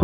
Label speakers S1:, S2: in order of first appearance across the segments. S1: ค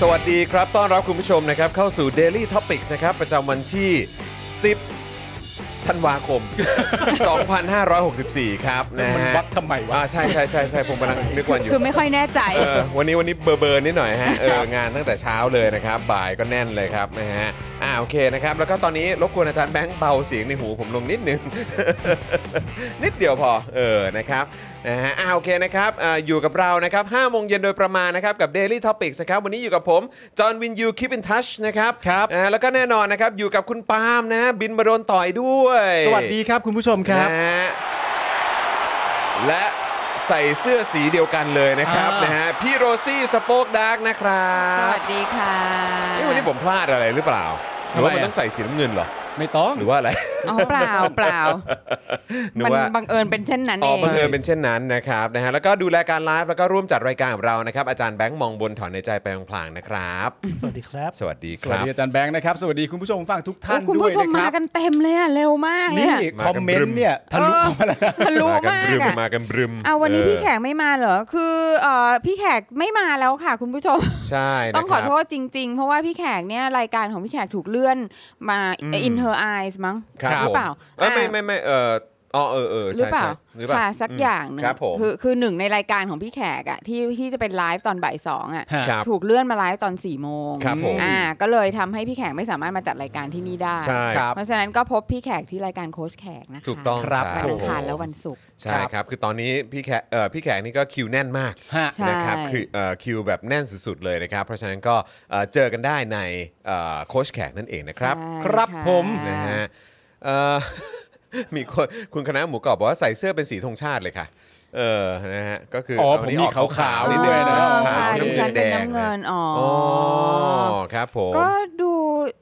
S1: สวัสดีครับ ต้อนรับคุณผู้ชมนะครับ เข้าสู่ Daily Topics นะครับ ประจำวันที่ 10 ธันวาค ม 2564 ครับนะฮะ
S2: มันวัดทำไมวะ
S1: อ่าใช่ใช่ใช่ใช่ผมกำลังนึกวันอยู่
S3: คือไม่ค่อยแน่ใจ
S1: เออวันนี้วันนี้เบอร์เบอร์นิดหน่อยฮะเอองานตั้งแต่เช้าเลยนะครับ บ่ายก็แน่นเลยครับนะฮะอ่าโอเคนะครับ แล้วก็ตอนนี้รบกวนอาจารย์แบงค์เบาเสียงในหูผมลงนิดนึง นิดเดียวพอเออนะครับนะฮะอ่าโอเคนะครับอ่าอยู่กับเรานะครับ5โมงเย็นโดยประมาณนะครับกับ Daily Topics นะครับวันนี้อยู่กับผม จอห์นวินยูคิปอินทัชนะครับ
S2: ครับ
S1: อ่าแล้วก็แน่นอนนะครับอยู่กับคุณปาล์มนะฮะบินมาโดนต่อยด้วย
S2: สวัสดีครับคุณผู้ชมครับ
S1: นะฮะและใส่เสื้อสีเดียวกันเลยนะครับ
S2: อ่าน
S1: นะฮะ พี่โรซี่สโปกดาร์กนะครั
S3: สวั
S1: บ
S3: สดีค่ะ
S1: นี่วันนี้ผมพลาดอะไรหรือเปล่า หรือว่ามัน
S2: ทำไมอะ
S1: ต้องใส่สีน้ำเงินเหรอ
S2: ไม่ต้อง
S1: หรือ ว่าอะไร
S3: อ๋อเปล่าเปล่า
S1: หรือ
S3: มัน
S1: ว่า
S3: บังเอิญเป็นเช่นนั้น
S1: อ๋
S3: เอ
S1: อง บังเอิญเป็นเช่นนั้นนะครับนะฮะแล้วก็ดูแลการไลฟ์แล้วก็ร่วมจัดรายการกับเรานะครับ อาจารย์แบงค์มองบนถอนในใจไปพลางๆนะครับ
S4: สวัสดีครับ
S1: สวัสดี
S2: ส
S1: ค
S2: วัส
S1: รับ
S2: ดีอาจารย์แบงค์นะครับ สวัสดีคุณผู้ชมฟังทุกท่าน
S3: โอ้คุณ
S2: ด้ว
S3: ผู้
S2: ย
S3: ชม
S2: นะ
S3: มา
S2: ค
S3: กั
S2: รับ
S3: นเต็มเลยอ่ะเร็วมากเลย
S2: นี่
S3: อะ
S1: มากัน
S2: คอมเมน
S1: บรึม
S2: ต์เนี่ยทะลุเข้ามาแล้ว
S3: ทะลุ
S1: มากัน
S3: มา
S1: บรึ
S3: ก
S1: ม
S3: อ่ะ
S1: มากันบรึม
S3: เอาวันนี้
S1: เออ
S3: พี่แขกไม่มาเหรอ คือเอ่อพี่แขกไม่มาแล้วค่ะ คุณผู้ชม
S1: ใช่นะครับ
S3: ต้องขอโทษจริง ๆ เพราะว่าพี่แขกเนี่ยรายการของพี่แขกถูกเลื่อนมาอินเ e อร์ไอส์มั้ง
S1: ครับ
S3: หรือเปล่า
S1: ผมเอ้ยไม่
S3: อ่ะ
S1: ไม่ไม่เอออ๋อเออเออ
S3: หรือ
S1: ใช่
S3: เปล่า
S1: ใช่หรือเปล่า
S3: ค่ะสัก
S1: ม
S3: อย่างหนึง
S1: ครับผม
S3: คือคือหนึ่งในรายการของพี่แขกอะที่ที่จะเป็นไลฟ์ตอนบ่ายสองอะ
S2: ฮะ
S1: ครับ
S3: ถูกเลื่อนมาไลฟ์ตอน4ี่โมง
S1: ครับผม
S3: อ่าก็เลยทำให้พี่แขกไม่สามารถมาจัดรายการที่นี่ได้
S1: ใช่
S2: ครับ
S3: เพราะฉะนั้นก็พบพี่แขกที่รายการโค้ชแขกนะคะ
S1: ถูกต้อง
S2: ครับ
S3: วันอังคารและวันศุกร์
S1: ใช่ครับ คือตอนนี้พี่แขกเออพี่แขกนี่ก็คิวแน่นมาก
S2: ฮะ
S3: ใช่
S1: นะครับคือเอ่อคิวแบบแน่นสุดๆเลยนะครับ เพราะฉะนั้นก็เอ่อเจอกันได้ในเอ่อโค้ชแขกนั่นเองนะครับ
S3: ใช่
S2: ครับ
S3: ะ
S2: ผม
S1: นะฮะเอ่ อ มีคนคุณคณะหมูกรอบบอกว่าใส่เสื้อเป็นสีธงชาติเลยค่ะ เออนะฮะก็คือ
S2: อ๋อ
S1: วันนี้
S2: ผมมี
S1: ออกขาว
S2: ขาว
S1: ๆ
S2: ๆ
S1: นิดนึง
S2: ด้วยนะ
S1: ใช่ไหม
S3: อ๋อ
S1: ขาว
S3: ค่ะ
S1: น้ำ
S3: ดิ
S1: เงิ
S3: ฉั
S1: น
S3: น
S1: แด
S3: เป็น
S1: ง
S3: น้ำเงินอ๋อ
S1: อ๋อครับผม
S3: ก็ดู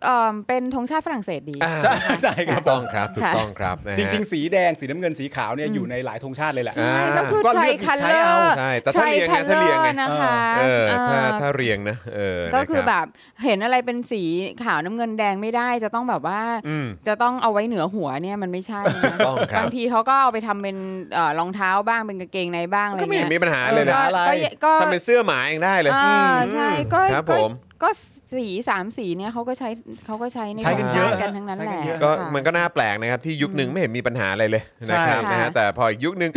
S3: เอ่อเป็นธงชาติฝรั่งเศสดี
S1: อ่า
S2: ใช่ใช่ค
S1: ถู
S2: รับ
S1: กต้องครับถูกต้องครับนะฮะ
S2: จริง ๆ สีแดงสีน้ำเงินสีขาวเนี่ยอยู่ในหลายธงชาติเลยแหละ
S3: ใช่ก็คือ
S2: ก็
S3: ไท
S2: เลือกหยิ
S3: ย
S2: บ
S3: คัล
S2: ใช้
S3: เลอ
S2: เอา
S3: ร์
S1: ใช่แต่ถ้าเรียงไงถ้าเรียงไง
S3: นะคะ
S1: เออถ้า
S3: เออ
S1: ถ้าเรียงนะเออ
S3: ก็
S1: นะ
S3: คื
S1: รั
S3: อแบบเห็นอะไรเป็นสีขาวน้ำเงินแดงไม่ได้จะต้องแบบว่า
S1: อืม
S3: จะต้องเอาไว้เหนือหัวเนี่ยมันไม่ใช่นะ
S1: ต้องครับ
S3: บางทีเขาก็เอาไปทำเป็นเอ่อรองเท้าบ้างเป็นกางเกงในบ้างอะไร
S1: ก็ไม่เห็
S3: เงี้
S1: น
S3: ย
S1: มีปัญหาเลยนะ
S2: เอ อะไร
S3: ก็ก็
S1: ทำเป็นเสื้อหมาเองได้เลย
S3: อ่าใช่ก็
S1: ครับผ
S3: ก็
S1: ม
S3: ก็สีสามสีเนี่ยเขาก็ใช้เขาก็ใช้ใน
S2: ใช้กัน
S3: ธง
S2: เยอะ
S3: ชาติกันทั้งนั้นแห
S2: ใช้
S3: ละ
S2: กันเยอะ
S1: ก็
S3: ค่ะ
S1: มันก็น่าแปลกนะครับ ที่ยุคหนึ่งไม่เห็นมีปัญหาอะไรเลย
S2: ใช่
S1: นะครับนะฮะ
S3: ค่ะ
S1: แต่พออีกยุคหนึ่ง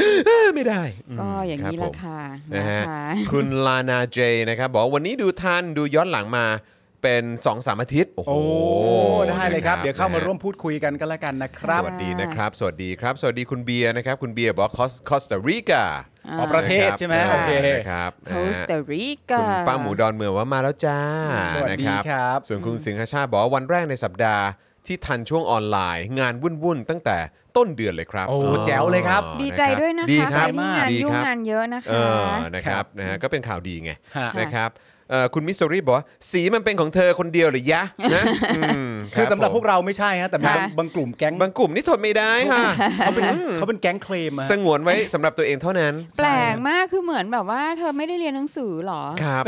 S1: ไม่ได้ม
S3: ก็อย่างนี้
S1: ครับ
S3: ละ
S1: ผม
S3: ค่ะ
S1: นะ
S3: นะ
S1: ฮะ
S3: คะ
S1: คุณลานาเจนะครับ บอกว่าวันนี้ดูทันดูย้อนหลังมาเป็น2อสามอาทิตย์ โอ้โห
S2: โอ้ได้เลยครับ เดี๋ยวเข้ามาร่วม
S1: นะฮะ
S2: พูดคุยกันก็แล้วกันนะครับ
S1: สวัสดีนะครับ สวัสดีครับ สวัสดีคุณเบียร์นะครับ คุณเบียร์บอกคอสคอสตาริกา
S2: อ๋อประเทศใช่ไหมโอเค
S1: นะครับ
S3: โคส
S1: นะฮะ
S3: ตาริกา
S1: คุณป้าหมูดอนเมืองว่ามาแล้วจ้า
S2: สวัสดี
S1: นะครับ ส่วนคุณสิงหชาติบอกว่าวันแรกในสัปดาห์ที่ทันช่วงออนไลน์ งานวุ่นๆตั้งแต่ต้นเดือนเลยครับ
S2: โอ้แจ๋วเลยครับ
S3: ดีใจด้วยนะ
S1: ดี
S3: คะ
S1: ค
S3: ใคร
S1: รับ
S3: ที่งาน
S1: ดี
S3: ยุ่
S1: ค
S3: ง
S1: รับ
S3: งานเยอะนะ
S1: เอ
S3: คะ
S1: อ นะครับ นะฮะ ก็เป็นข่าวดีไง
S2: ฮะ
S1: นะครับ เอ่อคุณมิสซรีบอกว่า สีมันเป็นของเธอคนเดียวหรือยะนะอืม
S2: คือสำหรับพวก
S1: ผม
S2: เราไม่ใช่ฮะแต่มีบาง
S3: ค่ะ
S2: บางกลุ่มแก๊ง
S1: บางกลุ่มนี่ทนไม่ได้ค่ะ
S2: เขาเป็นเขาเป็นแก๊งเคลมอะ
S1: สงวนไว้ สำหรับตัวเองเท่านั้น
S3: แปลกมากคือเหมือนแบบว่าเธอไม่ได้เรียนหนังสือหรอ
S1: ครับ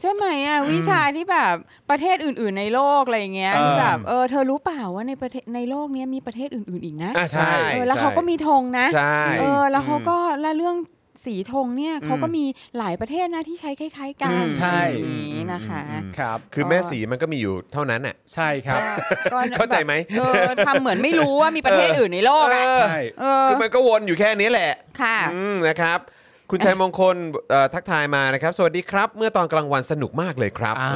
S3: ใช่ไหมอ่ะวิชาที่แบบประเทศอื่น ๆ ในโลกอะไรอย่างเงี้ย
S2: เออ
S3: ที่แบบเออเธอรู้เปล่าว่าในประเทศในโลกเนี้ยมีประเทศอื่น ๆ อีกนะ
S1: อ่ะใช่
S3: เออแล้วเขาก็มีธงนะ
S1: ใช่
S3: เออแล้วเขาก็และเรื่องสีธงเนี่ยเขาก็มีหลายประเทศนะที่ใช้คล้าย ๆ กัน
S2: ใช่
S3: อย่างนี้นะคะ
S2: ครับ
S1: คือแม่สีมันก็มีอยู่เท่านั้นน่ะ
S2: ใช่ครับ
S3: ก็
S1: เข้าใจไหม
S3: เออทำเหมือนไม่รู้ว่ามีประเทศอื่นในโลกอ่ะ
S1: เออ
S2: ใช่
S3: เออ
S1: คือมันก็วนอยู่แค่นี้แหละ
S3: ค่ะ
S1: อืมนะครับ คุณชัยมงคลเอ่อทักทายมานะครับ สวัสดีครับ เมื่อตอนกลางวันสนุกมากเลยครับ
S2: อ่า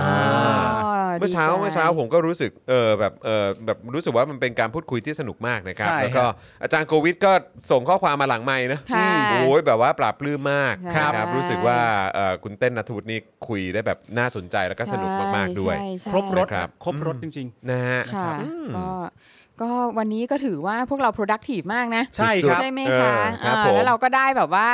S1: อ่าเมื่อเช้าเมื่อเช้าผมก็รู้สึกเออแบบเออแบบรู้สึกว่ามันเป็นการพูดคุยที่สนุกมากนะครับ
S2: ใช่
S1: แล้วก็
S2: ฮะ
S1: อาจารย์โควิดก็ส่งข้อความมาหลังไม้นะ
S3: ค่ะ
S1: อืมโอ้ยแบบว่าปราบปลื้มมาก
S3: ครับ
S1: นะรู้สึกว่าเอ่อคุณเต้นนัทวุฒินี่คุยได้แบบน่าสนใจแล้วก็สนุกมากๆด้วย
S3: ใช่ใช่
S2: ครบรถ
S1: ครับ
S2: ครบรถจริง
S1: นะฮะ
S3: ค่ะก็ก็วันนี้ก็ถือว่าพวกเรา productive มากนะ
S2: ใช่ครับ
S3: ใช่ไหม
S1: เอ
S3: คะ
S1: อครับ
S3: เออ
S1: ผม
S3: แล้วเราก็ได้แบบว่า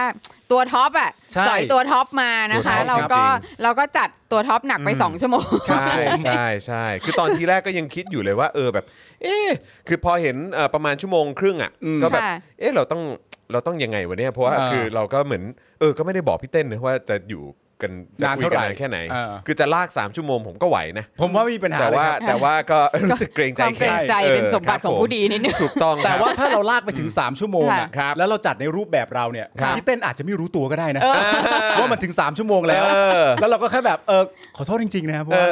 S3: ตัวท็อปอ่ะ
S2: ใช่
S3: สอยตัวท็อปมานะคะ
S1: ตัวท็อป
S3: เราก็
S1: จริง
S3: เราก็จัดตัวท็อปหนักไป 2 ชั่วโมง
S1: ใช่ใช่ใช่คือตอนที่แรกก็ยังคิดอยู่เลยว่าเออแบบ เอ๊ะคือพอเห็นเอ่อประมาณชั่วโมงครึ่งอ่ะ
S2: อืม
S1: ก็แบบ
S3: ค่ะ
S1: เอ๊ะเราต้องเราต้องยังไงวะเนี่ยเพราะว่า
S2: อ่า
S1: คือเราก็เหมือนเออก็ไม่ได้บอกพี่เต้นนะว่าจะอยู่กันจะคุยกันนานแค่ไหน
S2: นานเท่าไหร่อ่า
S1: คือจะลาก 3 ชั่วโมงผมก็ไหวนะ
S2: ๆ ผมว่าไม่มีปัญหา
S1: แต่
S2: เลย
S1: ว่า
S2: ครับ
S1: แต่ว่าก็ รู้สึกเกรง
S3: ค
S1: ใจ
S3: วามเกรงใจ
S1: ออ
S3: เป็นสมบัติของผู้ดีนิดนึง
S1: ถูกต้อง
S2: แต่ว่า
S1: ครับ
S2: ถ้าเราลากไปถึง 3 ชั่วโมงอะ
S1: ครับ
S2: แล้วเราจัดในรูปแบบเราเนี่ย
S1: ครับ
S2: พี่เต้นอาจจะไม่รู้ตัวก็ได้นะว่ามันถึง 3 ชั่วโมงแล้ว
S1: เออ
S2: แล้วเราก็แค่แบบเออขอโทษจริงๆนะครับเพราะว่า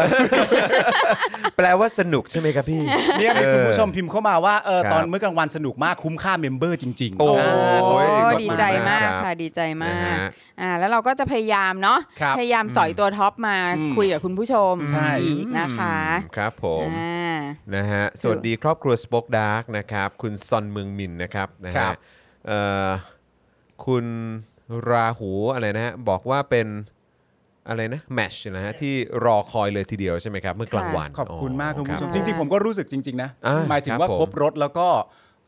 S1: แปลว่าสนุกใช่ไหมครับพี่
S2: เนี่ยมีคุณผู้ชมพิมพ์เข้ามาว่าเออ
S1: ครับ
S2: ตอนเมื่อกลางวันสนุกมากคุ้มค่าเมมเบอร์จริงๆ
S1: โอ้
S2: อ่า
S1: โอ้ยขอบคุณ
S3: ดีใจมา
S1: มา
S3: ก
S1: กครับ
S3: ค่ะดีใจมา
S1: นะ
S3: ก
S1: ฮะ
S3: อ่าแล้วเราก็จะพยายามเนาะ
S2: ครับ
S3: พยายามสอยตัวท็อปมา
S2: อืม
S3: คุยกับคุณผู้ชม
S2: ใช่
S3: อีกนะคะ
S1: ครับผม
S3: อ่า
S1: นะฮะสวัสดีครอบครัวสป็อกดาร์กนะครับ คุณซอนเมืองมินนะครับนะ
S2: ค
S1: ฮะ
S2: รับ
S1: เอ่อคุณราหูอะไรนะฮะบอกว่าเป็นอะไรนะแมชนะฮะที่รอคอยเลยทีเดียวใช่ไหมครับ เมื่อกลางวัน
S2: ขอบคุณมากคุณผู้ชม
S1: รับ
S2: จริง ๆ ผมก็รู้สึกจริง ๆ นะ
S1: อ่า
S2: หมายถึงว่า
S1: ครับผม
S2: ครบรถแล้วก็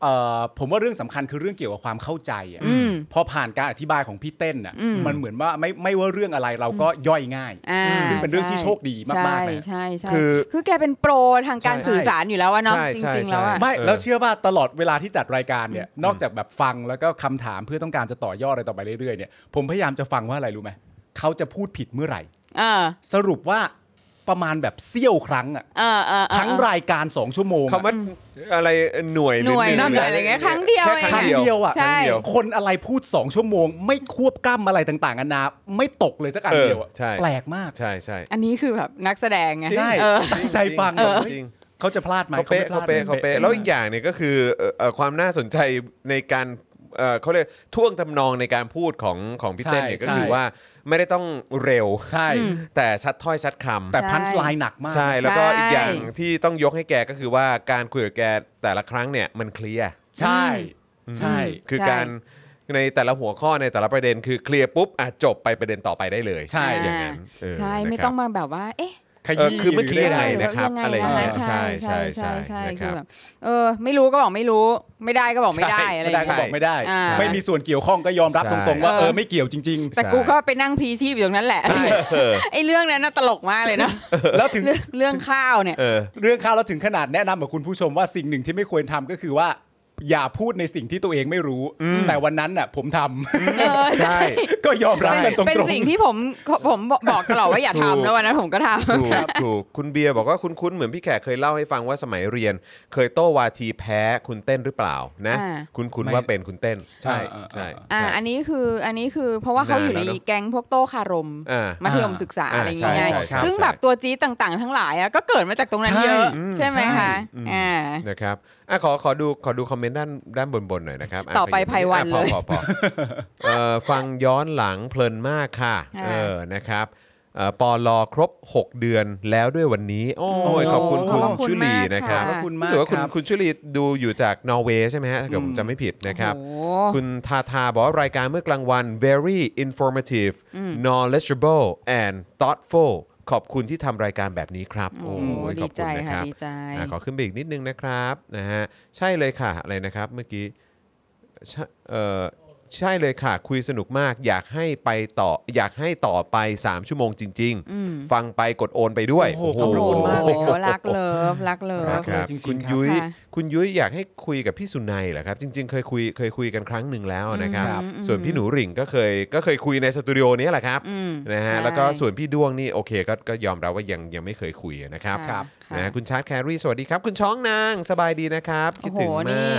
S2: เอ่อผมว่าเรื่องสำคัญคือเรื่องเกี่ยวกับความเข้าใจอะ
S3: อืม
S2: พอผ่านการอธิบายของพี่เต้นอ่ะ
S3: อืม
S2: มันเหมือนว่าไม่ไม่ว่าเรื่องอะไรเราก็ย่อยง่าย
S3: อ่า
S2: ซึ่งเป็นเรื่องที่โชคดีมากๆนะ
S3: ใช่ใช่
S1: คื
S3: คือ อคือแกเป็นโปรทางการ
S1: ใช่
S3: สื่อสารอยู่แล้วอะเนาะ
S1: ใช่
S3: จ
S1: ใช่
S3: ริง ๆ แล้วอะ
S1: ใช่
S2: ไม่
S1: เออ
S2: แล้วเชื่อว่าตลอดเวลาที่จัดรายการเนี่ยนอกจากแบบฟังแล้วก็คำถามเพื่อต้องการจะต่อยอดอะไรต่อไปเรื่อยๆเนี่ยผมพยายามจะฟังว่าอะไรรู้ไหมเขาจะพูดผิดเมื่อไหร่
S3: เออ
S2: สรุปว่าประมาณแบบเสี้ยวครั้งอ่ะ
S3: เออเออเออ
S2: ทั้งรายการสองชั่วโมงอะ
S1: คำว่าอะไรหน่วย
S3: หน่วย
S1: รือ
S3: หน่วยอะไรเงี้ยครั้งเดียว
S1: แค่ค
S2: ค
S3: เองอะ
S1: รั้
S2: รั้
S1: ง
S2: ง
S1: เดี
S2: เดี
S1: ย
S2: ยว วอ่ะ
S3: ใช่
S2: คนอะไรพูดสองชั่วโมง ไม่ควบกล้ำอะไรต่างๆกันานาไม่ตกเลยสักอันเดียวอะ
S1: เออใช่
S2: แปลกมาก
S1: ใช่ใช่
S3: อันนี้คือแบบนักแสดงไง
S2: ใช่
S3: เออ
S2: ใจฟัง
S1: จริ
S2: แบบ
S1: จริง
S2: เขาจะพลาดไหม
S1: เขาเป๊ะ
S2: ไม่
S1: เขา
S2: ลด
S1: เป๊ะ
S2: ไหม
S1: เขาเป๊ะแล้วอีกอย่างเนี่ยก็คือเอ่อเอ่อความน่าสนใจในการเอ่อเขาเรียกท่วงทำนองในการพูดของของพี่เต้นเนี่ย
S2: ใช่
S1: ก็คือ
S2: ใช่
S1: ว่าไม่ได้ต้องเร็ว
S2: ใช่
S1: แต่ชัดถ้อยชัดคำ
S2: แต่
S3: ใช่
S2: พันช์ไลน์หนักมาก
S1: ใช่แล้วก็
S3: ใช่
S1: อีกอย่างที่ต้องยกให้แกก็คือว่าการคุยกับแกแต่ละครั้งเนี่ยมันเคลียร์
S2: ใช่ใช่
S1: คือการในแต่ละหัวข้อในแต่ละประเด็นคือเคลียร์ปุ๊บอ่ะจบไปประเด็นต่อไปได้เลย
S2: ใช่
S1: อย่างนั้นเออ
S3: ใช่
S1: นะครับ
S3: ไม่ต้องมาแบบว่า เอ๊ะ
S2: ข
S1: เออ
S2: ยี้
S1: คือเมื่อกี้
S2: หรื
S1: ยัง
S2: ด้
S1: ไงนะครับ
S3: ยังไง
S1: อะไรอย่างเงี้ย
S3: นะ
S1: ใช่
S3: ใช่
S1: ใช่
S3: ใช่
S1: ใช่ใช่
S3: ใช่ใช่
S1: นะค
S3: คื
S1: รั
S3: อบ แบบเออ ไม่รู้ก็บอกไม่รู้ ไม่ได้ก็บอกไม่ได้อะไรอ
S2: ไม่
S3: ย่า
S2: ได้
S3: ง
S2: ก็
S3: เงี้ย
S2: บอกไม่ได้
S3: อ่า
S2: ไม่มีส่วนเกี่ยวข้องก็ยอมรับ
S1: ใช่
S2: ตรงๆว่า
S3: เออ
S2: เออไม่เกี่ยวจริง
S3: แต่กูก็ไปนั่งพลีชีพอยู่ตรงนั้นแหละ
S1: ใช่เออ
S3: ไอ้เรื่องนั้นน่าตลกมากเลย เนาะ
S2: ๆ แล้วถึง
S3: เรื่องเรื่องข้าวเนี่ย
S1: เออ
S2: เรื่องข้าวแล้วถึงขนาดแนะนำกับคุณผู้ชมว่าสิ่งหนึ่งที่ไม่ควรทำก็คือว่า อย่าพูดในสิ่งที่ตัวเองไม่รู้ แต่วันนั้นน่ะ ผมทำ
S3: เออใช่
S1: ใช่
S2: ก็ยอมรับกันตร
S3: เป็น
S2: ง
S3: สิ่งที่ผมผมบอกตลอดว่าอย่าทำแล้ววันนั้นผมก็ทำ
S1: ถูกถูกคุณเบียร์บอกว่าคุณคุ้นๆเหมือนพี่แขกเคยเล่าให้ฟังว่าสมัยเรียน เคยโต้วาทีแพ้คุณเต้นหรือเปล่านะ
S3: อ่า
S1: คุณคุณว่าเป็นคุณเต้น ใช่ใช่
S3: อ่าอันนี้คืออันนี้คือเพราะว่าเขาอยู่ในแก๊งพวกโต้คารม
S1: อ่า
S3: มัธยมศึกษา
S1: อ่า
S3: อะไรอย่างเงี้ย
S1: ใช่ใช่
S3: ซึ่ง
S1: ใช่
S3: แบบตัวจี๊ดต่างๆ ทั้งหลายอ่ะก็เกิดมาจากตรงนั้นเยอะ ใช่ไหมคะอ่า
S1: นะครับอ่ะขอ ขอดู ขอดูคอมเมนต์ด้าน ด้านบนบนๆหน่อยนะครับะ
S3: ต่อไปภัยวัน
S1: อ่ะพอ
S3: เลย
S1: พอพอเอ่อฟังย้อนหลังเพลินมากค่ะ
S3: ค่ะ
S1: เออ นะครับเอ่อปอลอครบ 6 เดือนแล้วด้วยวันนี้ โอ้ย ขอบคุณคุณชุลีนะครับ
S2: ขอบคุณมาก
S1: สึกว่า
S2: ค
S1: คุณ
S2: รับ
S1: คุณชุลีดูอยู่จากนอร์เวย์ใช่ไหมฮะถ้าเกิดผมจำไม่ผิดนะครับ
S3: โอ้โห
S1: คุณทาทาบอกว่ารายการเมื่อกลางวัน very informative knowledgeable and thoughtful ขอบคุณที่ทำรายการแบบนี้ครับ โอ้ยขอบคุณนะ
S3: ดีใจ
S1: ค
S3: ค่ะ
S1: รับ
S3: ดีใจ
S1: อ่าขอขึ้นไปอีกนิดนึงนะครับนะฮะใช่เลยค่ะอะไรนะครับเมื่อกี้ใช่เออ ใช่เลยค่ะ คุยสนุกมาก อยากให้ไปต่อ อยากให้ต่อไป 3 ชั่วโมงจริง
S3: อืม
S1: ๆ ฟังไปกดโอนไปด้วย
S2: โอ้โหขอบพระคุณมากเลยครับ
S3: รักเลิฟรักเลิ
S1: ครั
S3: ฟ
S1: บครับ
S2: จริงๆ
S1: คุณ
S2: ครับ
S1: ยุ้ย
S3: ค่ะ
S1: คุณยุ้ยอยากให้คุยกับพี่สุนัยเหรอครับ จริง ๆ เคยคุยเคยคุยกันครั้งหนึ่งแล้วนะครับ
S3: อืม
S1: ส่วนพี่หนูหริ่งก็เคยก็เคยคุยในสตูดิโอนี้แหละครับ
S3: อืม
S1: นะฮะ
S3: ใช่
S1: แล้วก็ส่วนพี่ด้วงนี่โอเคก็ก็ยอมรับว่ายังยังไม่เคยคุยนะครับ
S3: ค่ะครับค่ะ
S1: นะคุณชาร์ตแครีสวัสดีครับ คุณช้องนางสบายดีนะครับ คิดถึง
S3: โอ้โห
S1: มา
S3: นี่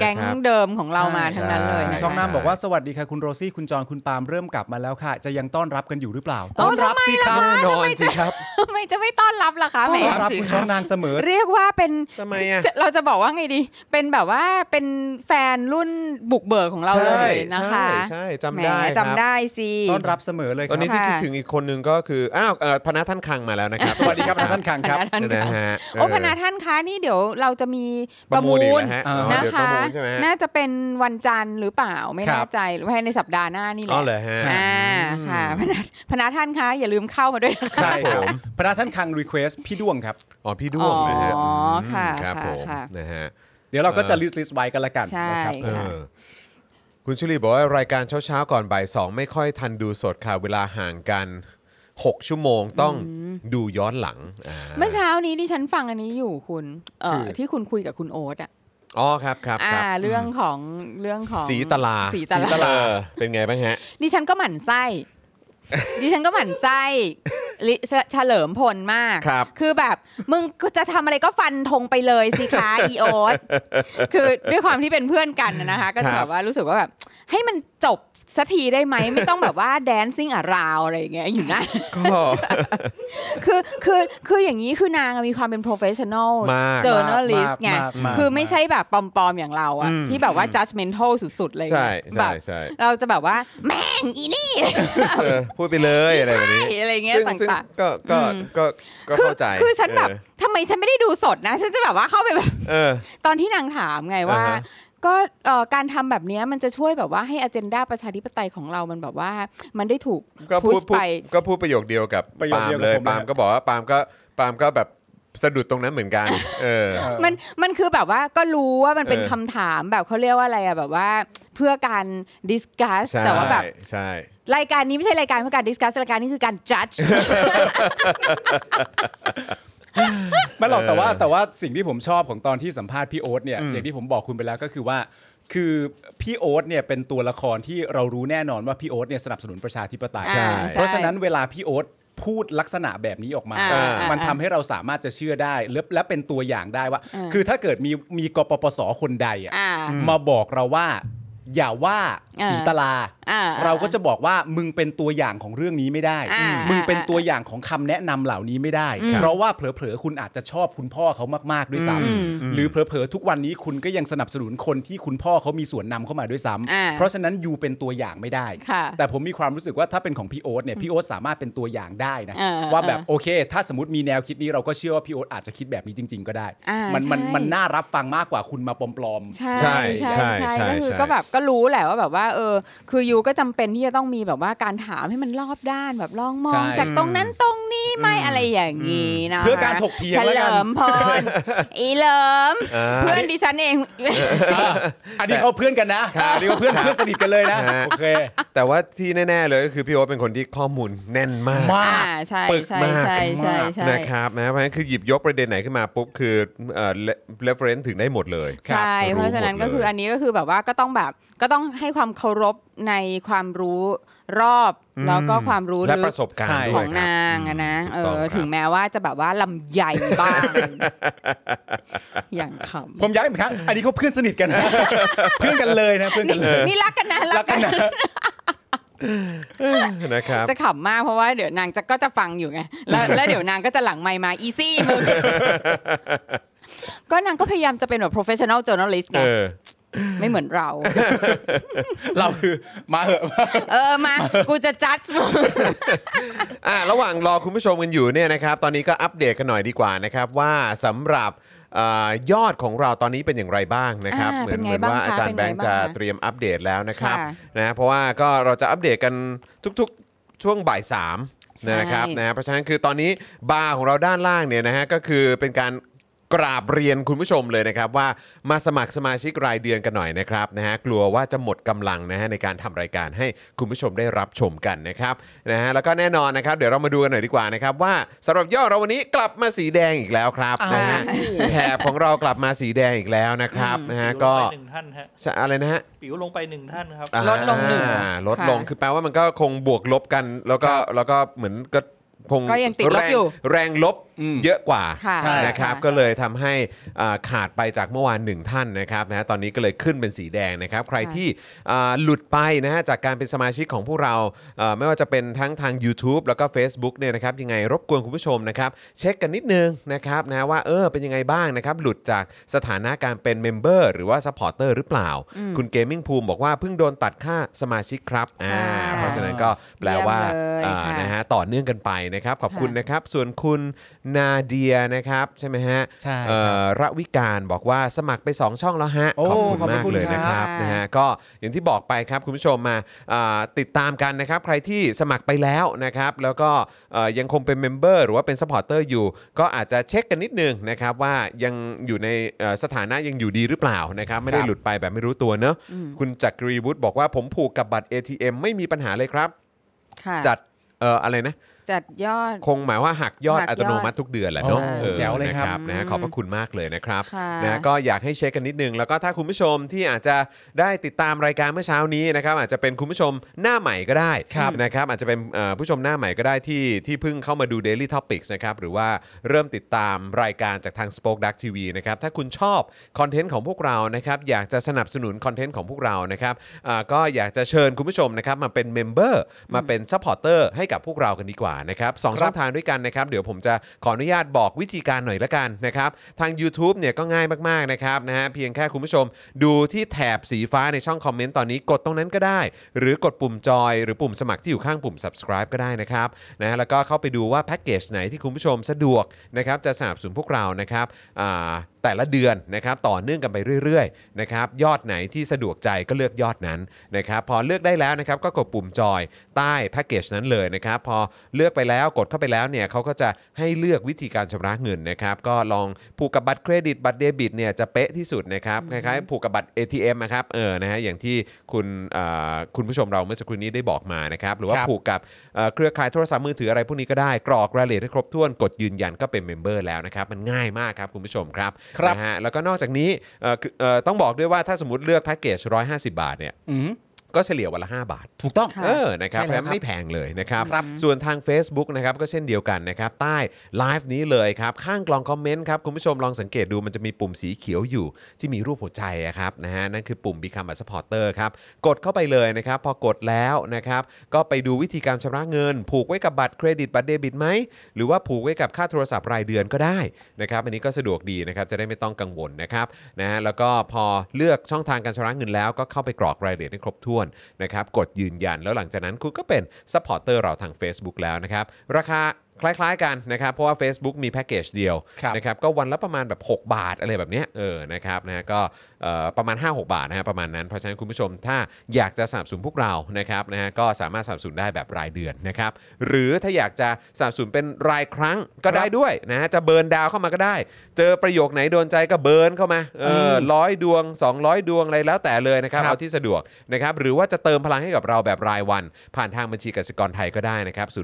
S1: ก
S3: แก๊งเดิมของเรามาทั้งนั้นเลย
S1: ใช่
S3: นะคะ
S2: ช่องหน้าบอกว่าสวัสดีค่ะคุณโรซี่คุณจอนคุณปาล์มเริ่มกลับมาแล้วค่ะ จะยังต้อนรับกันอยู่หรือเปล่า
S3: โอ้
S2: ต้อนรับ
S3: ทำไม
S2: สิครับ
S3: ล่ะคะ
S1: นอนสิครับ
S3: ทำไมจะไม่ต้อนรับล่ะคะแหม
S2: ต้อนรับ
S1: สิครับ
S2: คุณช่องนางเสมอ
S3: เรียกว่าเป็น
S1: ทำไมอ่ะ
S3: จะเราจะบอกว่าไงดี เป็นแบบว่าเป็นแฟนรุ่นบุกเบิกของเราเล
S1: ใช่
S3: ยนะคะ
S1: ใช่ใช่จำ
S3: แหม
S1: ได้ครับ
S3: จำได้สิ
S2: ต้อนรับเสมอเลยค
S1: ตอ
S2: รั
S1: น
S2: บ
S1: นี้ที่
S3: ค่ะ
S1: คิดถึงอีกคนนึงก็คืออ้าวเอ่อพนัทท่านคังมาแล้วนะครับ
S2: สวัสดีครับท่านคังครับ
S3: พนักท่าน
S1: นะ
S3: คะ
S1: ฮะ
S3: โอ้พนาท่านคะนี่เดี๋ยวเราจะมี
S1: ป
S3: ประ ระ
S1: มู
S3: มู
S1: ลอีก
S3: ล
S1: นะฮะ
S2: อ๋อ
S1: เดี๋
S3: นะ
S1: ยวประ
S3: คะ
S1: มูลใช่ไหมฮะ
S3: น่าจะเป็นวันจันทร์หรือเปล่าไม่
S2: ครั
S3: แน่
S2: บ
S3: ใจภายในสัปดาห์หน้านี่แห
S1: อ๋อ
S3: ละ
S1: เหรอฮะ
S3: อ่าค่ะพนักพนาท่านคะอย่าลืมเข้ามาด้วยนะคะ
S2: ใช่ครับ
S1: ผม
S2: พระท่านคังรีเควสพี่ด้วงครับ
S1: อ๋อพี่ด้วงนะฮะ
S3: อ๋ออืค่ะ
S1: มครับ
S3: ค่ะ
S1: ผม
S3: ค่ะ
S1: นะฮะ
S2: เดี๋ยวเราก็จะลิสต์ลิสต์ไว้กันละกัน
S3: ใช่
S2: นะครับ
S1: เอ
S3: ค่ะ
S1: อคุณชุลีบอกว่ารายการเช้าๆก่อนบ่ายสองไม่ค่อยทันดูสดค่ะ เวลาห่างกัน 6 ชั่วโมงต้องดูย้อนหลังอ่า
S3: เมื่อเช้านี้ที่ฉันฟังอันนี้อยู่คุณเอ่อ
S2: คือ
S3: ที่คุณคุยกับคุณโอ๊ตอะ
S1: อ๋อครับครับค
S3: อ่า
S1: รับ
S3: เรื่องของเรื่องของ
S1: สีตลา
S3: สีตลา
S1: เออเป็นไงบ้างฮะ
S3: ดิฉันก็หมั่นไส้ ดิฉันก็หมั่นไส้ลิเฉเฉลิมพลมาก
S1: ครับ
S3: คือแบบมึงจะทำอะไรก็ฟันธงไปเลยสิคะ อีโอสคือด้วยความที่เป็นเพื่อนกันน่ะนะคะ ก็จะแบบว่ารู้สึกว่าแบบ ให้มันจบสักทีได้ไหม ไม่ต้องแบบว่าแดนซิ่งอาราวอะไรอย่างเงี้ยอยู่นะ
S1: ก็
S3: คือคือคืออย่างนี้คือนางอะมีความเป็น professional
S1: มาก
S3: journalist ไง
S2: มากมาก
S3: คือไม่ใช่แบบปลอมๆ อย่างเราอะที่แบบว่า judgmental สุดๆ เลย
S1: ใช่
S3: เนี่ยแบ
S1: ใช่
S3: บ
S1: ใช่
S3: เราจะแบบว่าแม่งอีนี่
S1: เออพูดไปเลยอะไรแบบนี้
S3: อะไรเงี้ย
S1: ซึ่งซึ่ง
S3: ต่าง
S1: ก็ก็
S3: อืม
S1: ก็ก็
S3: ๆ คือ
S1: เข้าใจ
S3: คือฉันแบบ
S1: เออ
S3: ทำไมฉันไม่ได้ดูสดนะ ฉันจะแบบว่าเข้าไปแบบ
S1: เออ
S3: ตอนที่นางถามไงว่า
S1: อ่าฮะ
S3: ก็เอ่อการทำแบบเนี้ยมันจะช่วยแบบว่าให้อเจนดาประชาธิปไตยของเรามันแบบว่ามันได้ถูก
S1: ก็
S3: พุ
S1: พู
S3: ช
S1: ดพูด
S3: ไป
S1: ก็พูดประโยคเดียวกับ
S2: ประโยค
S1: ปาล์
S2: เดี
S1: ม
S2: ยวกับ
S1: เลย
S2: ผมเลย
S1: ปาล์มก็บอกว่าปาล์มก็ปาล์มก็แบบสะดุดตรงนั้นเหมือนกัน เออ
S2: เออ
S3: มันมันคือแบบว่าก็รู้ว่ามันเป็น
S1: เออ
S3: คำถามแบบเขาเรียกว่าอะไรอะแบบว่าเพื่อการดิสคัส
S1: ใช่
S3: แต่ว่าแบบ
S1: ใช่
S3: รายการนี้ไม่ใช่รายการเพื่อการดิสคัสรายการนี้คือการจัด
S2: ไม่หรอกแต่ว่าแต่ว่าสิ่งที่ผมชอบของตอนที่สัมภาษณ์พี่โอ๊ตเนี่ยอย่างที่ผมบอกคุณไปแล้วก็คือว่า คือพี่โอ๊ตเนี่ยเป็นตัวละครที่เรารู้แน่นอนว่าพี่โอ๊ตเนี่ยสนับสนุนประชาธิปไตย
S3: ใช่
S2: เพราะฉะนั้นเวลาพี่โอ๊ตพูดลักษณะแบบนี้ออกมา
S3: อ่า
S2: มันทำให้เราสามารถจะเชื่อได้และและเป็นตัวอย่างได้ว่า
S3: อ่า
S2: คือถ้าเกิดมีมีกปปสคนใดอะ
S3: อ่า
S2: มาบอกเราว่า อย่าว่า
S3: อ่า
S2: สีตลา
S3: อ่า
S2: เราก็จะบอกว่ามึงเป็นตัวอย่างของเรื่องนี้ไม่ได้
S3: อ่ามึ
S2: มึงเป็น
S3: อ่า
S2: ตัว ตัวอย่างของคำแนะนำเหล่านี้ไม่ได้ เพราะว่าเผลอๆคุณอาจจะชอบคุณพ่อเขามากๆด้วยซ้ำหรือเผลอๆทุกวันนี้คุณก็ยังสนับสนุนคนที่คุณพ่อเขามีส่วนนำเข้ามาด้วยซ้ำ
S3: อ่า
S2: เพราะฉะนั้นยูเป็นตัวอย่างไม่ได้
S3: ค่ะ
S2: แต่ผมมีความรู้สึกว่าถ้าเป็นของพี่โอ๊ตเนี่ยพี่โอ๊ตสามารถเป็นตัวอย่างได้นะ
S3: เออ
S2: ว่าแบบ
S3: เออ
S2: โอเค ถ้าสมมติมีแนวคิดนี้เราก็เชื่อว่าพี่โอ๊ตอาจจะคิดแบบนี้จริง ๆ ก็ได้
S3: อ่ามั
S2: มันมัน
S3: ใช่
S2: มันน่ารับฟังมากกว่าคุณมาปลอม
S3: ใช่
S1: ใช่
S3: ใช่
S1: ใช่
S3: ใช่
S1: ใช่
S3: ก็คือ
S1: ใช่
S3: ก็แบบก็รู้แหละว่าแบบว่าเออ คือยูก็จำเป็นที่จะต้องมีแบบว่าการถามให้มันรอบด้านแบบลองมอ
S2: ใช่
S3: งจากตรงนั้นตรงนี้ไหม่อะไรอย่างนี้นะ
S2: เพื่อการถกเถียง
S3: เฉ
S2: แล้วกัน
S3: ลิมพ รอีเหลิม
S1: อ่า
S3: เพื่อนดิฉันเอง
S2: ๆอ่าอันนี้เขาเพื่อนกันนะอันนี้เขาเพื่อนเพื่อนสนิทกันเลยนะ
S1: ฮะ
S2: โอเค
S1: แต่ว่าที่แน่ ๆ เลยก็คือพี่โอ๊ตเป็นคนที่ข้อมูลแน่นมาก
S2: มาก
S3: อ่าใช่
S1: ปึก
S3: ใช่
S1: มาก
S3: ใช่ใช่ใช่
S1: นะครับนะเพราะฉะนั้นคือหยิบยกประเด็นไหนขึ้นมาปุ๊บคือเอ่อเรฟเฟรนซ์ถึงได้หมดเลย
S3: ใช่
S1: คบ
S3: เพราะฉะนั้นก็คือ
S1: หมดเลย
S3: อันนี้ก็คือแบบว่าก็ต้องแบบก็ต้องให้ความเคารพในความรู้รอบแล้วก็ความรู้
S1: และ
S3: ลึ
S1: ป
S3: ก
S1: ระสบการณ์
S2: ใช่
S1: ด้วย
S3: ของ
S1: ครับ
S3: นางอะนะเอ
S1: ถูกต้องค
S3: อ
S1: รับ
S3: ถึงแม้ว่าจะแบบว่าลำใหญ่บ้าง อย่างข
S2: ผมย้ำอีกครั้ง อันนี้เขาเพื่อนสนิทกันนะ เพื่อนกันเลยนะเพื่อนกันเลย
S3: ำนี่รักกันนะรั
S2: รั
S3: ก
S2: ก
S3: กั
S2: กัน น
S3: นะ
S2: นะ
S1: นะครับ
S3: จะขำมากเพราะว่าเดี๋ยวนางจะก็จะฟังอยู่ไงแล้วแล้วเดี๋ยวนางก็จะหลังไมค์มาอีซี่มึง ก็นางก็พยายามจะเป็นแบบ professional journalist ไง
S1: เออ
S3: ไม่เหมือนเรา
S2: เราคือมาเหอะ
S3: เออมา กูจะจัดมึง
S1: อ่ะระหว่างรอคุณผู้ชมกันอยู่เนี่ยนะครับ ตอนนี้ก็อัปเดตกันหน่อยดีกว่านะครับ ว่าสำหรับเอ่อยอดของเราตอนนี้เป็นอย่างไรบ้างนะครับ
S3: อ่า
S1: เหมื
S3: เป็น
S1: เห
S3: ไง
S1: มืน
S3: บ้าง
S1: ว่า
S3: คะ
S1: อาจารย์แบงค์
S3: เป็นไง
S1: จะ
S3: บ้างคะ
S1: เตรียมอัปเดตแล้วนะครับ
S3: ค่ะ
S1: นะเพราะว่าก็เราจะอัปเดตกันทุกๆช่วงบ่ายสามนะครับ
S3: ใช่
S1: นะเพราะฉะนั้นคือตอนนี้บาร์ของเราด้านล่างเนี่ยนะฮะก็คือเป็นการ กราบเรียนคุณผู้ชมเลยนะครับ ว่ามาสมัครสมาชิกรายเดือนกันหน่อยนะครับนะฮะกลัวว่าจะหมดกำลังนะฮะในการทำรายการให้คุณผู้ชมได้รับชมกันนะครับนะฮะแล้วก็แน่นอนนะครับ เดี๋ยวเรามาดูกันหน่อยดีกว่านะครับ ว่าสำหรับย่อเราวันนี้กลับมาสีแดงอีกแล้วครับนะฮะแถบของเรากลับมาสีแดงอีกแล้วนะครับนะฮะ
S5: ปิ๋วล
S1: ก็
S5: งไปหนึ่งท่านฮะ
S1: ใช่อะไรนะฮะ
S5: ปิ๋วลงไปหนึ่งท่านครับ
S1: อ่า
S3: ลดลงหนึ่ง
S1: ลดลง
S3: ค่ะ
S1: คือแปลว่ามันก็คงบวกลบกัน แล้วก็แล้วก็เหมือนก็คง
S3: ก็ยังติดลบ
S1: แรง
S3: อยู่
S1: แรงลบ
S2: อืม
S1: เยอะกว่า
S3: ค่ะใช่
S1: นะครับ
S3: ค่ะ
S1: ก็เลยทำให้อ่าขาดไปจากเมื่อวานหนึ่งท่านนะครับนะตอนนี้ก็เลยขึ้นเป็นสีแดงนะครับ ใคร
S3: ค่ะ
S1: ที่อ่าหลุดไปนะฮะจากการเป็นสมาชิกของพวกเราเอ่อไม่ว่าจะเป็นทั้งทาง YouTube แล้วก็ Facebook เนี่ยนะครับยังไงรบกวนคุณผู้ชมนะครับ เช็คกันนิดนึงนะครับนะว่าเออเป็นยังไงบ้างนะครับ หลุดจากสถานะการเป็นเมมเบอร์หรือว่าซัพพอร์เตอร์หรือเปล่า
S3: อืม
S1: คุณเกมมิ่งภูมิบอกว่าเพิ่งโดนตัดค่าสมาชิกครับอ่า
S3: ค่ะ
S1: เพราะฉะนั้นก็แปลว่า
S3: เยี่ยมเลย
S1: อ่า
S3: ค่ะ
S1: นะฮะต่อเนื่องกันไปนะครับ ขอบคุณ
S3: ค่ะ
S1: นะครับ ส่วนคุณนาเดียนะครับ ใช่ไหมฮะ
S2: ใช่
S1: เอ่อระวิการบอกว่าสมัครไป 2 ช่องแล้วฮะ
S2: โอ้
S1: ขอบคุณ
S2: ขอบพ
S1: มา
S2: ระ
S1: ก
S2: คุณ
S1: เลยนะค
S2: ครั
S1: รับบ นะฮะก็อย่างที่บอกไปครับคุณผู้ชมมาอ่าติดตามกันนะครับ ใครที่สมัครไปแล้วนะครับ แล้วก็เอ่อยังคงเป็นเมมเบอร์หรือว่าเป็นสปอร์เตอร์อยู่ ก็อาจจะเช็คกันนิดนึงนะครับว่ายังอยู่ในเอ่อสถานะยังอยู่ดีหรือเปล่านะครับไม่ได้หลุดไปแบบไม่รู้ตัวเนอะ
S3: อืม
S1: คุณจักรีวุฒิบอกว่าผมผูกกับบัตร ATM ไม่มีปัญหาเลยครับ
S3: ค่ะ
S1: จัดเอ่ออะไรนะ
S3: จัดยอด
S1: คงหมายว่าหักยอด
S3: หักยอด
S1: อัตโนมัติทุกเดือนแหละเนาะ
S2: โอ้
S1: ออ
S2: แจ๋วเลยครับ
S1: นะนะฮะขอบพระคุณมากเลยนะครับ
S3: ค่ะ
S1: นะก็อยากให้เช็คกันนิดนึง แล้วก็ถ้าคุณผู้ชมที่อาจจะได้ติดตามรายการเมื่อเช้านี้นะครับ อาจจะเป็นคุณผู้ชมหน้าใหม่ก็ได้นะครับ อาจจะเป็นเอ่อผู้ชมหน้าใหม่ก็ได้ที่ที่เพิ่งเข้ามาดู Daily Topics นะครับ หรือว่าเริ่มติดตามรายการจากทาง Spoke Dark TV นะครับ ถ้าคุณชอบคอนเทนต์ของพวกเรานะครับ อยากจะสนับสนุนคอนเทนต์ของพวกเรานะครับอ่าก็อยากจะเชิญคุณผู้ชมนะครับมาเป็นเมมเบอร์มาเป็นซัพพอร์เตอร์ให้กับพวกเรากันดีกว่านะครับสอง
S2: ครับ
S1: ช่อง ทางด้วยกันนะครับเดี๋ยวผมจะขออนุญาตบอกวิธีการหน่อยละกันนะครับทาง u t u b e เนี่ยก็ง่ายมากๆนะครับนะฮะเพียงแค่คุณผู้ชมดูที่แถบสีฟ้าในช่องคอมเมนต์ตอนนี้กดตรงนั้นก็ได้ หรือกดปุ่มจอยหรือปุ่มสมัครที่อยู่ข้างปุ่ม subscribe ก็ได้นะครับนะฮะแล้วก็เข้าไปดูว่าแพ็กเกจไหนที่คุณผู้ชมสะดวกนะครับจะสนับสนุนพวกเรานะครับอ่าแต่ละเดือนนะครับต่อเนื่องกันไปเรื่อยๆนะครับยอดไหนที่สะดวกใจก็เลือกยอดนั้นนะครับพอเลือกได้แล้วนะครับก็กดปุ่มจอยใต้แพ็กเกจนั้นเลยนะครับพอ เลือกไปแล้วกดเข้าไปแล้วเนี่ยเขาก็จะให้เลือกวิธีการชำระเงินนะครับ ก็ลองผูกกับบัตรเครดิตบัตรเดบิตเนี่ยจะเป๊ะที่สุดนะครับคล้ายๆผูกกับบัตร ATM นะครับเออนะฮะอย่างที่คุณเอ่อคุณผู้ชมเราเมื่อสักครู่นี้ได้บอกมานะครับ หรือว่า
S2: ครับ
S1: ผูกกับเอ่อเครือข่ายโทรศัพท์มือถืออะไรพวกนี้ก็ได้กรอกรายละเอียดให้ครบถ้วนกดยืนยันก็เป็นเมมเบอร์แล้วนะครับ มันง่ายมากครับคุณผู้ชมครับ
S2: ครับ
S1: นะฮะแล้วก็นอกจากนี้เอ่อคือเอ่อต้องบอกด้วยว่าถ้าสมมติเลือกแพ็กเกจ150 บาทเนี่ย
S2: อืม
S1: ก็เฉลี่ยวันละ5บาท
S2: ถูกต้อง
S3: ค่ะ
S1: เออ นะครับ
S2: ใช่
S1: เพ
S2: แล้ว
S1: ราะฉะนั้นไม่แพงเลยนะครับ
S2: ครับ
S1: ส่วนทาง Facebook นะครับก็เช่นเดียวกันนะครับ ใต้ไลฟ์นี้เลยครับ ข้างกล่องคอมเมนต์ครับ คุณผู้ชมลองสังเกตดูมันจะมีปุ่มสีเขียวอยู่ ที่มีรูปหัวใจอะครับนะฮะนั่นคือปุ่ม Become a supporter ครับ กดเข้าไปเลยนะครับ พอกดแล้วนะครับ ก็ไปดูวิธีการชำระเงิน ผูกไว้กับบัตรเครดิตบัตรเดบิตไหม หรือว่าผูกไว้กับค่าโทรศัพท์รายเดือนก็ได้นะครับ อันนี้ก็สะดวกดีนะครับ จะได้ไม่ต้องกังวลนะครับนะฮะแล้วก็พอเลือกช่องทางการชำระเงินแล้วก็เข้าไปกรอกรายละเอียดให้ครบถ้วนนะครับ กดยืนยันแล้วหลังจากนั้นคุณก็เป็นซัพพอร์เตอร์เราทาง Facebook แล้วนะครับ ราคาคล้ายๆกันนะครับ เพราะว่า Facebook มีแพ็กเกจเดียว
S2: ครับ
S1: นะครับก็วันละประมาณแบบ 6 บาทอะไรแบบเนี้ยเออนะครับนะฮะก็เอ่อประมาณ 5-6 บาทนะฮะประมาณนั้นเพราะฉะนั้นคุณผู้ชมถ้าอยากจะสนับสนุนพวกเรานะครับนะฮะก็สามารถสนับสนุนได้แบบรายเดือนนะครับ หรือถ้าอยากจะสนับสนุนเป็นรายครั้งก็ได้ด้วยนะฮะจะเบิร์นดาวเข้ามาก็ได้ เจอประโยคไหนโดนใจก็เบิร์นเข้ามาเออร้อยดวง 200 ดวงอะไรแล้วแต่เลยนะครับ
S2: ครับ
S1: เอาที่สะดวกนะครับหรือว่าจะเติมพลังให้กับเราแบบรายวัน ผ่านทางบัญชีกสิกรไทยก็ได้นะครับ 0698975539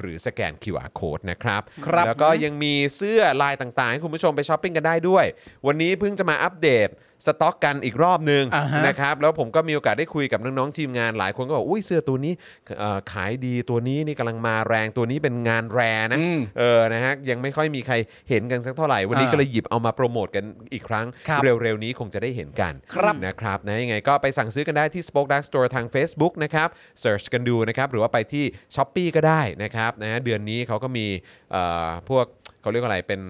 S1: หรือสแกน QR Code นะครับ
S2: ครับ
S1: แล้วก็ยังมีเสื้อลายต่างๆ ให้คุณผู้ชมไปช้อปปิ้งกันได้ด้วย วันนี้เพิ่งจะมาอัปเดตสต็อกกันอีกรอบหนึ่ง
S2: อ่าฮะ
S1: นะครับ แล้วผมก็มีโอกาสได้คุยกับน้องๆทีมงานหลายคนก็บอกอุ้ยเสื้อตัวนี้เอ่อขายดีตัวนี้นี่กำลังมาแรงตัวนี้เป็นงานแรนะ
S2: อืม
S1: เออ นะฮะ ยังไม่ค่อยมีใครเห็นกันสักเท่าไหร่ วันนี้
S2: อ่า
S1: ก็เลยหยิบเอามาโปรโมทกันอีกครั้ง
S2: ครับ
S1: เร็วๆนี้คงจะได้เห็นกัน
S2: ครับ
S1: นะครับ นะ ยังไงก็ไปสั่งซื้อกันได้ที่ Spoke Dark Store ทาง Facebook นะครับ search กันดูนะครับ หรือว่าไปที่ s h อ p e e ก็ได้นะครับ นะฮะ เดือนนี้เขาก็มีเอ่อพวกเขาเรียกว่าอะไร เป็น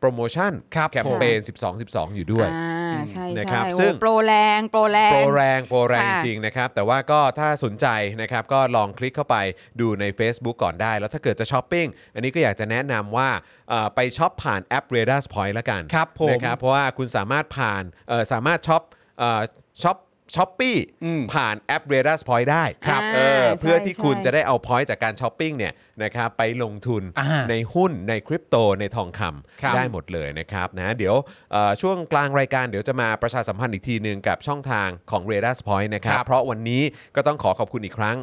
S1: โปรโมชั่น
S2: ครับ
S1: แคมเปญ 12 12 อยู่ด้วย
S3: อ่าใช่
S1: นะครั
S3: ใช่
S1: บ
S3: โอ้
S1: ซึ่ง
S3: โปรแรงโปรแรง
S1: โปรแรงโปรแรง
S3: ค่ะ
S1: จริงนะครับ แต่ว่าก็ถ้าสนใจนะครับก็ลองคลิกเข้าไปดูใน Facebook ก่อนได้ แล้วถ้าเกิดจะช้อปปิ้ง อันนี้ก็อยากจะแนะนำว่าเอ่อไปช้อปผ่านแอป r a d a r Point ละกัน
S2: ครับผม
S1: นะครับเพราะว่าคุณสามารถผ่านเอ่อสามารถช้อปเอ่อช้อป ช้อปปี้
S2: อืม
S1: ผ่านแอป r a d a r Point ได้
S3: ครับ
S1: เออ
S3: อ่า
S1: เพื่อที่
S3: ใช่
S1: คุณ
S3: ใช่
S1: จะได้เอา point จากการช้อปปิ้งเนี่ยนะครับไปลงทุน
S2: อ่า
S1: ในหุ้นในคริปโตในทองค
S2: ครับ
S1: ำได้หมดเลยนะครับนะเดี๋ยวเอ่อช่วงกลางรายการเดี๋ยวจะมาประชาสัมพันธ์อีกทีหนึ่งกับช่องทางของ r a d a r Point นะครับเพราะวันนี้ก็ต้องขอขอบคุณอีกครั้ง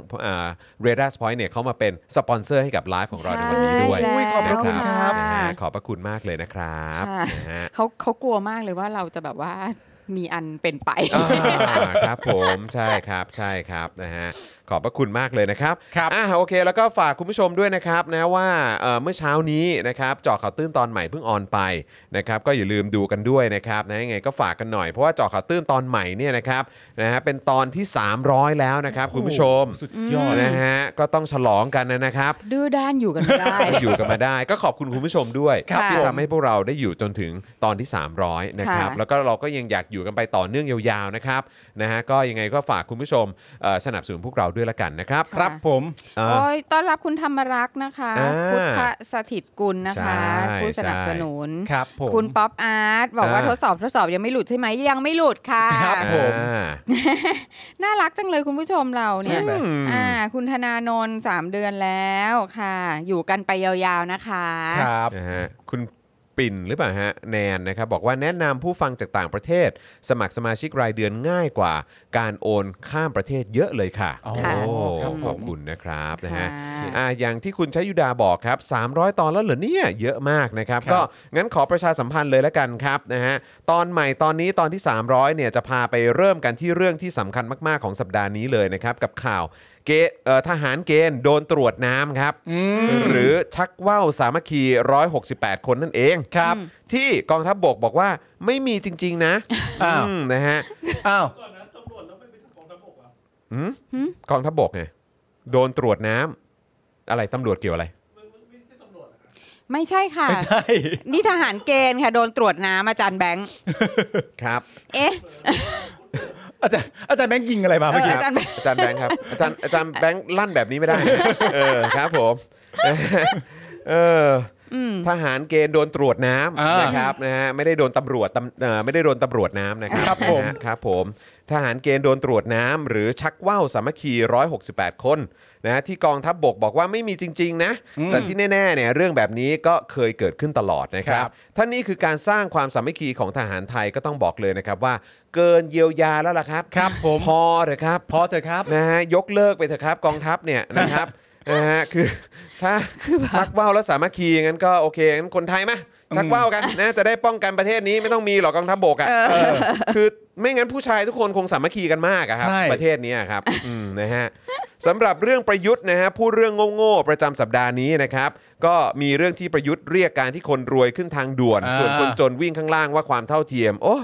S1: เรดัสพอยต์เนี่ยเขามาเป็นสปอนเซอร์ให้กับไลฟ์ของเราในวันนี้ด้วย
S3: ใช่
S2: อุ้ยขอบพระคุณ
S3: แล้ว
S2: ครับ
S1: นะ
S3: ะ
S1: ฮะขอบพระคุณมากเลยนะครับ
S3: ค่ะ
S1: นะฮะ
S3: เขาเขากลัวมากเลยว่าเราจะแบบว่ามีอันเป็นไป
S1: อ่าครับผมใช่ครับใช่ครับนะฮะขอบพระคุณมากเลยนะครับ
S2: ครับ
S1: อ่าโอเค แล้วก็ฝากคุณผู้ชมด้วยนะครับนะว่าเอ่อเมื่อเช้านี้นะครับเจาะข่าวตื้นตอนใหม่เพิ่งออนไปนะครับก็อย่าลืมดูกันด้วยนะครับนะยังไงก็ฝากกันหน่อยเพราะว่าเจาะข่าวตื้นตอนใหม่เนี่ยนะครับนะฮะเป็นตอนที่ 300 แล้วนะครับคุณผู้ชม
S2: สุดยอด
S1: นะฮะก็ต้องฉลองกันนะครับ
S3: ดื้อด้านอยู่กันไม่ได้
S1: อยู่กันมาได้ก็ขอบคุณคุณผู้ชมด้วย
S3: ครับ
S1: ที่
S3: ผม
S1: ทำให้พวกเราได้อยู่จนถึงตอนที่ 300 นะครับ
S3: ค่ะ
S1: แล้วก็เราก็ยังอยากอยู่กันไปต่อเนื่องยาวๆนะครับนะฮะก็ยังไงก็ฝากคุณผู้ชมเอ่อสนับสนุนพวกเราด้วยละกันนะครับ
S2: ครับผม
S1: เอ่อ
S3: โอ้ยต้อนรับคุณธรรมรักษ์นะคะ
S1: อ่า
S3: พุทธสถิตกุลนะคะ
S1: ใช่
S3: ผู้สนับสนุน
S2: ครับผม
S3: คุณป๊อปอาร์ตบอกว่า
S1: อ่า
S3: ทดสอบทดสอบยังไม่หลุดใช่ไหมยังไม่หลุดค่ะ
S2: ครับ ผม
S1: อ่า
S3: น่ารักจังเลยคุณผู้ชมเราเนี่ย
S2: ใช่ไหม
S3: อ่า คุณธนานนท์สามเดือนแล้วค่ะ อยู่กันไปยาวๆนะคะ
S2: ครับ
S1: นะฮะคุณปิ่นหรือเปล่าฮะแนนนะครับบอกว่าแนะนำผู้ฟังจากต่างประเทศ สมัครสมาชิกรายเดือนง่ายกว่า การโอนข้ามประเทศเยอะเลยค่ะ
S2: อ๋อ
S1: โอ้
S2: ค่ะครับผม
S1: ขอบคุณนะครับนะฮะ
S3: ค่ะ
S1: อ่าอย่างที่คุณชัยยุดาบอกครับ 300 ตอนแล้วเหรอเนี่ยเยอะมากนะครับ
S2: ครับ
S1: ก็งั้นขอประชาสัมพันธ์เลยละกันครับนะฮะตอนใหม่ตอนนี้ตอนที่ 300เนี่ยจะพาไปเริ่มกันที่เรื่องที่สำคัญมากๆของสัปดาห์นี้เลยนะครับกับข่าวเกณฑ์เอ่อทหารเกณฑ์โดนตรวจน้ำครับ
S2: อืม
S1: หรือชักว่าวสามัคคี 168 คนนั่นเอง
S2: ครับ
S1: ที่กองทัพบบกบอกว่าไม่มีจริง ๆ นะ
S2: อ้าว
S1: อืมนะฮะ
S2: อ้าว
S1: กองทัพบบกไงโดนตรวจน้ำอะไรตำรวจเกี่ยวอะไร
S3: ไม่ใช่ค่ะ
S2: ไม่ใช่
S3: นี่ทหารเกณฑ์ค่ะโดนตรวจน้ำอาจารย์แบงค์
S1: ครับ
S3: เอ๊ะ
S2: อาจารย์อาจารย์แบงค์ยิงอะไรมาเมื่อกี้
S3: เอ จารย์แบงค์
S1: อาจารย์แบง ค์ครับ อาจารย์อาจารย์แบงค์ลั่นแบบนี้ไม่ได้ นะเออครับผม เอออทหารเกณฑ์โดนตรวจน
S2: อ่า
S1: ้ำ
S2: น
S1: นะครับนะฮะไม่ได้โดนตำรวจตำเอ่อไม่ได้โดนตำรวจน้ำนะครับ
S2: ครับผม
S1: นะฮะครับผมทหารเกณฑ์โดนตรวจน้ำหรือชักว่าวสามัคคี 168 คนนะฮะที่กองทัพบบกบอกว่าไม่มีจริง ๆ นะ แต่ที่แน่ๆเนี่ยเรื่องแบบนี้ก็เคยเกิดขึ้นตลอดนะครับ ท่านี้คือการสร้างความสามัคคีของทหารไทยก็ต้องบอกเลยนะครับว่า เกินเยียวยาแล้วล่ะครับ
S2: ครับผม
S1: พอเถอะครับ
S2: พอเถอะครับ
S1: นะฮะยกเลิกไปเถอะครับกองทัพเนี่ย นะครับ นะฮะคือถ้าชักว่าวแล้วสามัคคีงั้นก็โอเคงั้นคนไทยมะชักว่าวกันนะจะได้ป้องกันประเทศนี้ไม่ต้องมีหรอกกองทัพบกอ่ะเออคือไม่งั้นผู้ชายทุกคนคงสามัคคีกันมากอะครับ
S2: ใช่
S1: ประเทศนี้อะครับอืมนะฮะสำหรับเรื่องประยุทธ์นะฮะพูดเรื่องโง่ๆประจำสัปดาห์นี้นะครับ ก็มีเรื่องที่ประยุทธ์เรียกการที่คนรวยขึ้นทางด่วน
S2: อ่า
S1: ส่วนคนจนวิ่งข้างล่างว่าความเท่าเทียม โอ้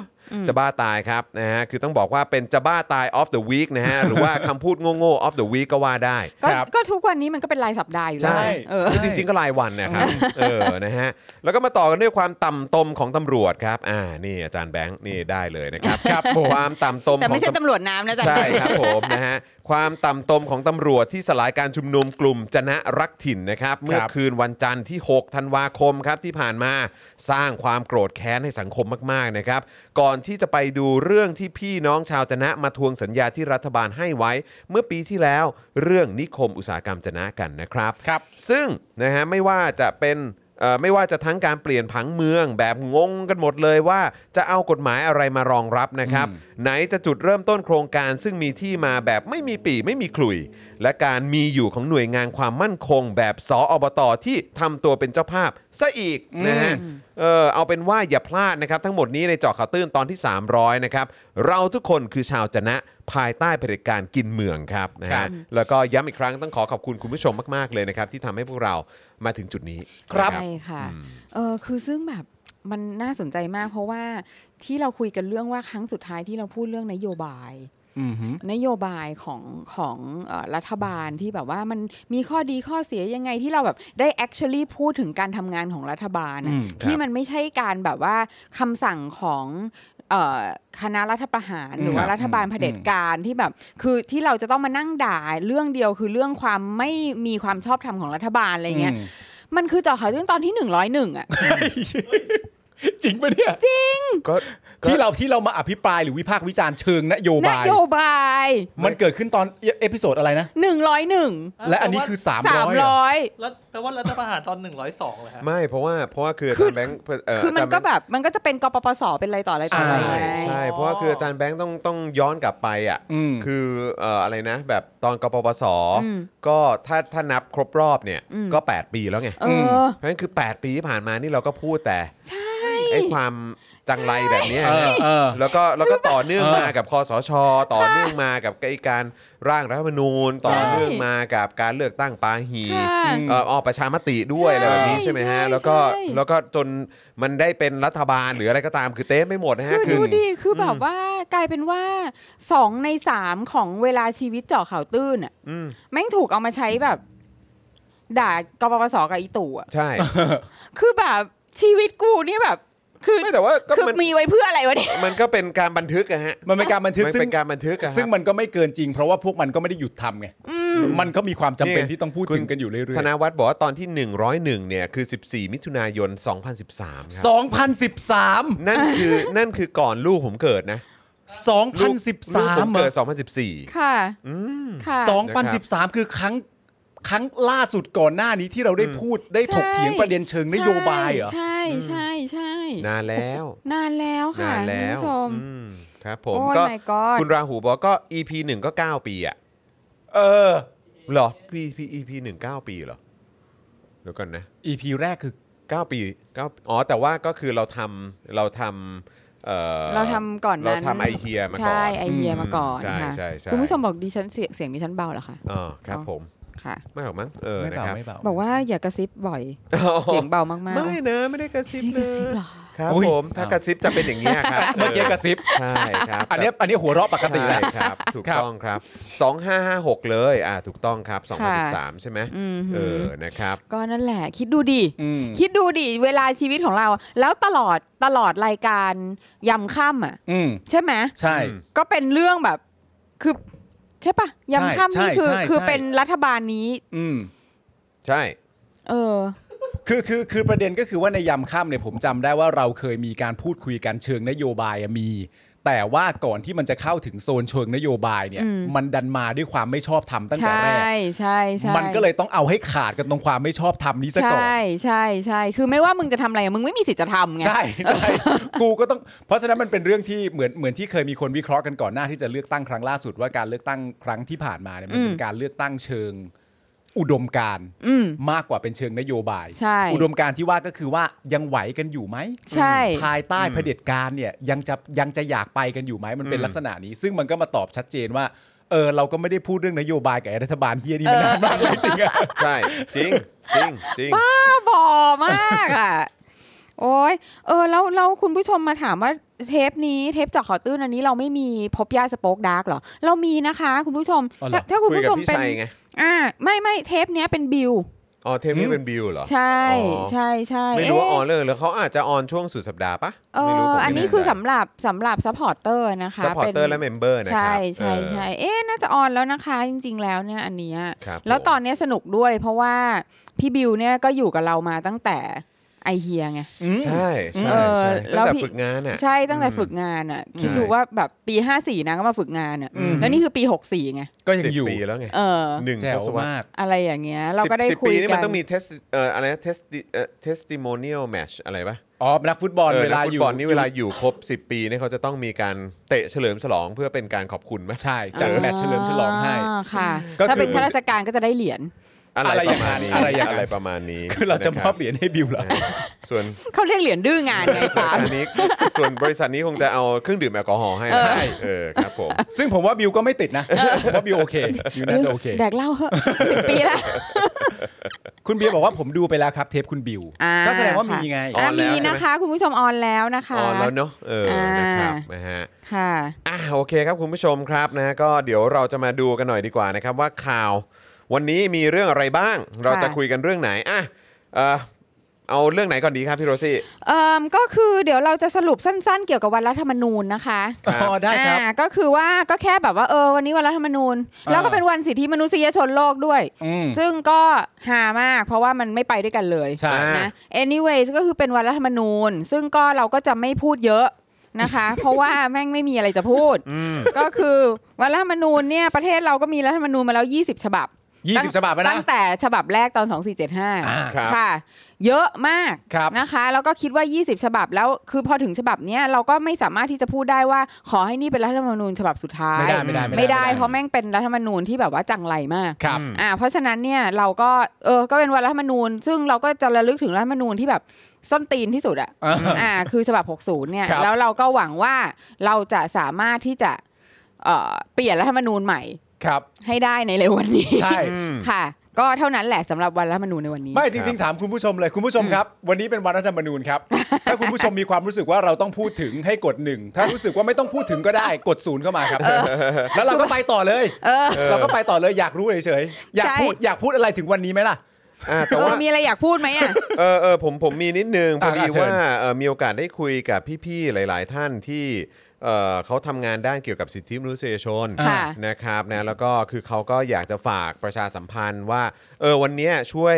S1: จะบ้าตายครับนะฮะคือต้องบอกว่าเป็นจะบ้าตาย of the week นะ ฮะ หรือว่าคำพูดโง่ๆ of the week ก็ว่าได้
S3: ก็
S2: ครับ
S3: ก็ทุกวันนี้มันก็เป็นรายสัปดาห์อยู่แล้ว
S1: ใช่
S3: เออ
S1: คือจริงๆ ก็รายวันนะครับ เออ นะฮะ แล้วก็มาต่อกันด้วยความต่ำตมของตำรวจครับ อ่า นี่อาจารย์แบงค์ นี่ได้เลยนะครับ
S2: ครับผม
S1: ความต่ำตม
S3: แต่
S1: ขอ
S3: ไม่
S1: ง
S3: ใช่
S1: ตำ
S3: ตำรวจน้ำนะอาจารย์
S1: ใช่
S3: แบงค์
S1: ครับผมนะฮะ ความต่ำตมของตำรวจที่สลายการชุมนุมกลุ่มจนะรักถิ่นนะครับ เมื่อคืนวันจันทร์ที่ 6 ธันวาคมครับที่ผ่านมาสร้างความโกรธแค้นให้สังคมมากๆนะครับ ก่อนที่จะไปดูเรื่องที่พี่น้องชาวจนะมาทวงสัญญาที่รัฐบาลให้ไว้ เมื่อปีที่แล้วเรื่องนิคมอุตสาหกรรมจนะกันนะครับ
S2: ครับ
S1: ซึ่งนะฮะไม่ว่าจะเป็นเอ่อไม่ว่าจะทั้งการเปลี่ยนผังเมือง แบบงงกันหมดเลยว่าจะเอากฎหมายอะไรมารองรับนะครับ ไหนจะจุดเริ่มต้นโครงการซึ่งมีที่มาแบบไม่มีปีไม่มีขลุ่ย และการมีอยู่ของหน่วยงานความมั่นคง แบบสออบตที่ทำตัวเป็นเจ้าภาพซะอีกนะฮะเออเอาเป็นว่าอย่าพลาดนะครับ ทั้งหมดนี้ในเจาะข่าวตื้นตอนที่ 300 นะครับเราทุกคนคือชาวจะนะภายใต้เผด็จการกินเมืองครับนะ
S2: ครั
S1: ฮะ
S2: บ
S1: แล้วก็ย้ำอีกครั้งต้องขอขอบคุณคุณผู้ชมมาก ๆ เลยนะครับ ที่ทำให้พวกเรามาถึงจุดนี้
S2: ครับ
S1: นะ
S3: ใช่ค่ะเออคือซึ่งแบบมันน่าสนใจมาก เพราะว่าที่เราคุยกันเรื่องว่าครั้งสุดท้ายที่เราพูดเรื่องนโยบาย
S2: อืมฮึ
S3: นโยบายของของเอ่อรัฐบาลที่แบบว่ามันมีข้อดีข้อเสียยังไงที่เราแบบได้ actually พูดถึงการทำงานของรัฐบาลน่ะ
S2: อืม
S3: ที่
S1: ครับ
S3: มันไม่ใช่การแบบว่าคำสั่งของเอ่อคณะรัฐประหารหรือ
S2: ครั
S3: ว่า
S2: บ
S3: รัฐบาล
S2: อืม
S3: เผด็จการที่แบบคือที่เราจะต้องมานั่งด่าเรื่องเดียวคือเรื่องความไม่มีความชอบธรรมของรัฐบาลอะไรเงี้ย
S2: อืม
S3: มันคือเจาะข่าวเรื่องตอนที่ 101อ่ะ
S2: จริงปะเนี่ย
S1: ก็
S2: ที่เราที่เรามาอภิปรายหรือวิพากษ์วิจารณ์เชิงนโย
S3: น
S2: บาย
S3: โยบาย
S2: มันเกิดขึ้นตอนเอพิโซดอะไรนะ
S3: หนึ่งร้อยหนึ่ง
S2: และอันนี้คือ 300
S3: สาม
S2: เหรอ
S3: ร้อย
S5: แล้วแปลว่ารัฐประหารตอน 102เลยฮะ
S1: ไม่เพราะว่าเพราะว่าคืออาจารย์แบงค์เ
S3: คือมันก็
S1: าจารย์
S3: แบบมันก็จะเป็นกปปสเป็นอะไรต่ออะไรต่ออะไร
S1: ใช่
S3: ไง
S1: ใช่เพราะว่าคืออาจารย์แบงค์ต้องต้องย้อนกลับไปอ่ะ
S2: อืม
S1: คือเอ่ออะไรนะ แบบตอนกปปส
S3: อืม
S1: ก็ถ้าถ้านับครบรอบเนี่ย
S3: อืม
S1: ก็ 8 ปีแล้วไง
S3: เออ
S1: เพราะฉะนั้นคือ 8 ปีที่ผ่านมานี่เราก็พูดแต่ไอ้ความจังไรแบบเนี้ย
S2: เออเออ
S1: แล้วก็แล้วก็ต่อเนื่อง
S2: เออ
S1: มากับคอสช ต่อเนื่องมากับไอ้การร่างรัฐธรรมนูญ ต่อ
S3: ใช่
S1: เนื่องมากับการเลือกตั้งปาหี
S3: ค่ะ
S1: เอ่อออกประชามติด้วยอะ
S3: ใช่
S1: ไรแบบนี้ใช่ไหมฮะ
S3: ใช่
S1: แล้วก็
S3: ใช่
S1: แล้วก็จนมันได้เป็นรัฐบาลหรืออะไรก็ตามคือเต้ไม่หมดนะฮะ
S3: คือ
S1: คือ
S3: ดูดิคือแบบว่ากลายเป็นว่าสองในสามของเวลาชีวิตเจาะข่าวตื้นอ่ะ
S1: อืม
S3: แม่งถูกเอามาใช้แบบ ด่ากปปสกับอีตู่อ่ะ
S1: ใช่
S3: คือแบบชีวิตกูเนี่ยแบบ คือ
S1: ไม่แต่ว่าก็
S3: คือ
S1: มัน
S3: มีไว้เพื่ออะไรวะเนี่ย
S1: มันก็เป็นการบันทึกอะฮะ
S2: มันเป็นการบันทึก
S1: มัน
S2: ซึ่
S1: เป็
S2: ง
S1: นการบันทึกอะฮะ
S2: ซึ่งมันก็ไม่เกินจริง เพราะว่าพวกมันก็ไม่ได้หยุดทำไงมันก็มีความจำเป็นที่ต้องพูดถึงกันอยู่เรื่อย
S1: ธนวัฒน์บอกว่าตอนที่ 101 เนี่ย คือ 14 มิถุนายน 2013 ค
S2: ๆ
S1: รับ
S2: 2013
S1: นั่นคือ นั่นคือก่อนลูกผมเกิดนะลูกลูกผม
S2: 2013เหร
S1: เกิ
S2: อ
S1: ด 2014
S3: ค่ะค่ะ
S2: 2013 คือครั้งครั้งล่าสุดก่อนหน้านี้ที่เราได้พูดได้
S3: ใช่
S2: ถกเถียงประเด็นเชิงนโยบายเหรอ
S3: ใช่ใช่ใช่
S1: นานแล้ว
S3: นานแล้วค่ะ
S1: นาน
S3: คุ
S1: แล้ว
S3: ณผู้ชม
S1: อืมครับผม
S3: โอ้ย
S1: ก็
S3: my god
S1: คุณราหูบอกว่าก็ EP 1 ก็ 9 ปีอะ
S2: เออ
S1: เหรอ EP EP 1 9 ปีเหรอ เดี๋ยวก่อนนะ
S2: EP แรกคือ
S1: 9 ปี9อ๋อ แต่ว่าก็คือเราทำเราทำอ่อ
S3: เราทำก่อนนั้น
S1: เราทำไอเฮียมาก่อน
S3: ใช่ไอเดียมาก่อน
S1: ใช่
S3: ค่ะ
S1: ใช่ใช่
S3: คุณผู้ชมบอกดิฉันเสียงเสียงดิฉันเบาเหรอคะ
S1: อ๋อครับผม
S3: ค่ะ
S1: ไม่หรอกมั้งเออ
S2: ไม่
S1: นะ
S2: เบา
S1: ครับ
S2: ไม่เบา
S3: บอกว่าอย่ากระซิบบ่อย เสียงเบามากๆ
S1: ไม่นะไม่ได้กระซิบ
S3: นี่
S1: เล
S3: กระซิบ
S1: ย
S3: เหรอ
S1: ครับ
S2: อุ๊ย
S1: ผมถ้ากระซิบจะเป็นอย่างนี้ยครับ
S2: เมื่อกี้กระซิบ
S1: ใช่ครับ
S2: อันเนี้ยอันเนี้ยหัวเราะปกติแล้
S1: ใช่
S2: ว
S1: ครับถูก
S2: ครับ
S1: ต้องครับ 2556 เลยอ่าถูกต้องครับ2013ใช่ไหม
S3: อืม
S1: เออนะครับ
S3: ก็นั่นแหละ คิดดูดิ
S2: อืม
S3: คิดดูดิ เวลาชีวิตของเรา แล้วตลอดตลอดรายการยำค่ำอ่ะ
S2: อืม
S3: ใช่ไหม
S2: ใช่
S1: อืม
S3: ก็เป็นเรื่องแบบ คือ ใช่ปะยำค่ำ
S2: ใช่
S3: นี่คือ
S2: ใช่ใช่
S3: คือเป็นรัฐบาลนี้
S2: อืม
S1: ใช่
S3: เออ
S2: คือคือคือประเด็นก็คือว่าในยามค่ำเนี่ยผมจำได้ว่าเราเคยมีการพูดคุยกันเชิงนโยบายอะมี แต่ว่าก่อนที่มันจะเข้าถึงโซนเชิงนโยบายเนี่ย
S3: อืม
S2: มันดันมาด้วยความไม่ชอบทำตั้งแต่
S3: ใช่
S2: แรก
S3: ใช่ใช่
S2: มันก็เลยต้องเอาให้ขาดกันตรงความไม่ชอบทำนี้ซะก่อน
S3: ใช่ใช่ใช่คือไม่ว่ามึงจะทำอะไรอะมึงไม่มีสิทธิ์จะทำไง
S2: ใช่ใช่กูก็ต้อง เพราะฉะนั้นมันเป็นเรื่องที่เหมือนเหมือนที่เคยมีคนวิเคราะห์กันก่อนหน้าที่จะเลือกตั้งครั้งล่าสุดว่าการเลือกตั้งครั้งที่ผ่านมาเนี่ยมันเป็
S3: อื
S2: น
S3: ม
S2: การเลือกตั้งเชิงอุดมการณ์
S3: อืม
S2: มากกว่าเป็นเชิงนโยบาย
S3: ใช่
S2: อุดมการณ์ที่ว่าก็คือว่ายังไหวกันอยู่ไหม
S3: ใช่
S2: ภายใต้เผด็จการเนี่ยยังจะยังจะอยากไปกันอยู่ไหมมันเป็น
S1: อืม
S2: ลักษณะนี้ ซึ่งมันก็มาตอบชัดเจนว่าเออเราก็ไม่ได้พูดเรื่องนโยบายกับไอ้รัฐบาลเฮียนี่มานานมากเลยจริงอะ
S1: ใช่จริงจริงจริง
S3: บอมากอ่ะ โอ้ยเออแล้วแล้วคุณผู้ชมมาถามว่าเทปนี้เทปเจาะข่าวตื้นอันนี้เราไม่มีพบยาสโป๊กดาร์กเหรอ เรามีนะคะ คุณผู้ชมถ้าถ้าคุณ
S1: คุย
S3: ผู้
S1: กับ
S3: ชม
S1: พี่
S3: เป็น
S1: ชัยไง
S3: อ่าไม่ไม่เทปเนี้ยเป็นบิว
S1: อ๋อเทปนี้เป็นบิวเหรอ
S3: ใช่
S1: อ๋อ
S3: ใช่ใช่
S1: ไม่รู้ว่าออน
S3: เอ๊ะ
S1: เลยหรือเขาอาจจะออนช่วงสุดสัปดาห์ปะ
S3: เอ
S1: ไม่รู้
S3: อ
S1: ผม
S3: อันนี้คือสำหรับสำหรับซัพพอร์เตอร์นะคะ
S1: ซัพพอร์เตอร์และเมมเบอร์นะค
S3: ใช่
S1: รับ
S3: ใช่ใช่
S1: เออ
S3: เอ๊ะน่าจะออนแล้วนะคะ จริง ๆ แล้วเนี่ยอันเนี้ย
S1: ครับ
S3: แล้ว
S1: ผม
S3: ตอนเนี้ยสนุกด้วย เพราะว่าพี่บิวเนี่ยก็อยู่กับเรามาตั้งแต่ไอเฮียไง
S2: อืม
S1: ใช่ใช่
S3: เออ
S1: ใช่ตั้ง
S3: แล้
S1: แต่
S3: วพี่
S1: ฝึกงานอ่ะ
S3: ใช่ตั้งแต่ฝึกงานอ่ะ คิดดูว่าแบบปี 54นางก็มาฝึกงานอ่ะ
S2: อืม
S3: แล้วนี่คือปี 64ไง
S2: ก็ยัง
S1: สิบ
S2: อยู่
S1: ปีแล้วไง
S3: เออ
S1: หนึ่ง
S2: แจ๋
S1: ท
S2: ว
S1: ศวรรษ
S2: มาก
S3: อะไรอย่างเงี้ย เราก็ได้
S1: สิบ
S3: คุย
S1: ปีนี่
S3: กั
S1: มัน
S3: น
S1: ต้องมี test เอ่ออะไรนะ test เอ่อ testimonial match อะไรปะ
S2: อ๋อนักฟุตบอลเวลา
S1: นักฟุต
S2: อยู่
S1: บอลนี่เวลาอยู่ครบ 10 ปีเนี่ยเขาจะต้องมีการเตะเฉลิมฉลองเพื่อเป็นการขอบคุณไหม
S2: ใช่จัดแมตช์เฉลิมฉลองให้
S3: าค่ะ
S2: ก็คือ
S3: ถ้าเป็นข้าราชการก็จะได้เหรียญ
S1: อะไร
S2: อะไร
S1: ประ
S2: อย่าง
S1: มาณ
S2: นั้น
S1: นี้
S2: อะไรอย่างนั้น
S1: อะไรประมาณนี้
S2: คือเราจะม
S1: นค
S2: อ
S1: รั
S2: บบเหรียญให้บิวเหรอ
S1: ส่วน
S3: เขาเรียกเหรียญดื้องานไงปาล์ ม
S1: อันนี้ส่วนบริษัทนี้คงจะเอาเครื่องดื่มแอลกอฮอล์ให้
S3: เออ
S1: ให้เออครับผม
S2: ซึ่งผมว่าบิวก็ไม่ติดนะผมว่าบิวโอเคบิวน่าจะโอเค
S3: แดกเหล้าเหอะสิบปีละ
S2: คุณเบียร์บอกว่าผมดูไปแล้วครับเทปคุณบิว
S3: อ่า
S2: ก็แสดงว่ามีไง
S1: อ๋อ
S3: อ่ะ
S1: นแล้ว
S3: มี
S1: ใช่ไหม
S3: นะคะ คุณผู้ชมออนแล้วนะคะ
S1: ออนแล้วเนาะเออนะครับ
S3: อ่าน
S1: นะฮะ
S3: ค่ะ
S1: อ่ะโอเคครับคุณผู้ชมครับนะก็เดี๋ยวเราจะมาดูกันหน่อยดีกว่านะครับว่าข่าววันนี้มีเรื่องอะไรบ้าง เราจะคุยกันเรื่องไหนอ่ะเออเอาเรื่องไหนก่อนดีครับพี่โรซี่
S3: เอ่มก็คือเดี๋ยวเราจะสรุปสั้นๆ เกี่ยวกับวันรัฐธรรมนูญนะคะ
S1: ครับ
S2: อ๋อได้ครับ
S3: อ่าก็คือว่าก็แค่แบบว่าเออวันนี้วันรัฐธรรมนูญ
S2: อ่า
S3: แล้วก็เป็นวันสิทธิมนุษยชนโลกด้วย
S2: อืม
S3: ซึ่งก็หามาก เพราะว่ามันไม่ไปด้วยกันเลย
S2: ใช่
S3: นะ anyways ก็คือเป็นวันรัฐธรรมนูญ ซึ่งก็เราก็จะไม่พูดเยอะ นะคะ เพราะว่าแม่งไม่มีอะไรจะพูด ก็คือวันรัฐธรรมนูญเนี่ยประเทศเราก็มีรัฐธรรมนูญมาแล้ว 20 ฉบับ
S2: ยี่สิบฉบับแล้วนะ
S3: ตั้งแต่ฉบับแรกตอน
S2: อ่า
S1: ครับ
S3: 2475 ค่ะ เยอะมาก
S2: ครับ
S3: นะคะ แล้วก็คิดว่า 20 ฉบับแล้วคือพอถึงฉบับเนี้ยเราก็ไม่สามารถที่จะพูดได้ว่าขอให้นี่เป็นรัฐธรรมนูญฉบับสุดท้าย
S2: ไม่ได้ไม่ได้ไม่ได้
S3: ไม่ได้
S2: ไม่ได้
S3: เพราะแม่งเป็นรัฐธรรมนูญที่แบบว่าจังไรมาก
S2: ครับ
S3: อ่าเพราะฉะนั้นเนี่ยเราก็เออก็เป็นวันรัฐธรรมนูญ ซึ่งเราก็จะระลึกถึงรัฐธรรมนูญที่แบบส้นตีนที่สุดอะ
S2: อ่า
S3: อ่าคือฉบับ 60 เนี่ย
S2: ครับ
S3: แล้วเราก็หวังว่าเราจะสามารถที่จะเอ่อเปลี่ยนรัฐธรรมนูญใหม่
S2: ครับ
S3: ให้ได้ในเร็ววันนี้
S2: ใช่
S3: ค่ะ ก็เท่านั้นแหละสำหรับวันรัฐธรรมนูญในวันนี้
S2: ไม่จริงๆ ถามคุณผู้ชมเลยคุณผู้ชมครับ วันนี้เป็นวันรัฐธรรมนูญครับ ถ้าคุณผู้ชมมีความรู้สึกว่าเราต้องพูดถึงให้กดหนึ่งถ้ารู้สึกว่าไม่ต้องพูดถึงก็ได้ กดศูนย์เข้ามาครับ แล้วเราก็ไปต่อเลยเราก็ไปต่อเลยอยากรู้เฉยๆอยาก
S3: ใช่
S2: พูดอยากพูดอะไรถึงวันนี้ไหมล่ะ
S1: อ่าแต่
S3: เออ
S1: ว่า
S3: มีอะไรอยากพูดไหมอะ
S1: เออเออผมผมมีนิดนึงพอ
S2: อ่ะ
S1: ดี
S2: เชิญ
S1: ว่าเอ่อมีโอกาสได้คุยกับพี่ๆหลาย ๆ ท่านที่เอ่อเขาทำงานด้านเกี่ยวกับสิทธิมนุษยชน
S3: ค่ะ
S1: นะครับนะแล้วก็คือเขาก็อยากจะฝากประชาสัมพันธ์ว่าเออวันเนี้ยช่วย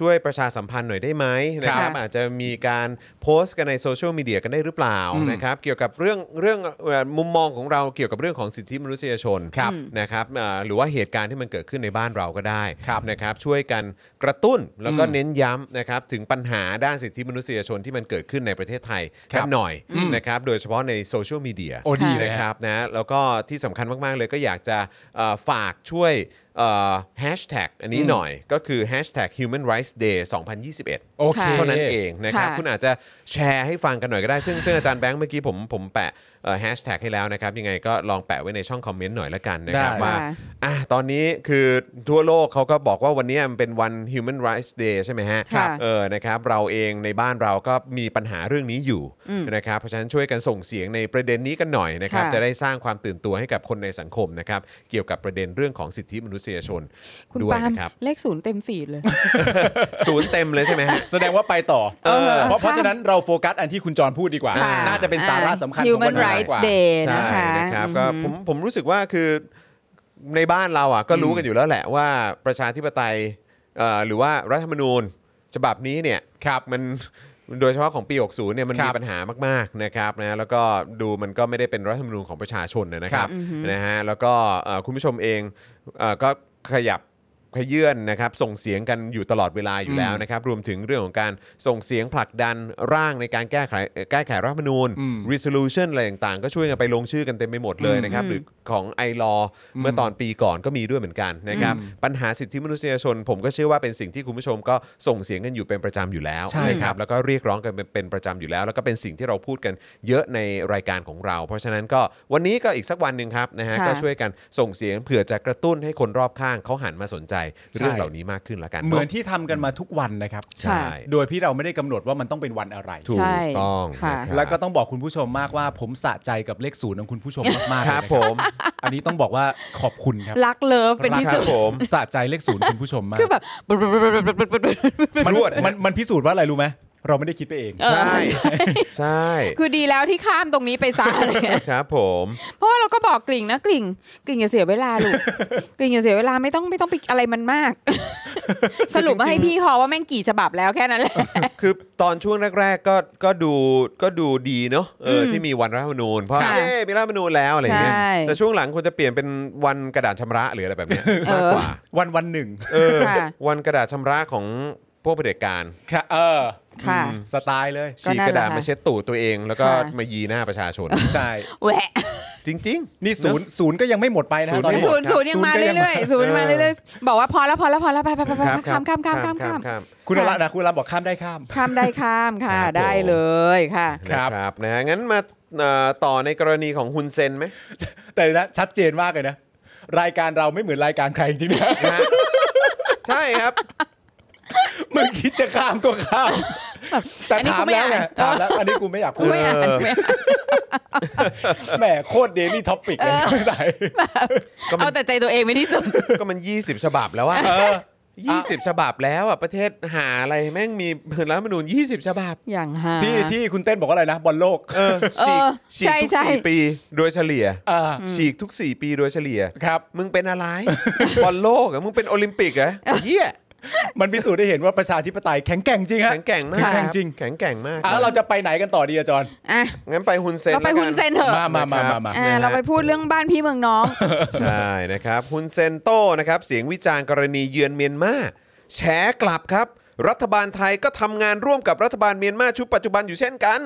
S1: ช่วยประชาสัมพันธ์หน่อยได้ไหมนะครับ
S3: ค่ะ
S1: อาจจะมีการโพสต์กันในโซเชียลมีเดียกันได้หรือเปล่านะครับเกี่ยวกับเรื่องเรื่องเอ่อมุมมองของเราเกี่ยวกับเรื่องของสิทธิมนุษยชน
S2: ครับ
S1: นะครับเอ่อหรือว่าเหตุการณ์ที่มันเกิดขึ้นในบ้านเราก็ได้
S2: ครับ
S1: นะครับช่วยกันกระตุ้นแล้วก็
S2: อืม
S1: เน้นย้ำนะครับถึงปัญหาด้านสิทธิมนุษยชนที่มันเกิดขึ้นในประเทศไทย
S2: ครั
S1: กับ นหน่อยนะครับโดยเฉพาะในโซเชียลมีเดีย
S2: โอ้ดีเลย
S1: นะ
S2: ค
S1: ครับ รับนะแล้วก็ที่สำคัญมาก ๆ เลยก็อยากจะเอ่อฝากช่วยแฮชแท็กอันนี้หน่อยก็คือ hashtag human rights day 2021
S2: โอเค
S1: เท่านั้นเองนะครับ
S3: ค่ะ
S1: คุณอาจจะแชร์ให้ฟังกันหน่อยก็ได้ ซึ่งซึ่งอาจารย์แบงค์เมื่อกี้ผมผมแปะแฮชแท็กให้แล้วนะครับ ยังไงก็ลองแปะไว้ในช่องคอมเมนต์หน่อยละกันนะครับ
S2: ได้
S1: ว่า
S3: ค่ะ
S1: อ่ะตอนนี้คือทั่วโลกเขาก็บอกว่าวันนี้มันเป็นวัน Human Rights Day ใช่ไหมฮะ
S3: ค่ะ
S1: เออ นะครับ เราเองในบ้านเราก็มีปัญหาเรื่องนี้อยู่นะครับ เพราะฉะนั้นช่วยกันส่งเสียงในประเด็นนี้กันหน่อยนะครับ
S3: ค่ะ
S1: จะได้สร้างความตื่นตัวให้กับคนในสังคมนะครับ เกี่ยวกับประเด็นเรื่องของสิทธิมนุษยชน
S3: คุณ
S1: ด้วย
S3: ปาล์ม
S1: นะครับ
S3: เลขศูนย์เต็มฟีดเลย
S1: ศูนย์เต็มเลยใช่ไหมฮะ
S2: แสดงว่าไปต่อ
S1: เออ
S2: เพราะเพราะฉะนั้นเราโฟกัสอันที่คุณจรพูดดีกว่า
S3: ค่ะ
S2: น่าจะเป็นสาระสำคัญของวัน
S3: Human
S2: นี้ดีก
S3: Rights
S2: ว่า
S3: Day
S1: ใช่
S3: นะคะ
S1: นะครับก็ผมผมรู้สึกว่าคือในบ้านเราอ่ะก็รู้กันอยู่แล้วแหละว่าประชาธิปไตยเอ่อหรือว่ารัฐธรรมนูญฉบับนี้เนี่ยครับมันโดยเฉพาะของปี 60 เนี่ยมัน
S2: ครั
S1: มี
S2: บ
S1: ปัญหามากๆนะครับนะแล้วก็ดูมันก็ไม่ได้เป็นรัฐธรรมนูญของประชาชนนะครับนะฮะแล้วก็เอ่อคุณผู้ชมเองเอ่อก็ขยับขยื่นนะครับส่งเสียงกันอยู่ตลอดเวลาอยู่แล้วนะครับรวมถึงเรื่องของการส่งเสียงผลักดันร่างในการแก้ไขแก้ไขรัฐธรรมนูญ
S2: อืม
S1: resolution อะไรต่างๆ ก็ช่วยกันไปลงชื่อกันเต็มไปหมดเลยนะครับ หรือของไอรอเมื่อตอนปีก่อนก็มีด้วยเหมือนกันนะครับ ปัญหาสิทธิมนุษยชน ผมก็เชื่อว่าเป็นสิ่งที่คุณผู้ชมก็ส่งเสียงกันอยู่เป็นประจำอยู่แล้ว
S2: ใช่
S1: นะค
S2: ครั
S1: รับ
S2: บ
S1: แล้วก็เรียกร้องกันเป็นเป็นประจำอยู่แล้ว แล้วก็เป็นสิ่งที่เราพูดกันเยอะในรายการของเรา เพราะฉะนั้นก็วันนี้ก็อีกสักวันหนึ่งครับนะฮะ
S3: ค่ะ
S1: ก็ช่วยกันส่งเสียงเผื่อจะกระตุ้นให้คนรอบข้างเขาหันมาสนใจเรื่องเหล่านี้มากขึ้นละกัน
S2: เหมือนที่ทำกันมาทุกวันนะครับ
S1: ใช่
S2: โดยที่เราไม่ได้กำหนดว่ามันต้องเป็นวันอะไร
S1: ถูก
S3: ใช่
S1: ต้อง
S3: ค่ะ
S1: นะครับ
S2: แล้วก็ต้องบอกคุณผู้ชมมากว่าผมสะใจกับเลขศูนย์ของคุณผู้ชมมากๆ
S1: ครับ
S2: เลยนะ
S1: ผม
S2: อันนี้ต้องบอกว่าขอบคุณครับ
S3: รักเลิฟเป็นที่สุด
S1: รัก ผม
S2: สะใจเลขศูนย์คุณผู้ชมมาก
S3: คือแบบ
S2: มัน
S1: รวด
S2: มันมันพิสูจน์ว่าอะไรรู้ไหมเราไม่ได้คิดไปเอง
S3: เออ
S1: ใช่ใช่
S3: คือดีแล้วที่ข้ามตรงนี้ไป ซะอะไรเงี้ย
S1: ครับผม
S3: เพราะว่าเราก็บอกกลิ่งนะกลิ่งกลิ่งอย่าเสียเวลาลู ก กลิ่งอย่าเสียเวลาไม่ต้องไม่ต้องไปอะไรมันมาก สรุปมาให้พี่คอว่าแม่งกี่ฉบับแล้วแค่นั้นแหละ
S1: คือตอนช่วงแรก ๆ ก็ก็ดูก็ดูดีเนาะเอออที่มีวันรัฐธรรมนูญเพราะ
S3: ค่ะ
S1: เอ๊ะมีรัฐธรรมนูญแล้วอะไรอย่างเงี้ย
S3: ใช่
S1: แต่ช่วงหลังควรจะเปลี่ยนเป็นวันกระดาษชำระหรืออะไรแบบเนี้ยมากกว่า
S2: วันวันหนึ่ง
S1: เออ
S3: ค่ะ
S1: วันกระดาษชำระของพวกเผด็จการ
S2: ค่ะเออ
S3: ค่ะ
S2: สไตล์เลย
S1: ฉีกก
S3: ก็นั่น
S1: ระดาษ
S3: แหละ
S1: มา
S3: ค่ะ
S1: เช็ดตูดตัวเอง แล้วก็
S3: ค่ะ
S1: มายีหน้าประชาชน
S2: ใช่
S3: แหวะ
S1: จริง ๆ
S2: นี่ศูนย์ศูนย์ก็ยังไม่หมดไปนะ
S1: ศูน
S2: ฮะ
S1: ย์
S2: ตอน
S1: ไม่
S2: นี้
S1: หมด
S3: ศูนย์ศูนย์ยังมาเรื่อยๆศูนย์มาเรื่อยๆบอกว่าพอแล้วพอแล้วพอแล้วไปไปไปไป
S1: ครับ
S3: ข้ามข้ามข้ามข้ามข้าม
S1: ครับ
S2: คุณอลันนะคุณอลันบอกข้ามได้ข้าม
S3: ข้ามได้ข้ามค่ะ
S1: ครับผม
S3: ได้เลยค่ะ
S1: ครับนะครับนะฮะงั้นมาเอ่อต่อในกรณีของฮุนเซนไหม
S2: แต่เดี๋ยวนะชัดเจนมากเลยนะ รายการเราไม่เหมือนรายการใครจริงๆนะ
S1: นะฮะ ใช่ครับ
S2: มึงคิดจะข้ามก็ข้าม แต่
S3: อันนี้
S2: ถา
S3: กู
S2: ม
S3: ไม่
S2: แล้วไง
S3: อ่า
S2: ถา
S3: น
S2: มแล้วอันนี้กูไม่อยากพู
S3: กู
S2: ด
S3: ไม่อ่าน
S1: เออ
S3: ไม่อ่าน
S2: แหมโคตรเดลี่ท็อปิกเลยไม่ได้
S1: ก็มั
S3: เอา
S1: น
S3: แต่ใจตัวเองไม่ที่สุด
S1: ก็มัน 20 ฉบับแล้วอะยี่สิบฉบับแล้วอะประเทศหาอะไรแม่งมีรัฐธรรมนูญ20 ฉบับ
S3: อย่างฮา
S2: ที่ที่คุณเต้นบอกว่าอะไรนะบอลโลก
S1: เออฉีก
S3: เออ
S1: ฉีก
S3: ใช่
S1: ทุก
S3: ใช่
S1: สี่ปีโดยเฉลี่ย
S2: อ่า
S1: ฉีกทุก 4 ปีโดยเฉลี่ย
S2: ครับ
S1: มึงเป็นอะไร บอลโลกเหรอะมึงเป็นโอลิมปิกเหรอะเยี่ย
S2: มันพิสูจน์ได้เห็นว่าประชาธิปไตยแข็งแกร่งจริง ฮะ
S1: แข็งแกร่งมาก
S2: แข็งแกร่งจริง
S1: แข็งแกร่งมาก
S2: อ่ะแล้วเราจะไปไหนกันต่อดีอาจารย์
S3: อ่ะ
S1: งั้นไปฮุนเซน
S3: เราไป
S1: แล้วกั
S3: คุณเซนเถอะ
S2: มามามามามา
S3: อ่าเราไปพูดเรื่องบ้านพี่เมืองน้อง
S1: ใช่นะครับฮุนเซนโตนะครับเสียงวิจารณ์กรณีเยือนเมียนมาแฉกลับครับ รัฐบาลไทยก็ทำงานร่วมกับรัฐบาลเมียนมาชุดปัจจุบันอยู่เช่นกัน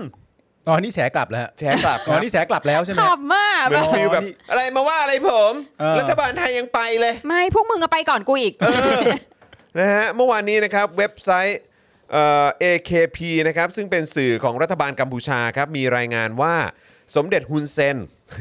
S2: อ๋อนี่แฉกลับแล้วฮะ
S1: แฉกลับค
S2: อ๋อ
S1: รับ
S2: นี่แฉกลับแล้วใช่ไหม
S3: ขอบมาก
S1: เหมือน
S2: แบบ
S1: ฟิลแบบ
S2: อ๋อนี่
S1: อะไรมาว่าอะไรผม
S2: เออ
S1: รัฐบาลไทยยังไปเลย
S3: ไม่พวกมึงก็ไปก่อนกูอีก
S1: นะฮะเมื่อวานนี้นะครับเว็บไซต์เอ่อ AKP นะครับซึ่งเป็นสื่อของรัฐบาลกัมพูชาครับมีรายงานว่าสมเด็จฮุนเซน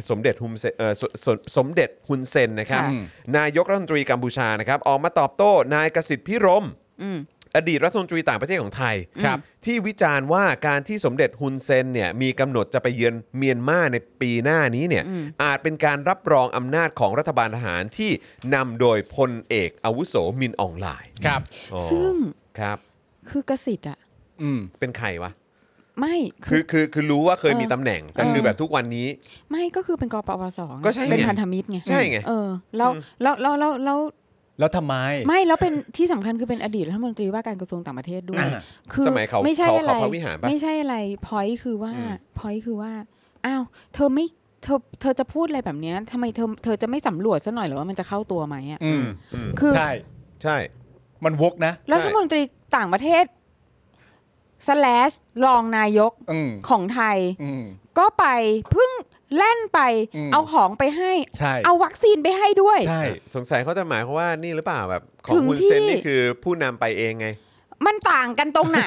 S1: สมเด็จฮุนเซนเอ่อสสสมเด็จฮุนเซนนะครับ
S3: ค่ะ
S1: นายกรัฐมนตรีกัมพูชานะครับออกมาตอบโต้นายกสิทธิ์พิรม
S3: อืม
S1: อดีตรัฐมนตรีต่างประเทศของไทย
S2: ครับ
S1: ที่วิจารณ์ว่าการที่สมเด็จฮุนเซนเนี่ยมีกำหนดจะไปเยือนเมียนมาในปีหน้านี้เนี่ยอาจเป็นการรับรองอำนาจของรัฐบาลทหารที่นำโดยพลเอกอาวุโสมินอองหลาย
S2: ครับ
S1: อ๋อ
S3: ซึ่ง
S1: ครับ
S3: คือกสิทธิ์อ่ะ
S2: อืม
S1: เป็นใครวะ
S3: ไม่คื
S1: คือ อคือคือรู้ว่าเคย
S3: เออ
S1: มีตำแหน่ง แต่
S3: เออ
S1: คือแบบทุกวันนี้
S3: ไม่ก็คือเป็นกปปสไง
S1: ก็ใช่ไง
S3: เป็นพันธมิตรไง
S1: ใช่ไง
S3: เออแล้วแล้วแล้วแล้วแล้ว
S2: แล้วทำไม
S3: ไม่แล้วเป็นที่สำคัญคือเป็นอดีตรัฐมนตรีว่าการกระทรวงต่างประเทศด้วย
S2: อ่า
S3: คือ
S1: สมัยเขา
S3: ไม่ใช่
S1: เขา
S3: อะไร
S1: เขาพระวิหารปะ
S3: ไม่ใช่อะไรพอยคือว่า
S1: อืม
S3: พอยคือว่าอ้าวเธอไม่เธอเธอจะพูดอะไรแบบเนี้ยทำไมเธอเธอจะไม่สำรวจซะหน่อยเหรือว่ามันจะเข้าตัวไหมอ่ะ
S2: อืม
S1: อืม
S3: คือ
S2: ใช่
S1: ใช่
S2: มันวกนะ
S3: รัฐมนตรีต่างประเทศ slash รองนายก
S2: อืม
S3: ของไทย
S2: อืม
S3: ก็ไปเพึ่งแล่นไป
S2: อืม
S3: เอาของไปให้
S2: ใช่
S3: เอาวัคซีนไปให้ด้วย
S2: ใช่
S1: สงสัยเขาจะหมายความว่านี่หรือเปล่าแบบของ
S3: ถึง
S1: ฮุนเซน
S3: ที่
S1: นี่คือผู้นำไปเองไง
S3: มันต่างกัน ตรงไหน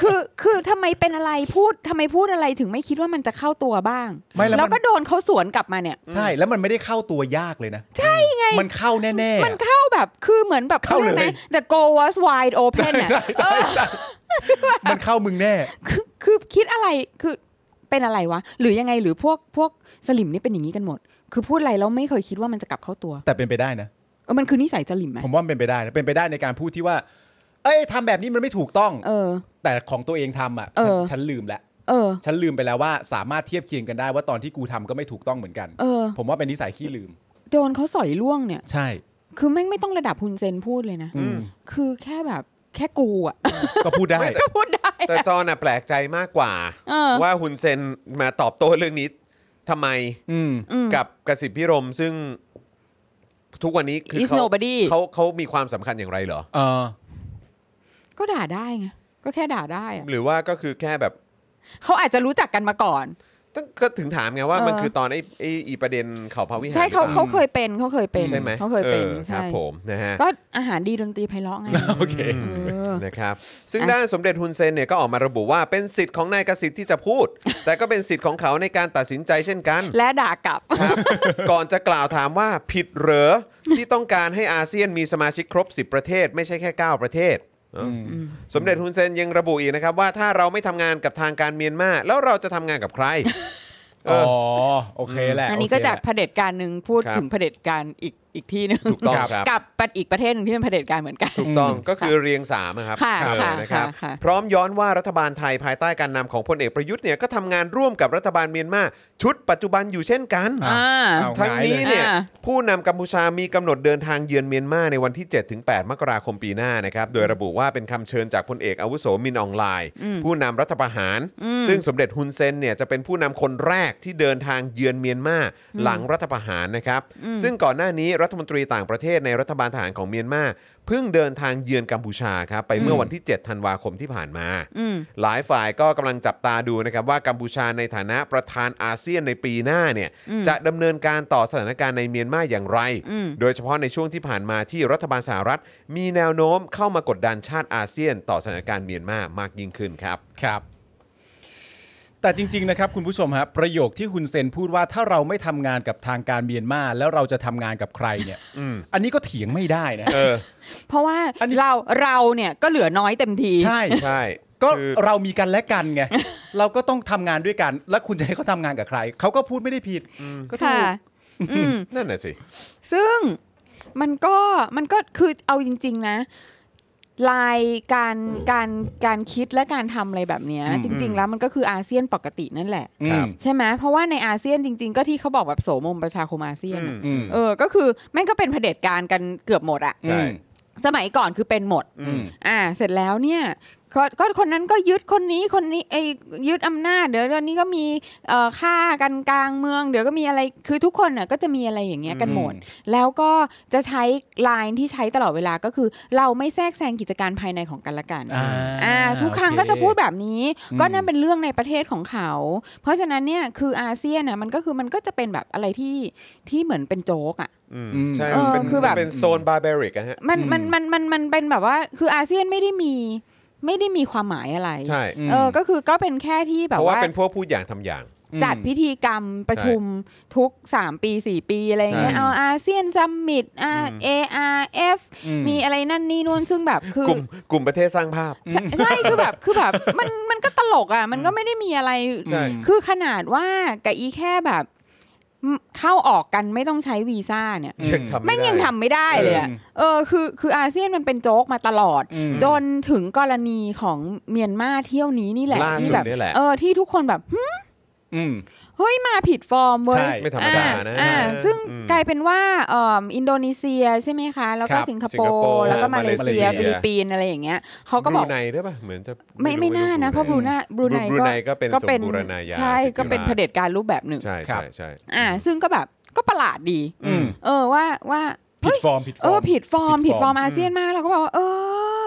S3: คือคือทำไมเป็นอะไรพูดทำไมพูดอะไรถึงไม่คิดว่ามันจะเข้าตัวบ้าง
S2: ไม่แล้วมัน
S3: แล้วก็โดนเขาสวนกลับมาเนี่ย
S2: ใช่แล้วมันไม่ได้เข้าตัวยากเลยนะ ใช่ไง มันเข้าแน่ๆ
S3: มันเข้าแบบคือเหมือนแบบ
S2: เข้าเลย
S3: ไหม The goal was wide open อ่ะ
S2: ใช่ใช่ใช่มันเข้ามึงแน่
S3: คือคือคิดอะไรคือเป็นอะไรวะ หรือยังไงหรือพวกพวกสลิมนี่เป็นอย่างนี้กันหมด คือพูดอะไรแล้วไม่เคยคิดว่ามันจะกลับเข้าตัว
S2: แต่เป็นไปได้นะ
S3: เออมันคือนิสัยสลิมไหม
S2: ผมว่ามันเป็นไปได้นะเป็นไปได้ในการพูดที่ว่า เอ้ยทำแบบนี้มันไม่ถูกต้อง
S3: เออ
S2: แต่ของตัวเองทำอ่ะ
S3: เอ
S2: ฉัน
S3: อ
S2: ฉันลืมแล้ว
S3: เออ
S2: ฉันลืมไปแล้วว่าสามารถเทียบเคียงกันได้ว่าตอนที่กูทำก็ไม่ถูกต้องเหมือนกัน
S3: เออ
S2: ผมว่าเป็นนิสัยขี้ลืม
S3: โดนเขาสอยล่วงเนี่ย
S2: ใช่
S3: คือแม่งไม่ต้องระดับฮุนเซนพูดเลยนะ
S2: อืม
S3: คือแค่แบบแค่กูอ่ะ
S2: ก็พูดได้
S3: ก็พูดได้
S1: แต่จอนน่ะแปล กใจมากกว่า
S3: เออ
S1: ว่าฮุนเซนมาตอบโต้เรื่องนี้ทำไม
S2: อืม
S3: อืม
S1: กับกสิทธิพิรมซึ่งทุกวันนี้คือ
S3: Is
S1: เขา
S3: nobody
S1: เขาเขามีความสำคัญอย่างไรเหรอ
S2: เออ
S3: ก็ด่าได้ไงก็แค่ด่าได้อะ
S1: หรือว่าก็คือแค่แบบ
S3: เขาอาจจะรู้จักกันมาก่อน
S1: ตั้งก็ถึงถามไงว่า
S3: เออ
S1: มันคือตอนไอ้ไอ้อีประเด็นเขาพระวิหาร
S3: ใช่เขา
S1: หรือปล่
S3: เขาเคยเป็นเขาเคยเป็น
S1: ใช่ไหม
S3: เขาเคยเป็น
S1: ออค
S3: ใช่
S1: รับผมนะฮะ
S3: ก็อาหารดีดนตรีไพเราะไง
S2: โอเค
S3: เออ
S1: นะครับซึ่ง
S3: อ่ะ
S1: ด้านสมเด็จฮุนเซนเนี่ยก็ออกมาระบุว่าเป็นสิทธิ์ของนายกสิทธิ์ที่จะพู ด แต่ก็เป็นสิทธิ์ของเขาในการตัดสินใจเช่นกัน
S3: และด่ากลับ
S1: ก่อนจะกล่าวถามว่าผิดเหรอ ที่ต้องการให้อาเซียนมีสมาชิกครบ 10 ประเทศ ไม่ใช่แค่ 9 ประเทศ สมเด็จฮุนเซนยังระบุอีกนะครับ ว่าถ้าเราไม่ทำงานกับทางการเมียนมาแล้วเราจะทำงานกับใค ร เอ
S2: อ๋อ
S1: อ
S2: โอเคแหละ
S3: อันนี้
S2: โเค
S3: ก็จาก
S2: แหละ
S3: เผด็จการหนึ่งพูด
S1: ครับ
S3: ถึงเผด็จการอีกอีกที่หนึ่ง
S1: ถูกต้องครับ
S3: กับอีกประเทศหนึ่งที่เป็นเผด็จการเหมือนกัน
S1: ถูกต้องก็คือเรียงสามอะครับ
S3: ค่ะ
S1: เออ
S3: ค่ะ
S1: นะครับ
S3: ค่ะค่ะ
S1: พร้อมย้อนว่ารัฐบาลไทยภายใต้การนำของพลเอกประยุทธ์เนี่ยก็ทำงานร่วมกับรัฐบาลเมียนมาชุดปัจจุบันอยู่เช่นกัน
S2: อ่ะ
S3: า
S2: เอา
S1: ทั้งนี้เนี่ย
S3: อ่า
S1: ผู้นำกัมพูชามีกำหนดเดินทางเยือนเมียนมาในวันที่ 7 ถึง 8 มกราคมปีหน้านะครับ โดยระบุว่าเป็นคำเชิญจากพลเอกอาวุโสมินอองไลน์ ผู้นำรัฐประหาร ซึ่งสมเด็จฮุนเซนเนี่ยจะเป็นผู้นำคนแรกที่เดินทางเยือนเมียนมาหลังรัฐประหารนะครับ ซึ่งก่อนหน้านี้รัฐมนตรีต่างประเทศในรัฐบาลทหารของเมียนมาเพิ่งเดินทางเยือนกัมพูชาครับไปเมื่อวันที่ 7 ธันวาคมที่ผ่านมา
S3: อืม
S1: หลายฝ่ายก็กำลังจับตาดูนะครับว่ากัมพูชาในฐานะประธานอาเซียนในปีหน้าเนี่ยจะดำเนินการต่อสถานการณ์ในเมียนมาอย่างไร
S3: อืม
S1: โดยเฉพาะในช่วงที่ผ่านมาที่รัฐบาลสหรัฐ มีแนวโน้มเข้ามากดดันชาติอาเซียนต่อสถานการณ์เมียนมามากยิ่งขึ้นครับ
S2: ครับ แต่จริง ๆ นะครับ คุณผู้ชมฮะประโยคที่ฮุนเซนพูดว่าถ้าเราไม่ทำงานกับทางการเมียนมาแล้วเราจะทำงานกับใครเนี่ยอันนี้ก็เถียงไม่ได้นะ
S1: เออ
S3: เพราะว่า
S2: อันนี้
S3: เราเราเนี่ยก็เหลือน้อยเต็มที
S2: ใช่
S1: ใช่
S2: ก็
S1: คือ
S2: เรามีกันและกันไง เราก็ต้องทำงานด้วยกัน แล้วคุณจะให้เขาทำงานกับใคร เขาก็พูดไม่ได้ผิด ก็ถู
S3: ค่ะ
S2: ก
S3: อืม
S1: นั่นน่ะสิ
S3: ซึ่งมันก็มันก็คือเอาจริง ๆ นะ ลายการการการคิดและการทำอะไรแบบเนี้ย
S2: อืม
S3: จริง ๆ แล้วมันก็คืออาเซียนปกตินั่นแหละ
S2: อื
S1: ครั
S2: ม
S1: บ
S3: ใช่ไหมเพราะว่าในอาเซียนจริง ๆ ก็ที่เขาบอกแบบโสมมประชาคมอาเซียน
S1: อืม
S3: อะ
S2: อืม
S3: เออ ก็คือแม่งก็เป็นเผด็จการกันเกือบหมดอะ
S1: ใช่
S3: สมัยก่อนคือเป็นหมด
S2: อืม
S3: อ่า เสร็จแล้วเนี่ยก็ก็คนนั้นก็ยึดคนนี้คนนี้ไอ้ยึดอำนาจเดี๋ยวเดี๋ยวนี้ก็มีเอ่อฆ่ากันกลางเมือง เดี๋ยวก็มีอะไรคือทุกคนน่ะก็จะมีอะไรอย่างเงี้ยกันหมด แล้วก็จะใช้ไลน์ที่ใช้ตลอดเวลาก็คือ เราไม่แทรกแซงกิจการภายในของกันและกัน
S2: อ่า
S3: อ่าทุกครั้ง
S2: โอเ
S3: ก็จะพูดแบบนี้
S2: อืม
S3: ก็นั่นเป็นเรื่องในประเทศของเขา เพราะฉะนั้นเนี่ยคืออาเซียนนะมันก็คือมันก็จะเป็นแบบอะไรที่ที่เหมือนเป็นโจ๊กอ่ะ
S1: อืม
S2: อืม
S1: ใช่
S3: เออ
S1: มันเป็น
S3: คือแบบ
S1: มันเป็นโซนบาร์เบริกอะฮะ
S3: มัน
S2: อืม
S3: มันมันมันมันเป็นแบบว่าคืออาเซียนไม่ได้มีไม่ได้มีความหมายอะไร
S1: ใช่
S2: ม
S3: เออก็คือก็เป็นแค่ที่แบ
S1: เพ
S3: บ
S1: ราะว่า
S3: ว่า
S1: เป็นพวกพูดอย่างทำอย่าง
S3: จัดพิธีกรรมประชุมทุก 3 ปี 4 ปีอะไรอย่างเงี้ย
S1: ใช่
S3: เอาอาเซียนซัมมิต
S1: อืม
S3: ARF
S2: อื
S3: มีอะไรนั่นนี่นู่นซึ่งแบบคือก
S1: ลุ่มกลุ่มประเทศสร้างภาพ
S3: ใช่ใช่คือแบบคือแบบมันมันก็ตลกอ่ะมันก็ไม่ได้มีอะไร
S2: อืม
S1: ใช่
S3: คือขนาดว่ากับอีแค่แบบอืมเข้าออกกันไม่ต้องใช้วีซ่าเนี่ย
S2: อืม
S1: ยังทำไม่
S3: แม่งยัง
S1: ได้
S3: ทำไม่ได้เลยอะ
S2: อืม
S3: เออคือคืออาเซียนมันเป็นโจ๊กมาตลอด
S2: อืม
S3: จนถึงกรณีของเมียนมาเที่ยวนี้นี่แหละ
S1: ล่าสุด
S3: ที่แบบ
S1: นี่แหละ
S3: เออที่ทุกคนแบบหึ
S2: อืม
S3: เฮ้ยมาผิดฟอร์มเว้ย
S2: ใช่
S1: ไม่ธรรมดานะ
S3: อ่อ่
S1: ใช่
S3: ซึ่ง
S1: อืม
S3: กลายเป็นว่าเอ่ออินโดนีเซียใช่ไหมคะ แล้วก็
S2: ครับ
S3: สิงค
S1: สิ
S3: โป
S1: งคโปร์
S3: ร์แล้วก็มาเล
S1: มาเลเซี
S3: เซีย
S1: ย
S3: ฟิลิปปินส์อะไรอย่างเงี้ยเขาก็บอก
S1: รูไนด้วยป่ะเหมือนจะ
S3: ไม่ไม่น่านะเพราะบรูไนบรูไน
S1: บรู
S3: ก็
S1: ไนก็เป็นสมบูรณาญา
S3: ใช่
S1: สิทธิ
S3: ก็เป็น
S1: ราช
S3: เผด็จการรูปแบบหนึ่ง
S1: ใช่
S2: ครั
S1: ใช่
S2: บ
S1: ใช่
S3: อ่าซึ่งก็แบบก็ประหลาดดี
S2: อืม
S3: เออว่าว่า
S2: ผิดฟอร์มผิดฟ
S3: เอ
S2: อ
S3: อ
S2: ร์ม
S3: ผิดฟอร์ม
S2: ผิ
S3: ผิ
S2: ด
S3: ด
S2: ฟ
S3: ฟ
S2: อ
S3: อ
S2: ร์
S3: ร์
S2: ม
S3: มอาเซียนมากเราก็บอกว่าเออ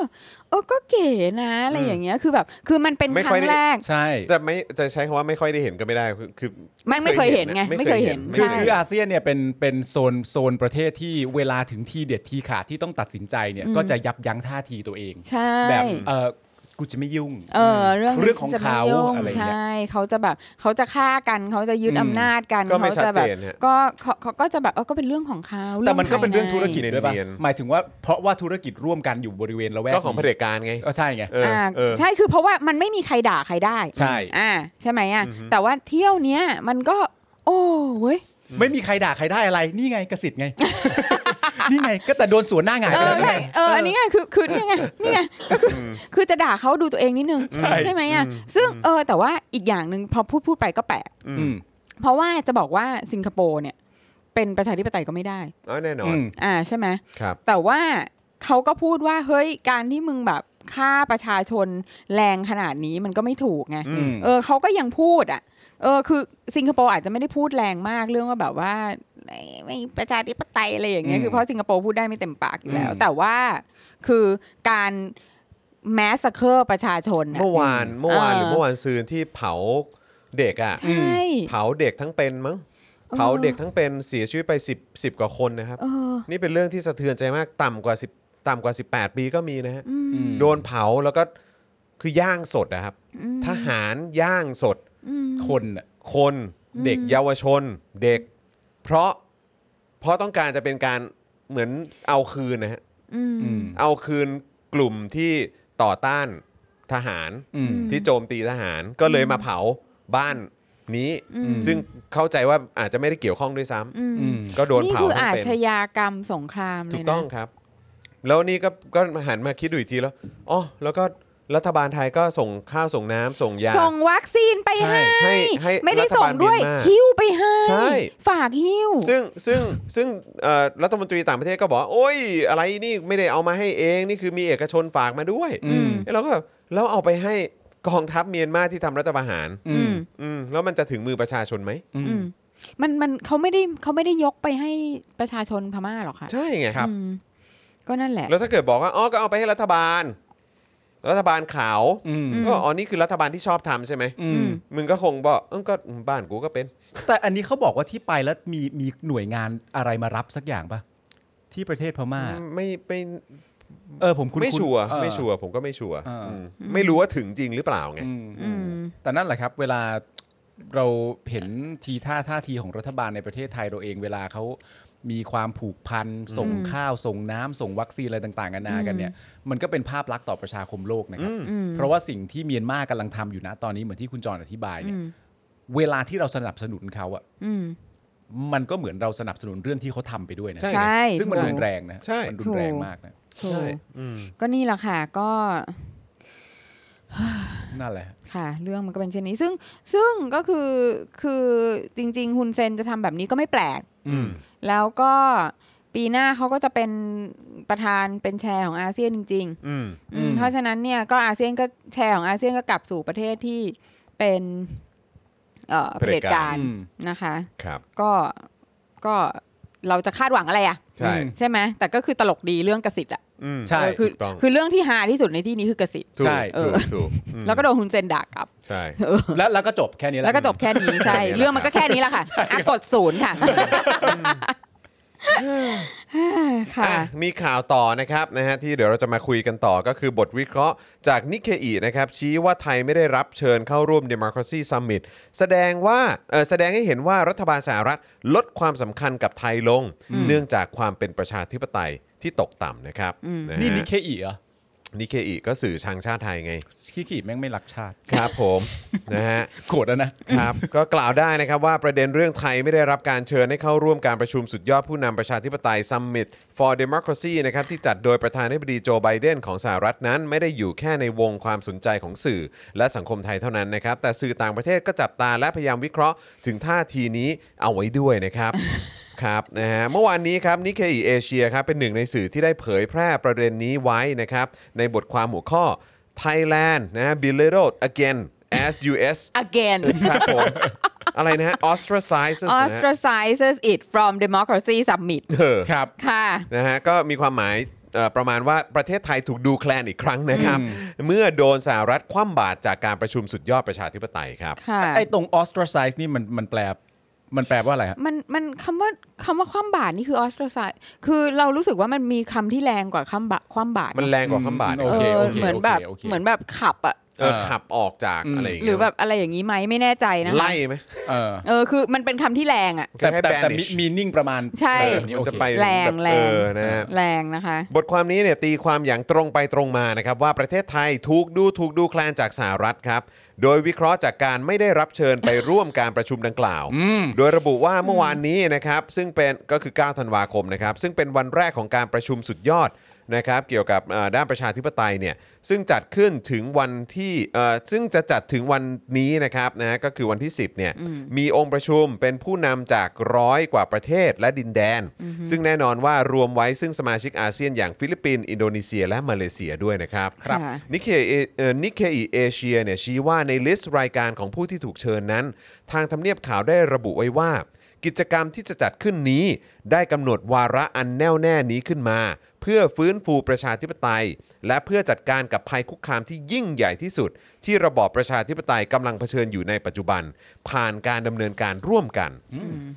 S3: เออก็เก๋นะอะไรอย่างเงี้ยคือแบบคือมันเป็นครั้งแรก
S2: ใช่
S1: จะไม่จะใช้คำว่าไม่ค่อยได้เห็นก็ไม่ได้คือคือ
S3: ไม่ไม่เคยเห็นไง
S1: ไม่
S3: ไม่
S1: เค
S3: เค
S1: ย
S3: ย
S1: เห็
S3: เห็
S1: น
S3: น
S2: คือ
S3: ใช่
S2: คืออาเซียนเนี่ยเป็นเป็นโซนโซนประเทศที่เวลาถึงทีเด็ดทีขาดที่ต้องตัดสินใจเนี่ย
S3: อืม
S2: ก็จะยับยั้งท่าทีตัวเอง
S3: ใช่
S2: แบบเออกูจะไม่ยุ่ง
S3: เออเรื่อง
S2: เรื่องของ
S3: จะไม่
S2: เขา
S3: ยุ่
S2: อะไรเงี้ย
S3: ใช่ เขาจะแบบเขาจะฆ่ากันเขาจะยึด
S2: อืม
S3: อำนาจกัน
S1: ก็ไม่
S3: เขาจะแบบ
S1: ชัดเจนฮะ
S3: ก็เขาเขาก็จะแบบเออก็เป็นเรื่องของเขา
S2: แต่มันก็เป็นเรื่อง
S3: ภาย
S2: ธุ
S3: ใ
S2: รกิจด้วยป่ะ
S1: เนียนๆ
S2: หมายถึงว่าเพราะว่าธุรกิจร่วมกันอยู่บริเวณละแวก
S1: ก็ของเผ
S2: นี้
S1: ด็จการไง
S2: ก็ใช่ไง
S1: เออ
S3: อ่า
S1: เออ
S3: ใช่คือเพราะว่ามันไม่มีใครด่าใครได้
S2: ใช่
S3: อ่าใช่ไหมอ่ะแต่ว่าเที่ยวเนี้ยมันก็ โอ้เว้ย
S2: ไม่มีใครด่าใครได้อะไร นี่ไงกสิทธิ์ ไง นี่ไงก็แต่โดนสวนหน้าหงาย
S3: เอ
S2: ไปแล้ว
S3: อใช่
S2: ไง
S3: เอออันนี้ไงคือคือนี่ไงนี่ไง ก็คือคือจะด่าเขาดูตัวเองนิดนึง
S2: ใช่
S3: ไหมอ่ะซึ่งเออแต่ว่าอีกอย่างหนึ่งพอพูดพูดไปก็แปลก
S2: อืม
S3: เพราะว่าจะบอกว่าสิงคโปร์เนี่ย เป็นประชาธิปไตยก็ไม่ได้
S1: อ๋อแน่นอน
S2: อืม
S3: อ่าใช่ไหม
S1: ครับ
S3: แต่ว่าเขาก็พูดว่าเฮ้ยการที่มึงแบบฆ่าประชาชนแรงขนาดนี้มันก็ไม่ถูกไง
S1: อืม
S3: เออเขาก็ยังพูดอ่ะ เออคือสิงคโปร์อาจจะไม่ได้พูดแรงมากเรื่องว่าแบบว่าไอ้ไม่ประชาธิปไตยอะไรอย่างเงี้ย
S2: อืม
S3: คือเพราะสิงคโปร์พูดได้ไม่เต็มปากอยู่แล้ว
S2: อืม
S3: แต่ว่าคือการแมสสเคอร์ประชาชนน่ะ
S1: เมื่อวานเมื่อวาน
S3: เออ
S1: หรือเมื่อวานซืนที่เผาเด็กอ่ะ
S3: ใช่
S1: เผาเด็กทั้งเป็นมั้ง
S3: ออ
S1: เผาเด็กทั้งเป็นเสียชีวิตไป 10 10 กว่าคนนะครับ
S3: เออ
S1: นี่เป็นเรื่องที่สะเทือนใจมากต่ำกว่า10ต่ำกว่า 18 ปีก็มีนะฮะ
S3: อืม
S2: อืม
S1: โดนเผาแล้วก็คือย่างสดนะครับ
S3: อืม
S1: ทหารย่างสด
S3: อืม
S2: คนน่ะ
S1: คน
S2: เด็ก
S1: เยาวชนเด็ก เพราะเพราะต้องการจะเป็นการเหมือนเอาคืนนะฮะ
S3: อืม
S2: อืม
S1: เอาคืนกลุ่มที่ต่อต้านทหาร
S2: อืม
S1: ที่โจมตีทหารก็เลยมาเผาบ้านนี้
S3: อืม
S1: ซึ่งเข้าใจว่าอาจจะไม่ได้เกี่ยวข้องด้วยซ้
S3: อืม
S2: อืม
S1: ำก็โดน
S3: นี่
S1: เผา
S3: คือ
S1: ทั้ง
S3: อา
S1: เป็น
S3: ชญากรรมสงครามเล
S1: ถู
S3: ย
S1: ก
S3: นะ
S1: ต้องครับ แล้วนี่ก็ก็หันมาคิดดูอีกทีแล้วอ๋อแล้วก็รัฐบาลไทยก็ส่งข้าวส่งน้ำส่งยา
S3: ส่งวัคซีนไปให้
S1: ใช่ให้ให้
S3: ไม่ได้
S1: รัฐ
S3: ส่
S1: บาง ล
S3: ด้วย
S1: เมียนมา
S3: หิ้วไปให้
S1: ใช่
S3: ฝากหิ้ว
S1: ซึ่งซึ่งซึ่งเอ่อรัฐมนตรีต่างประเทศก็บอกว่าโอ้ยอะไรนี่ไม่ได้เอามาให้เองนี่คือมีเอกชนฝากมาด้วย
S2: อืม
S1: เอ้ยเราก็แบบแล้วเอาไปให้กองทัพเมียนมาที่ทำรัฐประหาร
S2: อื
S3: อื
S2: ม
S3: ม
S1: อืมแล้วมันจะถึงมือประชาชนไหม
S3: อืมมันมันเขาไม่ได้เขาไม่ได้ยกไปให้ประชาชนพม่าหรอกค่ะ
S1: ใช่ไง
S2: ครับ
S3: อืมก็นั่นแหละ
S1: แล้วถ้าเกิดบอกว่าอ๋อก็เอาไปให้รัฐบาล รัฐบาลขาว
S2: อืม
S1: ก็อ๋อนี่คือรัฐบาลที่ชอบทำใช่ไหม
S2: อื
S3: อื
S2: ม
S3: ม
S1: มึงก็คงบอกเออก็บ้านกูก็เป็น
S2: แต่อันนี้เขาบอกว่าที่ไปแล้วมีมีหน่วยงานอะไรมารับสักอย่างปะที่ประเทศพม่า
S1: ไม่ไม่
S2: เออผมคุณ
S1: ไม่ชัวร์ไม่ชัวร์ผมก็ไม่ชัวร์
S2: เอออื
S1: มไม่รู้ว่าถึงจริงหรือเปล่าไง
S3: อืม
S2: แต่นั่นแหละครับ เวลาเราเห็นทีท่าท่าทีของรัฐบาลในประเทศไทยเราเอง เวลาเขามีความผูกพันส่ง
S3: อืม
S2: ข้าวส่งน้ำส่งวัคซีนอะไรต่างๆกันานากันเนี่ย มันก็เป็นภาพลักษณ์ต่อประชาคมโลกนะครับ
S3: อืม
S2: เพราะว่าสิ่งที่เมียนมากำลังทำอยู่นะตอนนี้เหมือนที่คุณจรอธิบาย
S3: อื
S2: เนี่ย
S3: ม
S2: เวลาที่เราสนับสนุนเขาอะ
S3: อืม
S2: มันก็เหมือนเราสนับสนุนเรื่องที่เขาทำไปด้วยนะ
S1: ใช่
S3: ใช่
S2: ซึ่งมันรุนแรงนะ
S1: ใช่
S2: มันรุนแรงมากนะ
S3: ถูก
S1: ใช่
S3: ถูก
S1: อืม
S3: ก็นี่แหละค่ะ ก็
S2: นั่นแหละฮะ
S3: ค่ะ เรื่องมันก็เป็นเช่นนี้ ซึ่งซึ่งก็คือคือจริง ๆ ฮุนเซนจะทำแบบนี้ก็ไม่แปลก
S2: อืม
S3: แล้วก็ ปีหน้าเขาก็จะเป็นประธานเป็นแชร์ของอาเซียนจริง
S1: อืม
S3: ๆอืมเพราะฉะนั้นเนี่ยก็อาเซียนก็แชร์ของอาเซียนก็กลับสู่ประเทศที่เป็นเอ่อ
S1: เผ
S3: เผ
S1: ด็
S3: ด็
S1: จ
S3: จ
S1: กา
S3: การ ร
S2: อืม
S3: นะคะ
S1: ครับ
S3: ก็ก็เราจะคาดหวังอะไรอะ
S1: ใช่
S2: อืม
S3: ใช่ไหมแต่ก็คือตลกดีเรื่องกสิทธิ์อะ
S1: อืม
S2: ใช่
S3: เออคือ
S1: ถูกต้อง
S3: คือเรื่องที่หาที่สุดในที่นี้คือกสิทธิ์
S1: ถูก
S2: ใช่
S1: ถูก
S3: เออ
S1: ถูกอืม
S3: แล้วก็โดนคุณเซนด่ากลับ
S1: ใช่
S2: แล้วแล้วก็จบแค่นี้แหละ
S3: แล้วก็จบแค่นี้ใช่
S1: แค่นี้แหละ
S3: เรื่องมันก็แค่นี้แหละค่ะอ่ะกดศูนย์ค่ะค่ะ
S1: อ่ะมีข่าวต่อนะครับนะฮะที่เดี๋ยวเราจะมาคุยกันต่อก็คือบทวิเคราะห์จากนิเคอีนะครับ ชี้ว่าไทยไม่ได้รับเชิญเข้าร่วม Democracy Summit แสดงว่าเอ่อแสดงให้เห็นว่ารัฐบาลสหรัฐลดความสำคัญกับไทยลง เนื่องจากความเป็นประชาธิปไตยที่ตกต่ำนะครับะฮะ
S2: นี่นิเคอีเหรอ
S1: นิเคอีก็สื่อชังชาติไทยไง
S2: นิเคอีแม่งไม่รักชาติ
S1: ครับผม นะฮะ
S2: โกรธแล้วนะ
S1: ครับ ก็กล่าวได้นะครับว่าประเด็นเรื่องไทยไม่ได้รับการเชิญให้เข้าร่วมการประชุมสุดยอดผู้นำประชาธิปไตย Summit for Democracy นะครับที่จัดโดยประธานาธิบดีโจไบเดนของสหรัฐนั้น ไม่ได้อยู่แค่ในวงความสนใจของสื่อ และสังคมไทยเท่านั้นนะครับ แต่สื่อต่างประเทศก็จับตาและพยายามวิเคราะห์ถึงท่าทีนี้เอาไว้ด้วยนะครับ ครับนะฮะเมื่อวานนี้ครับนิเคอีเอเชียครับเป็นหนึ่งในสื่อที่ได้เผยแพร่ประเด็นนี้ไว้นะครับในบทความหัวข้อ Thailand นะ belittled again as US
S3: again
S1: ครับผม อะไรนะฮะ ostracizes นะฮะ
S3: ostracizes it from democracy summit
S1: เออ
S2: ครับ
S3: ค่ะ
S1: นะฮะก็มีความหมายเอ่อประมาณว่าประเทศไทยถูกดูแคลนอีกครั้งนะครับ เมื่อโดนสหรัฐคว่ำบาตรจากการประชุมสุดยอดประชาธิปไตยครับ
S3: ค่ะ
S2: ไอ้ตรง ostracize นี่มันมันแปล มันแปลว่าอะไรฮะ
S3: มันมันคำว่าคำว่าความบาดนี่คือ ostracize คือเรารู้สึกว่ามันมีคำที่แรงกว่าคำบาความบาด
S1: มันแรงกว่าคว่ำบาตร
S2: โอ
S1: นะ
S3: เอ
S2: เค
S3: อ
S2: โอเค
S3: เหมือนแบบ
S2: โอเค
S3: เหมือนแบบขับอะ
S1: เออขับออกจากอะไรอย่าง
S3: หรื
S1: เงี้
S3: อยแบบอะไรอย่างนี้ไหมไม่แน่ใจนะคะ
S1: ไล่ไหม
S2: เออ
S3: เออคือมันเป็นคำที่แรงอะ
S1: ค
S2: แต่
S1: ล้าย
S2: แต่
S1: ๆ
S2: แต่
S1: banish
S2: มีนิ่งประมาณ
S3: ใช่
S2: เออนี่
S1: มัน
S2: โอ
S1: จะ
S2: เค
S1: ไป
S3: แรง
S1: บบ
S3: แร
S1: เอง อนะฮะ
S3: แรงนะคะ
S1: บทความนี้เนี่ยตีความอย่างตรงไปตรงมานะครับว่าประเทศไทยถูกดูถูกดูแคลนจากสหรัฐครับ โดยวิเคราะห์จากการไม่ได้รับเชิญไปร่วมการประชุมดังกล่าว โดยระบุว่าเมื่อวานนี้นะครับซึ่งเป็นก็คือ 9 ธันวาคมนะครับซึ่งเป็นวันแรกของการประชุมสุดยอดนะครับเกี่ยวกับเอ่อด้านประชาธิปไตยเนี่ยซึ่งจัดขึ้นถึงวันที่เอ่อซึ่งจะจัดถึงวันนี้นะครับนะก็คือวันที่ 10เนี่ยมีองค์ประชุมเป็นผู้นำจากร้อยกว่าประเทศและดินแดน ซึ่งแน่นอนว่ารวมไว้ซึ่งสมาชิกอาเซียนอย่างฟิลิปปินส์อินโดนีเซีย และมาเลเซียด้วยนะครับ
S3: ครับ
S1: นิเคนิเคอีเอเชียเนี่ยชี้ว่าในลิสต์รายการของผู้ที่ถูกเชิญนั้น ทางทำเนียบข่าวได้ระบุไว้ว่า กิจกรรมที่จะจัดขึ้นนี้ ได้กำหนดวาระอันแน่วแน่นี้ขึ้นมา เพื่อฟื้นฟูประชาธิปไตย และเพื่อจัดการกับภัยคุกคามที่ยิ่งใหญ่ที่สุด ที่ระบอบประชาธิปไตยกำลังเผชิญอยู่ในปัจจุบัน ผ่านการดำเนินการร่วมกัน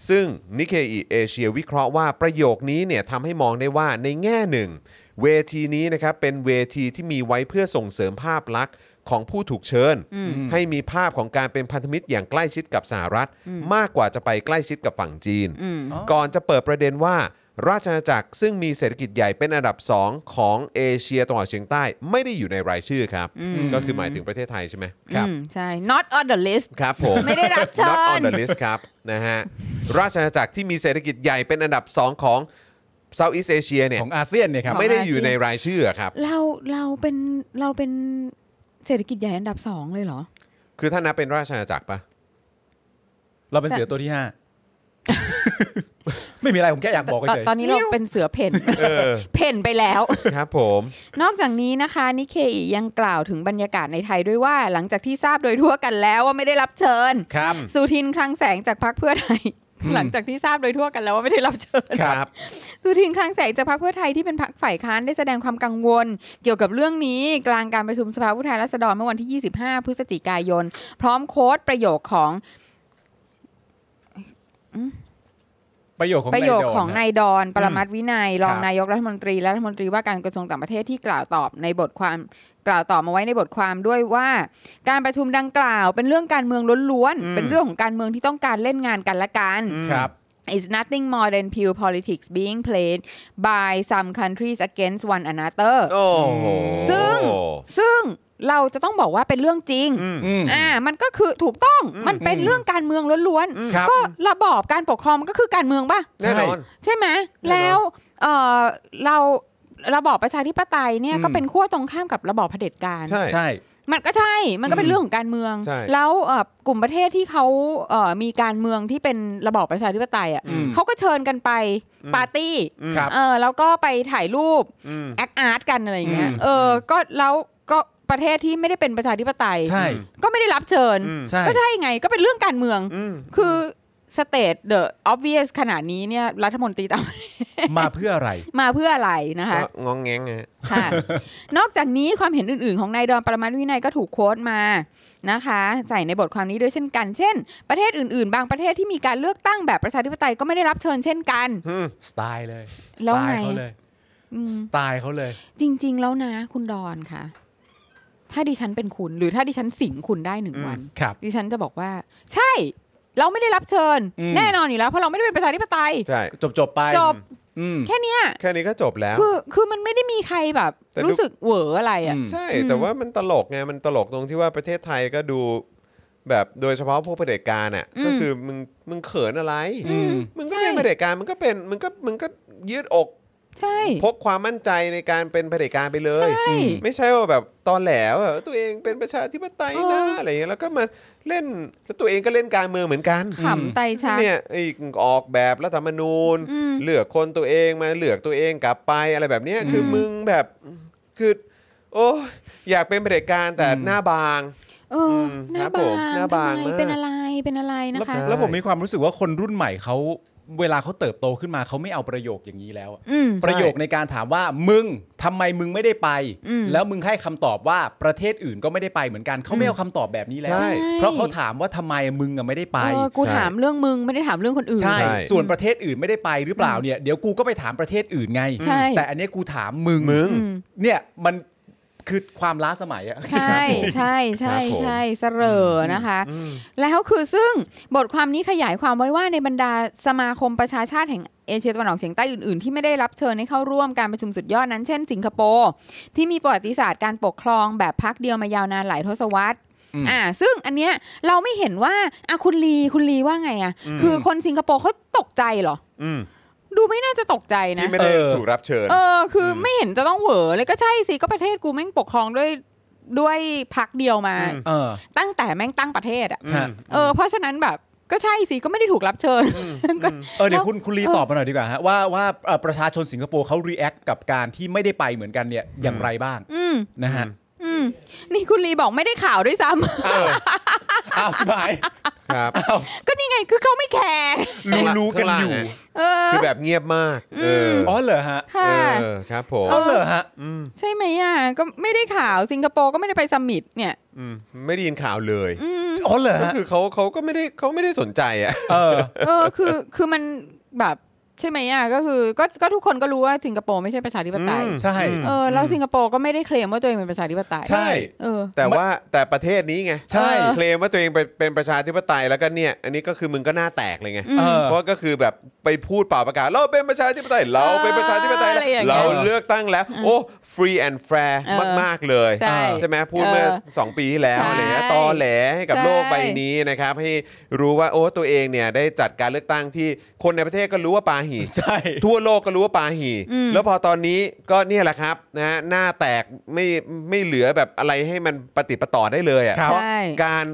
S1: ซึ่งนิเคอีเอเชียวิเคราะห์ว่าประโยคนี้เนี่ยทำให้มองได้ว่าในแง่หนึ่ง เวทีนี้นะครับเป็นเวทีที่มีไว้เพื่อส่งเสริมภาพลักษณ์ของผู้ถูกเชิญ ให้มีภาพของการเป็นพันธมิตรอย่างใกล้ชิดกับสหรัฐ มากกว่าจะไปใกล้ชิดกับฝั่งจีน ก่อนจะเปิดประเด็นว่า ราชอาณาจักรซึ่งมีเศรษฐกิจใหญ่เป็นอันดับ 2 ของเอเชียตะวันออกเฉียงใต้ ไม่ได้อยู่ในรายชื่อครับ ก็คือหมายถึงประเทศไทยใช่ไหม
S3: อืมใช่ not on the list
S1: ครับผม
S3: ไม่ได้รับเชิญ
S1: Not on the list ครับ นะฮะ ราชอาณาจักรที่มีเศรษฐกิจใหญ่เป็นอันดับ 2 ของ Southeast Asia เนี่ย
S2: ของอาเซียนเนี่ยครับ
S1: ไม่ได้อยู่ในรายชื่อครับ
S3: เราเราเป็นเราเป็นเศรษฐกิจใหญ่อันดับสองเลยเหรอ
S1: คือถ้านับเป็นราชอาณาจักรปะ
S2: เราเป็นเสือตัวที่ห้า ไม่มีอะไร ผมแค่อยากบอก
S3: ตอน
S2: เฉย
S3: ตอนนี้เราเป็นเสือเพ่นเพ่นไปแล้ว
S1: ครับผม
S3: นอกจากนี้นะคะนิเคอียังกล่าวถึงบรรยากาศในไทยด้วยว่า หลังจากที่ทราบโดยทั่วกันแล้วว่าไม่ได้รับเชิญ
S1: ครับ
S3: สุทินคลังแสงจากพรรคเพื่อไทย หลังจากที่ทราบโดยทั่วกันแล้วว่าไม่ได้รับเชิญ
S1: ครับ
S3: สุทินคลังแสงจากพรรคเพื่อไทยที่เป็นพรรคฝ่ายค้านได้แสดงความกังวล เกี่ยวกับเรื่องนี้กลางการประชุมสภาผู้แทนราษฎรเมื่อวันที่ 25 พฤศจิกายน พร้อมโค้ดประโยคของ
S2: ๆประโยคของ
S3: ประโยค
S2: นาดน
S3: ของ
S2: ฮ
S3: นายดอนปรมัตถ์วินัย รอง
S2: ครับ
S3: นายกรัฐมนตรีและรัฐมนตรีว่าการกระทรวงต่างประเทศที่กล่าวตอบในบทความกล่าวตอบมาไว้ในบทความด้วยว่า การประชุมดังกล่าวเป็นเรื่องการเมืองล้วนๆเป็นเรื่องของการเมืองที่ต้องการเล่นงานกันและกัน
S2: ครับ
S3: It's nothing more than pure politics being played by some countries against one another
S1: โอ้โห
S3: ซึ่งซึ่งเราจะต้องบอกว่าเป็นเรื่องจริง
S2: อืม
S3: อ่า มันก็คือถูกต้อง มันเป็นเรื่องการเมืองล้วน
S2: ครับ
S3: ๆ ก็ระบอบการปกครองมันก็คือการเมืองป่ะ
S1: แน่นอน
S3: ใช่ไหม แล้วเอ่อเราระบอบประชาธิปไตยเนี่ย
S2: อืม
S3: ก็เป็นขั้วตรงข้ามกับระบอบเผด็จการ
S1: ใช่
S2: ใช่
S3: มันก็ใช่ มันก็เป็นเรื่องของการเมือง
S1: ใช่
S3: แล้วเอ่อกลุ่มประเทศที่เขาเอ่อมีการเมืองที่เป็นระบอบประชาธิปไตยอ่ะ
S2: อืม
S3: เขาก็เชิญกันไปปาร์ตี้
S2: ครับ
S3: เออแล้วก็ไปถ่ายรูป
S1: อืม
S3: แอคอาร์ตกันอะไรอย่างเงี้ย
S2: อืม
S3: เออก็แล้วก็ประเทศที่ไม่ได้เป็นประชาธิปไตย
S2: ใช่
S3: ก็ไม่ได้รับเชิญ
S2: ใช่
S3: ก็ใช่ไงก็เป็นเรื่องการเมือง
S1: อืม
S3: คือสเตทเดอะออบเวียสขนาดนี้เนี่ยรัฐมนตรีต่าง
S2: มาเพื่ออะไร
S3: มาเพื่ออะไรนะคะ
S1: ก็งองแงงไง
S3: ค่ะ นอกจากนี้ความเห็นอื่น ๆ ของนายดอนปรมัตถ์วินัยก็ถูกโค้ดมานะคะ ใส่ในบทความนี้ด้วยเช่นกัน เช่น ประเทศอื่น ๆ บางประเทศที่มีการเลือกตั้งแบบประชาธิปไตยก็ไม่ได้รับเชิญเช่นกัน
S2: สไตล์เลย
S3: แล้ว
S2: สไต
S3: ไง
S2: ล์เขาเลย
S3: อืม
S2: สไตล์เขาเลย
S3: จริง ๆ แล้วนะ คุณดอนค่ะ ถ้าดิฉันเป็นคุณ หรือถ้าดิฉันสิงคุณได้หนึ่งวัน
S2: ครับ
S3: ดิฉันจะบอกว่า ใช่ เราไม่ได้รับเชิญ
S2: อืม
S3: แน่นอนอยู่แล้วเพราะเราไม่ได้เป็นประชาธิปไตย
S1: ใช่
S2: จบจบๆไป
S3: จบ
S2: อืม
S3: แค่เนี้ย
S1: แค่นี้ก็จบแล้ว
S3: คือคือมันไม่ได้มีใครแบบ
S1: แต่ดู
S3: รู้สึกเหวออะไรอ่ะ
S1: ใช่ แต่ว่ามันตลกไง มันตลกตรงที่ว่าประเทศไทยก็ดู แบบโดยเฉพาะพวกเผด็จการอ่ะ
S3: อืม
S1: ก็คือมึงมึงเขินอะไร
S2: อืม
S1: มึงก็เป็นเผด็จการมึงก็เป็นมึงก็มึงก็ยืดอก
S3: ใช่
S1: พกความมั่นใจในการเป็นเผด็จการไปเลย
S3: ใช่
S1: ไม่ใช่ว่าแบบตอนแหลว่าแบบตัวเองเป็นประชาธิปไตยนะ
S3: เอออ
S1: อะไรอย่างเงี้ยแล้วก็มาเล่นแล้วตัวเองก็เล่นการเมืองเหมือนกัน
S3: ขำไตชา
S1: เนี่ยไอ้ออกแบบรัฐธรรมนูญ
S3: อืม
S1: เลือกคนตัวเองมาเลือกตัวเองกลับไปอะไรแบบเนี้ยคืออ
S3: ม
S1: มึงแบบคือ โอ้ยอยากเป็นเผด็จการแต่
S2: อืม
S1: หน้าบาง
S3: เอออ
S1: มครั
S3: ห
S1: บบ
S3: น้าา
S1: ผม
S3: ง
S1: หน้าบาง
S3: ทำ
S1: มาก
S3: ไมเป็นอะไรเป็นอะไรนะ
S2: แล้ว
S3: คะ
S1: ใช่
S2: แล้วผมมีความรู้สึกว่าคนรุ่นใหม่เขาเวลาเขาเติบโตขึ้นมาเขาไม่เอาประโยคอย่างนี้แล้วอะ
S3: อืม
S2: ประโยคในการถามว่ามึงทำไมมึงไม่ได้ไป
S3: อืม
S2: แล้วมึงให้คำตอบว่าประเทศอื่นก็ไม่ได้ไปเหมือนกันเขาไม่เอาคำตอบแบบนี้แล้ว
S1: ใช่
S2: เพราะเขาถามว่าทำไมมึงอะไม่ได้ไป
S3: เออกู
S1: ใช่
S3: ถามเรื่องมึงไม่ได้ถามเรื่องคนอื่น
S2: ใช่
S1: ใช่
S2: ส่วนประเทศอื่นไม่ได้ไปหรือเปล่าเนี่ย เดี๋ยวกูก็ไปถามประเทศอื่นไง
S3: ใช่
S2: แต่อันเนี้ยกูถามมึง
S1: มึง
S3: อืม
S2: เนี่ยมันคือความล้าสมัยอะ
S3: ใช่ใช่
S1: ครั
S3: ใช่
S1: บผม
S3: ใช่เสรอนะคะ แล้วคือซึ่งบทความนี้ขยายความไว้ว่าในบรรดาสมาคมประชาชาติแห่งเอเชียตะวันออกเฉียงใต้อื่นๆ ที่ไม่ได้รับเชิญให้เข้าร่วมการประชุมสุดยอดนั้นเช่นสิงคโปร์ที่มีประวัติศาสตร์การปกครองแบบพักเดียวมายาวนานหลายทศวรรษอ่าซึ่งอันเนี้ยเราไม่เห็นว่าอ่ะคุณลีคุณลีว่าไงอ่ะคือคนสิงคโปร์เขาตกใจเหรอ
S1: อืม
S3: ดูไม่น่าจะตกใจนะ
S1: ที่ไม่ได้ถูกรับเชิญ
S3: เออคืออไม่เห็นจะต้องเหวอเลยก็ใช่สิก็ประเทศกูแม่งปกครองด้วยด้วยพักเดียวมา
S1: อืม
S2: เออ
S3: ตั้งแต่แม่งตั้งประเทศอ่ะ
S2: ฮะ
S3: เออเพราะฉะนั้นแบบก็ใช่สิก็ไม่ได้ถูกรับเชิญ
S2: เออเดี๋ยวคุณคุณลีตอบมาหน่อยดีกว่าฮะว่าว่าเอ่อประชาชนสิงคโปร์เขารีแอคกับการที่ไม่ได้ไปเหมือนกันเนี่ยอย่างไรบ้าง
S3: อืม
S2: นะฮะ
S3: อืมนี่คุณลีบอกไม่ได้ข่าวด้วยซ้
S1: เออ
S2: อ้าวชิบหาย
S1: ครับ
S2: อ้าว
S3: ำ ก็นี่ไงคือเขาไม่แคร์
S2: รู้รู้กันอยู่
S1: ข้างล่างะ
S3: เออ
S1: คือแบบเงียบมาก เออ
S2: อ๋อเหรอฮะ
S1: เอ
S3: ค่ะ
S1: อครับผม
S2: อ๋อเหรอฮะ
S1: อืม
S3: ใช่ไหมอ่ะก็ไม่ได้ข่าวสิงคโปร์ก็ไม่ได้ไปซัมมิตเนี่ย
S1: อืมไม่ได้ยินข่าวเลย
S3: อืม
S2: อ๋อเหรอ
S1: ก็
S2: ฮะ
S1: คือเขาเขาก็ไม่ได้เขาไม่ได้สนใจอ่ะ
S2: เออ
S3: เออคือคือมันแบบใช่ไหมอ่ะก็คือก็ก็ทุกคนก็รู้ว่าสิงคโปร์ไม่ใช่ประชาธิปไตย
S1: อืม
S2: ใช่
S3: เออแล้วสิงคโปร์ก็ไม่ได้เคลมว่าตัวเองเป็นประชาธิปไตย
S2: ใช่
S3: เออ
S1: แต่ว่าแต่ประเทศนี้ไง
S2: ใช่
S1: เคลมว่าตัวเองเป็นเป็นประชาธิปไตยแล้วก็เนี่ย อันนี้ก็คือมึงก็หน้าแตกเลยไง
S3: อืม
S2: เออ
S1: เพราะก็คือแบบไปพูดเปล่าประกาศ เราเป็นประชาธิปไตยเราเป็นประชาธิปไตย
S3: อะไรอย่างเงี้
S1: เรา
S3: ย
S1: เลือกตั้งแล้ว โอ้ฟรีแอนด์แฟร์
S3: เออ
S1: มาก ๆ เลย
S3: ใช่
S1: ไหมพูดเมื่อ
S3: เออ
S1: สองปีที่แล้ว
S3: ใช่
S1: อะไรเงี้ยตอแหลให้กับ
S3: ใช่
S1: โลกใบนี้นะครับ ให้รู้ว่าโอ้ตัวเองเนี่ยได้จัดการเลือกตั้งที่คนในประเทศก็รู้ว่าปาหี
S2: ใช่
S1: ทั่วโลกก็รู้ว่าปาหี
S3: อืม
S1: แล้วพอตอนนี้ก็เนี่ยแหละครับนะฮะหน้าแตกไม่ไม่เหลือแบบอะไรให้มันปฏิดประต่อได้เลยอ่ะ
S2: ครับ
S1: เพราะ
S3: ใช่
S1: การ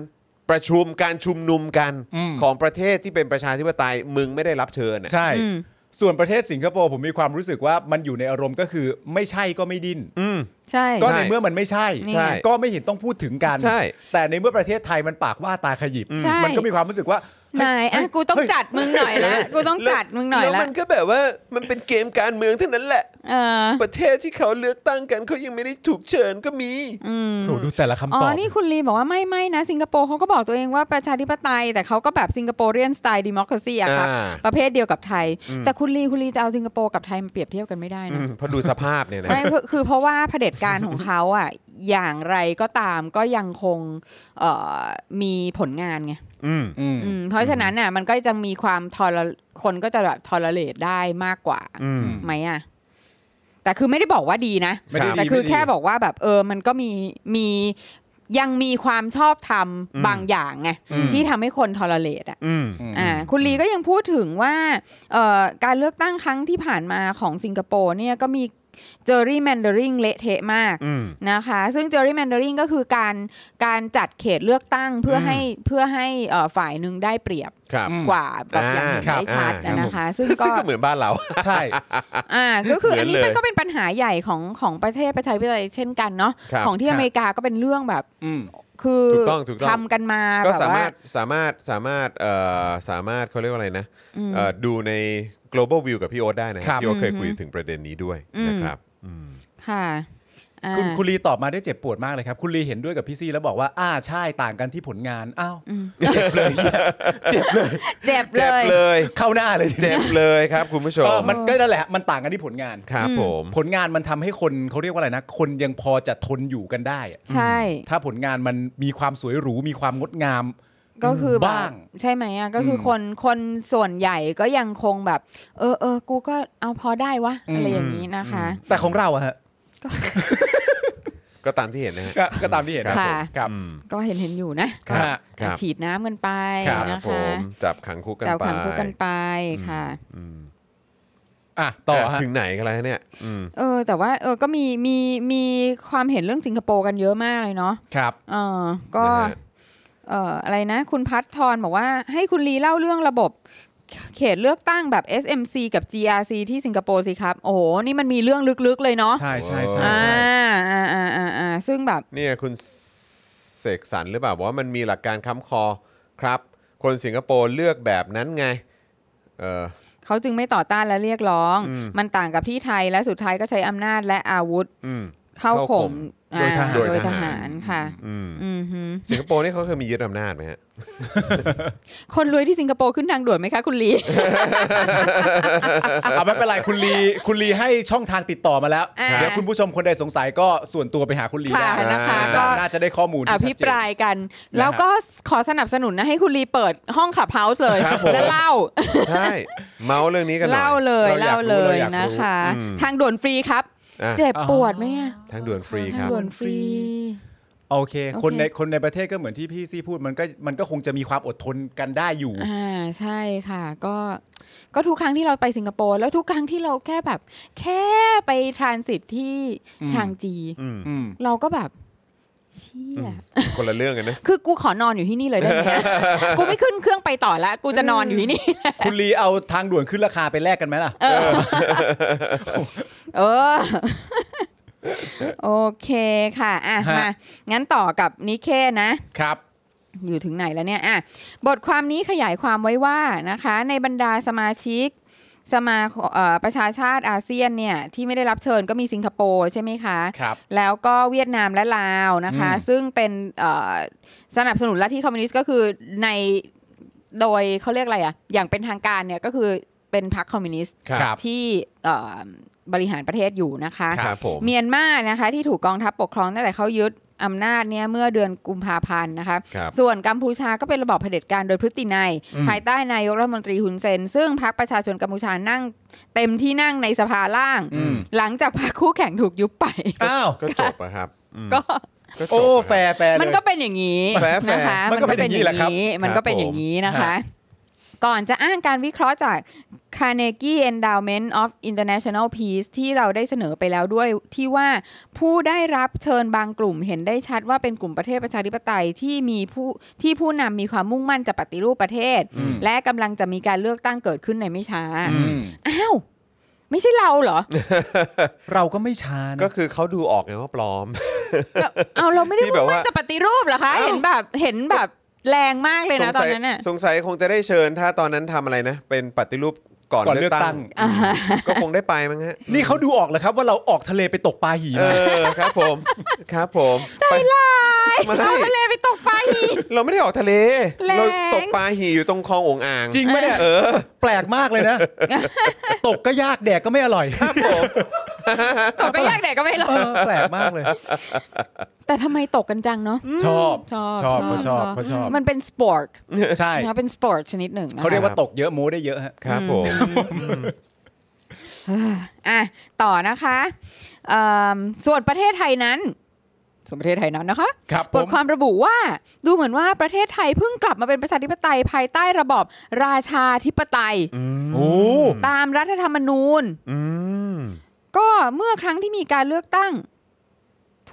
S1: ประชุมการชุมนุมกัน
S2: อืม
S1: ของประเทศที่เป็นประชาธิปไตยมึงไม่ได้รับเชิญอ่ะ
S2: ใช่
S3: อืม
S2: ส่วนประเทศสิงคโปร์ผมมีความรู้สึกว่ามันอยู่ในอารมณ์ก็คือไม่ใช่ก็ไม่ดิ้น
S1: อืม
S3: ใช่
S2: ก็ในเมื่อมันไม่ใช่
S3: นี่ไงใช่
S2: ก็ไม่เห็นต้องพูดถึงกัน
S1: ใช่
S2: แต่ในเมื่อประเทศไทยมันปากว่าตาขยิบ
S3: ใช่
S2: มันก็มีความรู้สึกว่า
S3: นายอ่ะกูต้องจัดมึงหน่อยละกูต้องจัดมึงหน่อย
S1: แล้ว
S3: ละ
S1: มันก็แบบว่ามันเป็นเกมการเมืองเท่านั้นแหละ
S3: เออ
S1: ประเทศที่เขาเลือกตั้งกันเขายังไม่ได้ถูกเชิญก็มี
S3: อืม
S2: หนูดูแต่ละคำตอบ
S3: อ๋อ นี่คุณลีบอกว่าไม่ไม่นะ สิงคโปร์เขาก็บอกตัวเองว่าประชาธิปไตย แต่เขาก็แบบสิงคโปรเรียนสไตล์ดิมคราซีอะครับ
S1: อ่า
S3: ประเภทเดียวกับไทย แต่คุณลีคุณลีจะเอาสิงคโปร์กับไทยมาเปรียบเทียบกันไม่ได้นะ
S1: เพอดูสภาพเนี่ยนะ
S3: ไม่ คือคือเพราะว่าเผด็จการของเขาอ่ะ อย่างไรก็ตามก็ยังคงเอ่อมีผลงานไง
S1: อืม
S2: อืม
S3: อืมเพราะฉะนั้นน่ะมันก็จะมีความทอรคนก็จะแบบทอรเลตได้มากกว่า
S1: อืม
S3: ไหมอ่ะแต่คือไม่ได้บอกว่าดีนะ
S2: ไม่ได้ดี
S3: แต่คือ
S2: ไม่ได้ดี
S3: แค่บอกว่าแบบเออมันก็มีมียังมีความชอบธรรมบางอย่างไงที่ทำให้คนทอรเลตอ่ะ
S1: อืม
S3: อ่าคุณลีก็ยังพูดถึงว่าเอ่อการเลือกตั้งครั้งที่ผ่านมาของสิงคโปร์เนี่ยก็มี เจอรี่แมนเดอริงเละเทะมาก
S2: อืม
S3: นะคะ ซึ่งเจอรี่แมนเดอริงก็คือการการจัดเขตเลือกตั้งเพื่ออ
S2: ม
S3: ให้เเพื่อให้เอ่อฝ่ายหนึ่งได้เปรียบ
S6: ครับ
S2: อืม
S3: กว่าแบบอย่างเห็น
S6: อ่า
S3: ได้ชัด
S6: ครับ
S3: นะคะ ซึ่งก็
S6: ซึ่งก็เหมือนบ้านเรา
S2: ใช่
S3: อ่าก็คืออันนี้
S6: เหมือนเลย
S3: มันก็เป็นปัญหาใหญ่ของของประเทศประชาธิปไตยเช่นกันเนาะ
S6: ครับ
S3: ของที่
S2: ครับ
S3: อเมริกาก็เป็นเรื่องแบบ
S2: อืม
S3: คือ
S6: ถูกต้องถูกต้อง
S3: ทำกันมา
S6: ก็
S3: แบบว่าม
S6: สาารถสามารถสามารถเอ่อสามารถเขาเรียกว่าอะไรนะ
S3: อืม
S6: เอ่อดูใน global view กับพี่โอ๊ตได้นะค
S2: ครั
S6: รับบ พี่โอ๊ตเคย
S3: อือฮึ
S6: คุยถึงประเด็นนี้ด้วย
S3: อืม
S6: นะครับอืม
S3: ค่ะอ่า
S2: คุณคุณลีตอบมาได้เจ็บปวดมากเลยครับ คุณลีเห็นด้วยกับพี่ซี่แล้วบอกว่า อ่าใช่ต่างกันที่ผลงาน อ้าว
S3: อืม
S2: เจ็บเลยเหี้ยเจ็บเลย
S3: เจ็บเล
S6: เจ็บ
S3: ย
S6: เลย
S2: เข้าหน้าเลย
S6: เจ็บเลยครับคุณผู้ช
S2: เอ
S6: ม
S2: อมันก็นั่นแหละ มันต่างกันที่ผลงาน
S6: ครับผม
S2: ผลงานมันทำให้คนเขาเรียกว่าอะไรนะ คนยังพอจะทนอยู่กันได้อะ
S3: ใช่
S2: ถ้าผลงานมันมีความสวยหรู มีความงดงาม
S3: ก็คือแบบ
S2: บ้าง
S3: ใช่ไหมอ่ะก็คืออ
S2: ม
S3: คนคนส่วนใหญ่ก็ยังคงแบบ เออเออกูก็เอาพอได้วะอะไร
S2: อืม
S3: อย่างนี้นะคะ
S2: แต่ของเราอะฮะ
S6: ก็ตามที่เห็นนะฮะ
S2: ก็ก็ตามที่เห็น
S3: ค่ะ
S2: ครับ
S6: อืม
S3: ก็เห็นเห็นอยู่นะครับ
S2: ฮะ
S6: ครับ
S3: ฉีดน้ำกันไป
S6: ครับ
S3: นะ
S6: ผ
S3: คะ
S6: มจับขังคุกกัน
S3: จับ
S6: ไป
S3: ขังคู่กันไปค่ะ
S6: อืม
S2: อ่ะต่อฮะ
S6: ถึงไหนกันแล้วเนี่ยอืม
S3: เออแต่ว่าเออก็มีมีมีความเห็นเรื่องสิงคโปร์กันเยอะมากเลยเนาะ
S2: ครับ
S3: เออก็
S6: นะฮะ
S3: เอออะไรนะ คุณพัฒทรบอกว่าให้คุณลีเล่าเรื่องระบบเขตเลือกตั้งแบบ SMC กับ GRC ที่สิงคโปร์สิครับ โอ้โห นี่มันมีเรื่องลึกๆเลยเนาะ
S2: ใช่ใช่ใช่
S3: อ่า
S2: ใช่
S3: อ่าอ่าอ่าอ่าซึ่งแบบ
S6: เนี่ยคุณเสกสรรหรือเปล่าบอกว่ามันมีหลักการค้ำคอครับ คนสิงคโปร์เลือกแบบนั้นไงเออ
S3: เขาจึงไม่ต่อต้านและเรียกร้อง
S6: อืม
S3: มันต่างกับที่ไทยและสุดท้ายก็ใช้อำนาจและอาวุธ
S6: อืม
S3: เข้า
S6: เข้าข่
S3: ข่
S6: ม
S3: มอ่า
S6: โดยทหาร
S3: โดยทหารค่ะ
S6: อืม
S3: อือหือ
S6: สิงคโปร์นี่เขาเคยมียึดอำนาจไหม ฮะ
S3: คนรวยที่สิงคโปร์ขึ้นทางด่วนไหมคะคุณลี
S2: เอาไม่เป็นไรคุณลีคุณลีให้ช่องทางติดต่อมาแล้ว
S3: อ่า
S2: เดี๋ยวคุณผู้ชมคนใดสงสัยก็ส่วนตัวไปหาคุณลี
S3: ค่ะ
S2: ได้
S3: นะคะ
S6: ได้
S3: ก็
S2: น่าจะได้ข้อมูล
S3: อ
S2: ที่ชัดเจน
S3: ภิปรายกัน แล้วก็ขอสนับสนุนนะให้คุณลีเปิดห้องขับเฮาส์เลย
S6: ครับผม
S3: แล้วเล่า
S6: ใช่เมาส์เรื่องนี้กันหน่
S3: เล่า
S6: อย
S3: เลย
S2: เราอยาก
S3: เล่า
S2: รู้
S3: เลย
S2: เราอยากรู้
S3: นะคะ
S6: อืม
S3: ทางด่วนฟรีครับ
S6: อ่ะ
S3: เจ็บ
S2: อ๋อ
S3: ปวดไหมอะ
S6: ทางด่วนฟรีค
S3: ทาง
S6: รับ
S3: ด่วนฟรี
S2: โอเค
S3: โอเค
S2: คนในคนในประเทศก็เหมือนที่พี่ซี่พูดมันก็มันก็คงจะมีความอดทนกันได้อยู่
S3: อ่าใช่ค่ะ ก็ก็ทุกครั้งที่เราไปสิงคโปร์แล้วทุกครั้งที่เราแค่แบบ แค่ไปทรานสิตที่
S2: อืม
S3: ชางจี
S6: อืม
S2: อืม
S3: เราก็แบบเชี่ย
S6: คนละเรื่องกันนะ
S3: คือกูขอนอนอยู่ที่นี่เลยได้ไหม กูไม่ขึ้นเครื่องไปต่อละกูจะนอนอยู่ที่นี่
S2: คุณลีเอาทางด่วนขึ้นราคาไปแลกกันไหมล่ะ
S3: เออ โอเคค่ะ อ่ะ
S2: ฮะ
S3: มา งั้นต่อกับนิเคนะ
S2: ครับ
S3: อยู่ถึงไหนแล้วเนี่ย อ่ะ บทความนี้ขยายความไว้ว่านะคะ ในบรรดาสมาชิก สมาคเอ่อประชาชาติอาเซียนเนี่ย ที่ไม่ได้รับเชิญก็มีสิงคโปร์ใช่ไหมคะ
S2: ครับ
S3: แล้วก็เวียดนามและลาวนะคะ
S2: อืม
S3: ซึ่งเป็นเอ่อสนับสนุนลัทธิคอมมิวนิสต์ก็คือในโดยเขาเรียกอะไรอะอย่างเป็นทางการเนี่ยก็คือเป็นพรรคคอมมิวนิสต์
S6: ครับ
S3: ที่เอ่อบริหารประเทศอยู่นะคะ
S6: ครับผม
S3: เมียนมานะคะที่ถูกกองทัพปกครองตั้งแต่เขายึดอำนาจเนี่ยเมื่อเดือนกุมภาพันธ์นะคะ
S6: ครับ
S3: ส่วนกัมพูชาก็เป็นระบอบเผด็จการโดยพฤตินัย ภายใต้นายกรัฐมนตรีฮุนเซน ซึ่งพรรคประชาชนกัมพูชานั่งเต็มที่นั่งในสภาล่าง
S2: อืม
S3: หลังจากพรรคคู่แข่งถูกยุบไป
S2: อ้าว
S6: ก็จบอะครับอืม
S3: ก็
S6: ก็จบ
S2: โอ้
S6: อะครับ
S2: แฟร์แฟร์เลย
S3: มันก็เป็นอย่างนี้
S6: แฟร์ๆ
S3: นะคะ
S2: มันก็เป็นอย่างนี้แหละครับ
S3: มันก็เป็น
S6: ครับผม
S3: อย่างนี้นะคะ ก่อนจะอ้างการวิเคราะห์จาก Carnegie Endowment of International Peace ที่เราได้เสนอไปแล้วด้วยที่ว่าผู้ได้รับเชิญบางกลุ่มเห็นได้ชัดว่าเป็นกลุ่มประเทศประชาธิปไตยที่มีผู้ที่ผู้นำมีความมุ่งมั่นจะปฏิรูปประเทศ
S2: อืม
S3: และกำลังจะมีการเลือกตั้งเกิดขึ้นในไม่ช้า
S2: อืม
S3: อ้าวไม่ใช่เราเหรอ
S2: เราก็ไม่ช้านะ
S6: ก็คือเขาดูออกไงว่าปลอม
S3: แล้วเอาเราไม่ได้
S6: ที่
S3: มุ่
S6: แบบ
S3: ง
S6: ว่า
S3: มั่นจะปฏิรูปเหรอคะ
S6: เอ้า
S3: เห็นแบบเห็นแบบแรงมากเลย
S6: ส
S3: นะ
S6: ง
S3: ตอ
S6: สั
S3: น
S6: ย
S3: นั้นน่ะ
S6: สงสัยคงจะได้เชิญถ้าตอนนั้นทำอะไรนะ เป็นปฏิรูปก่อน
S2: ก่อน
S6: เลือก
S2: เลือกตั้
S6: ตั้ง
S2: ง
S6: อืมก็คงได้ไปมั้งฮะ
S2: นี่เขาดูออกเลยครับว่าเราออกทะเลไปตกปลาหี
S6: เอ
S2: มา
S6: อครับผม ครับผมใจร้ายไม่
S3: เอาทะเลไปตกปลาหี
S6: เราไม่ได้ออกทะเล
S3: แรง
S6: เราตกปลาหีอยู่ตรงคลององอ่าง
S2: จริงไหมเนี่ย
S6: เออ
S2: แปลกมากเลยนะ ตกก็ยากแดกก็ไม่อร่อย
S6: ครับผม
S3: ตกก็ยากแดกก็ไม่หรอก
S2: เออแปลกมากเลย
S3: แต่ทำไมตกกันจังเนาะ
S2: ชอบ
S3: ชอบ
S2: ชอบเขาชอบเขาชอบ
S3: มันเป็นสปอร์ต
S2: ใช่
S3: นะเป็นสปอร์ตชนิดหนึ่งนะคะ
S2: เขาเรียกว่าตกเยอะโม้ได้เยอะฮะ
S6: ครับผม
S3: อ่ะต่อนะคะเอิ่มส่วนประเทศไทยนั้นส่วนประเทศไทยนั้นนะคะ
S2: ครับผ
S3: บท
S2: ม
S3: ความระบุว่าดูเหมือนว่าประเทศไทยเพิ่งกลับมาเป็นประชาธิปไตยภายใต้ระบอบราชาธิปไตย
S6: อืม
S2: โอ้
S3: ตามรัฐธรรมนูญ
S6: อืม
S3: ก็เมื่อครั้งที่มีการเลือกตั้ง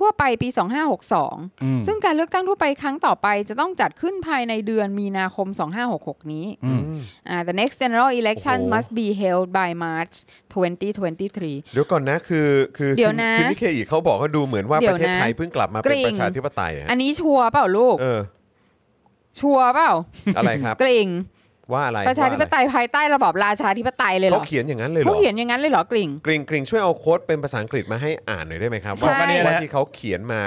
S3: ทั่วไปปี 2562
S2: อืม
S3: ซึ่งการเลือกตั้งทั่วไปครั้งต่อไปจะต้องจัดขึ้นภายในเดือนมีนาคม 2566 นี้
S2: อืม
S3: อ่า the next general election
S6: โอ้โห
S3: must be held by March 2023
S6: เดี๋ยวก่อนนะคือคือ
S3: เดี๋ยวนะ
S6: คือนิเคอีเขาบอกเขาดูเหมือนว่า
S3: เดี๋
S6: ป
S3: ยว
S6: ระ
S3: นะ
S6: เทศไทยเพิ่งกลับมาเป็น
S3: กริ่ง
S6: ประชาธิปไตยอะ
S3: อันนี้ชัวร์เปล่าลูก
S6: เออ
S3: ชัวร์เปล่า
S6: อะไรครับ
S3: เกรง
S6: ว่าอะไร
S3: ประชาธิปไตยภายใต้ระบอบราชาธิปไตยเลย
S6: ว่า
S3: เหร
S6: อะไรเขา
S3: อ
S6: เขียนอย่างนั้นเลยเหร
S3: เขา
S6: อ
S3: เขียนอย่างนั้นเลยเหรอกริ่ง
S6: กริงกริงช่วยเอาโค้ดเป็นภาษาอังกฤษมาให้อ่านหน่อยได้ไหมครับ
S3: ใช่
S6: ว่าว่าที่เขาเขียนมา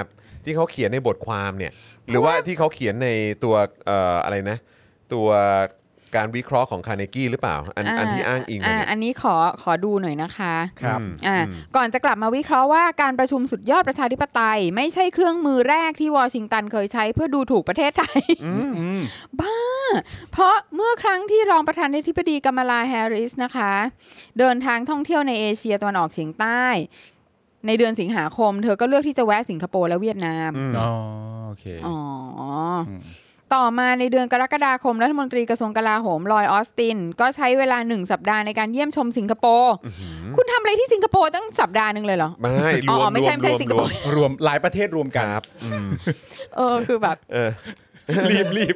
S6: ที่เขาเขียนในบทความเนี่ย หรือว่าที่เขาเขียนในตัวเอ่ออะไรนะ ตัวการวิเคราะห์ของคาร์เนกี้หรือเปล่า อันอันที่อ้างอิงมา
S3: อ่า
S6: เนี่ย
S3: อันนี้ขอขอดูหน่อยนะคะ
S2: ครับ
S3: อ่าก่อนจะกลับมาวิเคราะห์ว่าการประชุมสุดยอดประชาธิปไตย ไม่ใช่เครื่องมือแรกที่วอชิงตันเคยใช้เพื่อดูถูกประเทศไทย
S2: อืม
S3: เพราะเมื่อครั้งที่รองประธานาธิบดีกัมมาลาแฮร์ริสนะคะ เดินทางท่องเที่ยวในเอเชียตะวันออกเฉียงใต้ ในเดือนสิงหาคม เธอก็เลือกที่จะแวะสิงคโปร์และเวียดนาม
S2: อ๋อโอเค
S3: อ๋ออ
S2: ม
S3: ต่อมาในเดือนกรกฎาคมรัฐมนตรีกระทรวงกลาโหมลอยออสติน ก็ใช้เวลาหนึ่งสัปดาห์ในการเยี่ยมชมสิงคโปร์ คุณทำอะไรที่สิงคโปร์ตั้งสัปดาห์หนึ่งเลยเหรอ
S6: ไม่ร
S3: อ๋
S6: ว
S3: อ
S6: ม
S3: ไม่ใช่
S6: รว
S3: ไม่ใช่สิงคโปร์
S6: วม
S2: รวมหลายประเทศรวม
S6: ค
S2: กัน
S6: รับอืม
S3: เออคือแบบ
S6: เออ
S2: รีบรีบ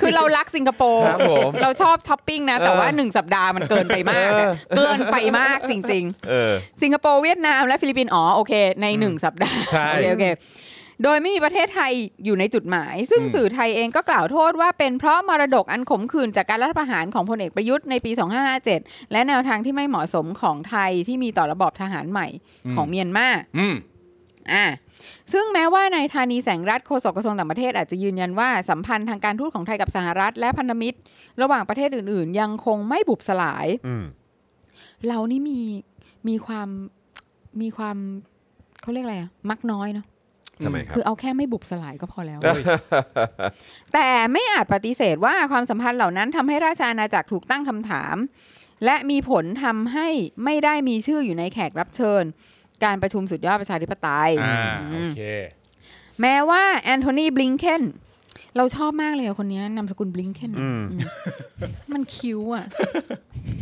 S3: คือเรารักสิงคโปร์
S6: ครับผม
S3: เราชอบช้อปปิ้งนะ แต่ว่า
S6: เออ
S3: หนึ่งสัปดาห์มันเกินไปมากอะ
S6: เออ
S3: เกินไปมากจริง ๆ
S6: เออ
S3: สิงคโปร์เวียดนามและฟิลิปปินส์อ๋อโอเค ในหนึ่งสัปดาห์
S2: ใช่
S3: โอเคโอเคโดยไม่มีประเทศไทยอยู่ในจุดหมาย ซึ่งสื่อไทยเองก็กล่าวโทษว่าเป็นเพราะมรดกอันขมขื่นจากการรัฐประหารของพลเอกประยุทธ์ในปี 2557 และแนวทางที่ไม่เหมาะสมของไทยที่มีต่อระบอบทหารใหม่ของเมียนมา
S2: อืม
S3: อ่าซึ่งแม้ว่านายธานีแสงรัฐโฆษกกระทรวงต่างประเทศอาจจะยืนยันว่าสัมพันธ์ทางการทูตของไทยกับสหรัฐ และพันธมิตร ระหว่างประเทศอื่น ๆ ยังคงไม่บุบสลาย
S6: อืม
S3: เรานี่มีมีความมีความเขาเรียกอะไรอะมักน้อยเนาะ
S6: ทำไมครับ
S3: คือเอาแค่ไม่บุบสลายก็พอแล้ว แต่ไม่อาจปฏิเสธว่าความสัมพันธ์เหล่านั้นทำให้ราชอาณาจักรถูกตั้งคำถาม และมีผลทำให้ไม่ได้มีชื่ออยู่ในแขกรับเชิญ การประชุมสุดยอดประชาธิปไตย
S2: อ่า
S3: อื
S2: โอ
S3: ม
S2: เค
S3: แม้ว่าแอนโทนีบลิงเคนเราชอบมากเลยอะคนนี้นามสกุลบลิงเคน
S6: อืม
S3: มันคิ้วอ่ะ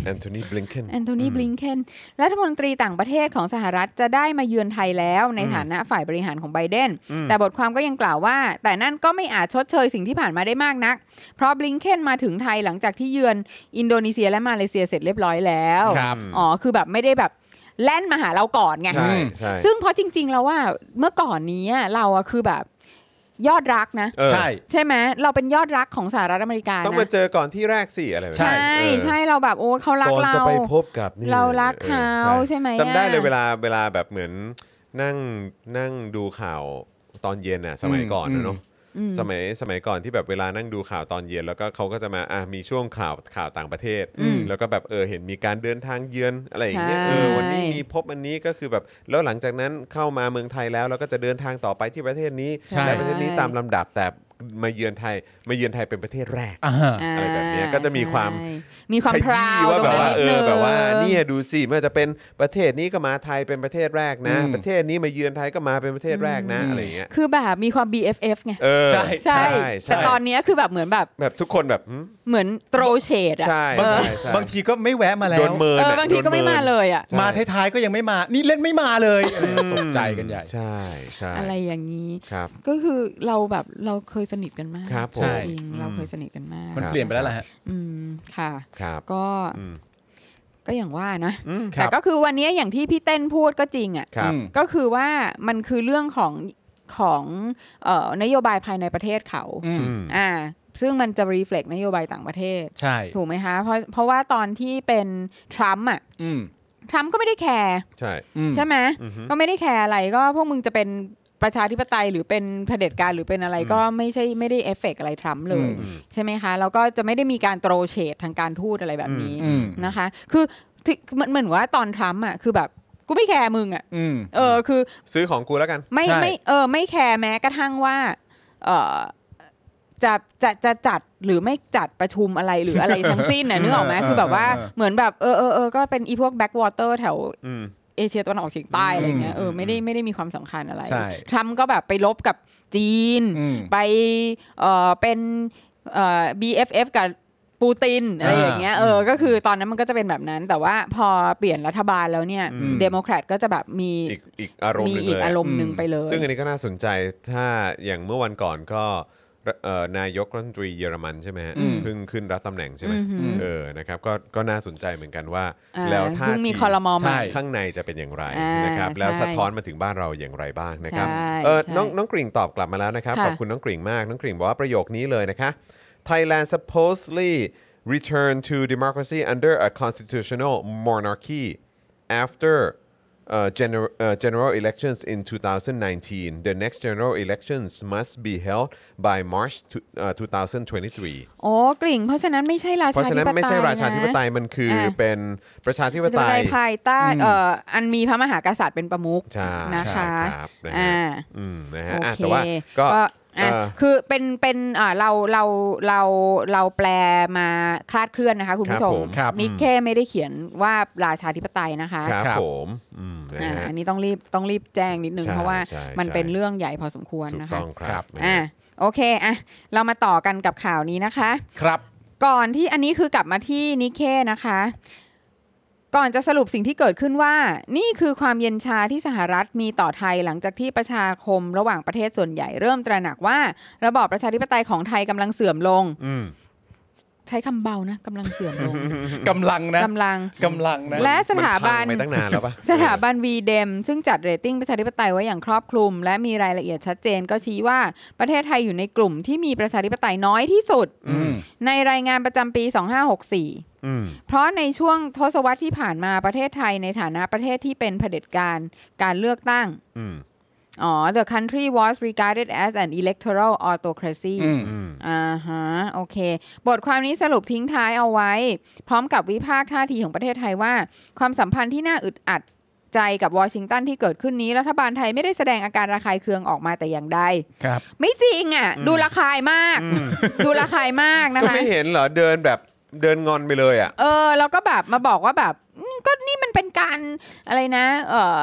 S6: แอนโทนีบลิงเคน
S3: แอนโทนีบลิงเคนรัฐมนตรีต่างประเทศของสหรัฐจะได้มาเยือนไทยแล้วในฐานะฝ่ายบริหารของไบเดน แต่บทความก็ยังกล่าวว่า แต่นั่นก็ไม่อาจชดเชยสิ่งที่ผ่านมาได้มากนัก เพราะบลิงเคนมาถึงไทยหลังจากที่เยือนอินโดนีเซียและมาเลเซียเสร็จเรียบร้อยแล้ว
S6: ครับ
S3: อ๋อคือแบบไม่ได้แบบแล่นมาหาเราก่อนไง
S6: ใช่ใช่
S3: ซึ่งเพราะจริง ๆ แล้วว่าเมื่อก่อนนี้อะเราอะคือแบบยอดรักนะ
S6: เออ
S2: ใช่
S3: ใช่ไหมเราเป็นยอดรักของสหรัฐอเมริกา
S6: ต้องมา
S3: นะ
S6: เจอก่อนที่แรกสิอะไรแบบนี้
S3: ใช่
S6: เออ
S3: ใช่เราแบบโอ้เขารัก
S6: ก่อน
S3: เรา
S6: จะไปพบกับนี่
S3: เรารัก
S6: ออ
S3: เขาใช่ไหมอะ
S6: จำได้เลยเวลาเวลาแบบเหมือนนั่งนั่งดูข่าวตอนเย็นน่ะสมัยก่อน
S2: อืม
S6: นะเนาะสมัยสมัยก่อนที่แบบเวลานั่งดูข่าวตอนเย็น แล้วก็เขาก็จะมาอ่ะมีช่วงข่าวข่าวต่างประเทศ แล้วก็แบบเออเห็นมีการเดินทางเยือนอะไรอย่างเงี้ย
S3: ใช่
S6: เออวันนี้มีพบอันนี้ก็คือแบบแล้วหลังจากนั้นเข้ามาเมืองไทยแล้วแล้วก็จะเดินทางต่อไปที่ประเทศนี้
S2: ใช่
S6: และประเทศนี้ตามลำดับแต่มาเยือนไทยมาเยือนไทยเป็นประเทศแรก
S2: อ่า
S6: อะไรแบบเนี้ย
S3: อ่า
S6: ก็จะมีความ
S3: ใช่มีความพราว
S6: ว่า
S3: ตรง
S6: แบบ
S3: นั้นนิด
S6: ว่าเอ
S3: นึ
S6: อง แบบว่าเนี่ยดูสิไม่ว่าจะเป็นประเทศนี้ก็มาไทยเป็นประเทศแรกนะ
S2: อืม
S6: ประเทศนี้มาเยือนไทยก็มาเป็นประเทศแรกนะอะไรอย่างเงี้ย
S3: คือแบบมีความ BFF ไง
S6: เออ
S2: ใช่
S3: ใช่แต่
S6: ใช่
S3: ตอนเนี้ยคือแบบเหมือนแบบ
S6: แบบทุกคนแบบหืม
S3: เหมือนโตรเชดอะ
S6: ใช่
S2: บาง
S6: ใช่
S2: ที
S6: ใช่
S2: บางทีก็ไม่แวะมาแล้
S6: โด
S2: ว
S6: นเมิน
S3: เออ
S6: อะ
S3: บางทีก็ไม่มาเลยอะ
S2: มาท้ายๆก็ยังไม่มา นี่เล่นไม่มาเลยตกใจกันใหญ่
S6: ใช่ใช่
S3: อะไรอย่างนี้
S6: ครับ
S3: ก็คือเราแบบเราเคยสนิทกันมาก
S6: ครับผม
S3: จริงๆเราเคยสนิทกันมาก
S2: มันเปลี่ยนไปแล้วแหละฮะ
S3: อืมค่ะ
S6: ครับ
S3: ก็
S6: อืม
S3: ก็อย่างว่านะ
S2: ครั
S3: แต่
S2: บ
S3: ก็คือวันนี้อย่างที่พี่เต้นพูดก็จริงอะ
S6: ครับ
S2: อืม
S3: ก็คือว่ามันคือเรื่องของของเอ่อนโยบายภายในประเทศเขา
S2: อืม
S6: อืม
S3: อ่าซึ่งมันจะรีเฟล็กนโยบายต่างประเทศ
S2: ใช่
S3: ถูกไหมคะเพราะเพราะว่าตอนที่เป็นทรัมป์อะ
S2: อืม
S3: ทรัมป์ก็ไม่ได้แคร์
S6: ใช่
S2: อืม
S3: ใช่ไหม
S6: อือฮึ
S3: ก็ไม่ได้แคร์อะไรก็พวกมึงจะเป็นประชาธิปไตยหรือเป็นเผด็จการหรือเป็นอะไรก็ไม่ใช่ไม่ได้เอฟเฟกต์อะไรทรัมป์เลย
S6: อืม
S3: ใช่ไหมคะแล้วก็จะไม่ได้มีการโตรเชดทางการทูตอะไรแบบนี้
S2: อืม
S3: นะคะคือที่เหมือนเหมือนว่าตอนทรัมป์อ่ะคือแบบกูไม่แคร์มึงอ่ะ
S2: อืม
S3: เออคือ
S6: ซื้อของกูแล้วกัน
S3: ไม่
S2: ใช่
S3: ไม่เออไม่แคร์แม้กระทั่งว่าเออจะจะจะจัดหรือไม่จัดประชุมอะไรหรืออะไรทั้งสิ้นน่ะนึกออกไหม
S2: เออ
S3: คือแบบว่า
S2: เออเออ
S3: เหมือนแบบเออเออเออก็เป็นอีพวกแบ็กวอเตอร์แถว
S6: อืม
S3: เอเชียตะวันออกเฉียงใต้อะไรเงี้ย
S2: อืม
S3: เออไม่ได้ไม่ได้มีความสำคัญอะไร
S2: ใช่
S3: ทรัมป์ก็แบบไปลบกับจีน
S2: อืม
S3: ไปเออเป็นเออ BFF กับ ปูตินอะไรอย่างเงี้ยเอออ
S2: ม
S3: ก็คือตอนนั้นมันก็จะเป็นแบบนั้น แต่ว่าพอเปลี่ยนรัฐบาลแล้วเนี่ย
S2: อืม
S3: เดโมแครตก็จะแบบมี
S6: อีกอีกอารม
S3: มี
S6: ณ์หนึ่ง
S3: อีก
S6: เลย
S3: อารมณ์หนึ่งไปเลย
S6: ซึ่งอันนี้ก็น่าสนใจถ้าอย่างเมื่อวันก่อนก็เอ่อนายกรัฐมนตรีเยอรมันใช่ไหมฮะ
S2: อืม
S6: เพิ่งขึ้นรับตำแหน่งใช่ไหม
S3: อือหือ
S6: เออนะครับก็ก็น่าสนใจเหมือนกันว่า
S3: อ่า
S6: แล้วท่า
S3: เพิ่งมี
S6: ที
S3: คอรมอใหม่
S2: ใช่
S6: ข้างในจะเป็นอย่างไร
S3: อ่าน
S6: นะครับ
S3: ใช่
S6: แล้วสะท้อนมาถึงบ้านเราอย่างไรบ้างนะครับ
S3: ใช่
S6: เออ
S3: ใช่
S6: น้องน้องกริ่งตอบกลับมาแล้วนะครับ
S3: ค่ะ
S6: ขอบคุณน้องกริ่งมากน้องกริ่งบอกว่าประโยคนี้เลยนะคะ Thailand supposedly return to democracy under a constitutional monarchy after uh, general, uh, general elections in 2019 the next general elections must be held by March to, uh, 2023
S3: โอ้กลิ่ง เพราะฉะนั้นไม่ใช่รา
S6: เพราะ
S3: ชา
S6: ฉะ
S3: ธิ
S6: นั้น
S3: ป
S6: ไม่
S3: ไต
S6: ใช่
S3: ย
S6: ราชาธิปไต
S3: นะ
S6: ยมันคือ
S3: อ่า
S6: เป็นประชาธิป
S3: ประชาธิป
S6: ไต
S3: ไตย
S6: ย
S3: ภายใต้เอ่ออันมีพระมหากษัตริย์เป็นประมุข
S6: ใช่
S3: นะคะ
S6: ใช่ครับนะฮะ
S3: อ่า
S6: อืมนะฮะ
S3: โอเค
S6: อ่ะแต่ว่าก็
S3: อ่ะ
S6: เอ่อ
S3: คือเป็นเป็นอ่าเราเราเราเราแปลมาคลาดเคลื่อนนะคะ คุณผู้ชม
S6: ครับผมครับ
S3: นิกเค่ไม่ได้เขียนว่าราชาธิปไตยนะคะ
S6: ครับ
S2: ครับ
S6: ผมอืมนะ
S3: อ่า
S6: ฮะ
S3: อันนี้ต้องรีบต้องรีบแจ้งนิดนึง
S6: ใช่
S3: เพราะว่า
S6: ใช่
S3: มัน
S6: ใช่
S3: เป็นเรื่องใหญ่พอสมควร
S6: ถูก
S3: นะคะ
S6: ต้องครับนะ
S3: อ่า
S6: ฮะ
S3: โอเคอ่ะเรามาต่อกันกับข่าวนี้นะคะ
S2: ครับ
S3: ก่อนที่อันนี้คือกลับมาที่นิเคนะคะ ก่อนจะสรุปสิ่งที่เกิดขึ้นว่า นี่คือความเย็นชาที่สหรัฐมีต่อไทยหลังจากที่ประชาคมระหว่างประเทศส่วนใหญ่เริ่มตระหนักว่า ระบอบประชาธิปไตยของไทยกำลังเสื่อมลง
S6: อืม
S3: ใช้คำเบานะกำลังเสื่อมลง
S2: กำลังนะ
S3: กำลัง
S2: กำลังนะ
S3: และสถาบัน
S6: มัพังไปตั้งนานแล้วปะ
S3: สถาบันวีเดมซึ่งจัดเรตติ้งประชาธิปไตยไว้อย่างครอบคลุม และมีรายละเอียดชัดเจนก็ชี้ว่าประเทศไทยอยู่ในกลุ่มที่มีประชาธิปไตยน้อยที่สุด
S2: อืม
S3: ในรายงานประจำปี 2564
S6: อืม
S3: เพราะในช่วงทศวรรษที่ผ่านมาประเทศไทยในฐานะประเทศที่เป็นเผด็จการการเลือกตั้ง
S6: อืม
S3: อ๋อ the country was regarded as an electoral autocracy
S2: อืม
S6: อืม
S3: อ่าฮะ โอเค บทความนี้สรุปทิ้งท้ายเอาไว้ พร้อมกับวิพากษ์ท่าทีของประเทศไทยว่า ความสัมพันธ์ที่น่าอึดอัดใจกับวอชิงตันที่เกิดขึ้นนี้ รัฐบาลไทยไม่ได้แสดงอาการระคายเคืองออกมาแต่อย่างใด
S2: ครับ
S3: ไม่จริงอ่ะ ดูระคายมาก ดูระคายมากนะ
S6: ก็
S3: คะ
S6: ไม่เห็นเหรอเดินแบบเดินงอนไปเลยอ่ะ
S3: เออแล้วก็แบบมาบอกว่าแบบอืมก็นี่มันเป็นการอะไรนะ เออ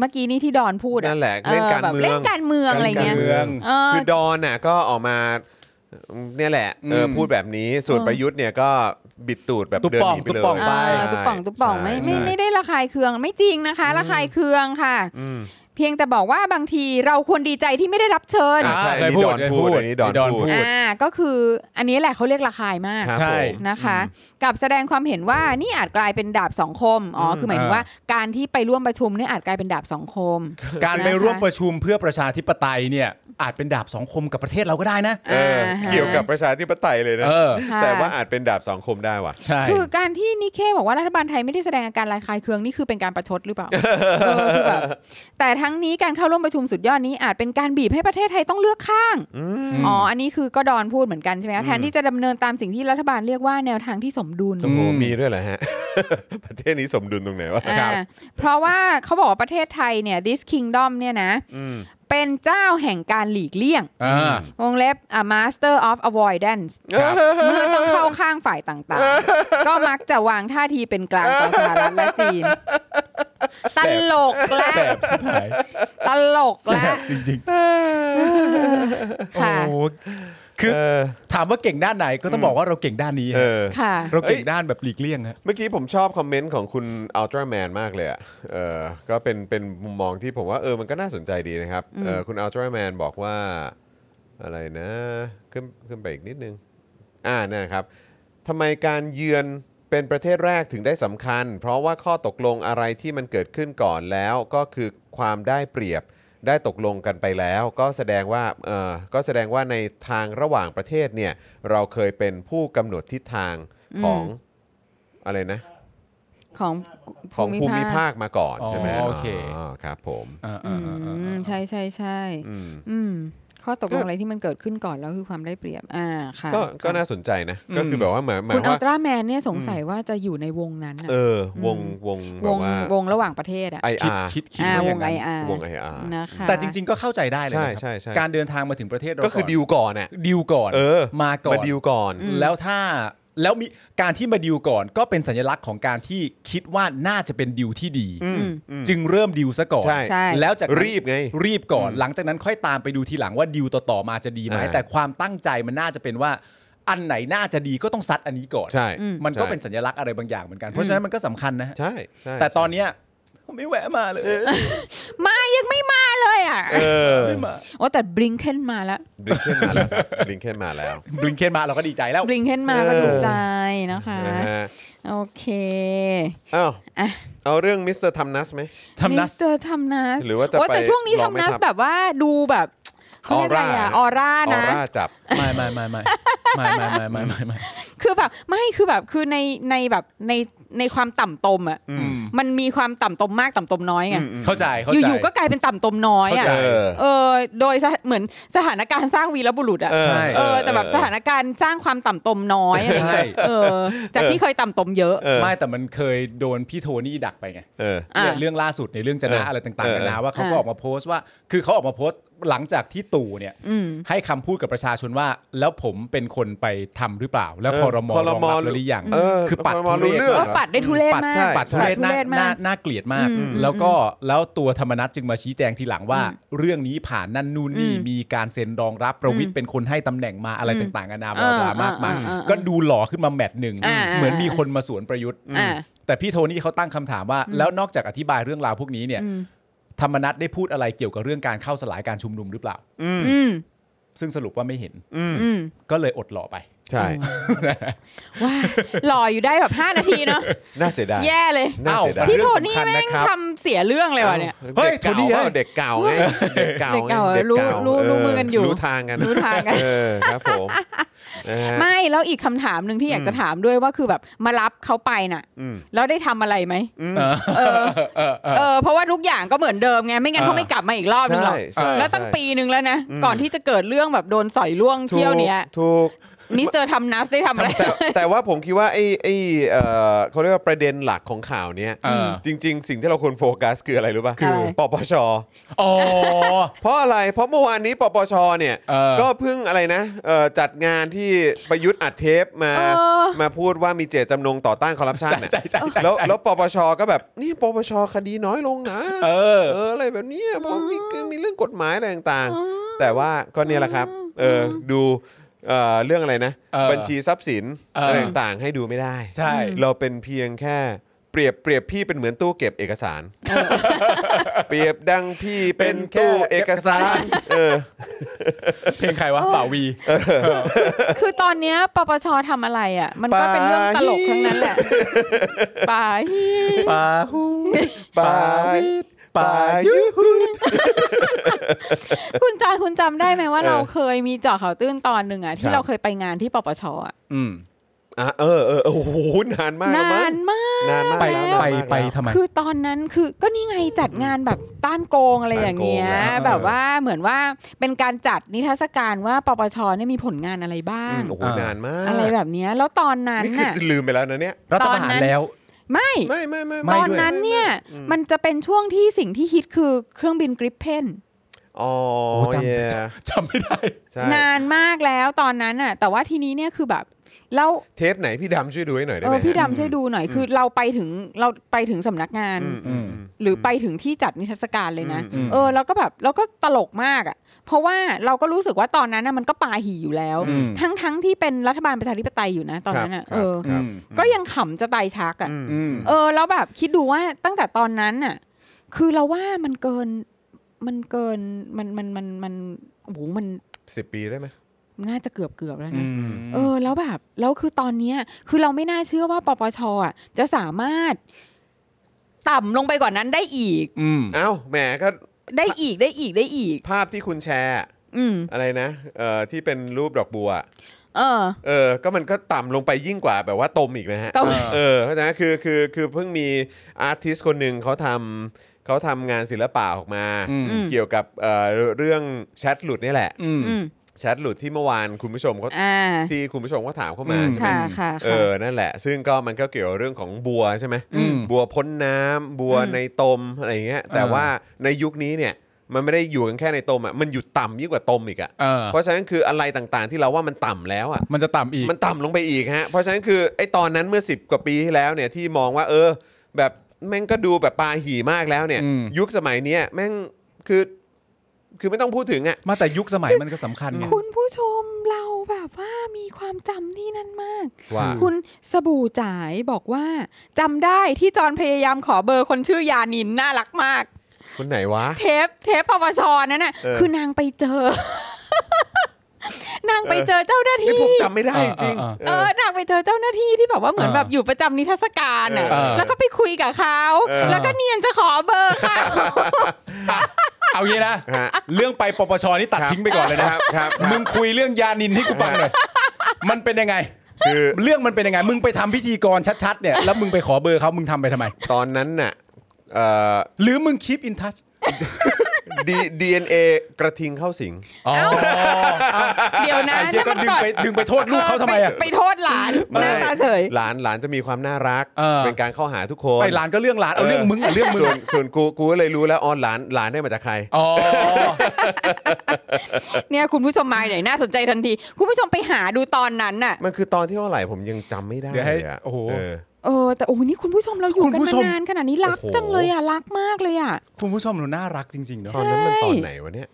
S3: เมื่อกี้นี่ที่ดอนพูดอ
S6: นั่นแหละเล่นการ
S3: แบบ
S6: เมือง
S3: เล่นการเมืองอะไรเงี้ย
S2: ล่นการเมือง
S3: เออ
S6: คือดอนน่ะก็ออกมาเนี่ยแหละเอออ
S2: ม
S6: พูดแบบนี้ส่วน
S3: เออ
S6: ประยุทธ์เนี่ยก็บิดตูดแบบ
S2: ตุ๊บ
S6: เดิน
S2: ป่อง
S6: หนีไป
S2: ตุ๊บ
S6: เล
S2: ป่อง
S6: ย
S3: เออ
S6: ใช่
S3: ตุ๊บป่องตุ๊บป่องไม่ไม่
S6: ใช่
S3: ไม่ได้ระคายเคืองไม่จริงนะคะระคายเคืองค่ะ
S6: อืม
S3: เพียงแต่บอกว่าบางทีเราควรดีใจที่ไม่ได้รับเชิญ
S6: อ่ะใช่
S2: เค
S6: อัน
S2: ย
S6: นี้
S2: พูด
S6: ดอน
S2: เคย
S6: พู
S2: พู
S6: ด
S2: ด
S6: อันนี้ดอน
S2: ไอ้ดอน
S6: พูด
S2: พูด
S3: อ่าก็คืออันนี้แหละเขาเรียกระคายมาก
S6: ครับ
S2: ใช่
S6: ผม
S3: นะคะกับแสดงความเห็นว่านี่อาจกลายเป็นดาบสองคมอ๋ออ
S6: ม
S3: คือหมายถึงว่าการที่ไปร่วมประชุมเนี่ยอาจกลายเป็นดาบสองคม
S2: การไปร่วมประชุมเพื่อประชาธิปไตยเนี่ย อาจเป็นดาบสองคมกับประเทศเราก็ได้นะ
S6: เออเกี่ยวกับประชาธิปไตยเลยนะ
S2: เออ
S3: ค่ะ
S6: แต่ว่าอาจเป็นดาบสองคมได้ว่ะ
S2: ใช่
S3: คือการที่นิเคบอกว่ารัฐบาลไทยไม่ได้แสดงอาการระคายเคืองนี่คือเป็นการประชดหรือเปล่า เออคือแบบแต่ทั้งนี้การเข้าร่วมประชุมสุดยอดนี้อาจเป็นการบีบให้ประเทศไทยต้องเลือกข้าง
S2: ม
S3: อ๋อ อันนี้คือก็ดอนพูดเหมือนกันใช่ไหมคะแทนที่จะดำเนินตามสิ่งที่รัฐบาลเรียกว่าแนวทางที่สมดุล
S6: โอ้โห
S2: อืม
S6: มีด้วยเหรอฮะ ประเทศนี้สมดุลตรงไหนวะ
S3: อ่าเพราะว่าเขาบอกว่าประเทศไทยเนี่ย this kingdom เนี่ยนะ
S6: อืม
S3: เป็นเจ้าแห่งการหลีกเลี่ยง
S2: อ่า
S3: วงเล็บอ่ะ master of avoidance
S6: ครับ
S3: เมื่อต้องเข้าข้างฝ่ายต่างๆ ก็มักจะวางท่าทีเป็นกลางต่อสหรัฐและจีน
S2: แส
S3: ต
S2: บ
S3: ลกละ
S2: แสบชิบหาย
S3: ตลก
S2: แส
S3: ละ
S2: บจริงๆ
S3: ค่ะ
S2: โอ้โหคือ
S6: เออ
S2: ถามว่าเก่งด้านไหนก็ต้องบอกว่าเราเก่งด้านนี้
S6: เอ
S2: ฮะ
S6: อ
S3: ค่ะ
S2: เราเก่งด้านแบบหลีกเลี่ยงฮะ
S6: เมื่อกี้ผมชอบคอมเมนต์ของคุณอัลตร้าแมนมากเลยอ่ะ เออก็เป็นเป็นมุมมองที่ผมว่าเออมันก็น่าสนใจดีนะครับ เออคุณอัลตร้าแมนบอกว่าอะไรนะขึ้นขึ้นไปอีกนิดนึง อ่านั่นนะครับทำไมการเยือนเป็นประเทศแรกถึงได้สำคัญ เพราะว่าข้อตกลงอะไรที่มันเกิดขึ้นก่อนแล้วก็คือความได้เปรียบได้ตกลงกันไปแล้ว ก็แสดงว่าเออก็แสดงว่าในทางระหว่างประเทศเนี่ยเราเคยเป็นผู้กำหนดทิศทางของอะไรนะ
S3: ของ
S6: ของภูมิภาคมาก่อน
S2: อ๋อ
S6: ใช่ไหม
S2: โอเค
S6: อ๋อครับผม
S2: อ่า
S3: อื
S2: อ่าอ่าอ่าม
S3: ใช่ใช่ใช่
S6: อืม
S3: อืม ข้อตกลงอะไรที่มันเกิดขึ้นก่อนแล้วคือความได้เปรียบ อ่าค่ะ
S6: ก็ก็น่าสนใจนะ ก็คือแบบว่าหมายหมาย
S3: คุณอัล
S6: ว่า
S3: ตร้าแมนเนี่ยสงสัยว่าจะอยู่ในวงนั้นน่ะ
S6: เออวงวงแบ
S3: ว
S6: บ
S3: ง
S6: ว่า
S3: วงระหว่างประเทศอ่ะ
S2: คิด
S6: IR
S2: คิดคิด
S3: อ่า
S2: ว่าว อง ย่าง
S3: ไอ
S2: นั้น
S3: อาร์
S6: วง IR
S3: นะคะ
S2: แต่จริง ๆ ก็เข้าใจได้เลย
S6: ใช่
S2: นะครับ
S6: ใช่ใช่
S2: การเดินทางมาถึงประเทศเรา
S6: ก็คือดิวก่อนเนี่ย
S2: ดิวก่อน
S6: เออ
S2: มาก่อน
S6: มาดิวก่อน
S2: แล้วถ้าแล้วมีการที่มาดิวก่อนก็เป็นสัญลักษณ์ของการที่คิดว่าน่าจะเป็นดิวที่ดี จึงเริ่มดิวซะก่อน
S6: ใช่
S3: ใช่
S2: แล้วจากนั้น
S6: รีบไง
S2: รีบก่อน หลังจากนั้นค่อยตามไปดูทีหลังว่าดิวต่อๆมาจะดีไหม
S6: อ่า
S2: แต่ความตั้งใจมันน่าจะเป็นว่า อันไหนน่าจะดีก็ต้องซัดอันนี้ก่อน
S6: ใช่
S2: มันก็
S6: ใช่
S2: เป็นสัญลักษณ์อะไรบางอย่างเหมือนกัน เพราะฉะนั้นมันก็สำคัญนะฮะ
S6: ใช่ใช่
S2: แต่ตอนเนี้ยไม่แวะมาเลย
S3: มายังไม่มาเลยอ่ะ
S6: เออ
S2: ไม่มา
S3: โอ้แต่บลิงเคนมาแล้ว
S6: บลิงเคนมาแล้วบลิงเคนมาแล้ว
S2: บลิงเคนมาเราก็ดีใจแล้ว
S3: บลิงเคนมาก็ถูกใจนะคะ
S6: นะฮะ
S3: โอเค
S6: อ้าว
S3: อ่ะ
S6: เอาเรื่องมิสเตอร์ทัมนัสไหม
S2: ทำนัส
S3: มิสเตอร์ทำนัส
S6: หรือว่าจะ
S3: โยแต่
S6: ไป
S3: ช่วงนี้
S6: ลองไหม
S3: ทำนัส
S6: ครับ
S3: แบบว่าดูแบบเขาเรียกอะไรอะอ
S6: อ
S3: อ
S6: อร่า
S3: ร่า
S6: ออ
S3: นะ
S6: ร่าจับ
S2: ไม่ไม่ไม่ไม่ไม่ไม่ไม่ไม่ไม่ไม่
S3: คือแบบไม่คือแบบคือในในแบบในในความต่ำตมอ่ะ
S6: อืม
S3: มันมีความต่ำตมมากต่ำตมน้อยไง
S2: เข้าใจเข้าใจ
S3: อยู่ๆก็กลายเป็นต่ำตมน้อย
S2: เข้า
S3: อ่ะ
S2: ใจ
S6: เออ
S3: เออโดยสถเหมือนสถานการณ์สร้างวีรบุรุษอ่ะ
S6: เออ
S2: ใช่
S3: เออแต่แบบสถานการณ์สร้างความต่ำตมน้อยอะไรเงี้ย
S2: ใช่
S3: เออ จากที่เคยต่ำตมเยอะ
S6: เออ
S2: ไม่แต่มันเคยโดนพี่โทนี่ดักไปไง
S6: เออ
S3: อ่ะ
S2: เนี่ยเรื่องล่าสุดในเรื่องจะนะ
S6: เอออ
S2: อะไรต่างๆ
S6: เออ
S2: กันานาว่าเขาก็
S3: อ่ะ
S2: ออกมาโพสต์ว่า คือเขาออกมาโพสต์หลังจากที่ตู่เนี่ย
S3: อืม
S2: ให้คำพูดกับประชาชนว่า แล้วผมเป็นคนไปทำหรือเปล่า แล้ว
S6: เออ
S2: คอรมอ
S6: คอร
S2: รอ
S6: ม
S2: งรับแล้วหรือยัง
S6: เออ
S2: คือปัด
S6: คอรมอรู้
S2: ทุเรศ
S3: ก็
S6: เรื่องเหรอ
S3: ปัดได้ทุเรศ
S2: ปัด
S3: มาก
S6: ใช่
S2: ปัดทุเรศน่า
S3: ปัดทุเรศมาก
S2: น่าน่าเกลียดมาก
S3: อืม
S2: แล้วก็แล้วตัวธรรมนัตจึงมาชี้แจงทีหลังว่า
S3: อืม
S2: เรื่องนี้ผ่านนั่นนู่นนี่
S3: อืม
S2: มีการเซ็นรองรับประวิท
S3: อื
S2: ย์
S3: ม
S2: เป็นคนให้ตำแหน่งมาอะไรต่างๆนานาบ
S3: อ่า
S2: ลามากมาย
S3: อ่าอ่าอ่า
S2: ก็ดูหล่อขึ้นมาแมตช์หนึ่ง
S3: อ่า
S2: เหมือน
S3: อ่ามี
S2: มีคนมาสวนประยุทธ์
S3: อ่า
S2: แต่พี่โทนี่เขาตั้งคำถามว่า แล้วนอกจากอธิบายเรื่องราวพวกนี้เนี่ย
S3: อืม
S2: ธรรมนัตได้พูดอะไรเกี่ยวกับเรื่องการเข้าสลายการชุมนุมหรือเปล่า
S3: อืม
S2: ซึ่งสรุปว่าไม่เห็น
S3: อืม
S2: ก็เลยอดหล่อไป
S6: ใช่
S3: ว้ายหล่ออยู่ได้แบบ 5 นาทีเนาะ
S6: น่าเสียดาย
S3: แย่เลย
S6: น่าเสียดาย
S3: พี่โท
S2: เรื่องสำคัญ
S3: นี่แม่ง
S2: นะครับ
S3: ทำเสียเรื่องเลยว่ะเนี่ย
S6: เฮ้ยเก่า
S2: เฮ้ยโทนี่เฮ้
S6: เปล่าย เด็กเก่าไงเด็กเก่า
S3: เด็ก
S6: ไง
S3: เก่า
S6: ด็กเก่า
S3: รู้รู้รู้มือกันอยู่
S6: รู้ทางกัน
S3: รู้ทางกัน
S6: เออครับผมนะฮะ
S3: ไม่แล้วอีกคำถามหนึ่งที่อยากจะถามด้วยว่าคือแบบมารับเขาไปน่ะ
S6: อืม
S3: แล้วได้ทำอะไรไหมเออเออเพราะว่าทุกอย่างก็เหมือนเดิมไงไม่งั้น
S2: เออ
S3: เขาไม่กลับมาอีกรอบนึงหรอก
S6: ใช่ใช่
S3: แล้วตั้ง
S6: ใช่
S3: ปีหนึ่งแล้วนะ ก่อนที่จะเกิดเรื่องแบบโดนสอยล่วงเที่ยวเนี้ย
S6: ถูก
S3: มิสเตอร์ทำนัสได้ทำอะไร
S6: แต่ แต่ว่าผมคิดว่าไอ้ไอ้เอ่อเขาเรียกว่าประเด็นหลักของข่าวเนี้ย
S2: เออ
S6: จริง ๆ สิ่งที่เราควรโฟกัสคืออะไรรู้ป่ะ
S3: คืออะไร
S6: ปปช
S2: อ๋อ
S6: เพราะอะไร เพราะเมื่อวานนี้ปปชเนี่ย
S2: เออ
S6: ก็เพิ่งอะไรนะเอ่อจัดงานที่ประยุทธ์อัดเทปมา
S3: เออ
S6: มาพูดว่ามีเจตจำนงต่อต้านคอร์รัปชัน
S2: ใช่
S6: น่ะ
S2: ใช่ใช่ใช่
S6: แล้วแล้วปปชก็แบบนี่ปปชคดีน้อยลงนะ
S2: เออ
S6: เอออะไรแบบเนี้ยเพราะมีมีเรื่องกฎหมายอะไรต่างๆ แต่ว่าก็เนี่ยแหละครับเออดูเอ่อเรื่องอะไรนะ
S2: เออ
S6: บัญชีทรัพย์สิน
S2: เอออ
S6: อะไรต่างๆ ให้ดูไม่ได้
S2: ใช่
S6: เราเป็นเพียงแค่เปรียบเปรียบพี่เป็นเหมือนตู้เก็บเอกสาร เปรียบดังพี่เป็นตู้เอกสารเออ
S2: เพลงใครวะบ่าวี
S3: คือตอนเนี้ยปปชทำอะไรอ่ะ มันก็เป็นเรื่องตลกทั้งนั้นแหละไป
S2: ปาหู
S6: ปาวิทย์ ปายุทธ์
S3: คุณจอยคุณจำได้ไหมว่า
S6: เออ
S3: เราเคยมีเจาะข่าวตื้นตอนหนึ่งอ่ะ
S6: ครั
S3: ที่
S6: บ
S3: เราเคยไปงานที่ปปชอ่ะ
S2: อืม
S6: อ่ะเออเออเออโอ้โหนานมากแล้ว
S3: นา
S6: มั้ง
S3: นมาก
S6: นานมาก
S2: ไป
S6: แล้ว
S2: ไป
S6: นานมาก
S2: ไป
S6: แล้ว
S2: ทำไม
S3: คือตอนนั้นคือก็นี่ไงจัดงานแบบต้านโกงอะไรอย่างเงี้ย
S6: ต้านโกงนะ
S3: แบบว่าเหมือนว่าเป็นการจัดนิทรรศการว่าปปชเนี่ยมีผลงานอะไรบ้า
S6: อื
S3: ง
S6: มโอ้โห
S2: อ่าน
S6: นานมาก
S3: อะไรแบบเนี้ยแล้วตอนนั้น
S6: นี่คือ
S3: น่ะ
S6: จะลืมไปแล้วนะเนี่ย
S2: รัฐประหาร
S3: ตอนนั้น
S2: แล้ว
S3: ไม่
S6: ไม่ไม่ไม่
S2: ไม่
S3: ต
S2: ด้วย
S3: อนนั้นเนี่ยมันจะเป็นช่วงที่สิ่งที่ฮิตคือเครื่องบินกริปเพน
S6: อ๋อ
S2: โอ้จำ
S6: เย้
S2: จำไม่ได้
S6: ใช่
S3: นานมากแล้วตอนนั้นน่ะ แต่ว่าทีนี้เนี่ยคือแบบแล้ว
S6: เทปไหนพี่ดำช่วยดูให้หน่อยได้
S3: เอ
S6: ไหม
S3: อพี่
S6: ฮะ
S3: ดำช่วยดูหน่อยคือเราไปถึงเราไปถึงสำนักงาน
S6: อืมอืมม
S3: หรือไปถึงที่จัดนิทรรศการเลยนะ
S6: อืม
S3: เออเราก็แบบเราก็ตลกมากอ่ะ เพราะว่าเราก็รู้สึกว่าตอนนั้นน่ะมันก็ปาหี่อยู่แล้ว
S2: อืม
S3: ทั้งทั้งที่เป็นรัฐบาลประชาธิปไตยอยู่นะ ตอนนั้นอ่ะ
S6: ค
S3: เอ
S6: รับ
S3: อ
S6: ครับ
S3: ก็ยังขำจะตายชักอ่ะ
S6: อืม
S2: อืม
S3: เออแล้วแบบคิดดูว่าตั้งแต่ตอนนั้นน่ะ คือเราว่ามันเกินมันเกินมันมันมันมันโอ้โหมัน
S6: สิบปีได้ไหม
S3: มันน่าจะเกือบเกือบแล้ว
S2: อื
S3: นะ
S2: ม
S3: เออแล้วแบบแล้วคือตอนเนี้ยคือเราไม่น่าเชื่อว่าปปชอ่ะจะสามารถ ต่ำลงไปกว่านั้นได้อีก
S2: อืม
S6: เอ้าแหมก็
S3: ได้อีกได้อีกได้อีก
S6: ภาพที่คุณแชร์
S3: อืม
S6: อะไรนะเอ่อที่เป็นรูปดอกบัว
S3: เออ
S6: เออ ก็มันก็ต่ำลงไปยิ่งกว่าแบบว่าตมอีกนะฮะ
S3: ตม
S6: เออเข้าใจไหมคือคือคือเพิ่งมีอาร์ติสคนหนึ่งเขาทำเขาทำงานศิลปะออกมา
S2: อืม
S6: เกี่ยวกับเอ่อเรื่องแชทหลุดนี่แหละ
S2: อืม
S3: อืม
S6: แชทหลุดที่เมื่อวานคุณผู้ชมเขา
S3: อ่า
S6: ที่คุณผู้ชมก็ถามเข้ามา
S2: อืม
S6: ใช่ไหม
S3: ค่ะค่ะ
S6: เอ
S3: ค่ะ
S6: อ นั่นแหละ ซึ่งก็มันก็เกี่ยวเรื่องของบัวใช่ไหม
S2: อืม
S6: บัวพ้นน้ำ บัว
S3: อืม
S6: ในตมอะไรอย่างเงี้ย แต่
S2: อ่า
S6: ว่าในยุคนี้เนี่ย มันไม่ได้อยู่กันแค่ในตมอ่ะ มันอยู่ต่ำยิ่งกว่าตมอีกอ่ะ
S2: เออ
S6: เพราะฉะนั้นคืออะไรต่างๆที่เราว่ามันต่ำแล้วอ่ะ
S2: มันจะต่ำอีก
S6: มันต่ำลงไปอีกฮะ เพราะฉะนั้นคือไอ้ตอนนั้นเมื่อ 10 กว่าปีที่แล้วเนี่ยที่มองว่า เออ แบบแม่งก็ดูแบบปาหี่มากแล้วเนี่ย
S2: อืม
S6: ยุคสมัยเนี้ยแม่งคือ คือไม่ต้องพูดถึงอ่ะ
S2: มาแต่ยุคสมัยมันก็สำคัญไง
S3: คุณผู้ชมเราแบบ แบบว่ามีความจำที่นั่นมาก
S6: ว่า
S3: คุณสบู่จ่ายบอกว่าจำได้ที่จอนพยายามขอเบอร์คนชื่อยานินน่ารักมาก
S6: คนไหนวะ
S3: เทปเทปปปชนั่นน่ะ
S6: เออ
S3: คือนางไปเจอ นางไปเจอเจ้าหน้า
S6: เฮ้ย
S3: ที่
S6: ผมจำไม่ได้จริง
S2: เออ
S6: ๆ
S3: เอ
S6: เออ
S3: อนางไปเจอเจ้าหน้าที่ที่แบบว่าเหมือน
S2: เออ
S3: แบบอยู่ประจำนิทรรศการน่ะ
S2: เออ
S3: แล้วก็ไปคุยกับเขา
S6: เออ
S3: แล้วก็เนียนจะขอเบอร์ ค่ะ
S2: เอางี้นะ
S6: ฮะ
S2: เรื่องไปปปชนี่ตัด
S6: ครับ
S2: ทิ้งไปก่อนเลย
S6: ครั
S2: นะ
S6: บครับครับ
S2: มึงคุยเรื่องยานินให้กูฟังหน่อยมันเป็นยังไง
S6: คือ
S2: เรื่องมันเป็นยังไง มึงไปทำพิธีกรชัดๆเนี่ยแล้วมึงไปขอเบอร์เขามึงทำไปทำไม
S6: ตอนนั้นน่ะเอ่อ
S2: หรือมึงคีปอินทัช
S6: D DNA กระทิงเข้าสิง
S2: อ๋อ
S3: เดี๋ยวนะ
S2: ไอ้เหี้ย
S3: นั่น
S2: ก็
S3: มัน
S2: ดึง
S3: ก่อน
S2: ไปดึงไปโทษลูกเขาทำไมอะ
S3: ปไปโทษหลานหน้าตาเฉย
S6: หลานหลานจะมีความน่ารัก
S2: เออ
S6: นการเข้าหาทุกคน
S2: ไปหลานก็เรื่องหลานเอาเรื่องมึงเอาเรื่องมึง
S6: ส่วนส่วนกูกูก็เลยรู้แล้วออนหลานหลานได้มาจากใคร
S2: อ๋อ
S3: เนี่ยคุณผู้ชมมาไหนน่าสนใจทันที คุณผู้ชมไปหาดูตอนนั้นน่ะ
S6: มันคือตอนที่เท่าไหร่ผมยังจำไม่ได้
S2: เดี๋ยวให้
S6: ละ
S2: โอ้โห
S6: เ
S3: เออแต่โอ้โหนี่คุณผู้ชมเราอยู่
S2: คุณ
S3: กัน
S2: ผู้
S3: มา
S2: ชม
S3: นานขนาดนี้รัก
S6: โอ้โห
S3: จังเลยอ่ะรักมากเลยอ่ะ
S2: คุณผู้ชมเราน่ารักจริงๆเนาะ
S6: ตอนนั้นมัน
S3: ใช่
S6: ตอนไหนวะเนี่ย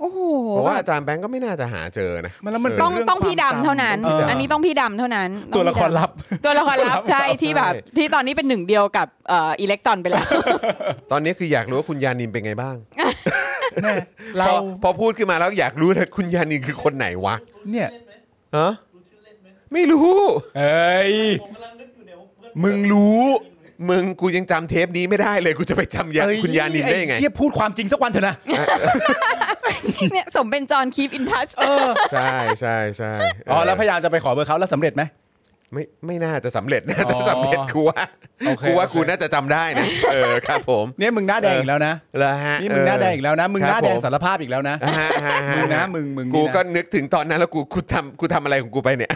S3: โอ้โห
S6: เพราะว่าอาจารย์แบงก์ก็ไม่น่าจะหาเจอนะ
S2: มันแล้วมันเป็น
S3: ต้อง
S2: เรื่
S3: ต้องพี่
S2: ควมจำ
S3: ดำเท่านั้น
S2: อออั
S3: อันนี้ต้องพี่ดำเท่านั้น
S2: ตัวละคร
S3: องพี่ดำ
S2: ลับ
S3: ตัวละครลับใช่ที่แบบ
S6: ใช่
S3: ที่ตอนนี้เป็นหนึ่งเดียวกับเอ่ออิเล็กตรอนไปแล้ว
S6: ตอนนี้คืออยากรู้ว่าคุณยานินเป็นไงบ้าง
S2: เรา
S6: พอพอพูดขึ้นมาแล้วอยากรู้เลยคุณยานินคือคนไหนวะ
S2: เนี่ย
S6: ฮะไม่รู้
S2: เอ้ย
S5: ผมกำลังนึกอยู่เนี่ยว่าเพื่อน
S2: มึงรู้
S6: มึงกูยังจำเทปนี้ไม่ได้เลยกูจะไปจำยา
S2: เอ้
S6: คุณยานินได้ยังไง
S2: อ้เฮียพูดความจริงสักวันเถอะนะ
S3: เนี่ยสมเป็นจอห์นคีฟอินทัช
S2: เออ
S6: ใช่ใช่ใช่
S2: อ๋อแล้วพยายามจะไปขอเบอร์เขาแล้วสำเร็จไหม
S6: ไม่ไม่น่าจะสำเร็จนะ
S2: อ๋อ
S6: ถ้าสำเร็จกูว่า
S2: โอเค
S6: กูว่า
S2: โอเค
S6: กูน่าจะจำได้นะเออครับผม
S2: เนี่ยมึงหน้าแดงอีกแล้วนะ
S6: แล้วฮะ
S2: นี่มึงหน้าแดงอีกแล้วนะ มึง
S6: ค
S2: ห
S6: รับ
S2: น้าแดง
S6: ผม
S2: สารภาพอีกแล้วนะ
S6: ฮะฮะฮ
S2: มึงนะมึงมึงนี่นะ
S6: กูก็นึกถึงตอนนั้นแล้วกูกูทำกูทำอะไรของกูไปเนี่ย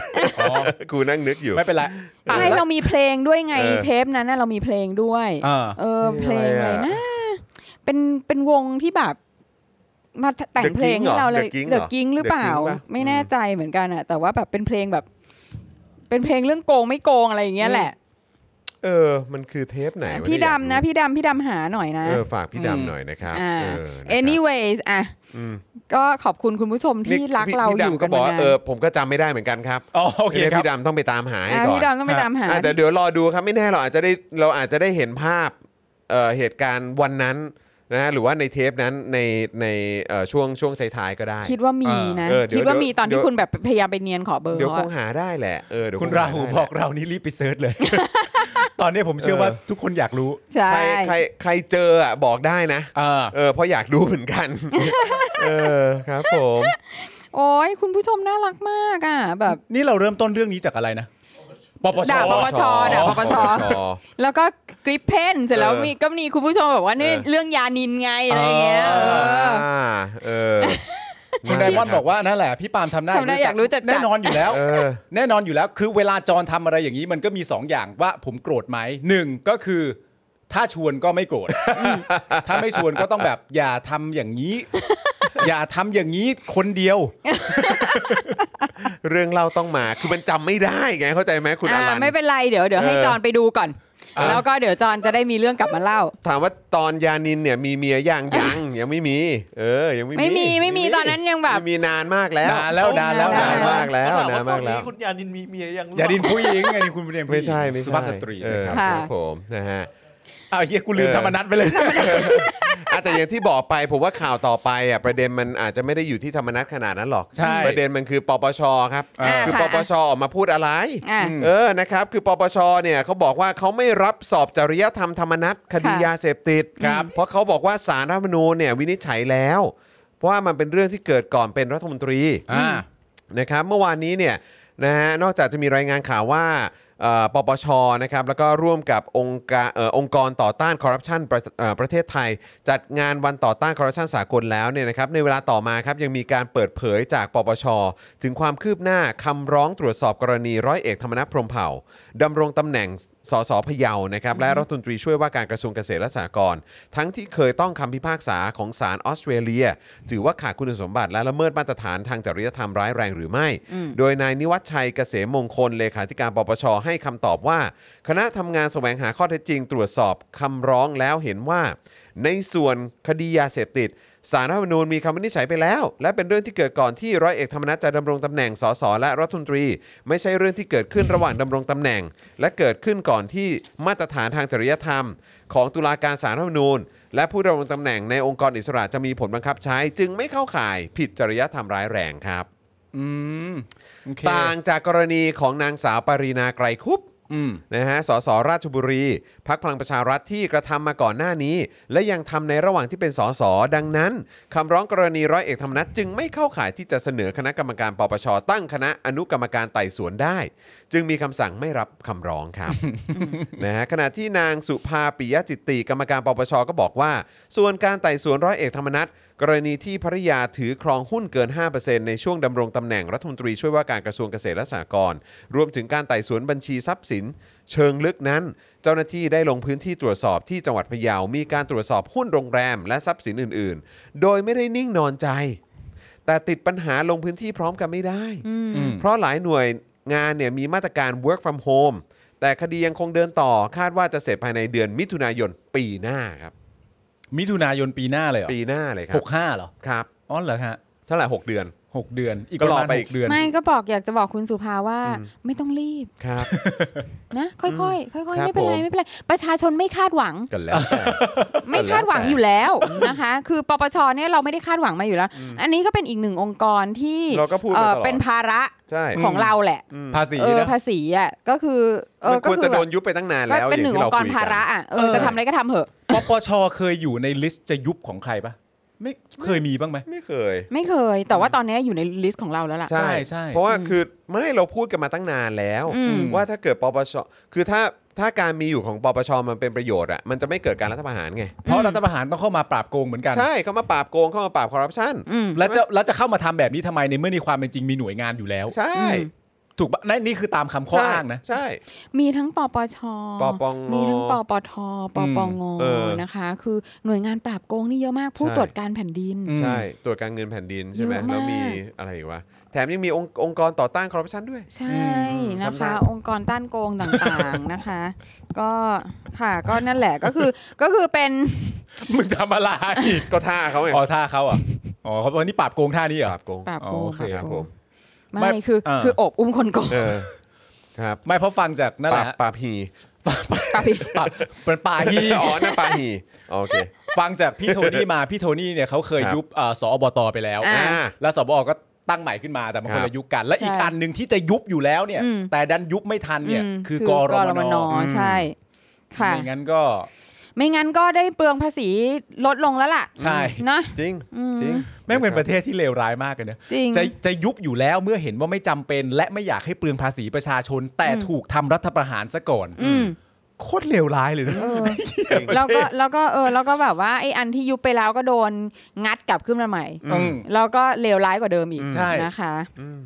S6: กูนั่งนึกอยู่
S2: ไม่เป็นไร
S3: ใช่เรามีเพลงด้วยไง
S6: เออ
S3: เทปนั้นน่ะเรามีเพลงด้วย
S2: อ่า
S3: เออเพลงเลยนะ เป็นเป็นวงที่แบบ มาแต่ง
S6: The
S3: เพลง
S6: King
S3: ให้เราเลย
S6: เหรอ The King
S3: เดอะกิ้ง
S6: เหรอ
S3: หรือเปล่า
S6: The King ปะ
S3: ไม่แน่ใจเหมือนกันอ่ะ แต่ว่าแบบเป็นเพลงแบบ เป็นเพลงเรื่องโกงไม่โกงอะไรอย่างเงี้ยแหละ
S6: เออ มันคือเทปไหนว
S3: พี่
S6: เย
S3: ดำนะ พี่ดำพี่ดำหาหน่อยนะ
S6: เออฝากพี่ดำหน่อยนะครับ
S3: อ่า
S6: เออนะครับ
S3: anyways อ่ะ
S6: อืม
S3: ก็ขอบคุณคุณผู้ชมที่
S6: นี่
S3: รัก
S6: พี่
S3: เรา
S6: พี่
S3: อยู่
S6: ดำ
S3: กั
S6: ก็
S3: น
S6: บอกว่าน
S3: มาาน
S6: เออผมก็จำไม่ได้เหมือนกันครับ
S2: อ๋อโอเค
S6: ดี๋ยว
S2: ครับ
S6: พี่ดำต้องไปตามหาให้
S3: อ่า
S6: ก่อน
S3: พี่ดำต้องไปตามหา
S6: อ่แต่เดี๋ยวรอดูครับไม่แน่เราอาจจะได้เราอาจจะได้เห็นภาพเอ่อเหตุการณ์วันนั้นนะหรือว่าในเทปนั้นในในเอ่อช่วงช่วงท้ายๆก็ได้
S3: คิดว่ามีนะ
S6: เออเดี๋ยว
S3: คิดว่ามีตอน
S6: เดี๋
S3: ที่
S6: ยว
S3: คุณแบบพยายามไปเนียนขอเบอร์
S6: เดี๋ยวค
S3: เขา
S6: ง
S3: อะ
S6: หาได้แหละเออเดี๋ยว
S2: คุณ
S6: งห
S2: ราหู
S6: ได้แหละ
S2: บอกเรานี่รีบไปเซิร์ชเลย ตอนนี้ผมเชื่อ
S6: เออ
S2: ว่าทุกคนอยากรู้
S3: ใช่
S6: ใครใครใครเจออ่ะบอกได้นะ
S2: เออ
S6: เออเพราะอยากดูเหมือนกัน เออครับผม
S3: โอ้ยคุณผู้ชมน่ารักมากอ่ะ แบบ
S2: นี่เราเริ่มต้นเรื่องนี้จากอะไรนะ ปปช
S3: ด่าปปช ด่าปปช แล้วก็กริปเพนเสร็จแล้วมีก็มีคุณผู้ชมแบบว่านี่เรื่องยานินไงอะไรเงี้ยเออ
S6: อ่าเออ
S2: คุณไดมอนด์บอกว่านั่นแหละ พี่ปาล์มทำหน้า
S3: ทำหน้าอยากรู้จัดๆ
S2: แน่นอนอยู่แล้ว
S6: เออ
S2: แน่นอนอยู่แล้ว คือเวลาจรทำอะไรอย่างนี้มันก็มี 2 อย่างว่าผมโกรธไหมหนึ่งก็คือ ถ้าชวนก็ไม่โกรธถ้าไม่ชวนก็ต้องแบบอย่าทำอย่างนี้ อย่าทำอย่างนี้คนเดียว
S6: เรื่องเล่าต้องมาคือมันจำไม่ได้ไงเข้าใจไหมคุณอ
S3: อ่า
S6: ลัน
S3: ไม่เป็นไรเดี๋ยวเดี๋ยวให้
S6: เออ
S3: จอนไปดูก่อน
S6: อ่ะ
S3: แล้วก็เดี๋ยวจอนจะได้มีเรื่องกลับมาเล่า
S6: ถามว่าตอนยานินเนี่ยมีเมียยังยังยังไม่มี เออ ยังไม่มี
S3: ไม่มีไม่มีตอนนั้นยังแบบ
S6: ไม่มีนานมากแล้ว
S2: นานแล้วนานแล้ว
S6: นาน
S2: านนแล้
S6: มาวกแล้ว
S5: ถ
S6: นานมากแล้ว
S5: ตอคุณยานินมีเมียยังหรื
S2: อ
S5: เปล่
S2: ย่าดินผู้หญิงอย่าดินคุณเรียนผู้ห
S6: ไม่
S2: ญิง
S6: ใช่ไม่
S2: สุ
S6: ใช่
S2: ภาพสตรี
S6: เอ
S2: นะค
S6: อ
S2: รับ
S6: ค
S3: ค่ะ
S6: รับผมนะฮะ
S2: เอาเฮียกูลืมธรรมนัตไปเลย
S6: อะแต่อย่างที่บอกไปผมว่าข่าวต่อไปอ่ะประเด็นมันอาจจะไม่ได้อยู่ที่ธรรมนัตขนาดนั้นหรอก
S2: ใช่
S6: ประเด็นมันคือปปชครับ
S3: อ่า
S6: คือ
S3: ค่ะ
S6: ปปชออกมาพูดอะไร
S3: อ่า
S6: เออนะครับคือปปชเนี่ยเขาบอกว่าเขาไม่รับสอบจริยธรรมธรรมนัตคดี
S3: ค่ะ
S6: ยาเสพติด
S2: ครับ
S6: เพราะเขาบอกว่าสารรัฐธรรมนูญเนี่ยวินิจฉัยแล้ว เพราะว่ามันเป็นเรื่องที่เกิดก่อนเป็นรัฐมนตรี
S2: อ่า
S6: นะครับเมื่อวานนี้เนี่ยนะฮะนอกจากจะมีรายงานข่าวว่าเอ่อปปชนะครับแล้วก็ร่วมกับองค์การเอ่อองค์กรต่อต้านคอร์รัปชันประเอ่อประเทศไทย จัดงานวันต่อต้านคอร์รัปชันสากลแล้วเนี่ยนะครับในเวลาต่อมาครับยังมีการเปิดเผยจากปปช ถึงความคืบหน้าคำร้องตรวจสอบกรณีร้อยเอกธรรมนัฐพรหมเผ่าดำรงตำแหน่งสสพะเยานะครับและรัฐมนตรีช่วยว่าการกระทรวงเกษตรและสหกรณ์ทั้งที่เคยต้องคำพิพากษาของศาลออสเตรเลีย ถือว่าขาดคุณสมบัติและละเมิดมาตรฐานทางจริยธรรมร้ายแรงหรือไม่ โดยนายนิวัชชัยเกษมมงคลเลขาธิการปปชให้ ให้คำตอบว่า คณะทำงานแสวงหาข้อเท็จจริง ตรวจสอบคำร้องแล้วเห็นว่า ในส่วนคดียาเสพติดสารรัฐธรรมนูญมีคำวินิจฉัยไปแล้ว และเป็นเรื่องที่เกิดก่อนที่ร้อยเอกธรรมนัฐจะดำรงตำแหน่งสสและรัฐมนตรี ไม่ใช่เรื่องที่เกิดขึ้นระหว่างดำรงตำแหน่ง และเกิดขึ้นก่อนที่มาตรฐานทางจริยธรรม ของตุลาการสารรัฐธรรมนูญ และผู้ดำรงตำแหน่งในองค์กรอิสระจะมีผลบังคับใช้ จึงไม่เข้าข่ายผิดจริยธรรมร้ายแรงครับ
S2: อืมโอเค
S6: ต่างจากกรณีของนางสาวปรีนาไกรคุปต์
S2: อืม
S6: นะฮะสสราชบุรีพักพลังประชารัฐที่กระทำมาก่อนหน้านี้ และยังทำในระหว่างที่เป็นสสดังนั้นคำร้องกรณีร้อยเอกธรรมนัฐจึงไม่เข้าข่ายที่จะเสนอคณะกรรมการปปชตั้งคณะอนุกรรมการไต่สวนได้ จึงมีคำสั่งไม่รับคำร้องครับ นะฮะขณะที่นางสุภาปิยจิตติกรรมการปปชก็บอกว่า ส่วนการไต่สวนร้อยเอกธรรมนัฐกรณีที่ภริยาถือครองหุ้นเกิน 5%ในช่วงดำรงตำแหน่งรัฐมนตรีช่วยว่าการกระทรวงเกษตรและสหกรณ์รวมถึงการไต่สวนบัญชีทรัพย์สิน เชิงลึกนั้น เจ้าหน้าที่ได้ลงพื้นที่ตรวจสอบที่จังหวัดพะเยา มีการตรวจสอบหุ้นโรงแรมและทรัพย์สินอื่น ๆ โดยไม่ได้นิ่งนอนใจ แต่ติดปัญหาลงพื้นที่พร้อมกันไม่ได้ เพราะหลายหน่วยงานเนี่ยมีมาตรการ work from home แต่คดียังคงเดินต่อคาดว่าจะเสร็จภายในเดือนมิถุนายนปีหน้าครับ
S2: มิถุนายนปีหน้าเลยเหรอ
S6: ปีหน้าเลยครั
S2: ห
S6: บ
S2: กห้าเหรอ
S6: ครับ
S2: อ๋อเหรอฮะ
S6: เท่าไหร่6เดือน
S2: หกเดือน อีก
S6: ก็
S2: ประ
S6: รอ
S2: มาณ
S6: ไป
S2: ห
S6: อีก
S2: กเดือน
S3: ไม่ก็บอกอยากจะบอกคุณสุภาว่า
S6: อืม
S3: ไม่ต้องรีบ
S6: ครับ
S3: นะ ค่อยๆค่อย
S6: ค
S3: ๆ
S6: รับ
S3: ไม่เป็นไร
S6: ผม
S3: ไม่เป็นไรประชาชนไม่คาดหวัง
S6: กันแล้วแต่
S3: ไม่คาดหวังอยู่แล้ว นะคะ คือปปชเนี่ยเราไม่ได้คาดหวังมาอยู่แล้ว อันนี้ก็เป็นอีกหนึ่งองค์กรที่
S6: เราก็พูดมาตลอด
S3: เอ่อเป็นภาระ
S6: ใช่
S3: ของเราแหละ
S2: ภาษี
S3: เออ
S2: นะ
S3: ภาษีอ่ะก็คือเอ
S6: มั
S3: อนก็
S6: ควร
S3: คื
S6: จะ
S3: อ
S6: โด
S3: แบบ
S6: นยุบไปตั้งนาน
S3: ก็
S6: แล้ว
S3: เป็นหนึ่ง
S6: ย่า
S3: องค์
S6: ที่
S3: กร
S6: คุย
S3: ภาระอ่ะเอ
S2: เอ
S3: อ
S2: อ
S3: จะทำอะไรก็ทำเถอะ
S2: ปปชเคยอยู่ในลิสต์จะยุบของใครปะไม่เคยมีบ้างไหม
S6: ไม่เคย
S3: ไม่เคย แต่ว่าตอนนี้อยู่ในลิสต์ของเราแล้วล่ะ
S2: ใช่
S6: ใช่
S2: ใช่
S6: เพราะว่าคือไม่เราพูดกันมาตั้งนานแล้ว
S3: อืม
S6: ว่าถ้าเกิดปปชคือถ้าถ้าการมีอยู่ของปปชมันเป็นประโยชน์อะมันจะไม่เกิดการรัฐประหารไง
S2: เพราะรัฐประหารต้องเข้ามาปราบโกงเหมือนกัน
S6: ใช่เขามาปราบโกงเข้ามาปราบคอร์รัปชัน
S3: อืม
S2: แล้วจะแล้วจะเข้ามาทำแบบนี้ทำไมในเมื่อในความเป็นจริงมีหน่วยงานอยู่แล้ว
S6: ใช่
S3: อืม
S2: ถูกปะนั่นนี่คือตามคำข้ออ้างนะ
S6: ใช่
S3: มีทั้งปปช
S6: ปปง
S3: มีทั้งปปท ปปง
S6: เออ
S3: นะคะ คือหน่วยงานปราบโกงนี่เยอะมาก ผู้
S6: ใช่
S3: ตรวจการแผ่นดิน
S2: อืม
S6: ใช่ตรวจการเงินแผ่นดินใช่ไหม
S3: เยอะมาก
S6: แล้วมีอะไรอีกวะแถมยังมีองค์องค์กรต่อต้านคอร์รัปชันด้วย
S3: ใช่นะคะ
S6: ทำได้
S3: องค์กรต้านโกงต่างๆนะคะ ก็ค่ะก็นั่นแหละก็คือก็คือเป็น
S2: มึงทำอะไร
S6: ก็ท่าเขาไง
S2: อ๋อท่าเขาอ่ะอ๋อเขาบอกว่านี่ปราบโกงท่านี้เหร
S6: ป
S2: อ
S6: ราบโกง
S3: ปราบโก
S2: อ๋อง โอเค
S3: ป
S6: ครั
S3: รา
S6: บบ ผ
S3: โกง
S6: ม
S2: ไม่
S3: ไม่คือ
S2: เออ
S3: คือโอบอุ้มคนโกง
S6: เออครับ
S2: ไม่เพราะฟังจากนั่น
S6: ป
S2: แห
S6: รา
S2: ละ
S6: บ
S2: ฮะ
S6: ปราบฮี
S3: ปราบอีก
S2: ปราบเป็นป่าฮี
S6: อ๋อนั่นปราบฮีอ๋อโอเค
S2: ฟังจากพี่โทนี่มาพี่โทนี่เนี่ยเขาเคย
S6: ครับ
S2: ยุบเอ่อสอบตไปแล้ว
S6: อ่า
S2: แล้วสบอก็ตั้งใหม่ขึ้นมาแต่มัน
S6: ค
S2: ครับ นละยุคกัน และอีกอันหนึ่งที่จะยุบอยู่แล้วเนี่ย
S3: อืม
S2: แต่ดันยุบไม่ทันเนี่ย
S3: ม
S2: คือกรมน
S3: ใช่ค่ะ
S2: ไม่งั้นก็
S3: ไม่งั้นก็ได้เปลืองภาษีลดลงแล้วล่ะ
S2: ใช่
S3: นะ
S6: จริงจริง
S2: แม่งเป็นประเทศที่เลวร้ายมากเลยนะ
S3: จริง
S2: จะจะยุบอยู่แล้วเมื่อเห็นว่าไม่จำเป็น และไม่อยากให้เปลืองภาษีประชาชน แต่
S3: อืม
S2: ถูกทำรัฐประหารซะก่อน
S3: อืม
S2: โคตรเลวร้ายเลยนะ
S3: เออ
S6: จริง
S3: แล้วก็แล้วก็เออแล้วก็แบบว่าไอ้อันที่ยุบไปแล้วก็โดนงัดกลับขึ้นมาใหม่
S6: อืม
S2: ม
S3: แล้วก็เลวร้ายกว่าเดิมอีก
S2: ใช่
S3: นะคะ
S6: อืม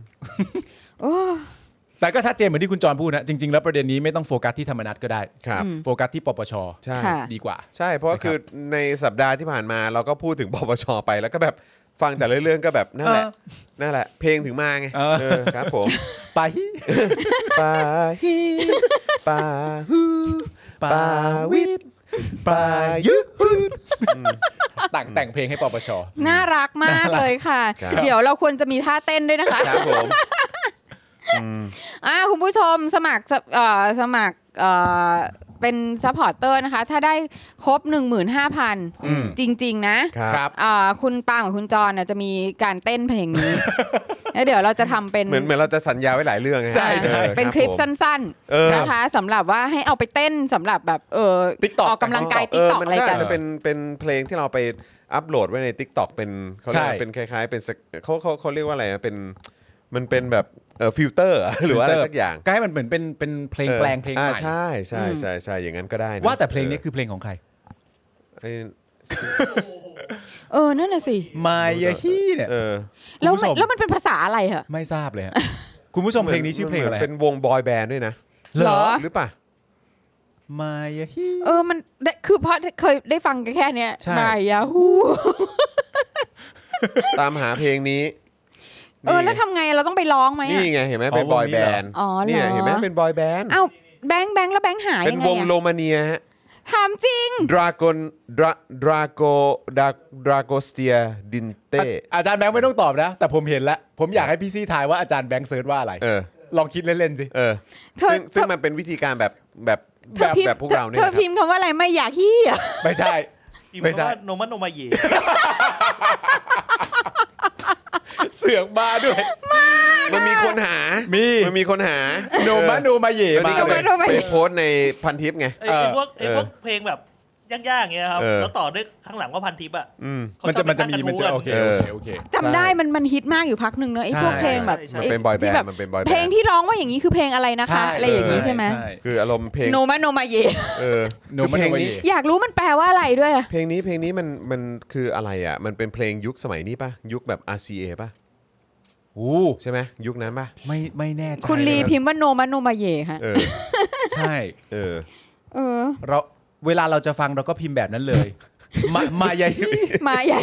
S3: โอ้
S2: แต่ก็ชัดเจนเหมือนที่คุณจรพูดนะจริงๆแล้วประเด็นนี้ไม่ต้องโฟกัสที่ธรรมนัตก็ได้
S6: ครับ
S2: โฟกัสที่ปปช
S6: ใช่
S3: ค่ะ
S2: ดีกว่า
S6: ใช่เพราะว่า
S2: นะครับ
S6: คือในสัปดาห์ที่ผ่านมาเราก็พูดถึงปปชไปแล้วก็แบบฟังแต่ละเรื่องก็แบบนั่นแหละนั่นแหละ เพลงถึงมาไง
S2: เออ
S6: เออครับผม
S2: ไป
S6: ปาฮีปาฮูปาวิทปายุ ฮูด
S2: ต่างแต่งเพลงให้ปปช
S3: น่ารักมากเลยค่ะ
S6: ครับ
S3: เดี๋ยวเราควรจะมีท่าเต้นด้วยนะคะ
S6: ครับผม
S3: อ่าคุณผู้ชมสมัครสเอ่อสมัครเอ่อเป็นซัพพอร์ตเตอร์นะคะ ถ้าได้ครบ
S2: อืม
S3: 15,000 จริง ๆ นะ
S6: ครั
S2: ครับ บ
S3: อ่าคุณปาล์มกับคุณจรน่ะจะมีการเต้นเพลงนี้ แล้วเดี๋ยวเราจะทำเป็น
S6: เหมือนเหมือนเราจะสัญญาไว้หลายเรื่องนะฮะ
S2: ใช่ใช่
S6: ออ
S3: เป็น
S6: รับ
S3: คลิป
S6: ผม
S3: สั้น
S6: เออ
S3: ๆนะคะสำหรับว่าให้เอาไปเต้นสำหรับแบบเออ
S2: TikTok
S3: ออกกำลังกายติ๊กตอกอะไรกั
S6: เมัาาน จะเป็นเป็นเพลงที่เราไปอัพโหลดไว้ใน Tik t o อกเป็นเขาเรียก
S2: ใช่
S6: ว่าเป็นคล้าย ๆ เป็นสกเขาเขาเขาเรียกว่าอะไรอะเป็นมันเป็นแบบเอ่อฟิลเตอร์ หรือว่าอะไร
S2: filter
S6: สักอย่าง
S2: ก็ให้มันเหมือนเป็นเป็นเพลงแปลงเพลง
S6: อ่า
S2: ใหม่
S6: ใช่ใช่ใช่ใช่อย่างนั้นก็ได้นะ
S2: ว่าแต่เพลงนี้คือเพลงของใคร
S6: เออ
S3: เออนั่นน่ะสิ
S2: มายาฮีเนี่ย
S6: เออ
S3: แล้ว
S2: คุณผู้ช
S3: มัน
S2: ม
S3: แล้วมันเป็นภาษาอะไรเหรอ
S2: ไม่ทราบเลยฮะคุณผู้ชมเพลงนี้ชื่อเพลงอะไร
S6: หมืนเป็นวงบอยแบนด์ด้วยนะ
S3: เหรอ
S6: หรือเปล่า
S2: มายาฮี
S3: เออมันได้คือเพราะเคยได้ฟังแค่เนี้ย
S2: ใช่
S3: มายาฮู
S6: ตามหาเพลงนี้
S3: เออแล้วทำไงเราต้องไปร้องไหมอะ
S6: นี่ไงเห็นไหม
S2: อ๋อ
S6: เป็นบอย
S2: ง
S6: ว
S2: นี้
S6: แบ
S2: เหรอ
S6: นด์
S3: อ๋อเหรอ
S6: เนี่ยเห็นไหมเป็นบอยแบนด์
S3: อ้าวแบงค์แบงค์แล้วแบงค์หาย
S6: เป็น
S3: ยังไง
S6: วงโร
S3: อะ
S6: มาเนียฮะ
S3: ถามจริง
S6: ดรากอนดราดราโกดาดราโกสเตียดินเต
S2: อาจารย์แบงค์ไม่ต้องตอบนะ แต่ผมเห็นแล้ว ผมอยากให้พี่ซี่ทายว่าอาจารย์แบงค์เซิร์ชว่าอะไร
S6: เออ
S2: ลองคิดเล่นๆสิ
S6: เออ
S3: เธอ
S6: ซึ่งซึ่ง
S3: เธอ
S6: มันเป็นวิธีการแบบแบบ
S3: เธ
S6: แบ
S3: อบ พิม
S6: แบ
S3: พ์
S6: บพวกเราเนี่ย
S3: เธอ
S6: นะค
S3: พิ
S6: รับ
S3: มพ์คำว่าอะไรไม่อยากขี้อะ
S2: ไม่ ใช่
S5: พิม
S2: ไม่
S5: พ์
S2: ใช่
S5: ว่าโนมันโนมาเย่
S2: เสือกมาด้วย
S6: มันมีคนหา
S2: มี
S6: มีมันมีคนหา
S2: โนมาโนมาเย่
S6: แล้ว
S2: มา
S6: นี่ก็
S2: เล
S6: ไป
S2: ย
S3: โนมาโนมา
S6: ไปโพสต์ในพันทิปไง
S5: ไอ้ไอ้พวกไอ้พวก
S6: เออ
S5: เพลงแบบยากๆอย่างเงี้ยครับ
S6: เออ
S5: แล้วต่อด้วยข้างหลังว่าพันทิปอ่ะ
S6: อืม
S5: เขา
S2: มันจะ
S5: ชอบ
S2: มันจะ
S5: ไป
S2: มี
S5: ตั้ง
S2: มัน
S5: ก
S2: จะ
S5: ระทู้กั
S2: โอเค
S6: เอ
S2: โอ
S6: อ
S2: เคโอเค
S3: จำได้มันมันฮิตมากอยู่พักหนึ่งเนอะไอ้
S2: ใช่
S3: พวกเพลงแบบ
S5: ใช่ใช่
S6: มันเป็นบอยแบนด์มันเป็นบอยแบ
S3: เพลง
S6: นด์
S3: ที่ร้องว่าอย่างนี้คือเพลงอะไรนะคะอะไรอย่างนี้ใช่ไหม
S6: คืออารมณ์เพลง
S3: โนมาโนมาเย
S6: เออ
S2: โน
S6: คือ
S2: มา
S6: เพ
S2: โน
S6: ลง
S2: มา
S6: นี้
S2: เย่
S3: อยากรู้มันแปลว่าอะไรด้วยอะ
S6: เพลงนี้เพลงนี้มันมันคืออะไรอ่ะ มันเป็นเพลงยุคสมัยนี้ป่ะ ยุคแบบ RCA ป่ะ
S2: โอ้
S6: ใช่ไหมยุคนั้นป่ะ
S2: ไม่ไม่แน่ใจ
S3: คุณลีพิมพ์ว่าโนมาโนมาเยฮะ
S6: เออ
S2: ใช่
S6: เออ
S3: เออ
S2: เราเวลาเราจะฟังเราก็พิมพ์แบบนั้นเลย มามายาฮิ
S3: มาใหญ่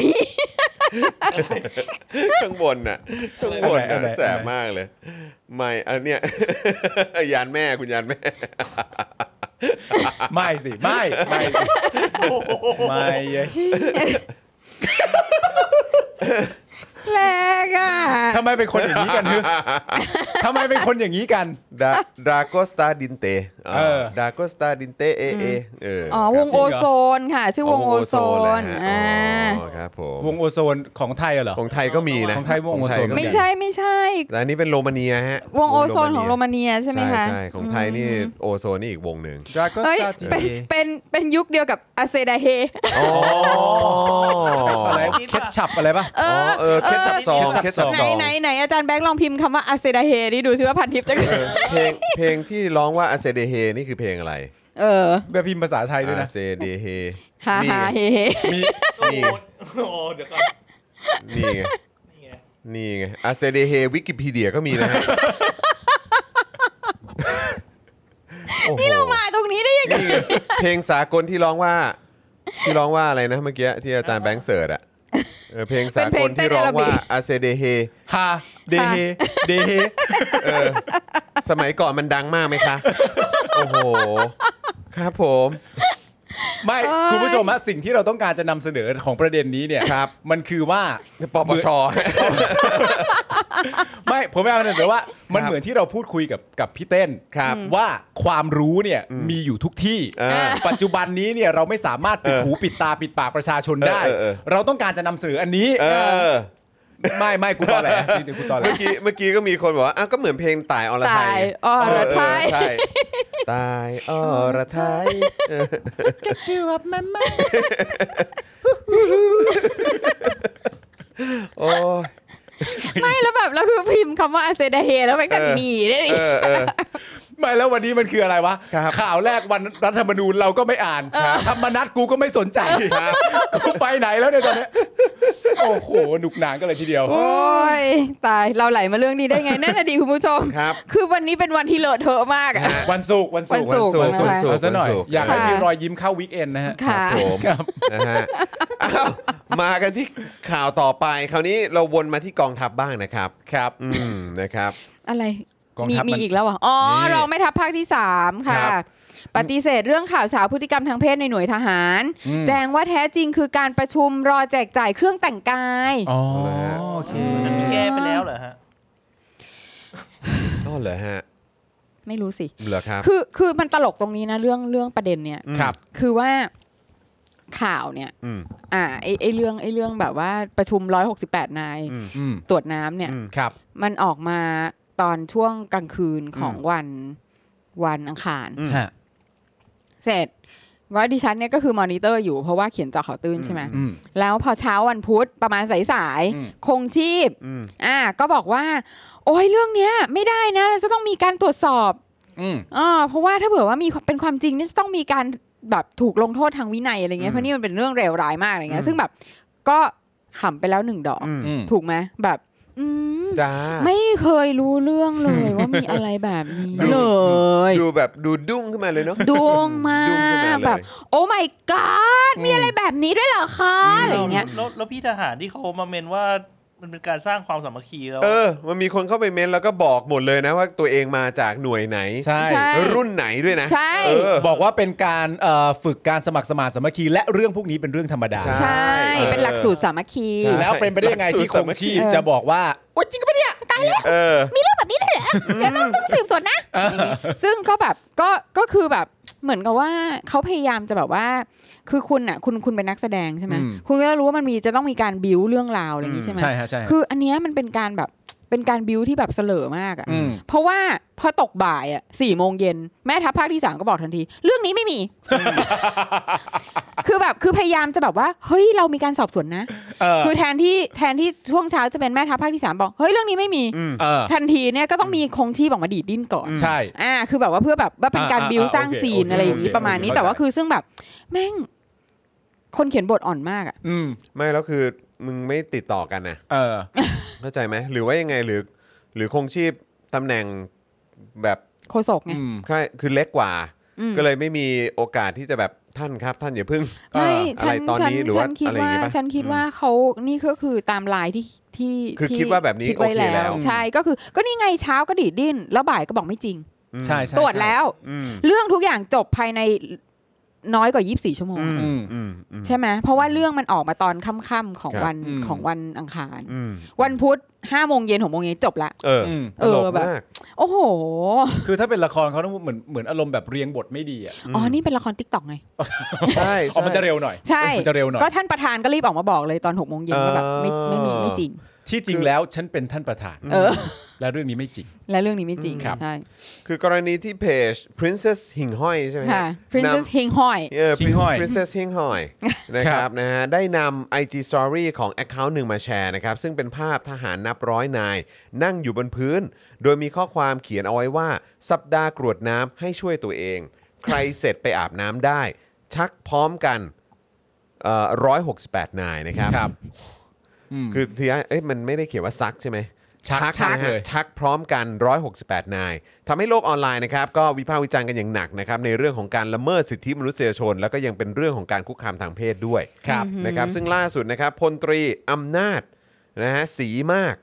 S6: ข้างบนน่ะข้างบน
S2: เอาไหนเอา
S6: น่ะ
S2: ไหน
S6: แสบมากเลย ไม่อันเนี้ย ยานแม่คุณยานแม่
S2: ไม่สิ ไม่ไม่ไม่ยาฮิ
S3: แรงอะ
S2: ทำไมเป็นคนอย่างนี้กันเน อะทำไมเป็นคนอย่างนี้กัน
S6: ดาดาโกสตาดินเต
S2: เออ
S6: ดาโกสตาดินเตเอเอเออ
S3: อ๋อ
S6: คว รับ
S3: ง
S6: ผ
S3: โอ
S6: ม
S3: โซนค่ะ ชื่อวงโอโซน
S6: เหรอฮะ
S3: อ่า
S6: อ๋อครับผม
S2: วงโอโซนของไทยอะเหรอ
S6: ของไทยก็มีนะ
S2: ของไทยวงโอโซน
S6: ขก็
S3: ไม่ใช่ไม่ใช่
S6: แต่อันนี้เป็นโรมาเนียฮะ
S3: วงโอโซนของโรมาเนียใช่ไหมคะ
S6: ใช่ของไทยนี่โอโซนนี่อีกวงหนึ่ง
S2: ดราก้อน
S3: เอ้ย
S2: สตาร์ที
S3: เป็นเป็นเป็นยุคเดียวกับอาเซดาเฮ
S6: อ๋อ
S2: อะไรเคทชับอะไรปะ
S3: เอ
S6: อ๋อ
S3: อ
S6: เออเคสจับซอง
S2: เค
S6: เค
S2: สจั
S6: สจั
S2: บบ ซอ
S6: ซอง ง
S3: ไหนไหนไหนอาจารย์แบงค์ลองพิมพ์คำว่าอาเซดาเฮนี่ดูซิว่าพันทิปจะ
S6: เออเพลงเพลงที่ร้องว่าอาเซเดเฮนี่คือเพลงอะไร
S3: เออ
S2: แบบพิมพ์ภาษาไทยด้วย
S6: อา
S2: นะ
S6: เซเดเฮ
S3: ฮา
S6: นี่
S3: ฮาเฮเฮ
S2: มี
S5: โอ้โหโอ้โหเดี๋ยวก่อน
S6: นี่ไง
S5: นี่ไง
S6: นี่ไงอาเซเดเฮวิกิพีเดียก็มี นะฮะนี่เรามา
S3: มาตรงนี้ได้ยังไง
S6: เพลงสากลที่ร้องว่า ที่ร้องว่าอะไรนะเมื่อกี้ที่อาจารย์แบงค์เสิร์ตอะเออเพลงสากลที่ร้องว่าอาเซเดเฮ
S2: ฮาเดเฮเดเฮ
S6: สมัยก่อนมันดังมากไหมคะ โอ้โห ครับผม
S2: ไม่คุณผู้ชมฮะสิ่งที่เราต้องการจะนำเสนอของประเด็นนี้เนี่ย
S6: ครับ
S2: มันคือว่า
S6: ปปช
S2: ไม่ผมไม่เอาเนื่องแต่ว่ามัน
S6: ครับ
S2: เหมือนที่เราพูดคุยกับกับพี่เต้น
S6: ครับ
S2: ว่าความรู้เนี่ยมีอยู่ทุกที่
S6: เออ
S2: ปัจจุบันนี้เนี่ยเราไม่สามารถปิด
S6: เออ
S2: หูปิดตาปิดปากประชาชนได้
S6: เออเออเออ
S2: เราต้องการจะนำเสนออันนี้
S6: เออ
S2: ไม่ไม่กูตอแหลจริงๆกูตอแหล
S6: เมื่อกี้เมื่อกี้ก็มีคนบอกว่าอ้าวก็เหมือนเพลงตายอรไท
S3: ตาย
S6: ย
S3: อ๋อ
S6: เออ
S3: ระไทย
S6: เออใช่ตายอรไทยเออ
S2: ชื่อว่าแม่แม่
S6: โอ้ย
S3: ไม่แล้วแบบแล้วคือพิมพ์คำว่าอาเซดาเฮแล้วมันก็
S6: เออ
S3: หนีได้ดิ
S6: เออเออ
S2: ไม่แล้ววันนี้มันคืออะไรวะ
S6: ครับ
S2: ข่าวแรกวันรัฐธรรมนูญเราก็ไม่อ่านธรรมนัตกูก็ไม่สนใจกูไปไหนแล้วเนี่ยตอนเนี้ยโอ้โหหนุกหนานกันเลยทีเดียว
S3: โอ้ยตายเราไหลมาเรื่องนี้ได้ไงนั่นน่ะดีคุณผู้ชม
S6: ครับ
S3: คือวันนี้เป็นวันที่เลอะเทอะมากอะ
S2: วันศุกร์วันศุกร์
S3: วันศุกร์
S2: วันศุกร์
S3: นะคะ
S2: เอาซะหน่อยอยากให้
S3: ค่ะ
S2: มีรอยยิ้มเข้าวีคเอนนะฮะ
S6: ครั
S3: ค่ะ
S6: บผมนะฮะอ้าวมากันที่ข่าวต่อไป คราวนี้เราวนมาที่กองทัพบ้างนะครับ ครับ อืมนะครับ
S3: อะไร
S2: กอง
S3: มี
S2: ทัพมัน
S3: มีอีกแล้วเหรออ๋อ
S2: นี่
S3: รองแม่ทัพภาคที่ 3 ค่ะ
S6: ครับ
S3: ปฏิเสธเรื่องข่าวสาวพฤติกรรมทางเพศในหน่วยทหาร แจ้งว่าแท้จริงคือการประชุมรอแจกจ่ายเครื่องแต่งกาย
S2: อ๋อโอเค
S5: อันนี้แก้ไปแล้วเหรอฮะ
S6: อ๋อเหรอฮะ
S3: ไม่รู้สิ
S6: เหรอครับ
S3: คือคือมันตลกตรงนี้นะเรื่องเรื่องประเด็นเนี่ย
S2: ครับ
S3: คือว่าข่าวเนี่ย
S6: อืม
S3: อ่าไอไอเรื่องไอเรื่องแบบว่าประชุม 168 นาย
S6: อืม
S2: อืม
S3: ตรวจน้ำเนี่ย
S6: อืม
S2: ครับ
S3: มันออกมาตอนช่วงกลางคืนของวันวันอังคาร
S2: ฮะ
S3: เสร็จว่าดิฉันเนี่ยก็คือมอนิเตอร์อยู่เพราะว่าเขียนเจอข่าวตื่นใช่ไหม
S2: อืม
S3: แล้วพอเช้าวันพุธประมาณสายสายๆ
S2: อืม
S3: คงชีพ
S6: อืม
S3: อ่า ก็บอกว่า โอ้ยเรื่องเนี้ยไม่ได้นะเราจะต้องมีการตรวจสอบ
S2: อืม
S3: อ่าเพราะว่าถ้าเผื่อว่ามีเป็นความจริงเนี่ยจะต้องมีการแบบถูกลงโทษทางวินัยอะไรเงี้ยเพราะนี่มันเป็นเรื่องเลวร้ายมากอะไรเงี้ยซึ่งแบบก็ขำไปแล้วหนึ่งดอก
S6: อืม
S2: อืม
S3: ถูกไหมแบบ อืม
S6: จ้า
S3: ไม่เคยรู้เรื่องเลยว่ามีอะไรแบบนี้เลย
S6: ดูแบบดูดุ้งขึ้นมาเลยเนาะ
S3: ดวงมา
S6: ดุ้งขึ้นมาเลย
S3: แบบ โอ้ my god มีอะไรแบบนี้ด้วยเหรอคะอะไรเงี้ย
S5: แล้วแล้วพี่ทหารที่เขามาเมนว่า มันเป็นการสร้างความสามัคคีแล้ว
S6: เออ มันมีคนเข้าไปเม้นแล้วก็บอกหมดเลยนะว่าตัวเองมาจากหน่วยไหน
S2: ใช่
S3: ใช่
S6: รุ่นไหนด้วยนะ
S3: ใช่
S6: เออ
S2: บอกว่าเป็นการเอ่อฝึกการสมัครสมานสามัคคี และเรื่องพวกนี้เป็นเรื่องธรรมดา
S6: ใช่
S3: ใช่ เป็นหลักสูตรสามัคคี
S6: ใช่
S2: แล้วเป็นไปได้ยังไงที่คงชีพจะบอกว่าโอ๊ยจริงก็ปะเนี่ย
S6: เออ
S3: มีเรื่องแบบนี้ด้วยเหรอเดี๋ยวต้องต้องสืบสวนนะอย่างงี้ซึ่งก็แบบก็ก็คือแบบเหมือนกับว่าเขาพยายามจะแบบว่า คือคุณอ่ะคุณคุณเป็นนักแสดงใช่ไหม
S2: อืม
S3: คุณก็รู้ว่ามันมีจะต้องมีการบิวเรื่องราวอะไรอย่างงี้ใช่ไหม
S2: ใช่ฮะใช่ฮะ
S3: คืออันเนี้ยมันเป็นการแบบเป็นการบิวที่แบบเสลอมากอ่ะ
S2: อืม
S3: เพราะว่าพอตกบ่ายอ่ะสี่โมงเย็นแม่ทัพภาคที่สามก็บอกทันที เรื่องนี้ไม่มี คือแบบคือพยายามจะแบบว่าเฮ้ยเรามีการสอบสวนนะ
S2: เออ
S3: คือแทนที่แทนที่ช่วงเช้าจะเป็นแม่ทัพภาคที่สามบอกเฮ้ยเรื่องนี้ไม่มี
S2: เออ
S3: ทันทีเนี่ยก็ต้องมีคงที่ออกมาดีดดิ้นก่อน
S2: ใช่
S3: อ่าคือแบบว่าเพื่อแบบว่าเป็นการ
S2: อ่า
S3: บิว
S2: อ่า
S3: สร้าง
S2: โอเค
S3: ซีน
S2: โอเค
S3: อะไรอย่างนี้
S2: โอเค
S3: ประมาณนี้
S2: เข้าใจ
S3: แต่ว่าคือซึ่งแบบ แม่ง คนเขียนบทอ่อนมากอ่ะ
S2: อืม
S6: ไม่แล้วคือมึงไม่ติดต่อกันนะ
S2: เออ
S6: เข้าใจไหมหรือว่ายังไงหรือ หรือคงชีพตำแหน่งแบบ
S3: โคศกไง
S2: อืม
S6: ค่ายคือเล็กกว่า
S3: อืม
S6: ก็เลยไม่มีโอกาสที่จะแบบท่านครับ ท่านอย่าเพิ่ง
S3: ไม่
S6: เอ่อ
S3: ฉัน
S6: อะไรตอน
S3: ฉัน
S6: นี้หรือ
S3: ฉั
S6: ว่าน
S3: คิด
S6: อะไรอย่าง
S3: ว่า
S6: งี้ปะ
S3: ฉันคิดว่าเขานี่ก็คือตามไลน์ที่ที่
S6: คือ
S3: ที่
S6: คิดว่าแบบนี้
S3: ดไว้
S6: โอเคแล้ว
S3: ใช่ก็คือก็นี่ไงเช้าก็ดีดดิ้น แล้วบ่ายก็บอกไม่จริง
S6: อืม
S2: ใช่ใช่
S3: ตรวจแล้ว
S6: อืม
S3: เรื่องทุกอย่างจบภายในน้อยกว่า 24 ชั่วโมง
S6: อื
S3: อะ
S6: มอืมอืม
S3: ใช่ไหมเพราะว่าเรื่องมันออกมาตอนค่ำๆของ
S6: ครับ
S3: วัน
S2: อืม
S3: ของวันอังคาร
S6: อืม
S3: วันพุธห้าโมงเย็นหกโมงเย็นจบละ
S6: เออ
S2: อืม
S6: ตลก
S3: เออแบบ
S6: มาก
S3: โอ้โห
S2: คือถ้าเป็นละครเขาต้องเหมือนเหมือนอารมณ์แบบเรียงบทไม่ดีอ่ะ
S3: อ๋อ นี่เป็นละครติ๊กต็อกไง
S6: ใช่
S2: ออกมัน
S6: ใช่
S2: จะเร็วหน่อย
S3: ใช่
S2: มันจะเร็วหน่อย
S3: ก็ท่านประธานก็รีบออกมาบอกเลยตอนหกโมงเย็นว่าแบบไม่
S6: เออ
S3: ไม่มีไม่จริง
S2: ที่จริงแล้วฉันเป็นท่านประธาน
S3: เออ
S2: และเรื่องนี้ไม่จริง
S3: และเรื่องนี้ไม่จริง
S2: ครับ
S3: ใช่
S6: คือกรณีที่เพจ princess หิ่งห้อยใช่ไหมฮะ
S3: ค่ะ princess เฮงห้อย
S6: เออ
S2: หิ่งห้อย
S6: princess หิ่งห้อยนะครับนะฮะได้นำ IG story ของ account หนึ่งมาแชร์นะครับ ซึ่งเป็นภาพทหารนับร้อยนาย นั่งอยู่บนพื้น โดยมีข้อความเขียนเอาไว้ว่า สัปดาห์กรวดน้ำให้ช่วยตัวเอง ใครเสร็จไปอาบน้ำได้ ชักพร้อมกันร้อยหกสิบแปดนายนะครับ
S2: ครับ
S6: คือทีนี้เอ้ยมันไม่ได้เขียนว่าซักใช่ไหม
S2: ชักชัก
S6: นะฮะ
S2: เลย
S6: ชักพร้อมกัน 168 นายทำให้โลกออนไลน์นะครับ ก็วิพากษ์วิจารณ์กันอย่างหนักนะครับ ในเรื่องของการละเมิดสิทธิมนุษยชน แล้วก็ยังเป็นเรื่องของการคุกคามทางเพศด้วย
S2: ครับ
S6: นะครับ ซึ่งล่าสุดนะครับพลตรีอำนาจนะฮะสีมาก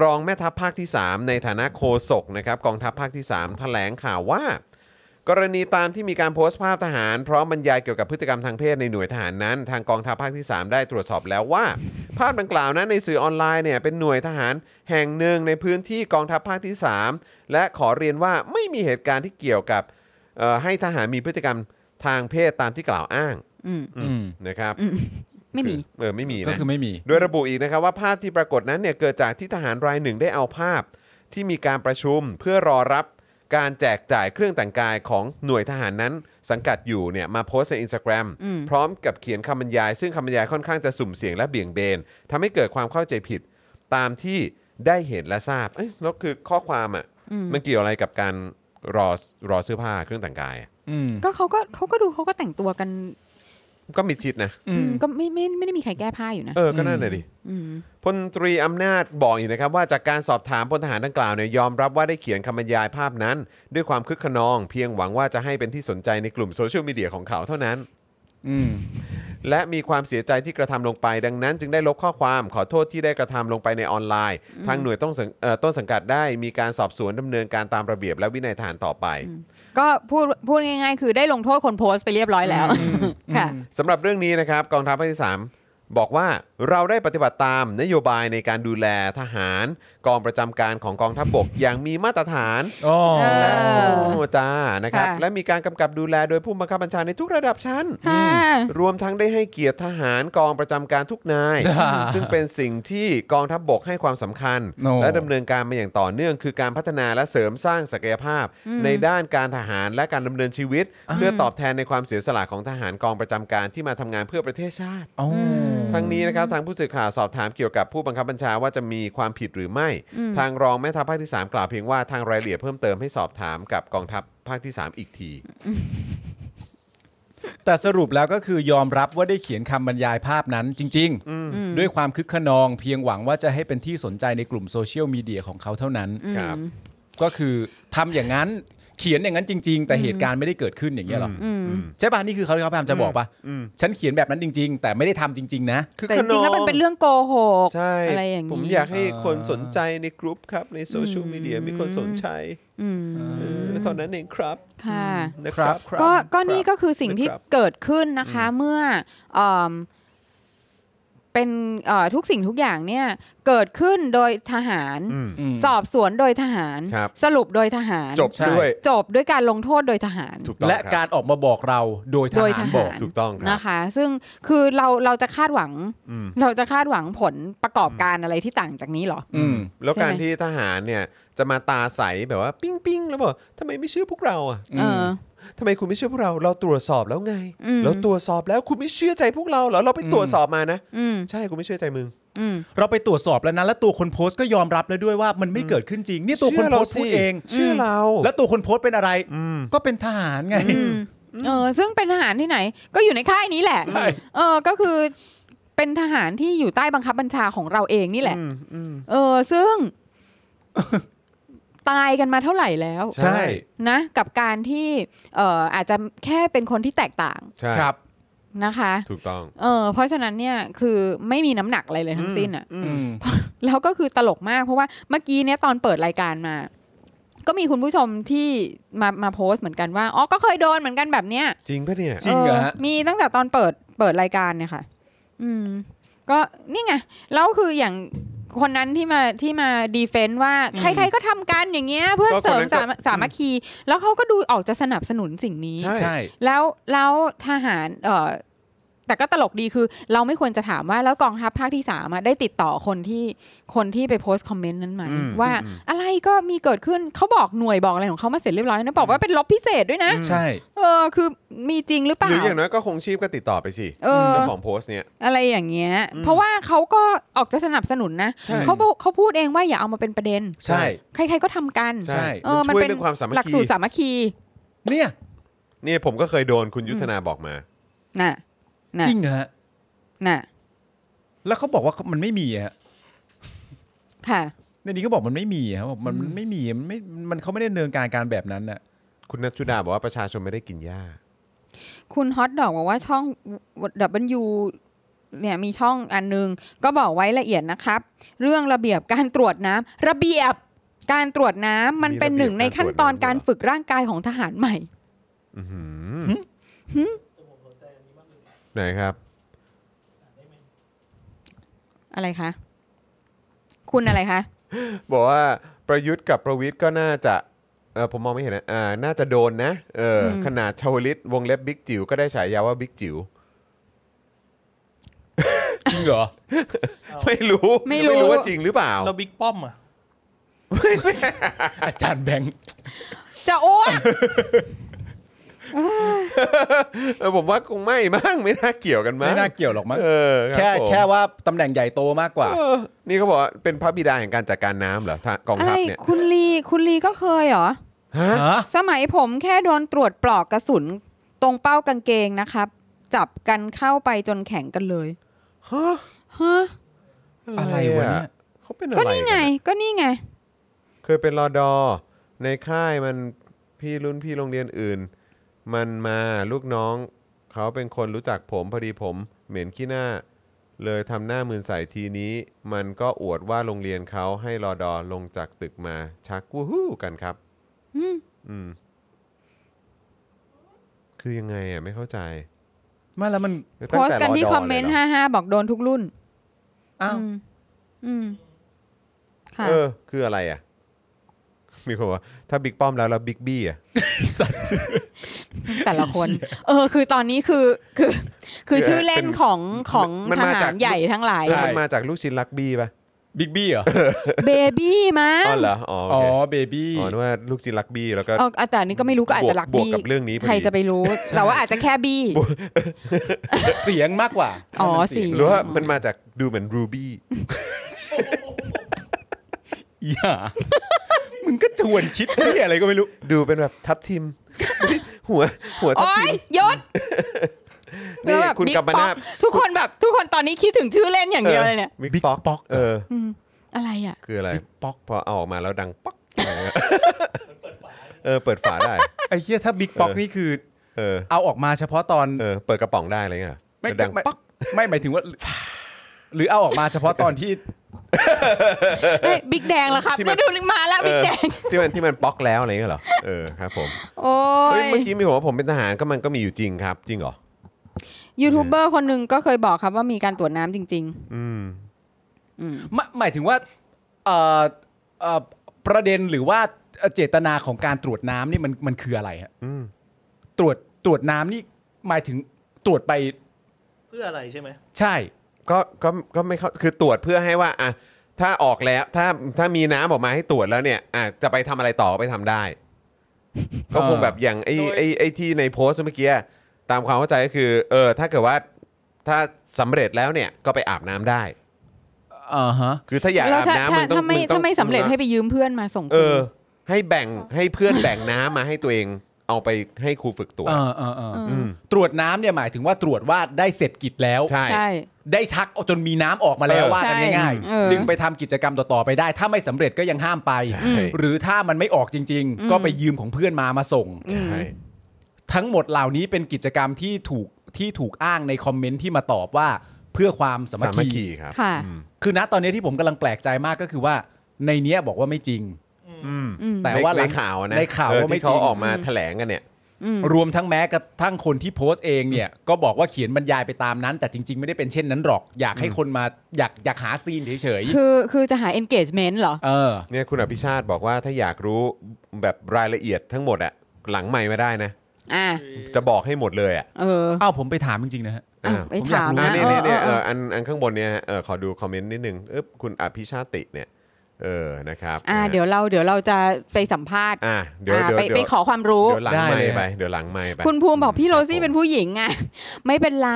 S6: รองแม่ทัพภาคที่ 3 ในฐานะโคศกนะครับกองทัพภาคที่ 3 แถลงข่าวว่า กรณีตามที่มีการโพสต์ภาพทหาร พร้อมบรรยายเกี่ยวกับพฤติกรรมทางเพศในหน่วยทหารนั้น ทางกองทัพภาคที่ 3 ได้ตรวจสอบแล้วว่า ภาพดังกล่าวนั้นในสื่อออนไลน์เนี่ยเป็นหน่วยทหารแห่งหนึ่งในพื้นที่กองทัพภาคที่ 3 และขอเรียนว่าไม่มีเหตุการณ์ที่เกี่ยวกับเอ่อให้ทหารมีพฤติกรรมทางเพศตามที่กล่าวอ้าง
S3: อืม
S2: อืม
S6: นะครับ
S3: ไม่มี
S6: เออไม่มีนะ
S2: ก็คือไม่มี
S6: โดยระบุอีกนะครับว่าภาพที่ปรากฏนั้นเนี่ยเกิดจากที่ทหารรายหนึ่งได้เอาภาพที่มีการประชุมเพื่อรอรับการแจกจ่ายเครื่องแต่งกายของหน่วยทหารนั้น สังกัดอยู่เนี่ยมาโพสต์ใน Instagram
S3: อืม
S6: พร้อมกับเขียนคำบรรยาย ซึ่งคำบรรยายค่อนข้างจะสุ่มเสี่ยงและเบี่ยงเบนทำให้เกิดความเข้าใจผิดตามที่ได้เห็นและทราบเอ้ยแล้วคือข้อความอ่ะมันเกี่ยวอะไรกับการรอรอเสื้อผ้าเครื่องแต่งกายอะ
S2: อืม
S3: ก็เขาก็เขาก็ดูเขาก็แต่งตัวกัน
S6: ก็มิดชิดนะ
S2: อืม
S3: อืมก็ไม่ไม่ไม่ได้มีใครแก้ผ้าอยู่นะ
S6: เออก็นั่นแหละดิ
S3: ม
S6: พลตรีอำนาจบอกอีกนะครับว่าจากการสอบถามพลทหารดังกล่าวเนี่ยยอมรับว่าได้เขียนคำบรรยายภาพนั้น ด้วยความคึกขนอง เพียงหวังว่าจะให้เป็นที่สนใจในกลุ่มโซเชียลมีเดียของเขาเท่านั้น
S2: อืม
S6: และมีความเสียใจที่กระทำลงไป ดังนั้น จึงได้ลบข้อความขอโทษที่ได้กระทำลงไปในออนไลน์ ทางหน่วยต้นสังเอ่อต้นสังกัดได้มีการสอบสวนดำเนินการตามระเบียบและวินัยทหารต่อไป
S3: ก็พูดพูดง่าย ๆ คือได้ลงโทษคนโพสต์ไปเรียบร้อยแล้วค่ะ
S6: สำหรับเรื่องนี้นะครับกองทัพภาคที่ 3 บอกว่าเราได้ปฏิบัติตามนโยบายในการดูแลทหาร กองประจำการของกองทัพบกอย่างมีมาตรฐาน
S2: อ๋อ
S3: เออ
S6: โอ้จ้านะครับ
S3: ค่ะ
S6: และมีการกำกับดูแลโดยผู้บังคับบัญชาในทุกระดับชั้น
S3: ค่ะ
S6: รวมทั้งได้ให้เกียรติทหารกองประจำการทุกนาย
S2: อ่า
S6: ซึ่งเป็นสิ่งที่กองทัพบบกให้ความสำคัญ
S2: โน่
S6: และดำเนินการมาอย่างต่อเนื่อง คือการพัฒนาและเสริมสร้างศักยภาพ ในด้านการทหารและการดำเนินชีวิต เพื่อตอบแทนในความเสียสละของทหารกองประจำการที่มาทำงานเพื่อประเทศชาติ
S2: อ๋อ
S6: ทั้งนี้นะครับทางผู้สื่อข่าวสอบถามเกี่ยวกับผู้บังคับบัญชาว่าจะมีความผิดหรือไม่ ทางรองแม่ทัพภาคที่ 3 กล่าวเพียงว่าทางรายละเอียดเพิ่มเติมให้สอบถามกับกองทัพภาคที่ 3 อีกที
S2: แต่สรุปแล้วก็คือยอมรับว่าได้เขียนคำบรรยายภาพนั้นจริง ๆ ด้วยความคึกขนองเพียงหวังว่าจะให้เป็นที่สนใจในกลุ่มโซเชียลมีเดียของเขาเท่านั้น
S6: ครับ
S2: ก็คือทำอย่างนั้น เขียนอย่างนั้นจริง ๆ แต่เหตุการณ์ไม่ได้เกิดขึ้นอย่างเงี้ยหรอ
S3: อืม
S2: ใช่ป่ะนี่คือเขาที่เขาพยายามจะบอกป่ะฉันเขียนแบบนั้นจริง ๆ แต่ไม่ได้ทำจริง ๆ นะ
S6: คือ
S3: แต่
S6: ข
S3: จ
S6: น
S3: ริงๆแล้ว
S6: ม
S3: มันเป็นเรื่องโกหก
S6: ใช่
S3: อะไรอย่างนี้
S6: ผมอยากให้คนสนใจในกลุ่มครับ ในโซเชียลมีเดียมีคนสนใจ
S3: อืม
S6: เออเท่านั้นเองครับ
S3: ค่ะ
S6: นะครับ
S3: ก็ก็นี่ก็คือสิ่งที่
S6: นะครับ
S3: เกิดขึ้นนะคะ เมื่อเอิ่มเป็นเอ่อทุกสิ่งทุกอย่างเนี่ยเกิดขึ้นโดยทหาร
S6: อืม
S3: สอบสวนโดยทหาร
S6: ครับ
S3: สรุปโดยทหาร
S6: จบ
S2: ใช่
S6: ด้วย
S3: จบด้วยการลงโทษโดยทหาร
S6: ถูกต้อง
S2: และ
S6: คบ
S2: การออกมาบอกเราโดยท
S3: โดยท
S2: หาร
S3: หาร
S2: บอก
S6: ถูกต้องครับ
S3: นะคะ ซึ่งคือเราเราจะคาดหวัง
S6: อืม
S3: เราจะคาดหวังผลประกอบการอะไรที่ต่างจากนี้เหรอ
S2: อืม
S6: แล้วการ
S3: ใช่ไหม
S6: ที่ทหารเนี่ยจะมาตาใสแบบว่าปิ้งปิ้งแล้วบอกทำไมไม่เชื่อพวกเราอ่ะ
S3: เออ
S6: ทำไมคุณไม่เชื่อพวกเราเราตรวจสอบแล้วไง
S3: อืม
S6: เราตรวจสอบแล้วคุณไม่เชื่อใจพวกเราเหรอเราไปตรวจสอบมานะ
S3: อืม
S6: ใช่กูไม่เชื่อใจมึง
S3: อืม
S2: เราไปตรวจสอบแล้วนะแล้วตัวคนโพสต์ก็ยอมรับแล้วด้วยว่ามันไม่เกิดขึ้นจริง นี่ตัวคนโพสต์พูดเอง
S6: เชื่อเรา
S2: แล้วตัวคนโพสต์เป็นอะไร
S6: อืม
S2: ก็เป็นทหารไง
S3: อืมเออซึ่งเป็นทหารที่ไหน ก็อยู่ในค่ายนี้แหละ
S2: ใช่
S3: เออก็คือเป็นทหารที่อยู่ใต้บังคับบัญชาของเราเองนี่แหละ
S6: อืมอืม
S3: เออซึ่ง ตายกันมาเท่าไหร่แล้ว
S2: ใช่
S6: ใช่
S3: นะ กับการที่เอ่ออาจจะแค่เป็นคนที่แตกต่าง
S6: ใช่
S2: ครับ
S3: นะคะ
S6: ถูกต้อง
S3: เออเพราะฉะนั้นเนี่ยคือไม่มีน้ำหนักอะไรเลยทั้งสิ้นอ่ะ
S2: อืม
S3: แล้วก็คือตลกมากเพราะว่าเมื่อกี้เนี่ยตอนเปิดรายการมา ก็มีคุณผู้ชมที่มามาโพสต์เหมือนกันว่าอ๋อก็เคยโดนเหมือนกันแบบเนี้ย
S6: จริงปะเนี่ย
S2: จริงเหรอฮะ
S3: มีตั้งแต่ตอนเปิดเปิดรายการเนี่ยค่ะ อืม ก็นี่ไง แล้วคืออย่างคนนั้นที่มาที่มาดีเฟนต์ว่าใครๆก็ทำกันอย่างเงี้ย เพื่อ
S6: ก็คน
S3: เสริม
S6: นั้นก็
S3: สามัคสามัคคี แล้วเขาก็ดูออกจะสนับสนุนสิ่งนี้
S6: ใช่
S2: ใช่
S3: แล้วแล้วทหารเอ่อแต่ก็ตลกดีคือ เราไม่ควรจะถามว่าแล้วกองทัพภาคที่สามอะได้ติดต่อคนที่คนที่ไปโพสต์คอมเมนต์นั้นไหม
S6: อืม
S3: ว่าอะไรก็มีเกิดขึ้นเขาบอกหน่วยบอกอะไรของเขามาเสร็จเรียบร้อยแล้วนะบอกว่าเป็นลบพิเศษด้วยนะ
S2: ใช่
S3: เออคือมีจริงหรือเป
S6: ห
S3: ล่า
S6: รืออย่างน้อยก็คงชีพก็ติดต่อไปสิ
S3: เออ
S6: เจ้าของโพสต์เนี่ย
S3: อะไรอย่างเงี้ย เพราะว่าเขาก็ออกจะสนับสนุนนะ
S6: ใช่
S3: เขาบอกเขาพูดเองว่าอย่าเอามาเป็นประเด็น
S2: ใช่
S3: ใครๆก็ทำกัน
S2: ใช่
S3: เออ
S6: มั
S3: มัน
S6: ช่วย
S3: เป็น
S6: เรื่องความสามัค
S3: หลัก
S6: คี
S3: สูตรสามัคคี
S2: เนี่ย
S6: เนี่ยผมก็เคยโดนคุณยุทธนาบอกมา
S3: น่ะน่ะ
S2: จริงเหรอฮะ
S3: น่ะ
S2: แล้วเขาบอกว่ามันไม่มีอะฮะ
S3: ค่ะ
S2: ในนี้เขาบอกมันไม่มีอะฮะบอกมันมันไม่มีมันไม่มันเขาไม่ได้ดำเนินการการแบบนั้นน่ะ
S6: คุณนัทจุดาบอกว่าประชาชนไม่ได้กินหญ้า
S3: คุณฮอตดอกบอกว่าช่อง W เนี่ยมีช่องอันนึง ก็บอกไว้ละเอียดนะครับ เรื่องระเบียบการตรวจน้ำระเบียบการตรวจน้ำมันเป็นหนึ่งในขั้นตอนการฝึกร่างกายของทหารใหม่
S6: อื้อหือไหนครับ
S3: อะไรคะ คุณอะไรคะ
S6: บอกว่าประยุทธ์กับประวิทย์ก็น่าจะเออผมมองไม่เห็นนะอ่าน่าจะโดนนะเอออ
S3: ม
S6: ขนาดชาวลิตวงเล็บบิ๊กจิ๋วก็ได้ฉายาว่าบิ๊กจิ๋ว
S2: จริงเหรอ
S6: ไม่รู้
S3: ไม่รู้
S6: รู้ว่าจริงหรือเปล่า
S5: เราบิ๊กป้อมอ่ะ
S2: อาจารย์แบงค์
S3: จะอ้วก
S6: เออผมว่าคงไม่มั้งไม่น่าเกี่ยวกันมั้ง
S2: ไม่น่าเกี่ยวหรอกมั้ง
S6: เออรับ
S2: แค่
S6: ผม
S2: แค่ว่าตำแหน่งใหญ่โตมากกว่า
S6: เออนี่เขาบอกว่าเป็นพระบิดาแห่งการจัดการน้ำเหรอทางกอง
S3: อะ
S6: ทั
S3: ไร
S6: พเนี่ย
S3: คุณลีคุณลีก็เคยเหรอ
S6: ฮะ
S2: ฮะ
S3: สมัยผมแค่โดนตรวจปลอกกระสุนตรงเป้ากางเกงนะครับ จับกันเข้าไปจนแข็งกันเลย
S6: ฮะ
S3: ฮะ
S2: อะไรวะเนี่ย
S6: เขาเป็นอะไร
S3: ก็นี่ไง ก็นี่ไง
S6: เคยเป็นรอดอในค่ายมันพี่รุ่นพี่โรงเรียนอื่น มันมาลูกน้อง เขาเป็นคนรู้จักผมพอดีผมเหม็นขี้หน้า เลยทำหน้ามืนใส่ทีนี้ มันก็อวดว่าโรงเรียนเขาให้รอดอลงจากตึกมาชักวู้ฮู้กันครับ
S3: อืม
S6: อืม คือยังไงอ่ะ ไม่เข้าใจ
S2: ไม่แล้วมัน
S3: โพสต์กันที่
S6: ตั้ง
S3: ค
S6: แต่รด
S3: อมเมนต์
S6: ลยหร
S3: ห้าห้าบอกโดนทุกรุ่น
S2: อ้าว
S3: อืมอืมค่ะ
S6: เออ คืออะไรอ่ะ มีคนบอกว่าถ้าบิ๊กป้อมแล้วแล้วบิ๊กบี้อ่ะ
S2: สัตว์
S3: แต่ละคน เออ คือตอนนี้คือคือคือ
S6: คือ
S3: ชื่อเล่น
S6: เป็น
S3: ของของ
S6: มัน
S3: ท
S6: มา
S3: หา
S6: จาก
S3: รใหญ่ทั้งหลาย
S6: ซึ่งมันมาจากลูกชิ้นลักบี้ป่ะ
S2: บิ๊กบี้เหรอ
S3: เบบี้มั้ง
S6: อ๋อเหรอ อ๋อโอ
S2: อ๋อ
S6: เค
S2: เบบี้
S6: อ๋อนึกว่าลูกชิ้นลักบี้แล้วก็
S3: เออแต่อันนี้ก็ไม่รู้ก็อาจจะรัก
S6: บวก
S3: บี้
S6: กับเรื่องนี้พอดี
S3: ใครจะไปรู้ แต่ว่าอาจจะแค่บี้
S2: เสียงมากกว่า
S3: อ๋อ
S2: เยง
S3: เสียง
S6: หรือว่ามันมาจากดูเหมือนรูบี้
S2: อย่ามึงก็ชวนคิดที่อะไรก็ไม่รู้
S6: ดูเป็นแบบทับทิ ม หัว หัวทับ
S3: โอ๊
S6: ทิ
S3: ยยศ
S6: มนี่
S3: แล้วแบบ
S6: คุณ
S3: บิ๊
S6: กำปนา
S3: ป๊
S6: ท
S3: อกทุกคนแบบทุกคนตอนนี้คิดถึงชื่อเล่นอย่างเดียวเลยเนี่ย
S6: บิ๊กป๊อกป๊อก เออ
S3: อะไรอ่ะ
S6: คืออะไร
S2: Big Box
S6: พอเอาออกมาแล้วดังป๊อก เออเปิดฝาได้
S2: ไอ้เหี้ยถ้าบิ๊กป๊อกนี่คือ
S6: เออ
S2: เอาออกมาเฉพาะตอน
S6: เออเปิดกระป๋องได้อะไรเงี้ย
S2: ไม่
S6: ดัง
S2: ไม่
S6: ป๊อก
S2: ไม่หมายถึงว่า หรือเอาออกมาเฉพาะตอน ที่
S3: บิ๊กแดงแล้วครับมาดูมาแล้ว
S6: เอ
S3: บิ๊ก
S6: อ
S3: แดง
S6: ที่มันที่มันป๊อกแล้วอะไรเงี้ยเหรอเออครับผม
S3: โอ้
S6: เฮ้ย
S3: ย
S6: เมื่อกี้มีผมว่าผมเป็นทหารก็มันก็มีอยู่จริงครับ จริงเหรอ
S3: ยูทูบเบอร์คนหนึ่งก็เคยบอกครับว่ามีการตรวจน้ำจริง
S6: อืม
S3: ๆ อืม
S2: หมายหมายถึงว่าเอ่อเอ่อประเด็นหรือว่าเจตนาของการตรวจน้ำนี่มันมันคืออะไรฮะ
S6: อืม
S2: ตรวจตรวจน้ำนี่หมายถึงตรวจไป
S5: เพื่ออะไรใช่ไหม
S2: ใช่
S6: ก็ก็ก็ไม่เข้าคือตรวจเพื่อให้ว่าอ่ะถ้าออกแล้วถ้าถ้ามีน้ำออกมาให้ตรวจแล้วเนี่ยอ่ะจะไปทำอะไรต่อก็ไปทำได้ ก็คงแบบอย่างไอ้ไอ้ไอ้ที่ในโพสต์เมื่อกี้อะตามความเข้าใจก็คือ เออ ถ้าเกิดว่าถ้าสำเร็จแล้วเนี่ยก็ไปอาบน้ำได้
S2: อ่าฮะ
S6: คือถ้าอยาก
S3: แล้ว
S6: อาบ
S3: ถ้า
S6: น้ำมึงต้อง
S3: ถ้าไม่
S6: งต้อง
S3: ถ้าไม่สำเร็จให้ไปยืมเพื่อนมาส่ง
S6: เอ
S3: คื
S6: อ
S3: น
S6: ให้แบ่งให้เพื่อนแบ่งน้ำมาให้ตัวเอง เอาไปให้ครูฝึกตรว
S2: เอ
S6: จ
S2: อเออเออ
S3: ม
S6: อืม
S2: ตรวจน้ำเนี่ยหมายถึงว่าตรวจว่าได้เสร็จกิจแล้ว
S6: ใช่
S3: ใช่
S2: ได้ชักออกจนมีน้ำออกมาแล้ว
S6: เออ
S2: ว่ากันง่าย
S3: ใช่เออ
S2: ๆจึงไปทำกิจกรรมต่อๆไปได้ ถ้าไม่สำเร็จก็ยังห้ามไป
S6: ใช่
S2: หรือถ้ามันไม่ออกจริง
S3: อื
S2: ๆ
S3: ม
S2: ก็ไปยืมของเพื่อนมามาส่ง
S6: ใช่
S2: ทั้งหมดเหล่านี้เป็นกิจกรรมที่ถูกที่ถูกอ้างในคอมเมนต์ที่มาตอบว่าเพื่อความสามั
S6: สา
S2: ค
S6: มัค
S2: คี
S6: คีครับ
S3: ค่ะ
S6: อืม
S2: คือณตอนนี้ที่ผมกำลังแปลกใจมากก็คือว่าในเนี้ยบอกว่าไม่จริง
S6: อืม
S3: อืม
S2: แต่ว่าห
S6: ใน
S2: ลัง
S6: ข่าวนะ
S2: ในข่าว
S6: เออ
S2: ว่าไม่
S6: ที่เขา
S2: จริง
S6: ออกมา
S3: อืม
S6: แถลงกันเนี่ย
S3: อืม
S2: รวมทั้งแม้กระทั่งคนที่โพสต์เองเนี่ยก็บอกว่าเขียนบรรยายไปตามนั้น แต่จริง ๆ ไม่ได้เป็นเช่นนั้นหรอก อยากให้คนมาอยากอยากหาซีนเฉย
S3: คือคือจะหา engagement เหรอ
S2: ๆเออ
S6: เนี่ยคุณอภิชาติบอกว่าถ้าอยากรู้แบบรายละเอียดทั้งหมดอะหลังใหม่มาได้นะ
S3: อ่ะ
S6: จะบอกให้หมดเลยอะ
S3: เออ
S2: เอ้าวผมไปถามจริง ๆ นะฮะ
S3: อ่ะไป
S2: ผมอยาก
S3: ถาม
S2: รู้
S6: อ่ะ
S3: นะ
S6: เนี่ย
S3: เอ
S6: เนี่ย
S3: อเอ
S6: เนี่ยเอ
S3: อ
S6: ออันอันข้างบนเนี่ยฮะเออขอดูคอมเมนต์นิดนึงเออคุณอภิชาติเนี่ยเออนะครับ
S3: อ่าเดี๋ยวเราเดี๋ยวเราจะไปสัมภาษณ์
S6: อ่ะเดี๋ยว
S3: อ่า
S6: เดี๋ยว
S3: ไปไป
S6: เดี๋ยว
S3: ขอความรู้
S6: เดี๋ยวหลังไม่
S2: ได้เลย
S6: ไป
S2: ฮะ
S6: เดี๋ยวหลังไม่ไป
S3: คุณภูมิบอกพี่โรซี่เป็นผู้หญิงไง ไม่เป็นไร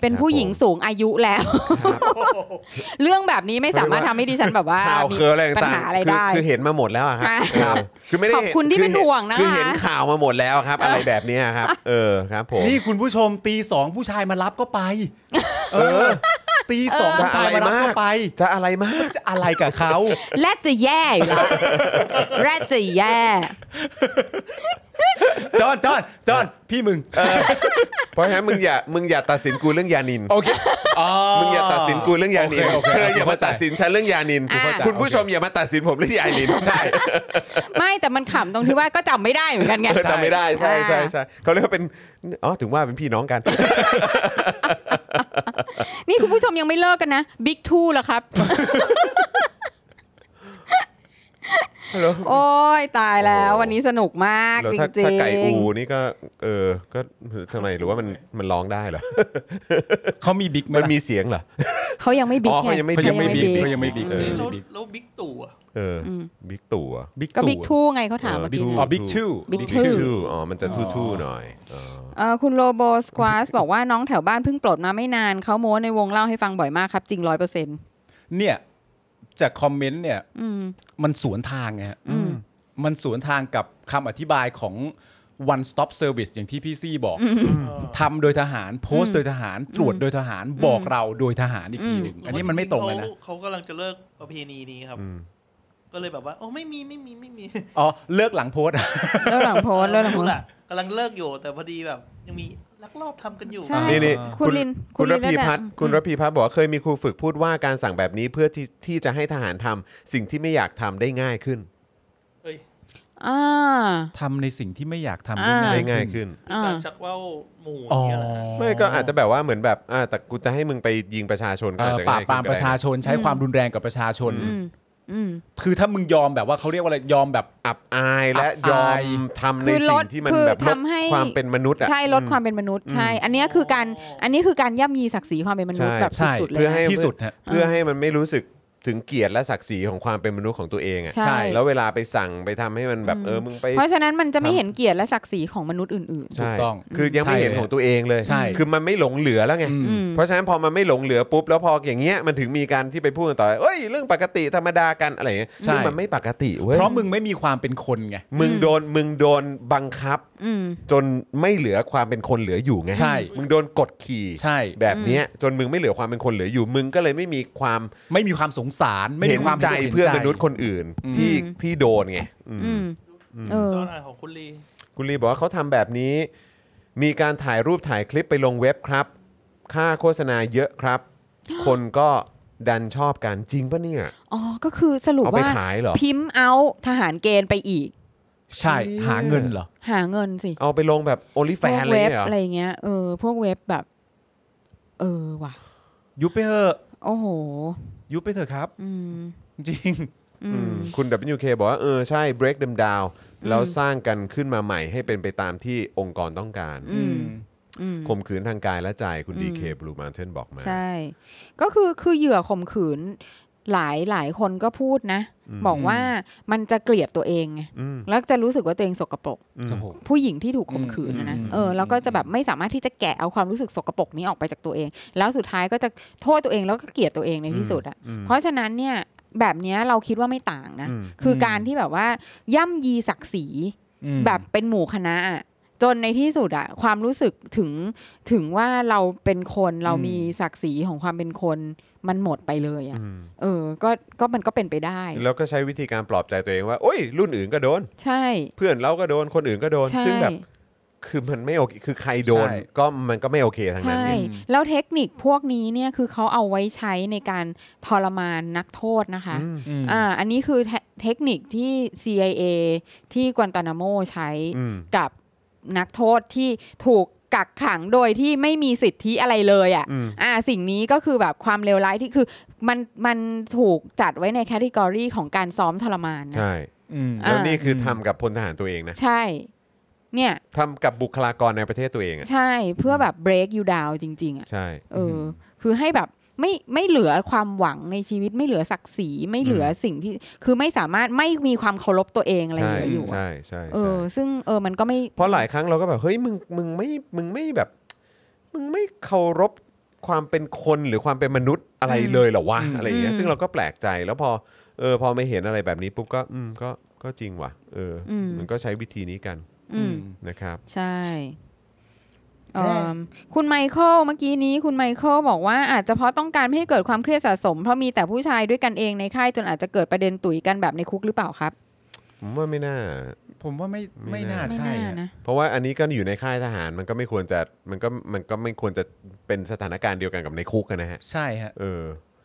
S3: เป็นผู้หญิง
S6: ครับผม
S3: สูงอายุแล้ว เรื่องแบบนี้ไม่สามารถทำให้ดิฉันแบบว่า
S6: ข่าว
S3: มี
S6: เคออะไร
S3: ปัญ
S6: ต่าง
S3: หาอะไร
S6: ๆคือ
S3: ได้
S6: คือเห็นมาหมดแล้วอะครับ
S3: อ่ะ
S6: เออคือไม่ได้
S3: ขอบคุณที่เป็นห่วงนะคะ
S6: คือเห็นข่าวมาหมดแล้วครับ อะไรแบบเนี้ยครับเออครับผม
S2: นี่คุณผู้ชมตีสองผู้ชายมารับก็ไป เออ ตีสอง
S6: เออ
S2: ผู้ชายมารับ
S6: อะไรมาก
S2: ก็ไป
S6: จะอะไรมาก
S2: จะอะไรกับเขา
S3: และจะแย่อยู่ แล้วและจะแย่
S2: จอนจอนจอนพี่มึง
S6: เพราะฉะนั้นมึงอย่ามึงอย่าตัดสินกูเรื่องยานิน
S2: โอเค
S6: มึงอย่าตัดสินกูเรื่องยานิน
S2: โค
S6: เธออย่ามา
S2: โค
S6: ตัดสินฉันเรื่องยานิน
S3: อ่ะ
S6: คุณผู้ชมอย่ามาตัดสินผมเรื่องยานินใช่
S3: ไม่แต่มันขำตรงที่ว่าก็จำไม่ได้เหมือนกันไง
S6: จำไม่ได้ใช่
S3: อ่ะ
S6: ใช่ใช่เขาเรียกว่าเป็นอ๋อถึงว่าเป็นพี่น้องกัน
S3: นี่คุณผู้ชมยังไม่เลิกกันนะบิ๊กทูแล้วครับ โอ้ยตายแล้ว
S6: โอ้
S3: วันนี้สนุกมาก
S6: แล้ว
S3: จ
S6: ถ้าถ้า
S3: ริง
S6: ไก่อู
S3: ๆ
S6: นี่ก็เออก็ทำไมหรือว่ามันมันร้องได้เหรอ
S2: เขามีบิ๊กไห
S6: มัน
S2: ล่ะ
S6: มีเสียงเหรอ
S3: เขายังไม่บิ๊ก
S6: อ๋อ
S3: ไง
S6: เขายังไม่บิ๊ก
S2: เขายังไม่บิ๊ก
S6: เออ
S5: แล้วแล้วบิ๊กตู่อะ
S6: เอออบิ๊กตู่อะ
S2: บิ๊ก
S3: ก็
S2: ตู่
S3: บิ๊กทูไงเขาถาม
S6: เออ
S3: เมื่อ
S6: บิ๊
S3: กี้
S6: ก
S2: อ๋อ
S3: นะ
S2: บิ๊กชื่อ
S3: บิ๊ก
S6: บิ๊ก
S3: ทู่
S6: ทู่อ๋อมันจะทู่ทู่ๆหน่อยอ๋อ
S3: เอ่อคุณโลโบสควาส บอกว่าน้องแถวบ้านเพิ่งปลดมาไม่นาน เขาโม้ในวงเล่าให้ฟังบ่อยมากครับ จริงร้อยเปอร์เซ็นต์
S2: เนี่ย จากคอมเมนต์เนี่ย
S3: อืม
S2: มันสวนทางไงฮะ
S3: อืม
S2: มันสวนทางกับคำอธิบายของ one stop service อย่างที่พี่ซี่บอก
S5: เออ
S2: ทำโดยทหาร โพสต์โดยทหาร ตรวจโดยทหาร บอกเราโดยทหารอีกทีหนึ่ง อันนี้มันไม่ตรงกันนะ
S5: เขาเขากำลังจะเลิกประเพณีนี้ครับ ก็เลยแบบว่าโอ้ไม่มีไม่มีไม่มี
S2: อ๋อ เลิกหลังโพสต์
S3: เล่าหลังโพสต์เล่าหลัง โพสต์
S5: ล่ะกำลังเลิกอยู่แต่พอดีแบบยังมีลักลอบทำกันอยู่
S3: ใช่
S6: นี่นี่
S3: คุณลินคุ
S6: คุณ ณ
S3: ลิ
S6: ร
S3: น
S6: พี
S3: แล้วแหละ
S6: พัฒน์คุณรพีพัฒน์บอกว่าเคยมีครูฝึกพูดว่าการสั่งแบบนี้เพื่อที่ที่จะให้ทหารทำสิ่งที่ไม่อยากทำได้ง่ายขึ้น
S5: เอ้ย
S3: อ่า
S2: ทำในสิ่งที่ไม่อยากทำ
S3: อ่า
S6: ได้
S2: ได้
S6: ง่า
S2: ง่าย ย
S6: ขึ้
S2: ขึ้น
S6: น
S5: คือการชักว่าวหมู่อ
S2: อ๋อย่าง
S5: เงี้ยแหละฮะ
S6: ไม่ก็อาจจะแบบว่าเหมือนแบบอ่าแต่กูจะให้มึงไปยิงประชาชนก็
S2: เอ่
S6: อา
S2: อ
S6: จจะ
S2: ปรา
S6: ง่า
S2: บ
S6: ย
S2: ปราม
S6: ขึ้นก็
S2: ป
S6: ได้
S2: ระชาชนใช้ความรุนแรงกับประชาชน
S3: อืมอืม
S2: คือถ้ามึงยอมแบบว่าเขาเรียกว่าอะไรยอมแบบ
S6: อับอายและ
S2: อั
S6: ย
S2: บ
S6: อ
S2: อาม ย
S6: ทำใน
S3: คือล
S6: สิ่
S3: ด
S6: งที่มัน
S3: คือ
S6: แบบลด
S3: ทำให้
S6: ความเป็นมนุษย์อ่ะ
S3: ใช่ลดความเป็นมนุษย์ใช่ อันเนี้ยคือการ
S5: อ๋ออั
S3: อันนี้คือการย่ำยีศักดิ์ศรีความเป็นมนุษย์แบบ
S2: ใช่
S3: สุดๆเลย
S6: เพื่อให้
S3: นะ
S2: ที่สุดฮะ
S6: เพื่อให้มันไม่รู้สึกถึงเกียรติและศักดิ์ศรีของความเป็นมนุษย์ของตัวเองอ่ะ
S3: ใช่
S6: แล้วเวลาไปสั่งไปทำให้มันแบบเออมึงไป
S3: เพราะฉะนั้นมันจะไม่เห็นเกียรติและศักดิ์ศรีของมนุษย์อื่น
S6: ใช่
S2: ถูกต้อง
S6: คือยังไม่
S2: ใช่
S6: เห็นของตัวเองเลย
S2: ใช่
S6: คือมันไม่หลงเหลือแล้วไง
S2: อืม
S3: อืม
S6: เพราะฉะนั้นพอมันไม่หลงเหลือปุ๊บ แล้วพออย่างเงี้ยมันถึงมีการที่ไปพูดกันต่อเอ้ยเรื่องปกติธรรมดากันอะไรอย่างเงี้ย
S2: ใช่
S6: ซึ่งมันไม่ปกติเว้ย
S2: เพราะมึงไม่มีความเป็นคนไง
S6: มึงโดนมึงโดนบังคับ
S3: ๆ อืม
S6: จนไม่เหลือความเป็นคนเหลืออยู่ไง
S2: ใช่
S6: มึงโดนกดขี่
S2: ใช่
S6: แบบเนี้ยจนมึงไม่เหลือความเป็นคนเหลืออยู่ มึงก็เลยไม่มีความ
S2: ไม่มีความสงสาร ไม่
S6: เห็
S2: มี
S6: น
S2: ความ
S6: ใจ
S2: ห็น
S6: เพื่อนมนุษย์คนอื่นที่
S3: อืม
S6: ที่โดนไงอืม
S3: อืม เออ
S5: ตอนอ่านของคุณลี
S6: คุณลีบอกว่าเขาทำแบบนี้ มีการถ่ายรูปถ่ายคลิปไปลงเว็บครับ ค่าโฆษณาเยอะครับ คนก็ดันชอบกันจริงปะเนี่ย
S3: อ๋อ ก็คือสรุป
S6: เอาไป
S3: ว่า
S6: ขายเหรอ
S3: พิมพ์เอาทหารเกณฑ์ไปอีก
S2: ใช่หาเงินเหรอ
S3: หาเงินสิ
S6: เอาไปลงแบบโอลิแฟน
S3: พวก
S6: อะไร
S3: เว็บ
S6: เงี้ยเหรอ
S3: อะไรเงี้ยเออ พวกเว็บแบบ เออว่ะ
S2: ยุบไปเถอะ
S3: โอ้โห
S2: ยุบไปเถอะครับ
S3: อืม
S2: จริง
S3: อื
S6: อื
S3: ม
S6: มคุณ WK บอกว่าเออใช่ break them down แล้วสร้างกันขึ้นมาใหม่ให้เป็นไปตามที่องค์กรต้องการ
S3: อืม อืม
S6: ข่มขืนทางกายและใจคุณ
S3: อืม
S6: DK Blue Mountain บอกมา
S3: ใช่ ก็คือคือเหยื่อข่มขืนหลายหลายคนก็พูดนะ บอกว่ามันจะเกลียดตัวเองไง
S6: อืม
S3: แล้วจะรู้สึกว่าตัวเองสกปรก
S6: อืม
S3: ผู้หญิงที่ถูกข่มขืนนะนะ
S2: อืม
S3: เออแล้วก็จะแบบไม่สามารถที่จะแกะเอาความรู้สึกสกปรกนี้ออกไปจากตัวเอง แล้วสุดท้ายก็จะโทษตัวเองแล้วก็เกลียดตัวเองในที่สุดอ่ะ
S6: อืม
S3: เพราะฉะนั้นเนี่ยแบบเนี้ยเราคิดว่าไม่ต่างนะ
S6: อืม
S3: คือการที่แบบว่าย่ำยีศักดิ์ศรี
S2: อืม
S3: แบบเป็นหมู่คณะอะจนในที่สุดอะความรู้สึกถึงถึงว่าเราเป็นคนเรามีศักดิ์ศรีของความเป็นคนมันหมดไปเลยอะ
S6: อืม
S3: เออก็ก็มันก็เป็นไปได้
S6: แล้วก็ใช้วิธีการปลอบใจตัวเองว่าโอ้ยรุ่นอื่นก็โดน
S3: ใช่
S6: เพื่อนเราก็โดนคนอื่นก็โดน
S3: ใช่
S6: ซึ่งแบบคือมันไม่โอเคคือใครโดน ก็มันก็ไม่โอเคทั้งนั้น
S3: ใช่
S6: เนี่ย
S3: แล้วเทคนิคพวกนี้เนี่ยคือเขาเอาไว้ใช้ในการทรมานนักโทษนะคะ
S2: อืม
S3: อ่าอันนี้คือเทเทคนิคที่ CIA ที่กวนตานาโมใช้
S6: อืม
S3: กับนักโทษที่ถูกกักขังโดยที่ไม่มีสิทธิอะไรเลยอะ่ะ
S6: อืม
S3: อ่าสิ่งนี้ก็คือแบบความเลวร้ายที่คือมันมันถูกจัดไว้ในแคตตากรีของการซ้อมทรมานนะ
S6: ใช่
S2: อืม
S3: อ่า
S6: แล้วนี่คือทำกับพลทหารตัวเองนะ
S3: ใช่ เนี่ย
S6: ทำกับบุคลากรในประเทศตัวเองอะ
S3: ใช่เพื่อแบบ break you down จริง ๆอะ่ะ
S6: ใช่
S3: เออ คือให้แบบไม่ไม่เหลือความหวังในชีวิตไม่เหลือศักดิ์ศรีไม่เหลือสิ่งที่คือไม่สามารถไม่มีความเคารพตัวเองอะไร
S6: ใช่
S3: เหลืออยู่อะ
S6: ใช่ใช่
S3: เอ
S6: ใช่
S3: อ ซึ่งเออมันก็ไม่
S6: เพราะหลายครั้งเราก็แบบเฮ้ยมึงมึงไม่มึงไม่แบบ มึงไม่เคารพความเป็นคนหรือความเป็นมนุษย์อะไรเลยเหรอวะ
S2: อืม
S6: อะไรอย่างเงี้ย
S3: อืม
S6: ซึ่งเราก็แปลกใจแล้วพอเออพอไม่เห็นอะไรแบบนี้ปุ๊บก็อืมก็ก็จริงว่ะเอออ
S3: ม
S6: มันก็ใช้วิธีนี้กัน
S3: อืม
S6: นะครับ
S3: ใช่
S2: แน่
S3: เอิ่มคุณไมเคิลเมื่อกี้นี้คุณไมเคิลบอกว่าอาจจะเพราะต้องการไม่ให้เกิดความเครียดสะสม เพราะมีแต่ผู้ชายด้วยกันเองในค่ายจนอาจจะเกิดประเด็นตุ๋ยกันแบบในคุกหรือเปล่าครับ
S6: ผมว่าไม่น่า
S2: ผมว่าไม่
S6: ไม่
S2: ไม่
S6: น่า
S2: น่า
S3: ไม่
S2: ใช่
S3: น่า
S2: อะ
S3: นะ
S6: เพราะว่าอันนี้ก็อยู่ในค่ายทหารมันก็ไม่ควรจะมันก็มันก็ไม่ควรจะเป็นสถานการณ์เดียวกันกับในคุกอะนะฮะ
S2: ใช่ฮะ
S6: เออ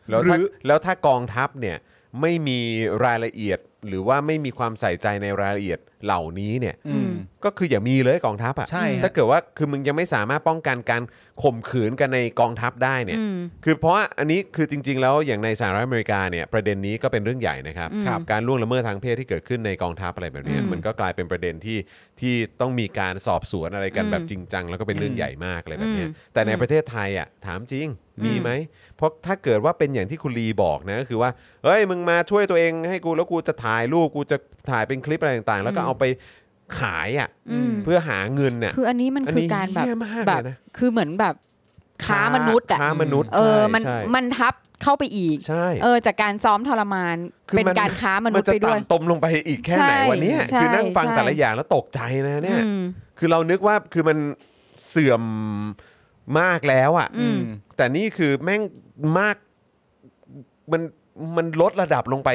S6: แล้วถ้า
S2: หรือ
S6: แล้วถ้ากองทัพเนี่ยไม่มีรายละเอียดหรือว่าไม่มีความใส่ใจในรายละเอียดเหล่านี้เนี่ย
S3: อืม
S6: ก็คืออย่ามีเลยกองทัพอะ
S2: ใช่ฮะ
S6: ถ้าเกิดว่าคือมึงยังไม่สามารถป้องกันการข่มขืนกันในกองทัพได้เนี่ย
S3: อืม
S6: คือเพราะว่าอันนี้คือจริง ๆ แล้วอย่างในสหรัฐอเมริกาเนี่ยประเด็นนี้ก็เป็นเรื่องใหญ่นะครับ
S3: อืมครับ
S6: การล่วงละเมิดทางเพศที่เกิดขึ้นในกองทัพอะไรแบบเนี้ย
S3: อืม
S6: มันก็กลายเป็นประเด็นที่ที่ต้องมีการสอบสวนอะไรกันแบบจริงจังแล้วก็เป็นเรื่องใหญ่มากอะไรแบบเนี้ย
S3: อืม
S6: แต่ในประเทศไทยอ่ะถามจริงมีไหม เพราะถ้าเกิดว่าเป็นอย่างที่คุณลีบอกนะก็คือว่า เฮ้ย มึงมาช่วยตัวเองให้กูแล้วกูจะถ่ายรูปกูจะถ่ายเป็นคลิปอะไรต่างๆ แล้วก็เอาไปขายอ่ะ
S3: อืม
S6: เพื่อหาเงินน่ะ
S3: คืออันนี้มัน
S6: อัน
S3: คื
S6: นี้
S3: อการแบบ
S6: เหี้ยมาก
S3: แบ
S6: เล
S3: บ
S6: ยนะ
S3: คือเหมือนแบบค้ามนุษย์อ่ะ
S6: ค้ามนุษย์
S3: เออ
S6: ใช่
S3: มัน
S6: ใช่
S3: มันทับเข้าไปอีก
S6: ใช่
S3: เออ จากการซ้อมทรมาน
S6: คือ
S3: เป็น
S6: มัน
S3: การค้ามนุ
S6: มั
S3: ษย์ไปด้วย
S6: จะต่ำตมลงไปอีกแค่ไหน
S3: ใช่
S6: วันนี้
S3: ใช่
S6: คือนั่งฟัง
S3: ใช่
S6: แต่ละอย่างแล้วตกใจนะเนี่ย
S3: อืม
S6: คือเรานึกว่าคือมันเสื่อมมากแล้วอ่ะ
S3: อืม
S6: แต่นี่คือแม่งมากมันมันลดระดับลงไป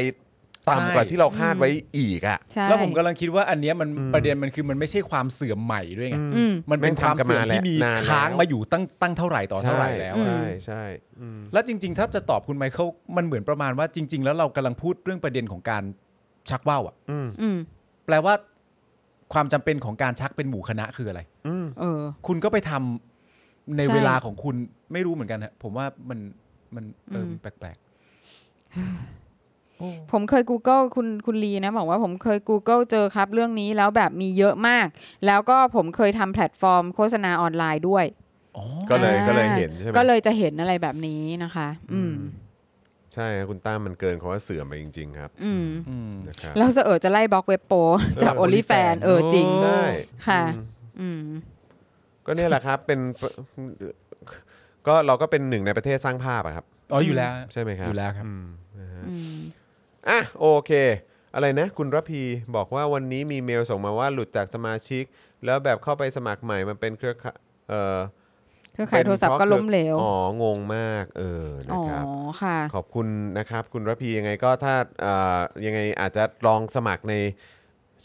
S6: ต่ำกว่า
S2: ใช่
S6: ที่เราคาดไว้อีกอ่ะ
S3: ใช่
S2: แล้วผมกำลังคิดว่าอันเนี้ยมันประเด็นมันคือมันไม่ใช่ความเสื่อมใหม่ด้วยไง
S3: อืม
S2: มันเป็นความเสื่อมที่มี
S6: แม่งทำกันมาแล้วนานแล้ว
S2: ค้างมาอยู่ตั้งตั้งเท่าไหร่ต่อเท่าไหร่แล้วอะ
S6: ใช่ใช่อืม
S2: แล้วจริง ๆ ถ้าจะตอบคุณไมเคิลมันเหมือนประมาณว่าจริง ๆ แล้วเรากำลังพูดเรื่องประเด็นของการชักว่าวอ่ะ
S6: อืม
S3: อืม
S2: แปลว่าความจำเป็นของการชักเป็นหมู่คณะคืออะไร
S6: อืม
S3: เออ
S2: คุณก็ไปทำใน
S3: ใช่
S2: เวลาของคุณไม่รู้เหมือนกันฮะผมว่ามันมันเอออ
S3: ม
S2: แปลก
S3: ผมเคย Google คุณคุณลีนะ บอกว่าผมเคย Google เจอครับเรื่องนี้แล้วแบบมีเยอะมาก แล้วก็ผมเคยทำแพลตฟอร์มโฆษณาออนไลน์ด้วย
S2: ๆอ๋อ
S6: ก็เลย
S3: อ่า
S6: ก็เลยเห็นใช่ไหม
S3: ก็เลยจะเห็นอะไรแบบนี้นะคะ อืม
S6: ใช่ครับคุณตั้มมันเกินคำว่าเสื่อมไปจริง ๆ ครับ
S3: อืม
S6: นะครับ
S3: แล้วเสอจะไล่บล็อกเว็บโปร จากโอลิแฟน
S2: OnlyFans
S3: เออจริง
S6: ใช่
S3: ค่ะ
S6: อืม
S3: อืม
S6: ก็เนี่ยแหละครับเป็นก็เราก็เป็นหนึ่งในประเทศสร้างภาพอะครับ
S2: อ๋ออยู่แล้ว
S6: ใช่ไหมครับ
S2: อยู่แล้วครับ
S6: อืมนะฮะ
S3: อืม
S6: อ่ะโอเค อะไรนะ คุณระพีบอกว่าวันนี้มีเมลส่งมาว่าหลุดจากสมาชิก แล้วแบบเข้าไปสมัครใหม่มันเป็นเครือข่ายเอ่อ
S3: เครือข่ายโทรศัพท์ก็ล้มเหลว
S6: อ๋องงมากเออนะ
S3: อ๋อ
S6: ครับ
S3: ค่ะ
S6: ขอบคุณนะครับ คุณระพียังไงก็ถ้าเอ่อยังไงอาจจะลองสมัครใน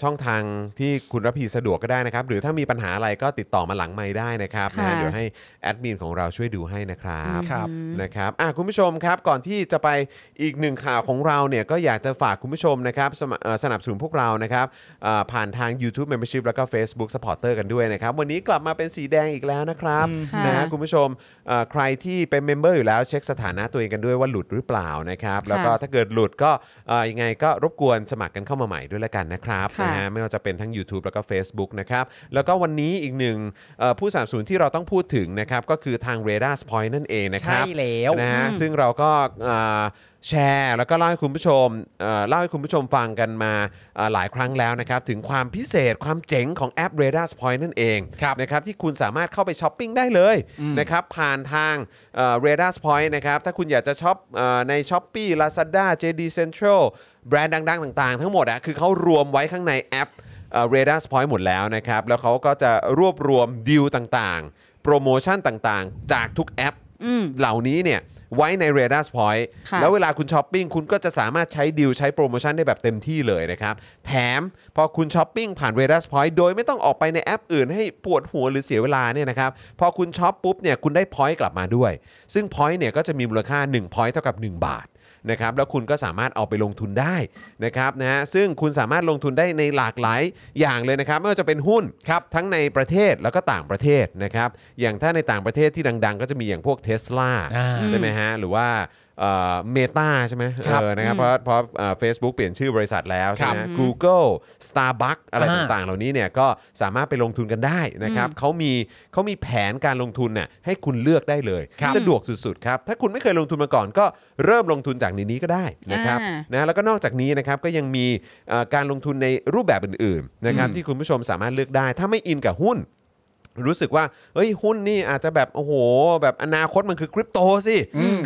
S6: ช่องทางที่คุณระพีสะดวกก็ได้นะครับ หรือถ้ามีปัญหาอะไรก็ติดต่อมาหลังไม้ได้นะครับนะ
S3: ค่ะ
S6: เดี๋ยวให้แอดมินของเราช่วยดูให้นะครับ
S2: ครับ
S6: นะครับอ่ะคุณผู้ชมครับ ก่อนที่จะไปอีกหนึ่งข่าวของเราเนี่ย ก็อยากจะฝากคุณผู้ชมนะครับสมครเอ่อสนับสนุนพวกเรานะครับอ่าผ่านทาง YouTube Membership แล้วก็ Facebook Supporter กันด้วยนะครับ วันนี้กลับมาเป็นสีแดงอีกแล้วนะครับ
S3: ค่ะ
S6: นะฮะคุณผู้ชมเอ่อใครที่เป็นเมมเบอร์อยู่แล้วเช็คสถานะตัวเองกันด้วยว่าหลุดหรือเปล่านะครับ แล้วก็ถ้าเกิดหลุดก็เอ่อยังไงก็รบกวนสมัครกันเข้ามาใหม่ด้วยละกันนะครับ
S3: ค่ะ
S6: นะฮะ ไม่ว่าจะเป็นทั้ง YouTube แล้วก็ Facebook นะครับ แล้วก็วันนี้อีกหนึ่งเอ่อผู้สนับสนุนที่เราต้องพูดถึงนะครับ ก็คือทาง r a d a r s Point นั่นเองนะครับ
S2: ใช่แล้ว
S6: นะฮะ
S3: อืม
S6: ซึ่งเราก็อ่าแชร์แล้วก็เล่าให้คุณผู้ชมเอ่อเล่าให้คุณผู้ชมฟังกันมาเอ่อหลายครั้งแล้วนะครับ ถึงความพิเศษความเจ๋งของแอป r a d a r s Point นั่นเอง
S2: ครับ
S6: นะครับที่คุณสามารถเข้าไปช้อปปิ้งได้เลย
S2: อืม
S6: นะครับผ่านทาง r a d a r s Point นะครับถ้าคุณอยากจะช้อปเอ่อใน s h o p e e Lazada JD Central แบรนด์ดัง ๆ ต่างๆ ทั้งหมดอะคือเขารวมไว้ข้างในแอป เรดาร์สพอยต์หมดแล้วนะครับ แล้วเขาก็จะรวบรวมดีลต่างๆ โปรโมชั่นต่างๆ จากทุกแอป
S3: อืม
S6: เหล่านี้เนี่ยไว้ใน r a d a r s Point
S3: ค่ะ
S6: แล้วเวลาคุณช้อปปิ้งคุณก็จะสามารถใช้ดีลใช้โปรโมชั่นได้แบบเต็มที่เลยนะครับ แถมพอคุณช้อปปิ้งผ่าน r a d a r s Point โดยไม่ต้องออกไปในแอปอื่นให้ปวดหัวหรือเสียเวลาเนี่ยนะครับ พอคุณช้อปปุ๊บเนี่ยคุณได้ Point กลับมาด้วย ซึ่ง Point เนี่ยก็จะมีมูลค่า1 Point เท่ากับ 1 บาท นะครับแล้วคุณก็สามารถเอาไปลงทุนได้นะครับนะฮะซึ่งคุณสามารถลงทุนได้ในหลากหลายอย่างเลยนะครับ ไม่ว่าจะเป็นหุ้นครับทั้งในประเทศแล้วก็ต่างประเทศนะครับ อย่างถ้าในต่างประเทศที่ดัง ๆ ก็จะมีอย่างพวกเทสลา
S2: อ่า
S6: ใช่ไหมฮะหรือว่าเมตาใช่ไหม
S2: ครับ
S6: เออนะครับเพราะเพราะเฟซบุ๊กเปลี่ยนชื่อบริษัทแล้วใช่ไห
S2: ค
S6: ม
S2: รับ
S6: ฮะ Google Starbucks อะไร
S2: อ่า
S6: ต่างๆ เหล่านี้เนี่ยก็สามารถไปลงทุนกันได้นะครับเขามีเขามีแผนการลงทุนน่ะให้คุณเลือกได้เลย
S3: ครับ
S6: สะดวกสุดๆครับถ้าคุณไม่เคยลงทุนมาก่อนก็เริ่มลงทุนจากในนี้ก็ได้นะครับ
S3: อ่า
S6: นะแล้วก็นอกจากนี้นะครับก็ยังมีเอ่อการลงทุนในรูปแบบอื่นๆนะครับที่คุณผู้ชมสามารถเลือกได้ ถ้าไม่อินกับหุ้น รู้สึกว่าเฮ้ยหุ้นนี่อาจจะแบบโอ้โห แบบอนาคตมันคือคริปโตสิ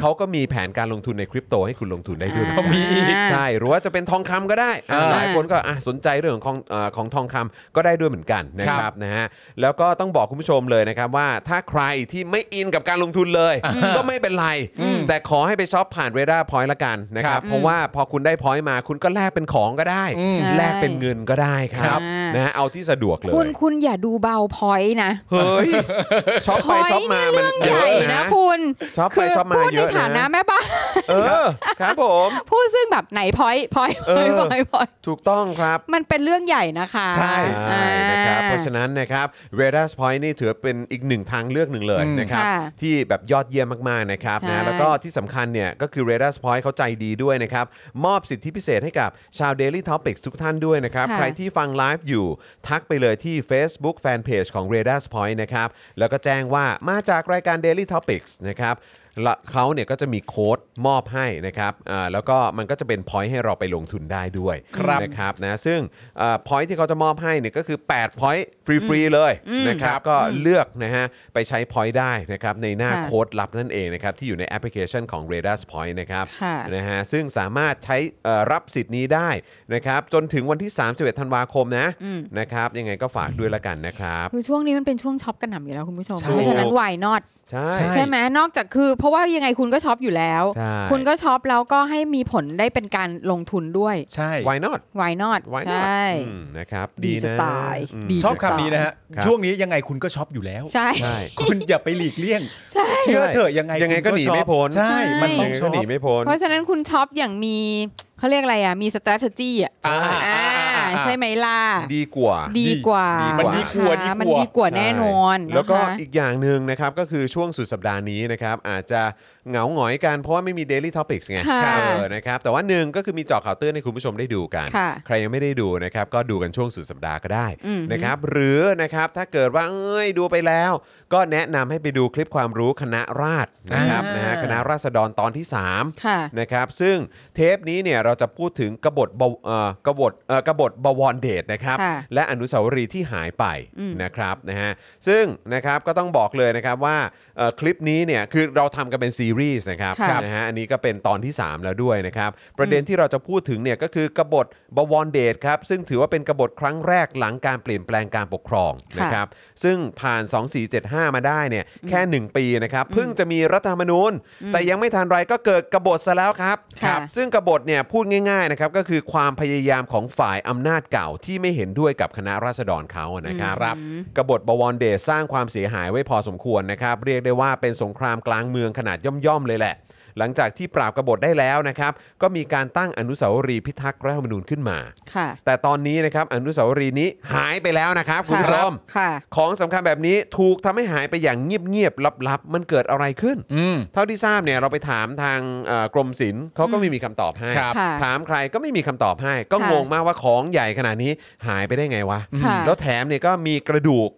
S6: เขาก็มีแผนการลงทุนในคริปโตให้คุณลงทุนได้ด้วย
S3: ก็มีอีก
S6: ใช่หรือว่าจะเป็นทองคำก็ได้อ่ะ
S2: อ่า
S6: หลายคนก็อ่ะสนใจเรื่องของเอ่อของทองคำก็ได้ด้วยเหมือนกันนะ
S2: ค
S6: ค
S2: รั
S6: รับบ นะฮะแล้วก็ต้องบอกคุณผู้ชมเลยนะครับว่าถ้าใครที่ไม่อินกับการลงทุนเลยก็ไม่เป็นไร แต่ขอให้ไปช็อปผ่านเรดาร์พอยต์ละกันนะครับ
S2: ครับ
S6: เพราะว่าพอคุณได้พอยต์มาคุณก็แลกเป็นของก็ได้
S2: อืม
S6: แลกเป็นเงินก็ได้
S3: ค
S6: ค
S3: รั
S6: รับบ นะฮะเอาที่สะดวกเลย
S3: คุณคุณอย่าดูเบาพอยต์นะ
S6: เฮ้ย ช็อปไปช็อปมามัน
S3: ให
S6: เยอะ
S3: ญ่
S6: นะ
S3: นะคุณ
S6: ช็อปไป
S3: คือ
S6: ช็อปมา
S3: พูด
S6: เย
S3: ใน
S6: อะนะ
S3: ฐานะแม่บ้าน
S6: เออครับผม
S3: พูดซึ่งแบบไหนพอยต์พอยต์พ
S6: เอ
S3: อ
S6: อ
S3: ยต์พอยต์พอยต์
S6: ถูกต้องครับ
S3: มันเป็นเรื่องใหญ่นะคะ
S2: ใช่
S6: ใช่นะครับเพราะฉะ
S3: น
S6: นั้นนะครับ r a d a r Point นี่ถือเป็นอีกหนึ่งทางเลือกหนึ่งเลย
S2: อืม
S6: นะครับ
S3: ค่ะ
S6: ที่แบบยอดเยี่ยมมากๆนะครับ
S3: ใช่
S6: นะแล้วก็ที่สำคัญเนี่ยก็คือ r a d a r Point เขาใจดีด้วยนะครับ มอบสิทธิพิเศษให้กับชาว Daily Topics ทุกท่านด้วยนะครับ
S3: ค่ะ
S6: ใครที่ฟังไลฟ์อยู่ทักไปเลยที่ Facebook Fanpage ของ r a d a r Point นะครับแล้วก็แจ้งว่ามาจากรายการ Daily Topics นะครับและเขาเนี่ยก็จะมีโค้ดมอบให้นะครับอ่าแล้วก็มันก็จะเป็น point ให้เราไปลงทุนได้ด้วย
S2: ครับ
S6: นะครับนะซึ่งเอ่อ point ที่เขาจะมอบให้เนี่ยก็คือ8 point ฟรีๆเลยนะครับก็เลือกนะฮะไปใช้ point ได้นะครับในหน้า
S3: ค่ะ
S6: โค้ดลับนั่นเองนะครับที่อยู่ในแอปพลิเคชันของ r a d a r Point นะครับ
S3: ค่ะ
S6: นะฮะซึ่งสามารถใช้เอ่อรับสิทธิ์นี้ได้นะครับ จนถึงวันที่ 31 ธันวาคมนะ
S3: อืม
S6: นะครับ ยังไงก็ฝากด้วยละกันนะครับ
S3: คือช่วงนี้มันเป็นช่วงช็อปกระหน่ำอยู่แล้วคุณผู้ชม
S2: ใช่
S3: เพราะฉะนั้นวายนอต
S6: ใช่
S2: ใช่
S3: ใช่ไหมนอกจากคือ เพราะว่ายังไงคุณก็ช็อปอยู่แล้ว
S6: ใช่
S3: คุณก็ช็อปแล้วก็ให้มีผลได้เป็นการลงทุนด้วย
S2: ใช่
S6: why not
S3: วายนอต
S6: why
S3: ใช
S6: not
S3: ่
S6: อืมนะครับ
S3: ดี
S6: นะ
S3: จะตาย
S6: อืม
S3: ดี
S2: ชอบคำนี้นะฮะ
S6: ครับ
S2: ช่วงนี้ยังไงคุณก็ช็อปอยู่แล้ว
S3: ใช่
S6: ใช่
S2: คุณอย่าไปหลีกเลี่ยง
S3: ใช่
S2: เชื่อเถอะยังไง
S6: ยังไงก็
S2: คุณ
S6: หนีไม่พ้น
S2: ใช่มันต้
S6: ยั
S2: อง ง
S6: ไง
S2: ช็
S6: ก็
S2: อป
S6: หนีไม่พ้น
S3: เพราะฉะนั้นคุณช็อปอย่างมีเขาเรียกอะไรอ่ะ มี strategy อ่ะ
S2: อ่า
S3: อ่า
S2: อ่าอ่า
S3: ใช่ไหมล่ะ
S6: ดีกว่า
S3: ดีกว่า
S6: ดี
S3: มั
S6: กว่า
S2: มั
S3: มันน
S2: ดีกว่า
S3: ดีกว่าแน่นอน
S6: ใช่แล้วก็
S3: นะคะ
S6: อีกอย่างหนึ่งนะครับ ก็คือช่วงสุดสัปดาห์นี้นะครับ อาจจะเหงาหงอยกันเพราะว่าไม่มี Daily Topics ไง
S3: ค่ะ
S6: เออนะครับแต่ว่าหนึ่งก็คือมีเจาะข่าวตื้นให้คุณผู้ชมได้ดูกัน
S3: ค่ะ
S6: ใครยังไม่ได้ดูนะครับ ก็ดูกันช่วงสุดสัปดาห์ก็ได้
S3: อืม
S6: นะครับหรือนะครับถ้าเกิดว่าเอ้ยดูไปแล้ว ก็แนะนำให้ไปดูคลิปความรู้คณะราษฎรนะครับ
S2: อ่าน
S6: นะฮะคณะราษฎรตอนที่ 3
S3: ค่ะ
S6: นะครับซึ่งเทปนี้เนี่ยเราจะพูดถึงกบฏบวเอ่อกบฏเอ่อกบฏบวรเดชนะครับ
S3: ค่ะ
S6: และอนุสาวรีย์ที่หายไป
S3: อืม
S6: นะครับนะฮะซึ่งนะครับก็ต้องบอกเลยนะครับว่าเอ่อคลิปนี้เนี่ยคือเราทำกันเป็นซี รีส์นะครับ
S3: ครับ
S6: นะฮะอันนี้ก็เป็นตอนที่ 3 แล้วด้วยนะครับ ประเด็นที่เราจะพูดถึงเนี่ยก็คือกบฏบวรเดชครับ ซึ่งถือว่าเป็นกบฏครั้งแรกหลังการเปลี่ยนแปลงการปกครองนะครับซึ่งผ่าน 2475 มาได้เนี่ยแค่ 1 ปีนะครับเพิ่งจะมีรัฐธรรมนูญ แต่ยังไม่ทันไรก็เกิดกบฏซะแล้วครับ
S3: ค่ะ
S6: ซึ่งกบฏเนี่ยพูดง่ายๆนะครับก็คือความพยายามของฝ่ายอำนาจเก่าที่ไม่เห็นด้วยกับคณะราษฎรเขาอะนะครับ
S2: อืมครับ
S6: กบฏบวรเดชสร้างความเสียหายไว้พอสมควรนะครับ เรียกได้ว่าเป็นสงครามกลางเมืองขนาดย่อมๆเลยแหละ หลังจากที่ปราบกบฏได้แล้วนะครับ ก็มีการตั้งอนุสาวรีย์พิทักษ์รัฐธรรมนูญขึ้นมา
S3: ค่ะ
S6: แต่ตอนนี้นะครับอนุสาวรีย์นี้หายไปแล้วนะครับคุณผู้ชม
S3: ค่ะ
S6: ของสำคัญแบบนี้ถูกทำให้หายไปอย่างเงียบๆลับๆ มันเกิดอะไรขึ้น
S2: อืม
S6: เท่าที่ทราบเนี่ยเราไปถามทางเอ่อกรมศิลป์เขาก็ไม่มีคำตอบให้
S2: ครับ
S3: ค่ะ
S6: ถามใครก็ไม่มีคำตอบให้ ก็
S3: ค่ะ
S6: งงมากว่าของใหญ่ขนาดนี้หายไปได้ไงวะ
S3: ค่ะ
S6: แล้วแถมเนี่ยก็มีกระดูก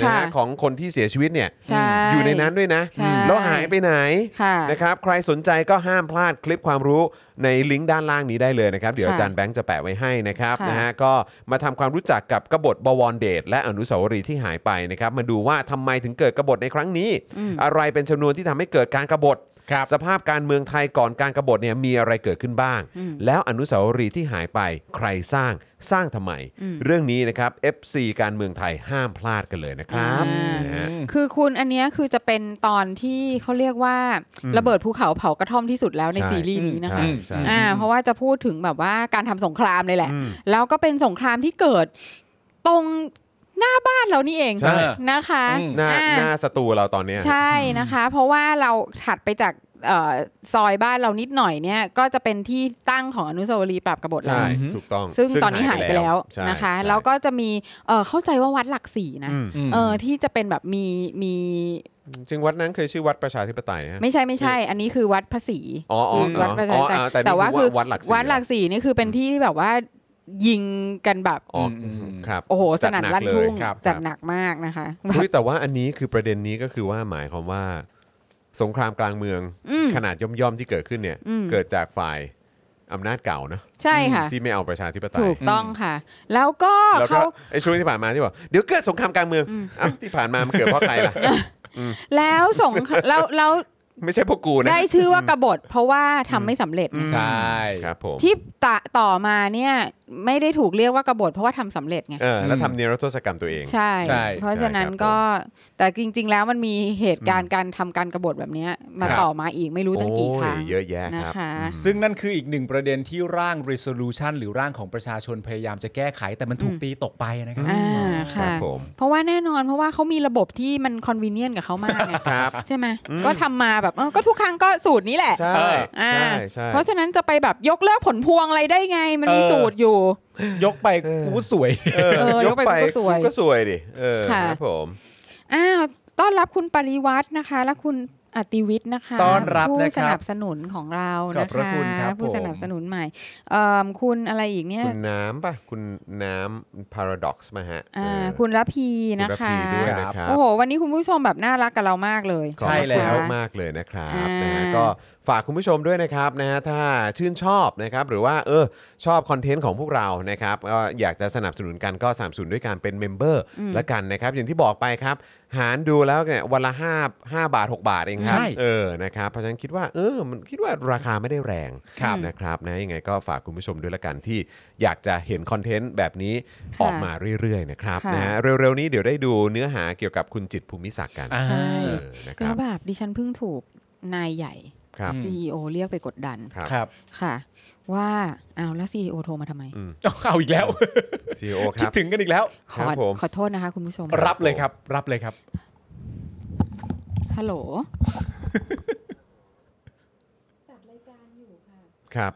S6: นะฮะ
S3: ค่ะ
S6: ของคนที่เสียชีวิตเนี่ย
S3: ใช่
S6: อยู่ในนั้นด้วยนะ
S3: ใช่
S6: แล้วหายไปไหน
S3: ค่ะ
S6: นะครับใครสนใจก็ห้ามพลาดคลิปความรู้ในลิงก์ด้านล่างนี้ได้เลยนะครับ เดี๋ยว
S3: ค่ะ
S6: อาจารย์แบงค์จะแปะไว้ให้นะครับ
S3: ค่ะ
S6: นะฮะก็มาทำความรู้จักกับกบฏบวรเดชและอนุสาวรีย์ที่หายไปนะครับ มาดูว่าทำไมถึงเกิดกบฏในครั้งนี้
S3: อืม
S6: อะไรเป็นชนวนที่ทำให้เกิดการกบฏ
S2: ครับ
S6: สภาพการเมืองไทยก่อนการกบฏเนี่ยมีอะไรเกิดขึ้นบ้าง แล้วอนุสาวรีย์ที่หายไปใครสร้างสร้างทำไม เรื่องนี้นะครับ FC การเมืองไทยห้ามพลาดกันเลยนะครับ
S3: อ่าน
S6: นะฮะ
S3: คือคุณอันเนี้ยคือจะเป็นตอนที่เขาเรียกว่าระเบิดภูเขาเผากระท่อมที่สุดแล้วใน
S6: ใช่
S3: ซีรีส์นี้นะคะ
S6: ใช่ใช่
S3: อ่าเพราะว่าจะพูดถึงแบบว่าการทำสงครามเลยแหละ แล้วก็เป็นสงครามที่เกิดตรงหน้าบ้านเรานี่เอง
S6: ใช่
S3: นะคะ
S2: อืม
S6: หน้า
S3: อ่
S6: หน้าศัตรูเราตอนเนี้ย
S3: ใช่นะคะ เพราะว่าเราถัดไปจากเอ่อซอยบ้านเรานิดหน่อยเนี่ย ก็จะเป็นที่ตั้งของอนุสาวรีย์ปราบกบฏแล้
S6: ใช่
S3: ว
S6: ถูกต้อง
S3: ซึ่งตอนนี้หายไปแล้ว
S6: ใช่
S3: นะคะ
S6: ใช่
S3: แล้วก็จะมีเอ่อเข้าใจว่าวัดหลักสี่นะ
S6: อืม
S2: อืม
S3: เออที่จะเป็นแบบมีมี
S6: จริงวัดนั้นเคยชื่อวัดประชาธิปไตยฮะ
S3: ไม่ใช่ไม่ใช่ อันนี้คือวัดพระศรี
S6: อ๋ออ๋ออ๋อ
S3: วัดประชาธิปไตย
S6: อ๋ออ่
S3: แต่ว่า
S6: นี่
S3: คือ
S6: วัดหลักสี่
S3: วัดหลักสี่นี่คือเป็นที่ที่แบบว่ายิงกันแบบ
S6: อ๋ออืมครับ
S3: โอ้โห ส
S6: จัด
S3: นั่น
S6: ก
S3: ลั่น
S6: เลย
S3: ทุ่ง
S6: ครับ
S3: จัดหนักมากนะคะ
S6: ครับอุ๊ยแต่ว่าอันนี้คือประเด็นนี้ก็คือว่าหมายความว่า สงครามกลางเมือง
S3: อืม
S6: ขนาดย่อมๆที่เกิดขึ้นเนี่ย
S3: อืม
S6: เกิดจากฝ่ายอำนาจเก่าเนอะ
S3: ใช่ค่ะ
S6: ที่ไม่เอาประชาธิปไตย
S3: ถูกต้องค่ะ แล้วก็
S6: แล้วก็
S3: เขา
S6: ไอ้ช่วงที่ผ่านมาที่บอกเดี๋ยวเกิดสงครามกลางเมืองอ้าวที่ผ่านมามันเกิดเพราะใครล่ะ
S3: แล้วส่งแล้วแล้ว
S6: ไม่ใช่พวกกูนะ
S3: ได้ชื่อว่ากบฏ เพราะว่าทำไม่สำเร็จไง
S2: ใช่
S6: ครับผม
S3: ที่ตะต่อมาเนี่ยไม่ได้ถูกเรียกว่ากบฏเพราะว่าทำสำเร็จไง
S6: เออแล้วทำเนรโทษกรรมตัวเอง
S3: ใช่
S2: ใช่
S3: เพราะฉะนั้น
S6: ใช่ครับ
S3: ก็แต่จริง ๆ แล้วมันมีเหตุการณ์การทำการกบฏแบบเนี้ยมา
S6: ครับ
S3: ต่อมาอีกไม่รู้ตั้งกี่ครั้ง
S6: โอ้ยเยอะแยะ
S3: นะครับ คะ
S2: ซึ่งนั่นคืออีกหนึ่งประเด็นที่ร่าง resolution หรือร่างของประชาชนพยายามจะแก้ไขแต่มันถูกตีตกไปนะครับ
S3: อ่า
S6: ครั
S3: ค่ะ
S6: บผม
S3: เพราะว่าแน่นอนเพราะว่าเขามีระบบที่มันคอนเวเนียนกับเขามากไง
S6: ครับ
S3: ใช่ไหมก็ทำมาแบบเออก็ทุกครั้งก็สูตรนี้แหละ
S6: ใช่
S2: เออ
S3: อ่า
S6: ใช่ใช่
S3: เพราะฉะนั้นจะไปแบบยกเลิกผลพวงอะไรได้ไง มันมี
S2: เออ
S3: สูตรอยู่
S2: ยกไปกูสวย
S6: เออ
S3: เออยกไปกูก็สวย
S6: กูก็สวยดิเออ
S3: ค่ะ
S6: ครับผม
S3: อ้าวต้อนรับคุณปริวัตินะคะ และคุณอติวิทย์นะคะ
S2: ต้อนรับ
S3: ผู้
S2: นะครับ
S3: สนับสนุนของเรา
S2: ขอบ
S3: นะ
S2: พระ
S3: คะ
S2: คุณครับ
S3: ผู้
S2: ผม
S3: สนับสนุนใหม่เอ่มคุณอะไรอีกเนี่ย
S6: คุณน้ำป่ะ คุณน้ำ paradox มาฮะ
S3: อ่า
S6: เออ
S3: คุณระพี
S6: คุณ
S3: นะ
S6: รพี
S3: คะ
S6: ด้วยนะครับ
S3: โอ้โหวันนี้คุณผู้ชมแบบน่ารักกับเรามากเลย
S6: ขอบ
S2: ใช่
S6: คุณ
S2: แล้ว
S6: มากๆเลยนะครับ
S3: อ่าน
S6: นะฮะก็ฝากคุณผู้ชมด้วยนะครับนะฮะถ้าชื่นชอบนะครับ หรือว่าเออชอบคอนเทนต์ของพวกเรานะครับก็อยากจะสนับสนุนกันก็สนับสนุนด้วยการเป็นเมมเบอร์ละกันนะครับ อย่างที่บอกไปครับ หารดูแล้วเนี่ยวันละ5 5บาท 6 บาทเองครับ
S2: ใช่
S6: เออนะครับเพราะฉะนั้นคิดว่าเออมันคิดว่าราคาไม่ได้แรง
S2: ครับ
S6: นะครับนะยังไงก็ฝากคุณผู้ชมด้วยละกันที่อยากจะเห็นคอนเทนต์แบบนี้
S3: ค่ะ
S6: ออกมาเรื่อยๆนะครับ
S3: ค่ะ
S6: นะฮะเร็วๆนี้เดี๋ยวได้ดูเนื้อหาเกี่ยวกับคุณจิตรภูมิศักดิ์กัน
S2: อ่า
S3: ใช่
S6: เออนะค
S3: แล้
S6: รั
S3: ว
S6: บ
S3: แบบดิฉันเพิ่งถูกนายใหญ่
S6: ครับ
S2: อืม
S3: CEO เรียกไปกดดัน
S6: ครับ
S2: ครับ
S3: ค่ะ ว่าเอาแล้วซีอโทรมาทำไม
S2: เอาอีกแล้ว
S6: ซีโอค
S2: คิด
S6: รับ
S2: ถึงกันอีกแล้ว
S3: ข
S6: ครั
S3: อบ
S6: ผม
S3: ขอโทษนะคะ คุณผู้ชม
S2: รับเลยครับ รับเลยครับ
S3: ฮัลโหล
S6: ครับ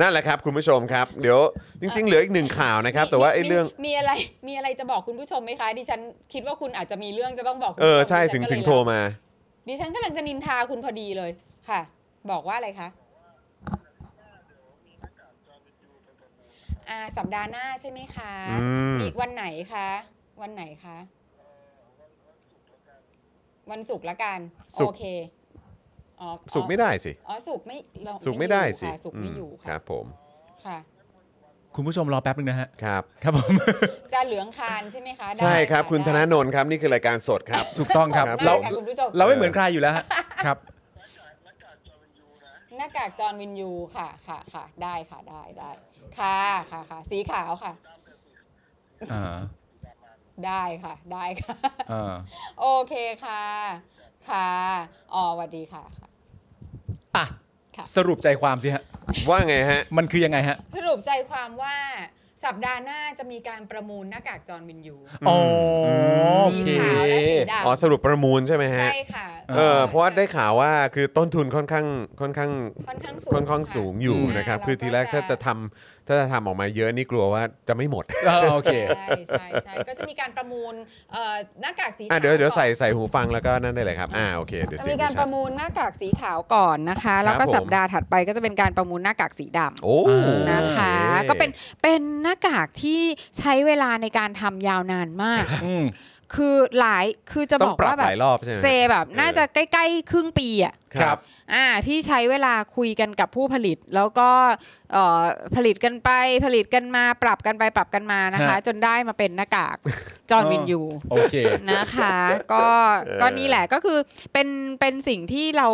S6: นั่นแหละครับคุณผู้ชมครับ เดี๋ยวจริง ๆ เหลืออีกหนึ่งข่าวนะครับ แต่ว่าไอ้เรื่อง
S3: มีอะไรมีอะไรจะบอกคุณผู้ชมไหมคะ ดิฉันคิดว่าคุณอาจจะมีเรื่องจะต้องบอกคุณ
S6: เออ
S3: ผู้ม
S6: ใช่
S3: ดิ
S6: ถึง
S3: ฉันก็เลย
S6: ถึงโทรมา
S3: ดิฉันกำลังจะนินทาคุณพอดีเลยค่ะ บอกว่าอะไรคะอ่าสัปดาห์หน้าใช่ไหมคะ
S6: อืม
S3: อีกวันไหนคะ วันไหนคะ วันศุกร์ละกัน
S6: ศุก
S3: โอ
S6: ร์
S3: เคอ๋อ
S6: สุกไม่ได้สิ
S3: อ๋อศุกร์ไม่เรา
S6: สุกไม่ได้สิ
S3: อยู่ค่ะศุกร์ไม่อยู่
S6: ค
S3: ค่ะ
S6: รับผม
S3: ค่ะ
S2: คุณผู้ชมรอแป๊บนึงนะฮะ
S6: ครับ
S2: ครับผม
S3: จะเหลืองคานใช่ไหมคะได้
S6: ใช่ครับ
S3: ะ
S6: คุณธ
S3: ได้
S6: นาโนนครับ นี่คือรายการสดครับ
S2: ถูกต้องครับ
S6: ครับ
S2: เรา
S3: ได้ค่ะคุณผู้ชม
S2: เราไม่เหมือนใครอยู่ แล้วฮะ ครับ
S3: หน้ากากจอร์นวินยูค่ะค่ะค่ะได้ค่ะได้ได้ค่ะค่ะค่ะสีขาวค่ะ
S2: อ่า
S3: ได้ค่ะได้ ค่ะ
S2: อ่า
S3: โอเคค่ะค่ะอ๋อสวัสดีค่ะค่ะ
S2: อ่ะ
S3: ค่ะ
S2: สรุปใจความสิฮะ
S6: ว่าไงฮะ
S2: มันคือยังไงฮะ
S3: สรุปใจความว่าสัปดาห์หน้าจะมีการประมูลหน้ากากจอร์นวินยู
S2: อ๋ออ
S6: ม
S2: โอ
S3: สี
S2: เค
S3: ขาวและสีดำ
S6: อ๋อสรุปประมูลใช่ไหมฮะ
S3: ใช่ค่ะ
S6: เออเพราะว่าได้ข่าวว่าคือต้นทุนค่อนข้างค่อนข้าง
S3: ค่อนข้างสูง
S6: ค่อนข้างสูงอยู่
S2: อืม
S6: นะครับ
S3: า
S6: คือทีแรกถ้าจะทำถ้าจะทำออกมาเยอะนี่กลัวว่าจะไม่หมด
S2: เออโอเค
S3: ใช่ใช่ใช่ก็จะมีการประมูลเอ่อหน้ากากสี
S6: อ่ะ
S3: ขาว
S6: เดี๋ยวเดี๋ยว
S3: ก่อน
S6: ใส่ใส่หูฟังแล้วก็นั่นได้เลยครับอ่าโอเคเดี๋ยว
S3: จะ
S6: เสีย
S3: มี
S6: ง
S3: การ
S6: ไม่
S3: ป
S6: ชัด
S3: ระมูลหน้ากากสีขาวก่อนนะคะ แล้วก็
S6: ครับผม
S3: สัปดาห์ถัดไปก็จะเป็นการประมูลหน้ากากสีดำ
S6: โอ้
S3: นะคะ
S6: อ้ย
S3: ก็เป็นเป็นหน้ากากที่ใช้เวลาในการทำยาวนานมาก
S2: อืม
S3: คือหลายคือจะ
S6: ต้
S3: บ
S6: อง
S3: อก
S6: ปรับ
S3: ว่าแบ
S6: ห
S3: บ
S6: ลายรอบใช่ไหม
S3: เซแบบน่าจะใกล้ๆ ครึ่งปีอ่ะ
S6: ครับ
S3: อ่าที่ใช้เวลาคุยกันกับผู้ผลิต แล้วก็เอ่อผลิตกันไปผลิตกันมาปรับกันไปปรับกันมานะคะ
S2: ฮะ
S3: จนได้มาเป็นหน้ากากจอห์นวินยู
S2: โอเค
S3: นะคะก็
S6: เออ
S3: ก็นี่แหละก็คือเป็นเป็นสิ่งที่เรา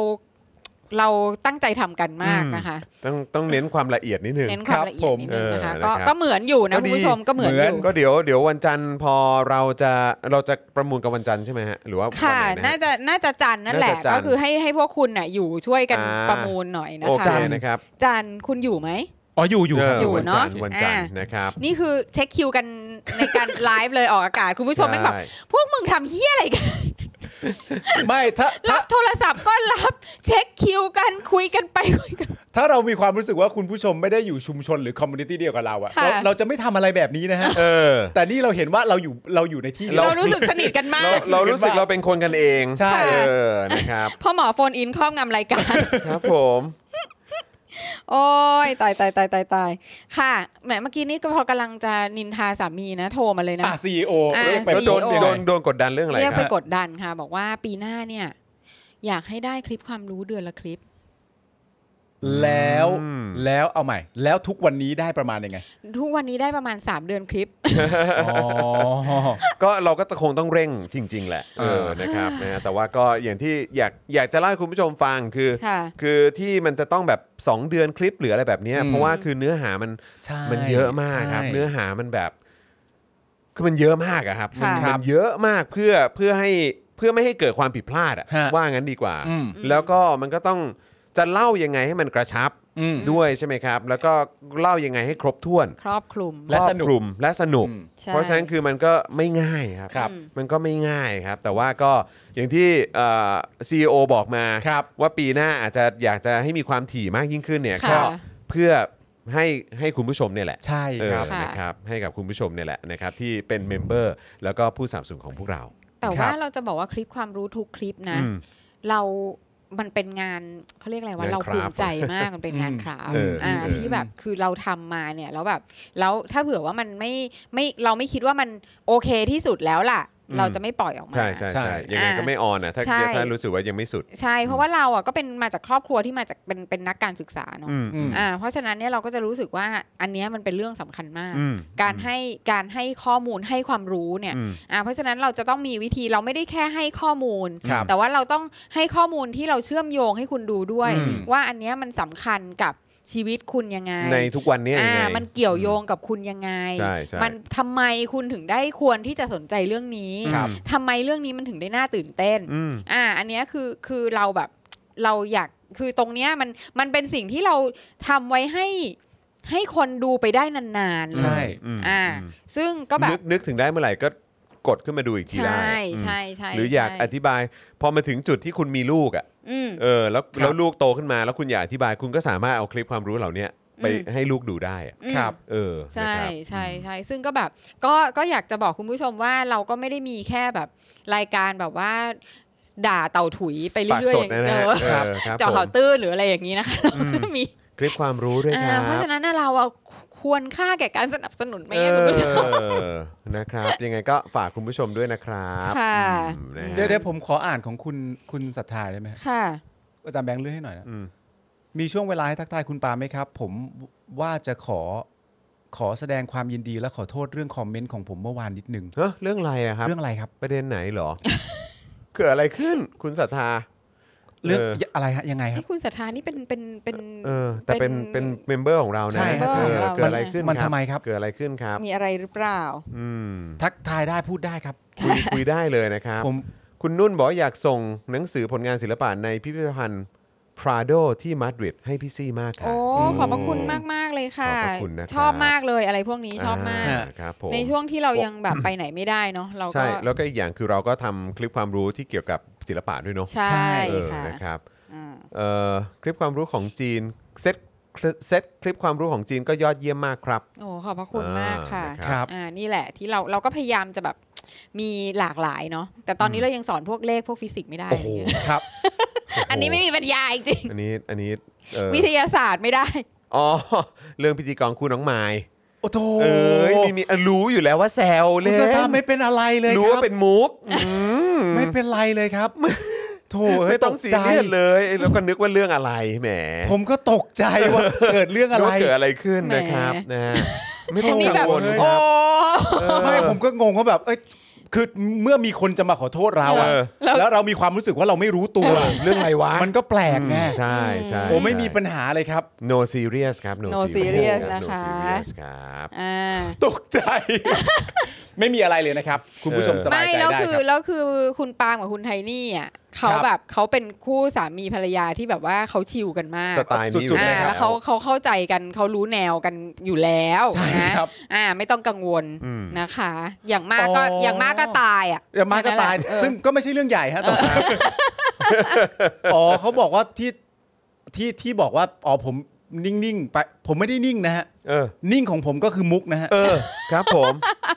S3: เราตั้งใจทำกันมาก
S6: อืม
S3: นะคะ
S6: ต้องต้องเน้นความละเอียดนิดนึง
S3: เน้นค
S2: ค
S3: วาม
S2: รับ
S3: ละเอียดนิดนึงนะคะ
S6: ผม
S3: ก็
S6: เออนะครับ
S3: ก็เหมือนอยู่นะ
S6: ก็
S3: คุณ
S6: ดี
S3: ผู้ชมก็เหมือน
S2: เหมื
S3: อ
S2: อน
S3: ยู่
S6: ก็เดี๋ยวเดี๋ยววันจันทร์พอเราจะเราจะประมูลกันวันจันทร์ใช่ไหมฮะหรือว่าวัน
S3: ค่ะ
S6: ไหนนะฮะ
S3: น่าจะน่าจะจันทร์นั่นแหละ
S6: น่าจะจันทร์
S3: ก็คือให้ให้พวกคุณน่ะอยู่ช่วยกัน
S6: อ่า
S3: ประมูลหน่อยนะ
S6: โอ
S3: คะ
S6: เคนะครับ
S3: จันทร์คุณอยู่ไหม
S2: อ๋ออยู่อยู่ครับ
S3: อยู่
S6: เวัน
S3: เนอะ
S6: จันทร์วันจันทร์
S3: อ่าน
S6: นะครับ
S3: นี่คือเช็คคิวกันในการ ไลฟ์เลยออกอากาศคุณผู้ชมแม่งแบบ
S6: ใช่
S3: พวกมึงทำเฮี้ยอะไรกัน
S2: ไม่ถ้า
S3: รั
S2: ถ้า
S3: บโทรศัพท์ก็รับเช็คคิวกันคุยกันไปคุยกัน
S2: ถ้าเรามีความรู้สึกว่าคุณผู้ชมไม่ได้อยู่ชุมชนหรือคอมมูนิตี้เดียวกับเราอะ
S3: ค่ะ
S2: เราเราจะไม่ทำอะไรแบบนี้นะ ฮะ
S6: เออ
S2: แต่นี่เราเห็นว่าเราอยู่เราอยู่ในที่
S6: เรา
S3: เรารู้สึกสนิทกันมา
S6: เรา
S3: ก
S6: เรารู้สึกเราเป็นคนกันเอง
S2: ใช่
S6: เออนะครับ
S3: พ่อหมอโฟนอินครอบงำรายการ
S6: ครับผม
S3: โอ้ยตายตายตายตายตายค่ะแหมเมื่อกี้นี้ก็พอกำลังจะนินทาสามีนะโทรมาเลยนะ
S2: อ่ะซีโอ
S3: อ่า
S2: ไป
S6: แล้วโดน
S3: โดน
S6: โดนโดนกดดันเรื่องอะไร
S3: เรียก
S6: ค
S3: ไป
S6: รับ
S3: กดดันค่ะ บอกว่าปีหน้าเนี่ย อยากให้ได้คลิปความรู้เดือนละคลิป
S2: แล้วแล้วเอาใหม่ แล้วทุกวันนี้ได้ประมาณยังไง
S3: ทุกวันนี้ได้ประมาณ 3 เดือนคลิป
S2: อ๋อ
S6: ก็เราก็คงต้องเร่งจริง ๆ แหละเอ
S2: เอ
S6: อ
S2: อ
S6: นะครับนะฮะแต่ว่าก็อย่างที่อยากอยากจะเล่าให้คุณผู้ชมฟังคือ
S3: ค่ะ
S6: คือที่มันจะต้องแบบ 2 เดือนคลิปหรืออะไรแบบเนี้ย
S2: อืม
S6: เพราะว่าคือเนื้อหามัน
S2: ใช่
S6: มันเยอะมากครับ
S2: ใช่
S6: เนื้อหามันแบบ คือมันเยอะมากอะครับ
S3: ค่ะ
S6: มัน
S2: ครั
S6: มั
S2: บ
S6: นเยอะมากเพื่อเพื่อให้เพื่อไม่ให้เกิดความผิดพลาดอะ
S2: ฮะ
S6: ว่างั้นดีกว่า
S2: อืม
S6: แล้วก็มันก็ต้องจะเล่ายังไงให้มันกระชับ
S2: อืม
S6: ด้วยใช่ไหมครับ แล้วก็เล่ายังไงให้ครบถ้วน
S3: ครอบคลุม
S2: และ
S6: ครอบ
S2: สนุก
S6: คลุมและสนุก
S2: อืม
S3: ใช่
S6: เพราะฉะนั้นคือมันก็ไม่ง่ายครับ
S2: ครับ
S6: มันก็ไม่ง่ายครับ แต่ว่าก็อย่างที่ซีอ CEO บอกมา
S2: ครับ
S6: ว่าปีหน้าอาจจะอยากจะให้มีความถี่มากยิ่งขึ้นเนี่ย
S3: ค่ะ
S6: ก็เพื่อให้ให้คุณผู้ชมเนี่ยแหละ
S2: ใช่
S6: เอ
S2: ค
S6: อ
S2: รับ
S3: ค่ะ
S6: นะครับ ให้กับคุณผู้ชมเนี่ยแหละนะครับ ที่เป็นเมมเบอร์ แล้วก็ผู้สนับสนุนของพวกเรา
S3: แต่
S2: ครั
S3: ว่า
S2: บ
S3: เราจะบอกว่าคลิปความรู้ทุกคลิปนะ
S6: อืม
S3: เรา มันเป็นงานเขาเรียกอะไรวะ
S6: งาน
S3: เราภูมิใจมากมันเป็นงาน
S2: อืม
S3: คราฟต์
S6: เออ
S3: อ่า
S6: เออ
S3: ที่แบบคือเราทำมาเนี่ยแล้วแบบแล้วถ้าเผื่อว่ามันไม่ไม่เราไม่คิดว่ามันโอเคที่สุดแล้วล่ะ เราจะไม่ปล่อยออกมา
S6: ใช่ใช่
S2: ใช่
S6: ใช่ยังไงก็ไม่ออนนะถ้า
S3: ใช่
S6: ถ้ารู้สึกว่ายังไม่สุด
S3: ใช่ เพราะว่าเราอ่ะก็เป็นมาจากครอบครัวที่มาจากเป็นเป็นนักการศึกษาเนาะ
S6: อืม
S2: อืม
S3: อ่าเพราะฉะนั้นเนี่ยเราก็จะรู้สึกว่าอันเนี้ยมันเป็นเรื่องสำคัญมาก
S6: อืม
S3: การให้การให้ข้อมูลให้ความรู้เนี่ย
S6: อืม
S3: อ่าเพราะฉะนั้นเราจะต้องมีวิธีเราไม่ได้แค่ให้ข้อมูล
S2: ครับ
S3: แต่ว่าเราต้องให้ข้อมูลที่เราเชื่อมโยงให้คุณดูด้วย
S2: อืม
S3: ว่าอันเนี้ยมันสำคัญกับชีวิตคุณยังไง
S6: ในทุกวันเนี้ยยังไง
S3: อ่ามันเกี่ยวโยงกับคุณยังไง
S6: ใช่ใช่
S3: มันทำไมคุณถึงได้ควรที่จะสนใจเรื่องนี้
S6: ครับ
S3: ทำไมเรื่องนี้มันถึงได้น่าตื่นเต้น
S6: อืม
S3: อ่า อันเนี้ยคือคือเราแบบเราอยากคือตรงเนี้ยมันมันเป็นสิ่งที่เราทำไว้ให้ให้คนดูไปได้นานๆ
S2: ใช่
S6: อืม
S3: อ่า
S6: อืม
S3: ซึ่งก็แบ
S6: นึ
S3: บ
S6: กนึกถึงได้เมื่อไหร่ก็กดขึ้นมาดูอีกที
S3: ใช
S6: ได้
S3: ่
S6: อืม
S3: ใช่ใช่
S6: หรืออยาก
S3: ใช่
S6: อธิบาย พอมาถึงจุดที่คุณมีลูกอ่ะ
S3: อืม
S6: เออแล้ว
S2: ครับ
S6: แล้วลูกโตขึ้นมาแล้วคุณอยากอธิบายคุณก็สามารถเอาคลิปความรู้เหล่าเนี้ยไป
S3: อืม
S6: ให้ลูกดูได้อะ
S3: อืม
S2: ครับ
S6: เออ
S3: ใช่
S6: นะครับ
S3: ใช่ใช่ซึ่งก็แบบก็ก็อยากจะบอกคุณผู้ชมว่าเราก็ไม่ได้มีแค่แบบรายการแบบว่า ด่าเต่าถุยไปเรื่
S6: ปาก
S3: อย
S6: ส
S3: ๆอ
S6: ด
S3: ย่าง
S6: นะ
S3: เออ
S6: ฮะเออครับ
S3: เจาะ
S6: ผ
S3: ข่าม วตื้นหรืออะไรอย่างนี้นะคะเราก็จะมี
S6: คลิปความรู้ด้วยค
S3: อ่า
S6: รับ
S3: เพราะฉะนั้นน่ะเราเอาควรค่าแก่การสนับสนุนไหมอะคุณผู้ชม
S6: เออนะครับ ยังไงก็ฝากคุณผู้ชมด้วยนะครับ
S3: ค่ะ
S6: อืมนะฮะ
S2: เดี๋ยวเดี๋ยวผมขออ่านของคุณคุณศรัทธาได้ไหมฮะ
S3: ค่ะ
S2: อาจารย์แบงค์เลื่อนให้หน่อยนะ
S6: อืม
S2: มีช่วงเวลาให้ทักทายคุณปาไหมครับ ผมว่าจะขอ ขอแสดงความยินดีและขอโทษเรื่องคอมเมนต์ของผมเมื่อวานนิดนึง
S6: เฮ้ยเรื่องอะไรอะครับ
S2: เรื่องอะไรครับ
S6: ประเด็นไหนเหรอ เกิดอะไรขึ้นคุณศรัทธา
S2: เรื่อง
S6: ออ
S2: อะไรฮะยังไงครับ
S3: ที่คุณศรัทธานี่เป็นเป็นเป็น
S6: เออ แต่เป็นเป็นเมมเบอร์ของเรานะ
S2: ใช่ฮะ
S6: เออ
S2: ใช่
S6: เกิดอะไรขึ้น
S2: มันทำไมครับ
S6: เกิดอะไรขึ้นครับ
S3: มีอะไรหรือเปล่า
S6: อืม
S2: ทักทายได้พูดได้ครับ
S6: คุยคุยได้เลยนะครับ
S2: ผม
S6: คุณนุ่นบอกว่าอยากส่งหนังสือผลงานศิลปะในพิพิธภัณฑ์ Prado ที่มาดริดให้พี่ซี่มากค่ะ
S3: โอ้ ขอบพระคุณมากมากๆเลยค่ะ
S6: ขอบพระคุณนะครับ
S3: ชอบมากเลยอะไรพวกนี้ชอบมาก
S6: อ่ครับผม
S3: ในช่วงที่เรายังแบบไปไหนไม่ได้เนาะเรา
S6: ใช่
S3: ก็
S6: แล้วก็อีกอย่างคือเราก็ทำคลิปความรู้ที่เกี่ยวกับศิลปะด้วยเนาะ
S3: ใช่
S6: เออ
S3: ค่ะ
S6: นะครับ
S3: อ่า
S6: เอ่อคลิปความรู้ของจีนเซตเซตคลิปความรู้ของจีนก็ยอดเยี่ยมมากครับ
S3: โอ้ขอบพระคุณมากค่ะ
S6: อ่านะ
S2: ครับ
S3: อ่านี่แหละที่เราเราก็พยายามจะแบบมีหลากหลายเนาะแต่ตอนนี้เรายังสอนพวกเลขพวกฟิสิกส์ไม่ได้
S2: โอ้โห
S3: อะไรเงี้ย
S2: ครับ
S3: อันนี้ไม่มีปัญญาจริง
S6: อันนี้อันนี้เอ่อ
S3: วิทยาศาสตร์ไม่ได้
S6: อ๋อ เรื่องพิธีกรคู่น้องไม้
S2: โอ้โถ
S6: เอ้ยมีมีอ่ะรู้อยู่แล้วว่าแซว
S2: คุ
S6: เล่
S2: ณ
S6: น
S2: สตาร์ไม่เป็นอะไรเลย
S6: รู้
S2: ครั
S6: ว่าเป็นมุก
S2: ไม่เป็นไรเลยครับโถเฮ้
S6: ไม่
S2: ย
S6: ต้อง
S2: ก
S6: ซี
S2: ใจ
S6: เรียสเลยแล้วก็นึกว่าเรื่องอะไรแหม
S2: ผมก็ตกใจว่าเกิดเรื่องอะ
S6: นึก
S2: ไร
S6: ว่าเกิดอะไรขึ้น
S3: แหม
S6: นะครับนะฮะไม่ต้อง
S3: นี่
S6: กั
S3: แบ
S6: ง
S3: บ
S6: วล
S2: เฮ้ย
S6: ค
S3: โอ้
S6: รับ
S2: ไม่ผมก็งงว่าแบบเอ้ยคือเมื่อมีคนจะมาขอโทษเราอะ
S6: เออ
S2: แล้วเรามีความรู้สึกว่าเราไม่รู้ตัว
S6: เรื่องอะไรวะ
S2: มันก็แปลกไง
S6: ใช่ใช่
S2: โอ้ไม่
S6: ใช่
S2: มีปัญหาเลยครับ
S6: no serious ครับ no
S3: No
S6: serious
S3: serious
S6: รับ no
S3: นะคะ
S6: serious ครับ
S3: อ่า
S2: ตกใจ ไม่มีอะไรเลยนะครับ คุณผู้ชม
S6: เออ
S2: สบา
S3: ไม่
S2: ยใจ
S3: แล้ว
S2: ได้
S3: คือ
S2: ครับ
S3: แล้วคือคุณปาล์มกับคุณไทนี่อ่ะเขา
S2: ครับ
S3: แบบเขาเป็นคู่สามีภรรยาที่แบบว่าเขาชิลกันมาก
S6: สไตล์นี้อยู่
S2: สุดๆ
S3: อ่า
S6: แล้
S3: แล้ว วเขาเขาเข้าใจกันเขารู้แนวกันอยู่แล้ว
S2: ใช่
S3: นะครับ อ่าไม่ต้องกังวล
S6: อืม
S3: นะคะ อย่างมากก็
S2: อ๋ออ
S3: อย่างมากก็ตายอ่ะ
S2: อย่ามาก็ตาย
S3: นั่นแหละเออ
S2: ซึ่งก็ไม่ใช่เรื่องใหญ่ฮะต่อมา อ๋อเขาบอกว่าที่ที่ที่บอกว่าอ๋อผมนิ่งๆไป ผมไม่ได้นิ่งนะฮะ
S6: เออ
S2: นิ่งของผมก็คือมุกนะฮะ
S6: เออครับ ผม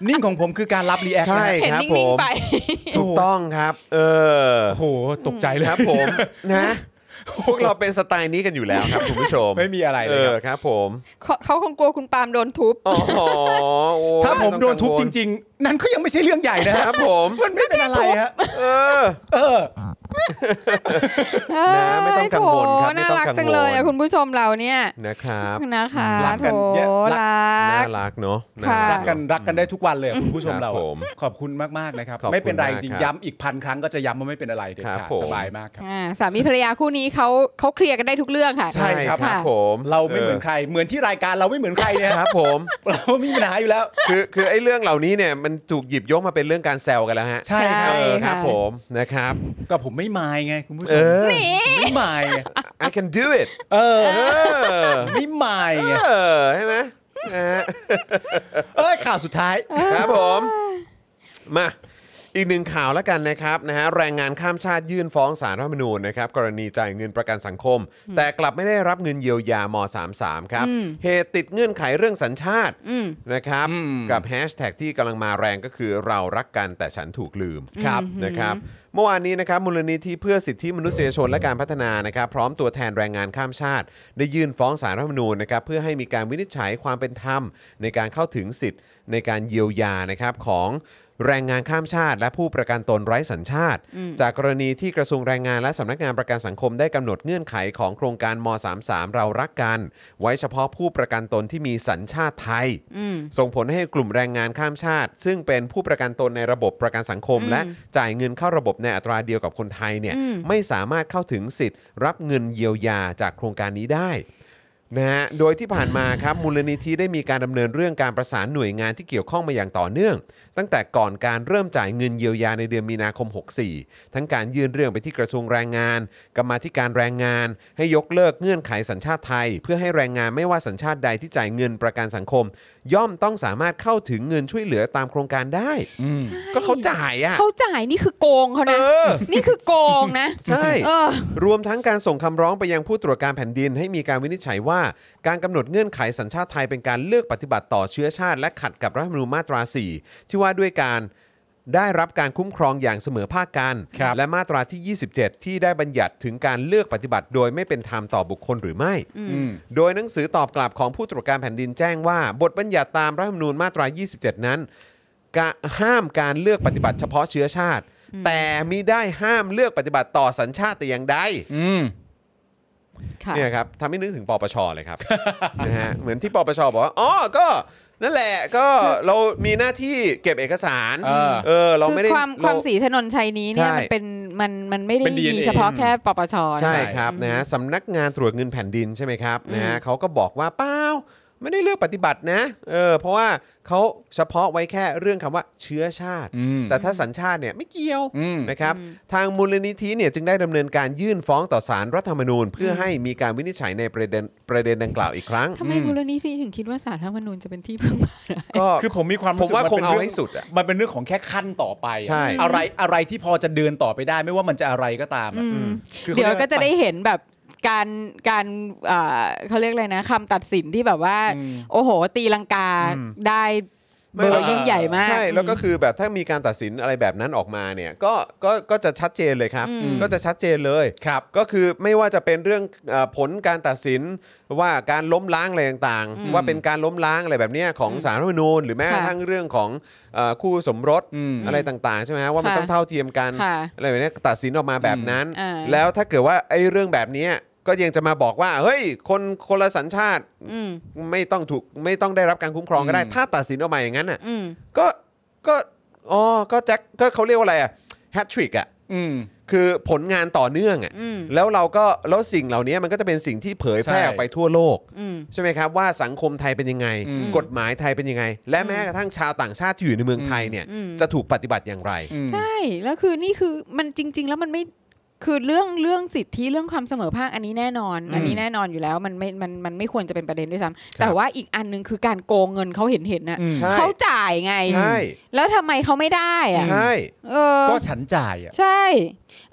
S2: นิ่งของผมคือการรับรีแอคนะ
S6: ใช่
S2: ฮะ
S6: ครับ
S3: เห็น
S6: ผ
S3: นิ่ง
S6: ม
S3: ๆไป
S6: ถูกต้องครับ เออ
S2: โอ้โหตกใจเลย
S6: ครับ ผมนะพวกเราเป็นสไตล์นี้กันอยู่แล้วครับคุณผู้ชม
S2: ไม่มีอะไร
S6: เอ
S2: เลยค
S6: อ
S2: รับ
S6: ครับผม
S3: เขาเขาคงกลัวคุณปาล์มโดนทุบ
S6: อ๋อโอ้ย
S2: ถ้าผมโดนทุบจ
S6: ริง
S2: ริง ๆ นั่นก็ยังไม่ใช่เรื่องใหญ่นะ
S6: ๆ
S2: ฮะ
S6: ครับผม
S2: มันไม่เป็นอะไรฮะ
S6: เออ
S2: เออ
S6: นะไม่ต้องกังวลครับ
S3: เอ้ยโถ
S6: ไม่
S3: น่า
S6: ต้อง
S3: รัก
S6: กัง
S3: จัง
S6: วล
S3: เลยอะคุณผู้ชมเราเนี่ย
S6: นะครับ
S3: นะคะ
S2: รักกั
S3: โถ
S2: นเนี่ย
S3: รัก
S6: น่ารักเนาะ
S3: ค่ะ
S6: น่า
S2: รักกัน
S6: เอะ
S2: รักกันได้ทุกวันเลยคุณผู้ชม
S6: ครับ
S2: เราอะ
S6: ผม
S2: ขอบคุณมากๆนะครับ
S6: ขอบคุณ
S2: ไม่เป็นไร
S6: มาก
S2: จริง
S6: ครับ
S2: ๆย้ำอีกพันครั้งก็จะย้ำว่าไม่เป็นอะไรเด็ด
S6: ครับ
S2: ขาด
S6: ผม
S2: สบายมากครับ
S3: อ่าสามีภรรยาคู่นี้เขาเขาเคลียร์กันได้ทุกเรื่องค่ะ
S2: ใช่ ครับ
S6: ครับผม
S2: เราไม่เหมือนใคร เหมือนที่รายการเราไม่เหมือนใครเนี่ย
S6: ครับ ผม
S2: เราไม่มีปัญหาอยู่แล้ว
S6: คือคือไอ้เรื่องเหล่านี้เนี่ยมันถูกหยิบยกมาเป็นเรื่องการแซวกันแล้วฮะ
S2: ใช่ครับ
S6: เออครับ
S3: ค่ะ
S6: ผมนะครับ
S2: ก็ผมไม่มายไงคุณผู้ช
S6: เอ
S2: ม
S6: อ
S2: ไม่มายไง
S6: I can do it Uh,
S2: เออ
S6: เออ
S2: ไม่มายไง
S6: เออใช่ไหมนะฮะ
S2: เอ้ยข่าวสุดท้าย
S6: ครับผม มา อีกหนึ่งข่าวแล้วกันนะครับนะฮะแรงงานข้ามชาติยื่นฟ้องศาลรัฐธรรมนูญนะครับกรณีจ่ายเงินประกันสังคม แต่กลับไม่ได้รับเงินเยียวยาม33ครับเหตุติดเงื่อนไขเรื่องสัญชาตินะครับ
S2: อืม
S6: กับแฮชแท็กที่กำลังมาแรงก็คือเรารักกันแต่ฉันถูกลืม
S2: ครับ
S6: นะครับเมื่อวานนี้นะครับมูลนิธิเพื่อสิทธิมนุษยชนและการพัฒนานะครับพร้อมตัวแทนแรงงานข้ามชาติ ได้ยื่นฟ้องศาลรัฐธรรมนูญนะครับเพื่อให้มีการวินิจฉัยความเป็นธรรม ในการเข้าถึงสิทธิ์ในการเยียวยานะครับของ แรงงานข้ามชาติ และผู้ประกันตนไร้สัญชาติ จากกรณีที่กระทรวงแรงงานและสำนักงานประกันสังคมได้กำหนดเงื่อนไขของโครงการม .33 เรารักกัน ไว้เฉพาะผู้ประกันตนที่มีสัญชาติไทย ส่งผลให้กลุ่มแรงงานข้ามชาติ ซึ่งเป็นผู้ประกันตนในระบบประกันสังคม และจ่ายเงินเข้าระบบในอัตราเดียวกับคนไทยเนี่ยไม่สามารถเข้าถึงสิทธิ์รับเงินเยียวยาจากโครงการนี้ได้ นะฮะ โดยที่ผ่านมาครับ มูลนิธิได้มีการดำเนินเรื่องการประสานหน่วยงานที่เกี่ยวข้องมาอย่างต่อเนื่อง ตั้งแต่ก่อนการเริ่มจ่ายเงินเยียวยาในเดือนมีนาคม 64 ทั้งการยื่นเรื่องไปที่กระทรวงแรงงาน กรรมาธิการแรงงาน ให้ยกเลิกเงื่อนไขสัญชาติไทย เพื่อให้แรงงานไม่ว่าสัญชาติใดที่จ่ายเงินประกันสังคม ย่อมต้องสามารถเข้าถึงเงินช่วยเหลือตามโครงการได้ ก็เขาจ่ายอ่ะ
S3: เขาจ่ายนี่คือโกงเขา
S6: เอ
S3: นะ
S6: อ
S3: นี่คือโกงนะ
S6: ใช่
S3: เออ
S6: รวมทั้งการส่งคำร้องไปยังผู้ตรวจการแผ่นดิน ให้มีการวินิจฉัยว่า การกำหนดเงื่อนไขสัญชาติไทยเป็นการเลือกปฏิบัติต่อเชื้อชาติ และขัดกับรัฐธรรมนูญมาตรา 4 ที่ว่าด้วยการได้รับการคุ้มครองอย่างเสมอภาคกัน
S2: ครับ
S6: และมาตราที่ 27 ที่ได้บัญญัติถึงการเลือกปฏิบัติโดยไม่เป็นธรรมต่อบุคคลหรือไม่
S2: อืม
S6: โดยหนังสือตอบกลับของผู้ตรวจการแผ่นดินแจ้งว่า บทบัญญัติตามรัฐธรรมนูญมาตรา 27 นั้นกะห้ามการเลือกปฏิบัติเฉพาะเชื้อชาติ แต่มิได้ห้ามเลือกปฏิบัติต่อสัญชาติแต่อย่างใด
S2: อืม
S3: ค่ะ
S6: เนี่ยครับทำให้นึกถึงปปชเลยครับ นะฮะเหมือนที่ปปชบอกว่าอ๋อก็ นั่นแหละก็เรามีหน้าที่เก็บเอกสาร
S2: เออ
S6: เออ เรา
S3: คือ
S6: ไม่ได้
S3: ความความ
S6: เร
S3: สีถนนชัยนี้เนี่ย
S6: ใช่
S3: มันเป็นมันมันไม่ได้
S2: เป็น DNA
S3: มีเฉพาะแค่ปปช
S6: ใช่
S3: นะ
S6: ครับนะฮะสำนักงานตรวจเงินแผ่นดินใช่ไหมครับนะฮะเขาก็บอกว่าเปล่าไม่ได้เลือกปฏิบัตินะเออเพราะว่าเขาเฉพาะไว้แค่เรื่องคำว่าเชื้อชาติ
S2: อืม
S6: แต่ถ้าสัญชาติเนี่ยไม่เกี่ยว
S2: อืม
S6: นะครับ ทางมูลนิธิเนี่ยจึงได้ดำเนินการยื่นฟ้องต่อศาลรรัฐธรรมนูญ เพื่อให้มีการวินิจฉัยในประเด็นประเด็นดังกล่าวอีกครั้ง
S3: ทำไมมูลนิธิถึงคิดว่าสารรัฐธรรมนูญจะเป็นที่พึ่งพาได้
S6: ก็
S2: คือผมมีความรู้สึก
S6: ผมว่าคง
S2: นป็น
S6: เอา
S2: รื่
S6: ให้สุดอะ
S2: มันเป็นเรื่องของแค่ขั้นต่อไปอะ
S6: ใช่
S2: อะไรอะไรที่พอจะเดินต่อไปได้ไม่ว่ามันจะอะไรก็ตามอะ
S3: อืม
S2: คือขา
S3: เดี๋ยวก็จะได้
S2: รีย
S3: เห็นแบบการการเอ่อเขาเรียกอะไรนะคำตัดสินที่แบบว่า โอ้โห ตีลังกาได้เบอร์ยิ่งใหญ่มาก
S6: ใช่แล้วก็
S3: อืม
S6: คือแบบถ้ามีการตัดสินอะไรแบบนั้นออกมาเนี่ยก็ก็ก็จะชัดเจนเลยครับ
S3: อืม
S6: ก็จะชัดเจนเลย
S2: กว่าครับ
S6: ก็คือไม่ว่าจะเป็นเรื่องเออผลการตัดสินว่าการล้มล้างอะไรต่างๆ ว่าเป็นการล้มล้างอะไรแบบเนี้ยของสารรัฐธรรมนูญหรือแม้กระทั่งเรื่องของเออคู่สมรส
S2: อืม
S6: อะไรต่างๆใช่ไหมฮะว่ามัน
S3: ค่ะ
S6: ต้องเท่าเทียมกัน
S3: ค่ะ
S6: อะไรแบบเนี้ยตัดสินออกมาแบบนั้น
S3: อืมอ่า
S6: แล้วถ้าเกิดว่าไอ้เรื่องแบบเนี้ยก็ยังจะมาบอกว่าเฮ้ยคนคนละสัญชาติ
S3: อืม
S6: ไม่ต้องถูกไม่ต้องได้รับการคุ้มครองก็ได้ ถ้าตัดสินออกมาอย่างนั้นน่ะ
S3: อืม
S6: ก็ก็อ๋อก็แจ็คก็เขาเรียกว่าอะไรอะแฮตทริกอะ
S2: อืม
S6: คือผลงานต่อเนื่องอ่ะ
S3: อืม
S6: แล้วเราก็แล้วสิ่งเหล่านี้มันก็จะเป็นสิ่งที่เผยแพร่
S2: ใช่
S6: ออกไปทั่วโลก
S3: อืม
S6: ใช่ไหมครับว่าสังคมไทยเป็นยังไง
S2: อืม
S6: กฎหมายไทยเป็นยังไง และแม้กระทั่งชาวต่างชาติที่อยู่ในเมืองไทยเนี่ย
S3: อืม
S6: จะถูกปฏิบัติอย่างไร
S2: อืม
S3: ใช่ แล้วคือนี่คือมันจริง ๆ แล้วมันไม่คือเรื่องเรื่องสิทธิเรื่องความเสมอภาคอันนี้แน่นอน อันนี้แน่นอนอยู่แล้วมันไม่มันมันไม่ควรจะเป็นประเด็นด้วยซ้ำแต่ว่าอีกอันหนึงคือการโกงเงินเขาเห็นเห็นนะ
S2: อืม
S6: ใช่
S3: เขาจ่ายไง
S6: ใช่
S3: แล้วทำไมเขาไม่ได้อะ
S6: ใช่
S3: เออ
S2: ก็ฉันจ่ายอ่ะ
S3: ใช่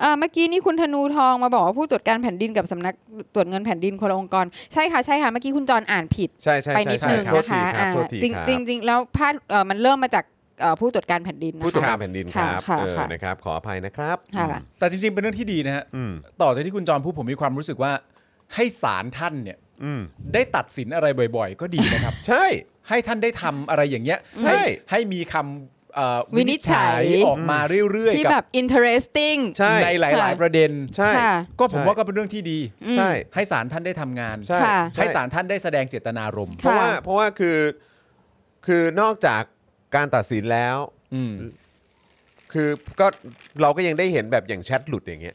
S3: เอ่อเมื่อกี้นี่คุณธนูทองมาบอกว่าผู้ตรวจการแผ่นดินกับสำนักตรวจเงินแผ่นดินคนละองค์กร ใช่ค่ะใช่ค่ะเมื่อกี้คุณจรอ่านผิด
S6: ใช่ใช่
S3: ไป
S6: ใช่
S3: นิด
S6: ใช่
S3: นึง
S6: ครับโทษ
S3: นะ
S6: ที
S3: คะ
S6: ครับ
S3: อ่า
S6: โทษที
S3: จริง
S6: ครับ
S3: จริงจริงแล้วพาดเอ่อมันเริ่มมาจากเอ่อผู้ตรวจการแผ่นดินนะ
S6: ผู้ตรวจ
S3: คะ
S6: การแผ่นดินครับ
S3: ค่ะค่ะ
S6: เออนะครับขออภัยนะครับ
S3: ค่ะ
S2: แต่จริง ๆ เป็นเรื่องที่ดีนะฮะ
S6: อืม
S2: ต่อจากที่คุณจอมพูดผมมีความรู้สึกว่า ให้ศาลท่านเนี่ย
S6: อืม
S2: ได้ตัดสินอะไรบ่อย ๆ ก็ดีนะครับ
S6: ใช่
S2: ให้ท่านได้ทำอะไรอย่างเงี้ย
S6: ใช่
S2: ให้มีคำเอ่อ
S3: วินิจฉัย
S2: วินิจออกมาเรื่อย
S3: ที่
S2: ๆกั
S3: แบบ บ interesting
S6: ใช่
S2: ในหลาย
S3: ค่ะ
S2: ๆ ประเด็น
S6: ใช่
S3: ค่ะ
S2: ก็ผมว่าก็เป็นเรื่องที่ดี
S3: อืม
S6: ใช่
S2: ให้ศาลท่านได้ทำงาน
S6: ใช่
S3: ค่ะ
S6: ใช่
S2: ให้ศาลท่านได้แสดงเจตนารมณ์
S6: เพราะ
S3: ค่ะ
S6: ว่าเพราะว่าคือคือนอกจากการตัดสินแล้ว
S2: อืม
S6: คือก็เราก็ยังได้เห็นแบบอย่างแชทหลุดอย่างเงี้ ย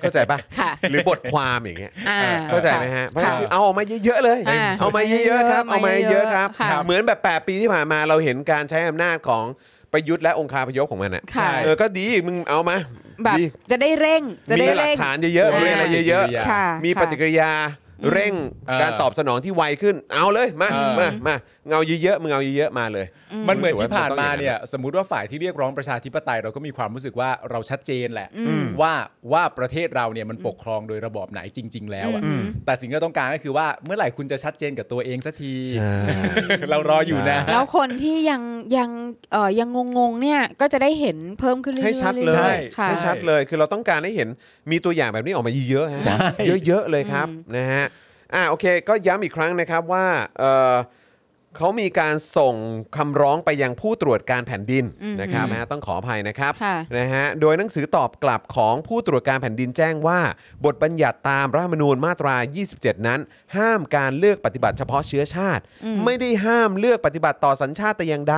S6: เข้าใจปะ
S3: ค่ะ
S6: หรือบทความอย่างเงี้ย
S3: อ่า
S6: เข้าใจไหมฮะเพราะฉะนั้นคือเอาออกมาเยอะๆเลย
S3: อ่า
S6: เอามาเยอะๆครับ เอามาเยอะๆครับ
S3: ค่ะ
S6: เหมือนแบบ 8 ปีที่ผ่านมาเราเห็นการใช้อำนาจของประยุทธ์และองคาพยพของมันอ่ะ
S3: ค่ะ
S6: เออก็ดีมึงเอามา
S3: แบบ
S6: ดี
S3: จะได้เร่งจะ
S6: มี
S3: ได้
S6: หลัก
S3: เร่ง
S6: ฐานเยอะๆมีอะไรเยอะ
S3: ค่ะ
S6: มีปฏิกิริยาเร่ง
S2: เออ
S6: การตอบสนองที่ไวขึ้น เอาเลยมา
S2: เออ
S6: มามาเงาเยอะๆมึงเอาเยอะๆมาเลย
S2: มันเหมือนที่ผ่านมาเนี่ยสมมติว่าฝ่ายที่เรียกร้องประชาธิปไตยเราก็มีความรู้สึกว่าเราชัดเจนแหละ ว่าว่าประเทศเราเนี่ยมันปกครองโดยระบอบไหนจริง ๆ แล้วอะ
S3: อืม
S2: แต่สิ่งที่เราต้องการก็คือว่าเมื่อไหร่คุณจะชัดเจนกับตัวเองสักที
S6: ใช่
S2: เรารออยู่นะ
S3: แล้วคนที่ยังยังเอ่อยังงงๆเนี่ยก็จะได้เห็นเพิ่มขึ้นเรื่อยๆ
S6: ให้ชัดเลย
S3: รื่อ
S2: ใช่
S3: ค่ะ
S6: ให้ชัดเลยคือเราต้องการให้เห็นมีตัวอย่างแบบนี้ออกมาเยอะๆฮะเยอะๆเลยครับนะฮะอ่าโอเค ก็ย้ำอีกครั้งนะครับว่าเอ่อเขามีการส่งคำร้องไปยังผู้ตรวจการแผ่นดิน
S3: อืม
S6: นะครับนะฮะต้องขออภัยนะครับ
S3: ค่ะ
S6: นะฮะโดยหนังสือตอบกลับของผู้ตรวจการแผ่นดินแจ้งว่า บทบัญญัติตามรัฐธรรมนูญมาตรา 27 นั้น ห้ามการเลือกปฏิบัติเฉพาะเชื้อชาติ ไม่ได้ห้ามเลือกปฏิบัติต่อสัญชาติแต่อย่างใด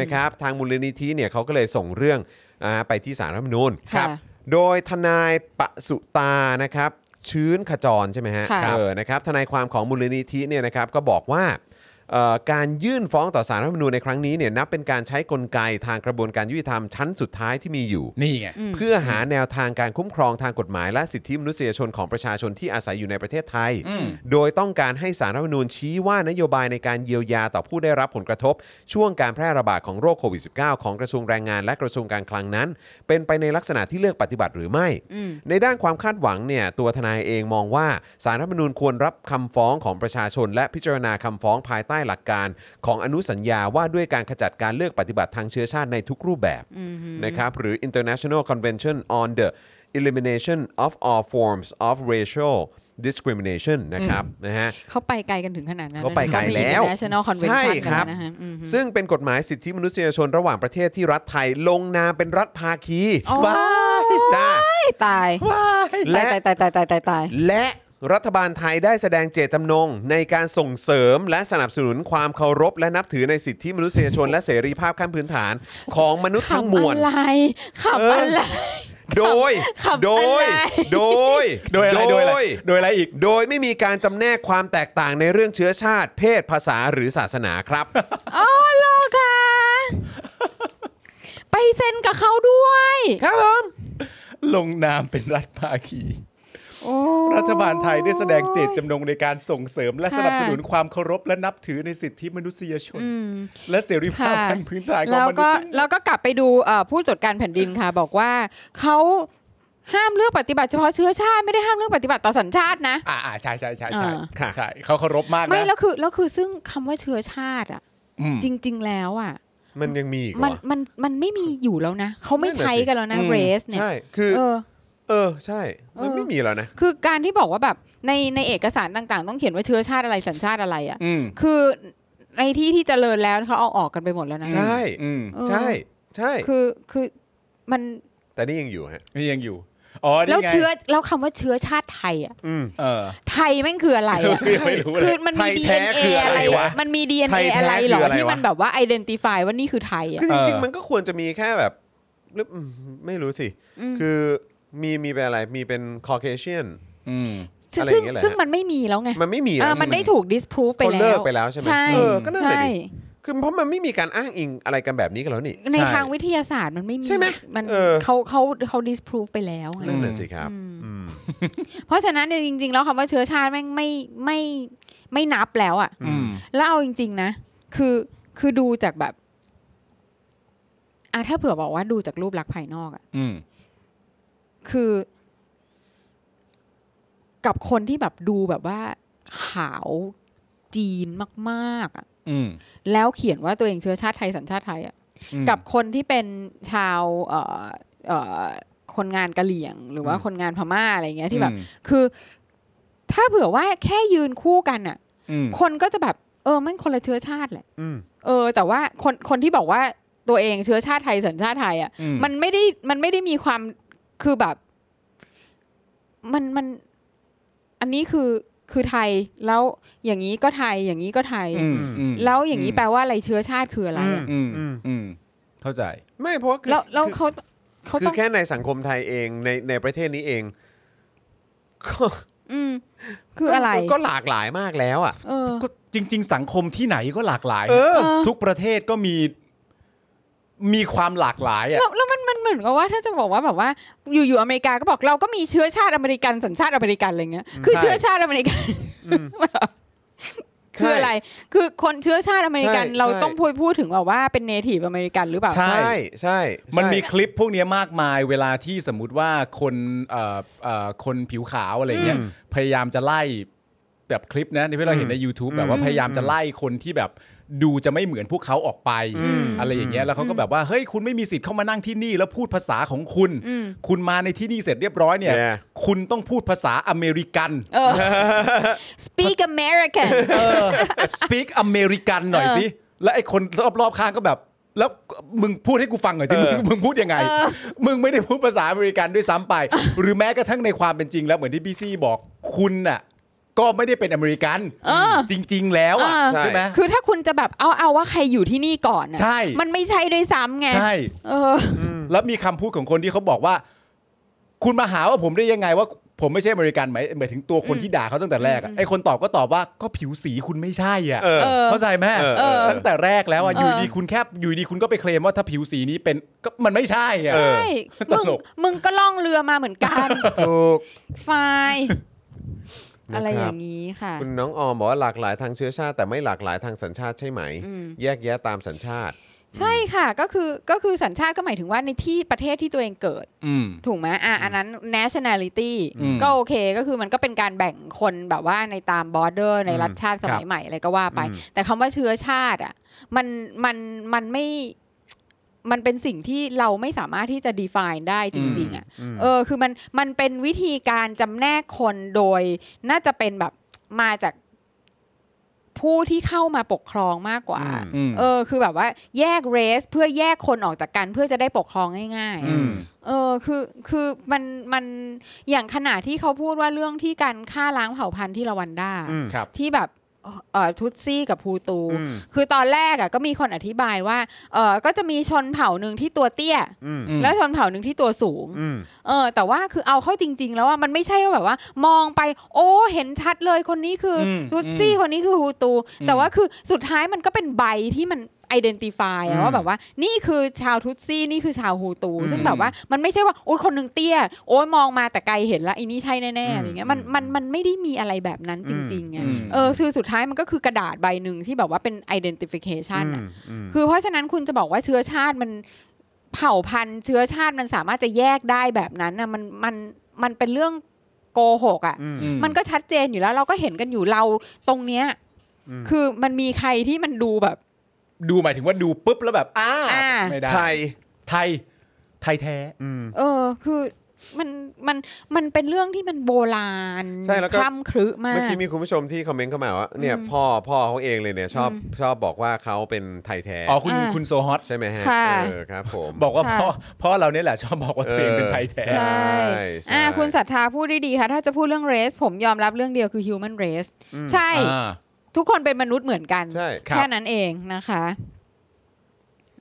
S6: นะครับทางมูลนิธิเนี่ยเขาก็เลยส่งเรื่อง อ่าไปที่สารรัฐธรรมนูญ
S3: ค่ะ
S6: โดยทนายปะสุตานะครับ ชื้นขจรใช่ไหมฮะ
S3: ค่ะ
S6: เออนะครับทนายความของมูลนิธิเนี่ยนะครับก็บอกว่าเอ่อการยื่นฟ้องต่อสารรัฐธรรมนูญในครั้งนี้เนี่ยนับเป็นการใช้กลไกทางกระบวนการยุติธรรมชั้นสุดท้ายที่มีอยู่
S2: นี่ไง
S3: อืม
S6: เพื่อหาแนวทางการคุ้มครองทางกฎหมาย และสิทธิมนุษยชนของประชาชนที่อาศัยอยู่ในประเทศไทย
S2: อืม
S6: โดยต้องการให้สารรัฐธรรมนูญชี้ว่านโยบายในการเยียวยาต่อผู้ได้รับผลกระทบ ช่วงการแพร่ระบาดของโรคโควิด -19 ของกระทรวงแรงงานและกระทรวงการคลังนั้น เป็นไปในลักษณะที่เลือกปฏิบัติหรือไม่
S3: อืม
S6: ในด้านความคาดหวังเนี่ยตัวทนายเองมองว่าสารรัฐธรรมนูญควรรับคำฟ้องของประชาชน และพิจารณาคำฟ้องภายใต้หลักการของอนุสัญญาว่าด้วยการขจัดการเลือกปฏิบัติทางเชื้อชาติในทุกรูปแบบนะครับหรือ International Convention on the Elimination of All Forms of Racial Discrimination นะครับนะฮะ
S3: เขาไปไกลกันถึงขนาดนั้น
S6: ก็ไปไกลแล้ว
S3: national
S6: ใช่
S3: convention
S6: ครั
S3: กับ นนะฮะอืม
S6: ซึ่งเป็นกฎหมายสิทธิมนุษยชนระหว่างประเทศที่รัฐไทยลงนามเป็นรัฐภาคี
S3: อ๋อ
S6: จ้า
S3: ตาย
S2: ว้าย
S6: และ
S3: ตายตายตายตายตายตาย
S6: และ รัฐบาลไทยได้แสดงเจตจำนง ในการส่งเสริมและสนับสนุนความเคารพ และนับถือในสิทธิมนุษยชน และเสรีภาพขั้นพื้นฐานของมนุษย์ทั้งมวล
S3: ขำอะไรขับ
S6: เอออ
S3: อะไร
S6: โดย
S3: ขำ
S6: โดย
S3: อะไร
S6: โดย
S2: โดยอะไรโดยอะไรโดยอะไรอีก
S6: โดยไม่มีการจำแนกความแตกต่างในเรื่องเชื้อชาติ เพศภาษาหรือศาสนาครับ
S3: โอ้โล กาไปเซ็นกับเขาด้วย
S6: ครับผม
S2: ลงนามเป็นรัฐภาคี
S3: โอ้
S2: รัฐบาลไทยได้แสดงเจตจำนงในการส่งเสริม และสนับสนุนความเคารพ และนับถือในสิทธิมนุษยชน และเสรีภาพ
S3: ค่ะ
S2: ขั้นพื้นฐานของ
S3: แล้ว
S2: มนุ
S3: ก็
S2: ษย์
S3: แล้วก็กลับไปดูเอ่อผู้ตรวจการแผ่นดินค่ะ บอกว่าเขาห้ามเลือกปฏิบัติเฉพาะเชื้อชาติไม่ได้ห้ามเลือกปฏิบัติต่อสัญชาตินะ
S2: อ่าอ่าใช่ใช่ใช่ใช่
S3: อ่า
S2: ค่ะใช่เขาเคารพมาก
S3: ไม่
S2: นะ
S3: แล้วคือแล้วคือซึ่งคำว่าเชื้อชาติอ่ะ
S2: อืม
S3: จริง ๆ แล้วอ่ะ
S6: มันยังมีอีกเหร
S3: มัน
S6: อ
S3: มันมันไม่มีอยู่แล้วนะเขาไม่
S6: นั่นน่ะ
S3: ใช้
S6: สิ
S3: กันแล้วนะ
S2: อืม
S3: เรสเนี่ย
S6: ใช่คือ
S3: เออ
S6: เออใช่ มัน
S3: เออ
S6: ไม่มีแล้วนะ
S3: คือการที่บอกว่าแบบในในเอกสารต่างๆ ต้องเขียนว่าเชื้อชาติอะไรสัญชาติอะไรอ่ะ
S2: อืม
S3: คือในที่ที่เจริญแล้วเขาเอาออกกันไปหมดแล้วนะ
S6: ใช่
S2: อืม
S3: เออ
S6: ใช่ใช่
S3: คือคือมัน
S6: แต่นี่ยังอยู่ฮะ
S2: นี่ยังอยู่ อ๋อนี่ไง
S3: แล้วเชื้อแล้วคำว่าเชื้อชาติไทยอ่ะ
S2: เออ
S3: ไทยแม่งคืออะไร
S2: เรา
S3: อะ
S2: ก็ยังไม่รู้เลย
S3: คือมัน
S6: ไท
S3: มี
S6: ยแท้
S3: DNA
S6: คืออะ
S3: อะไรไร
S6: วะ
S3: วะ มันมี
S6: ไท
S3: DNA
S6: ยแท้
S3: อะไรหร
S6: คือ
S3: อ
S6: อะไร
S3: ที่
S6: วะ
S3: มันแบบว่า identify ว่านี่คือไทยอ่ะ
S6: คือจริง
S2: เออ
S6: ๆ มันก็ควรจะมีแค่แบบหรืออืมไม่รู้สิ คือมีมีเป็นอะไร มีเป็นคอเคเชียน
S2: อืม
S3: ซึ่ง
S6: อะไรอย่างเงี้ยเหรอ
S3: ซึ่งมันไม่มีแล้วไง
S6: มันไม่มี
S3: อ่า
S6: แล้ว
S3: มันได้ถูก disprove ไป
S6: คน
S3: แล้
S6: เลิก
S3: ว
S6: ไปแล้วใช่ไหม
S3: ใช่
S6: เออก็นั่นแหละ
S3: ใช่
S6: ดิคือเพราะมันไม่มีการอ้างอิงอะไรกันแบบนี้กันแล้วนี่
S3: ใน
S2: ใช่
S3: ทางวิทยาศาสตร์มันไม่มี
S6: ใช่ไหม
S3: มัน
S6: เออ
S3: เขาเขาเขา disprove ไปแล้วไง
S6: นั่นน่ะสิครับอืม
S3: เพราะฉะนั้นเนี่ยจริง ๆ แล้วคำว่าเชื้อชาติแม่งไม่ไม่ไม่นับแล้วอ่ะ
S2: อืม
S3: แล้วเอาจริง ๆ นะ คือคือดูจากแบบอ่ะถ้าเผื่อบอกว่าดูจากรูปลักษณ์ภายนอกอ่ะ
S2: อืม
S3: คือกับคนที่แบบดูแบบว่าขาวจีนมากๆอะ
S2: อืม
S3: แล้วเขียนว่าตัวเองเชื้อชาติไทยสัญชาติไทยอะ
S2: อืม
S3: กับคนที่เป็นชาวเอ่อเอ่อคนงานกะเหรี่ยง หรือว่า
S2: อืม
S3: คนงานพม่าอะไรเงี้ยที่แบบ
S2: อืม
S3: คือ ถ้าเผื่อว่าแค่ยืนคู่กันอะ
S2: อืม
S3: คนก็จะแบบ เออมันคนละเชื้อชาติแหละ
S6: อืม
S3: เออ แต่ว่าคนคนที่บอกว่าตัวเองเชื้อชาติไทยสัญชาติไทยอ่ะ
S2: อืม
S3: มันไม่ได้มันไม่ได้มีความคือแบบ มันมัน อันนี้คือคือไทยแล้วอย่างนี้ก็ไทยอย่างนี้ก็ไทย
S2: อืมอืม
S3: แล้วอย่างนี้แปลว่าอะไรเชื้อชาติคืออะไรอะ
S2: อืม
S6: อืม
S2: อืมเข้าใจ
S6: ไม่เพราะว่าคือ
S3: แล้วแล้ว
S6: คือ
S3: เขาเขา
S6: คือ
S3: ต้อง
S6: แค่ในสังคมไทยเองในในประเทศนี้เอง ก็
S3: อืม คืออะไร
S6: ก็หลากหลายมากแล้วอ่ะ
S3: เออ
S2: ก็จริง ๆ สังคมที่ไหนก็หลากหลาย
S6: เออ
S2: ทุกประเทศก็มี มีความหลากหลายอ่ะ
S3: แล้วแล้วมันมันเหมือนกับว่าถ้าจะบอกว่าแบบว่า อยู่ๆอเมริกาก็บอกเราก็มีเชื้อชาติอเมริกันสัญชาติอเมริกันอะไรเงี้ยคือ
S2: ใช่
S3: เชื้อชาติอเมริกัน แบบคืออะไร คือคนเชื้อชาติอเมริกัน
S6: ใช่
S3: เรา
S6: ใช่
S3: ต้องพูดพูดถึงแบบว่าเป็นเนทีฟอเมริกันหรือเปล่า
S2: ใช่
S6: ใช่ใช่
S2: มันมี
S6: ใช่
S2: คลิปพวกเนี้ยมากมายเวลาที่สมมุติว่าคนเอ่อเอ่อคนผิวขาวอะไรเงี้ย
S6: อืม
S2: พยายามจะไล่แบบคลิปนะ ที่เราเห็นใน YouTube แบบว่าพยายามจะไล่คนที่แบบดูจะไม่เหมือนพวกเขาออกไป อะไรอย่างเงี้ยแล้วเขาก็แบบว่าเฮ้ยคุณไม่มีสิทธิ์เข้ามานั่งที่นี่ แล้วพูดภาษาของคุณ
S3: อืม
S2: คุณมาในที่นี่เสร็จเรียบร้อยเนี่ย
S6: Yeah
S2: คุณต้องพูดภาษาอเมริกัน
S3: เออ speak American
S2: เออ speak อเมริกันหน่อยสิ แล้วไอ้คนรอบๆข้างก็แบบ แล้วมึงพูดให้กูฟังหน่อยสิ
S6: เออ
S2: มึงมึงพูดยังไง มึงไม่ได้พูดภาษาอเมริกันด้วย ซ้ำไป หรือแม้กระทั่งในความเป็นจริงแล้วเหมือนที่พี่ซี่บอกคุณน่ะ ก็ไม่ได้เป็นอเมริกัน
S3: เออ
S2: จริง ๆ แล้วอ่ะ
S3: อ่า
S2: ใช่ไหม
S3: คือถ้าคุณจะแบบเอาเอาว่าใครอยู่ที่นี่ก่อนอะ
S2: ใช่
S3: มันไม่ใช่ด้วยซ้ำไง
S2: ใช่
S3: เออ
S2: แล้วมีคำพูดของคนที่เขาบอกว่า คุณมาหาว่าผมได้ยังไงว่า ผมไม่ใช่อเมริกันไหมหมายถึงตัวคนที่ด่าเขาตั้งแต่แรกอะไอ้คนตอบก็ตอบว่าก็ผิวสีคุณไม่ใช่อ่ะ
S6: เออ
S3: เออ
S2: เข้าใจไหม
S6: เออ
S3: เออ
S2: ตั้งแต่แรกแล้วอ่ะอ
S3: เอออ
S2: ยู่ดีคุณแค่อยู่ดีคุณก็ไปเคลมว่าถ้าผิวสีนี้เป็นก็มันไม่ใช่อ่ะ
S6: เออ
S3: ใช่มึง
S2: ตลก
S3: มึงก็ล่องเรือมาเหมือนกัน
S6: ถูก
S3: ไฟอะไรอย่างนี้ค่ะ
S6: คุณน้องออมบอกว่าหลากหลายทางเชื้อชาติ แต่ไม่หลากหลายทางสัญชาติใช่ไหม แยกแยะตามสัญชาติ
S3: ใช่ค่ะ ก็คือก็คือสัญชาติก็หมายถึงว่าในที่ประเทศที่ตัวเองเกิด
S2: อืม
S3: ถูกไหมอ่ะอันนั้น nationality
S2: อืม
S3: ก็โอเคก็คือมันก็เป็นการแบ่งคนแบบว่าในตาม border ในรัฐชาติสมั
S2: ครั
S3: ย
S2: บ
S3: ใหม่อะไรก็ว่าไป แต่คำว่าเชื้อชาติอ่ะมันมันมันไม่มันเป็นสิ่งที่เราไม่สามารถที่จะ define ได้จริง ๆ อ่ะ เออ คือมันมันเป็นวิธีการจำแนกคนโดยน่าจะเป็นแบบมาจาก ผู้ที่เข้ามาปกครองมากกว่า
S2: อืม
S3: เออ คือแบบว่าแยกเรสเพื่อแยกคนออกจากกันเพื่อจะได้ปกครองง่ายๆอะ
S2: อืม
S3: เออคือคือมันมันอย่างขณะที่เขาพูดว่าเรื่องที่การฆ่าล้างเผ่าพันธุ์ที่รวันดา
S2: อืมครับ
S3: ที่แบบเอ่อทุตซี่กับพูตู
S2: อืม
S3: คือตอนแรกอ่ะก็มีคนอธิบายว่าเออก็จะมีชนเผ่าหนึ่งที่ตัวเตี้ย แล้วชนเผ่าหนึ่งที่ตัวสูง
S2: อืม
S3: เออแต่ว่าคือเอาเข้าจริง ๆ แล้วว่ามันไม่ใช่ว่าแบบว่า มองไป โอ้เห็นชัดเลยคนนี้คืออ
S2: ม
S3: ทุตซี่คนนี้คือฮูตู
S2: อืม
S3: แต่ว่าคือสุดท้ายมันก็เป็นใบที่มัน i d e n t i f y
S2: อืม
S3: ว่าแบบว่า นี่คือชาวทุตซี่นี่คือชาวฮูตู
S2: อืม
S3: ซึ่งแบบว่ามันไม่ใช่ว่าโอ้ยคนหนึ่งเตี้ย โอ้ยมองมาแต่ไกลเห็นละไอ้นี่ใช่แน่ๆอะไรเงี้ยมันมันมันไม่ได้มีอะไรแบบนั้นจริงๆไง
S2: อืม
S3: เออคือสุดท้ายมันก็คือกระดาษใบหนึ่งที่แบบว่าเป็น identification อะ คือเพราะฉะนั้นคุณจะบอกว่าเชื้อชาติมันเผ่าพันธุ์เชื้อชาติมันสามารถจะแยกได้แบบนั้นนะมันมันมันเป็นเรื่องโกหกอ่ะ
S2: อื
S3: มันก็ชัดเจนอยู่แล้ว เราก็เห็นกันอยู่เราตรงเนี้ยคือมันมีใครที่มันดูแบบ
S2: ดูหมายถึงว่าดูปุ๊บแล้วแบบอ้า
S3: อ่า
S2: ไม่ได้
S6: ไทย
S2: ไทยไทยแท้
S3: เออ คือมันมันมันเป็นเรื่องที่มันโบราณ
S6: ใช่แล้วก็
S3: คล่ำครึมา
S6: เมื่อก กี้มีคุณผู้ชมที่คอมเมนต์เข้ามาว่าเนี่ยพ่อพ่อเขาเองเลยเนี่ยชอบชอบบอกว่าเขาเป็นไทยแท้
S2: อ๋อคุณ
S3: อ่า
S2: คุณโซฮอต
S6: ใช่ไหมฮะ
S3: ค่ะ
S6: เออครับผม
S2: บอกว่า
S3: ค่ะ
S2: พ่อพ่อเราเนี่ยแหละชอบบอกว่าตัวเองเป็นไทยแท้
S6: ใช่
S3: ใช่
S6: ใช่
S3: อ่าคุณศรัทธาพูดได้ดีค่ะ ถ้าจะพูดเรื่องเรส ผมยอมรับเรื่องเดียวคือ human race ใช่
S2: อ่า
S3: ทุกคนเป็นมนุษย์เหมือนกัน
S6: ใช่
S2: ครับ
S3: แค่นั้นเองนะคะ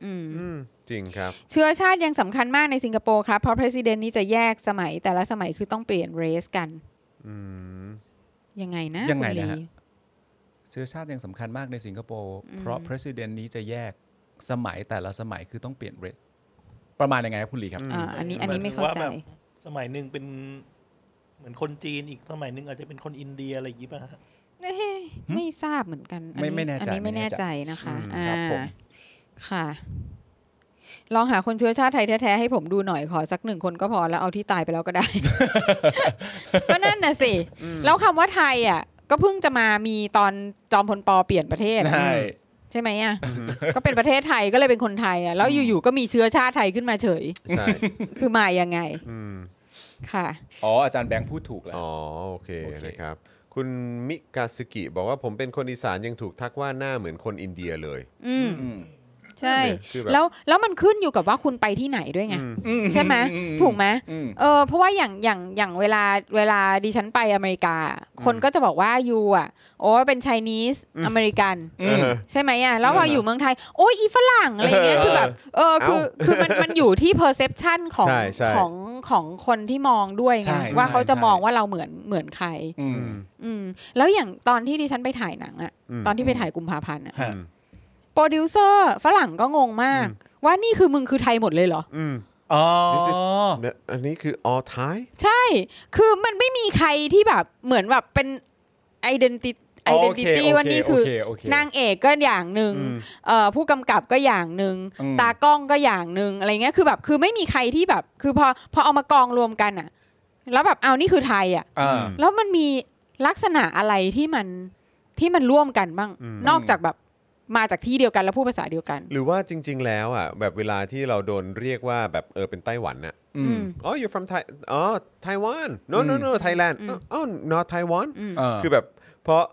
S3: อืม
S6: อืมจริงครับ
S3: เชื้อชาติยังสำคัญมากในสิงคโปร์ครับ เพราะประธานนี้จะแยกสมัย แต่ละสมัยคือต้องเปลี่ยนเรสกัน
S6: อืม
S3: ยังไงนะ
S2: ยังไงนะ
S3: คุณลี
S2: ฮะ เชื้อชาติยังสำคัญมากในสิงคโปร์เพราะ president นี้จะแยกสมัยแต่ละสมัยคือต้องเปลี่ยนเรทประมาณยังไงครับคุณลีครับ
S3: อ่าอันนี้อันนี้ไม่เข้าใจ
S5: หยถึงว่แบบสมัยหนึ่งเป็นเหมือนคนจีนอีกสมัยหนึ่งอาจจะเป็นคนอินเดียอะไรอย่างงี้ป่ะฮะ
S3: เอ้ยไม่ทราบเหมือนกันอั
S2: ไม่ไม่แน่ใจ
S3: อันี้ไม่
S2: ไม่แน่
S3: แน่
S2: ใจ
S3: ใจนะคะ
S6: อืม
S3: อ่า
S6: ครับผม
S3: ค่ะ ลองหาคนเชื้อชาติไทยแท้ๆให้ผมดูหน่อยขอสักหนึ่งคนก็พอแล้วเอาที่ตายไปแล้วก็ได้ ก็นั่นน่ะสิแล้วคำว่าไทยอ่ะ ก็เพิ่งจะมามีตอนจอมพลปเปลี่ยนประเทศ ใช่ไหมอ่ะ ก็เป็นประเทศไทยก็เลยเป็นคนไทยอ่ะแล้วอยู่ๆก็มีเชื้อชาติไทยขึ้นมาเฉย
S6: ใช่
S3: คือมายังไง
S6: อืม
S3: ค่ะ
S2: อ๋ออาจารย์แบงค์พูดถูกแล้ว
S6: อ๋อโอเค
S2: โอเค
S6: นะครับ คุณมิกาสกิบอกว่าผมเป็นคนอีสานยังถูกทักว่าหน้าเหมือนคนอินเดียเลย
S3: อืม
S2: อืม
S3: ใช่
S6: เนี่ยคือแบบ
S3: แล้วแล้วมันขึ้นอยู่กับว่าคุณไปที่ไหนด้วยไง
S2: อืม
S3: ใช่ไหม
S2: อืม
S3: ถูกไหม
S2: อืม
S3: เออเพราะว่าอย่างอย่างอย่างเวลาเวลาดิฉันไปอเมริกา คนก็จะบอกว่ายูอ่ะโอ้เป็นไชนีสอเมริกัน
S2: อืม
S3: ใช่ไหมอ่ะแล้วพออยู่เมืองไทย โอ้ยอีฝรั่งอะไรเงี้ยคือแบบเออคือคือมันมันอยู่ที่ perception ของ
S6: ใช่ใช่
S3: ของของคนที่มองด้วย
S2: ใช่
S3: ไง
S2: ใช่
S3: ว่าเขาจะ
S2: ใช่
S3: มองว่าเราเหมือนเหมือนใคร
S2: อืม
S6: อืม
S3: อืมแล้วอย่างตอนที่ดิฉันไปถ่ายหนังอะ
S6: อืม
S3: ตอนที่ไปถ่ายกุมภาพันธ์อะ
S2: ฮะ
S3: โปรดิวเซอร์ฝรั่งก็งงมาก ว่านี่คือมึงคือไทยหมดเลยเหรอ
S6: อืม
S2: อ๋อ
S6: This is- เนี่ยอันนี้คือ all Thai
S3: ใช่ คือมันไม่มีใครที่แบบเหมือนแบบเป็น identity
S2: โอเค
S3: identity
S2: โอเค
S3: ว่านี่คือ
S2: โอเคโอเคน
S3: างเอกก็อย่างหนึ่ง
S6: อืม
S3: เอ่อผู้กำกับก็อย่างหนึ่ง
S2: อืม
S3: ตากล้องก็อย่างหนึ่งอะไรเงี้ยคือแบบคือไม่มีใครที่แบบ คือพอพอเอามากองรวมกันอะแล้วแบบเอานี่คือไทยอะ
S2: อ่า
S3: แล้วมันมีลักษณะอะไรที่มันที่มันร่วมกันบ้าง นอกจากแบบมาจากที่เดียวกันแล้วพูดภาษาเดียวกัน
S6: หรือว่าจริง ๆ แล้วอ่ะแบบเวลาที่เราโดนเรียกว่าแบบเออเป็นไต้หวันน่ะ
S2: อืม
S6: อ๋อ you're from Thai อ๋อ Taiwan no no no Thailand อ๋ออ๋อ not Taiwan
S2: อ่า
S6: คือแบบเพราะ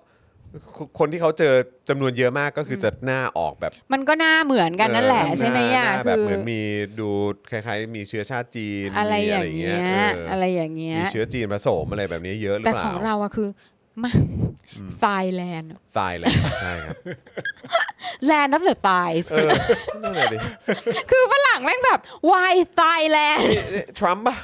S6: คนที่เขาเจอจำนวนเยอะมากก็คือจะหน้าออกแบบ
S3: มันก็หน่าเหมือนกันนั่นแหละ
S6: เออ
S3: ใช่ไหม
S6: น้า
S3: อ่ะ
S6: น้าแบ
S3: คื
S6: บ
S3: อ
S6: เหมือนมีดูคล้ายๆ มีเชื้อชาติจีน
S3: อะไร
S6: มี
S3: อย่างเงี้ย
S6: เอออ
S3: อะไรอย่างเงี้ย
S6: มีเชื้อจีนผสมอะไรแบบนี้เยอะหรือ
S3: แต่
S6: เป
S3: ข
S6: ล่า
S3: องเราอะคือมาไฟแลนด์
S6: ตายแล้วใช่ครับ
S3: แลนด์นับเดอะไฟ
S6: เออนั่นแหละดิ
S3: คือฝรั่งแม่งแบบวายไฟแลนด์
S6: นี่นี่ทรัมป์ป่ะ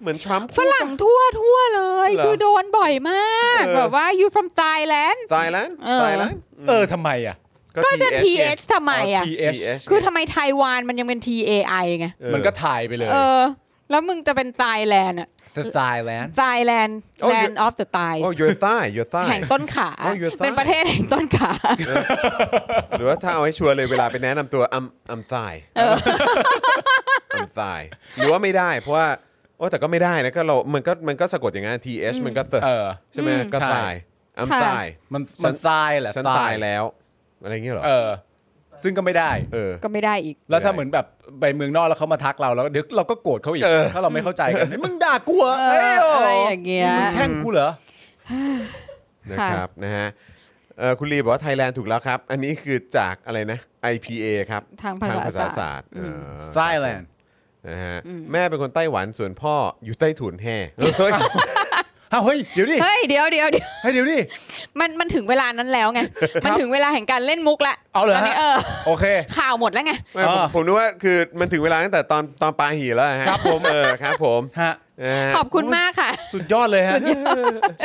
S6: เหมือนทรัมป์
S3: ฝรั่งทั่วทั่วๆเลย
S6: เหรอ
S3: คือโดนบ่อยมาก
S6: เออ
S3: แบบว่า you from Thailand
S6: ตายแล้ว
S3: เออ
S6: ตายแล้ว
S2: เออทำไมอ่ะ
S6: ก็
S3: ก็จะ
S6: TH ไง
S3: th ทำไมอะ
S2: ทีเอ
S6: TH
S2: ช
S6: ไง
S3: คือทำไมไต้หวานมันยังเป็น TAI ไง
S6: เออ
S2: มันก็ถ่ายไปเลย
S3: เออ แล้วมึงจะเป็นตายแลนด์อะ
S2: สไตล์แลนด์
S3: ตายแลนด์
S6: โอ้ย
S3: แลนด์ออฟเดอะตาย
S6: โอ้ your thigh your thigh
S3: แห่งต้นขา
S6: โอ้ย you're Thai
S3: เป็นประเทศแห่งต้นขา
S6: หรือว่าถ้าเอาให้ชัวร์เลยเวลาไปแนะนำตัวอัมอัม ตายอัมตายหรือว่าไม่ได้ เพราะว่าโอ้แต่ก็ไม่ได้นะก็เรา มันก็มันก็สะกดอย่างนั้น TH มันก็เตอะ
S2: เออ
S6: ใช่ไหมก็
S2: ใช่
S6: ตายอัม
S3: ค่ะ
S6: ตาย
S2: มันมันสไตล์แหละ
S6: ฉัน
S2: สไ
S6: ตายแล้วอะไรอย่างเงี้ยเหรอ
S2: เออ ซึ่งก็ไม่ได้
S6: เออ
S3: ก็ไม่ได้อีก
S2: แล้วถ้าเหมือนแบบไปเมืองนอกแล้วเขามาทักเราแล้วเดี๋ยวเราก็โกรธเขาอีก
S6: เออ
S2: ถ้าเราไม่เข้าใจกัน มึงด่ากูเหรอ
S3: เออ
S2: เอ้ยโ
S3: อะไรอย่างเงี้ย
S2: มึงแช่งกูเหรอ
S6: นะ
S3: ค่ะ
S6: ครับนะฮะ เอ่อคุณลีบอกว่าไทยแลนด์ถูกแล้วครับ อันนี้คือจากอะไรนะ IPA ครับ
S3: ทางภาษาศาสตร์
S6: ศาสตร์เออ
S2: Thailand
S6: นะฮะแม่เป็นคนไต้หวันส่วนพ่ออยู่ใต้ถุนแฮ่เฮ้ย
S2: อ้าวเฮ้ยเดี๋ยวดิ
S3: เฮ้ยเดี๋ยวเดี๋ยวเดี๋ยว
S2: เฮ้ยเดี๋ยวดิ
S3: มันมันถึงเวลานั้นแล้ว ไง มันถึงเวลาแห่งการเล่นมุกละ
S2: เอาเหรอ
S3: ตน
S2: ฮะ
S3: นี้เออ
S2: โอเค
S3: ข่าวหมดแล้วไง
S6: ไม่ผม
S2: อ๋อ
S6: ผมนึกว่าคือมันถึงเวลาตั้งแต่ตอนตอนปลาหีแล้วฮะ
S2: ครับผม
S6: เออครับผม
S2: ฮะ
S6: นะฮะ
S3: ขอบคุณมากค่ะ
S2: สุดยอดเลยฮะ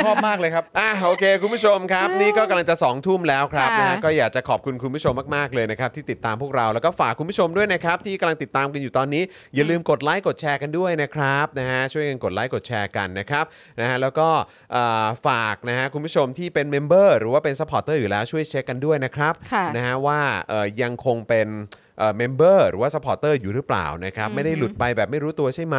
S2: ชอบมากเลยครับ
S6: อ่ะโอเค คุณผู้ชมครับ นี่ก็กำลังจะ2องทุ่มแล้วครับ
S3: ค่ะ
S6: นะฮะก็อยากจะขอบคุณคุณผู้ชมมากๆเลยนะครับที่ติดตามพวกเราแล้วก็ฝากคุณผู้ชมด้วยนะครับที่กำลังติดตามกันอยู่ตอนนี้ อย่าลืมกดไลค์กดแชร์กันด้วยนะครับนะฮะช่วยกันกดไลค์กดแชร์กันนะครับนะฮะแล้วก็เอ่อฝากนะฮะคุณผู้ชมที่เป็นเมมเบอร์หรือว่าเป็นซัพพอร์เตอร์อยู่แล้วช่วยเช็คกันด้วยนะครับ
S3: ค่ะ
S6: นะฮะว่าเอ่อยังคงเป็นเมมเบอร์หรือว่าสปอร์เตอร์อยู่หรือเปล่านะครับไม่ได้หลุดไปแบบไม่รู้ตัวใช่ไหม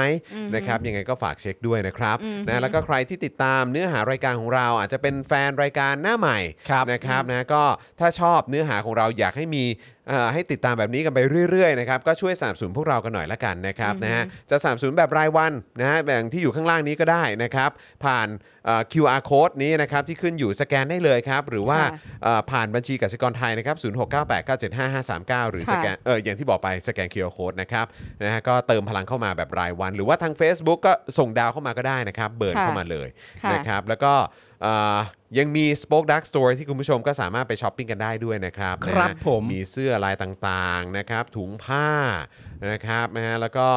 S6: นะครับยังไงก็ฝากเช็คด้วยนะครับนะแล้วก็ ใครที่ติดตามเนื้อหารายการของเราอาจจะเป็นแฟนรายการหน้าใหม่
S2: ครับ
S6: นะครับนะก็ถ้าชอบเนื้อหาของเราอยากให้มีเอ่อให้ติดตามแบบนี้กันไปเรื่อยๆนะครับก็ช่วยสนับสนุนพวกเรากันหน่อยละกันนะครับนะฮะจะสนับสนุนแบบรายวันนะฮะแบบที่อยู่ข้างล่างนี้ก็ได้นะครับผ่านเอ่อ QR code นี้นะครับที่ขึ้นอยู่สแกนได้เลยครับหรือว่า
S3: ค่ะ
S6: เอ่อผ่านบัญชีกสิกรไทยนะครับ0698975539 หรือสแกน
S3: ค่ะ
S6: เอออย่างที่บอกไปสแกน QR Code นะครับนะฮะก็เติมพลังเข้ามาแบบรายวัน หรือว่าทาง Facebook ก็ส่งดาวเข้ามาก็ได้นะครับ เบิร์น
S3: ค่ะ
S6: เข้ามาเลย
S3: ค่ะ
S6: นะครับแล้วก็เอ่อยังมี Spoke Dark Store ที่คุณผู้ชมก็สามารถไปช้อปปิ้งกันได้ด้วยนะครับ
S2: ครับ
S6: นะฮะ
S2: ผม
S6: มีเสื้อลายต่างๆนะครับถุงผ้านะครับนะฮะแล้วก็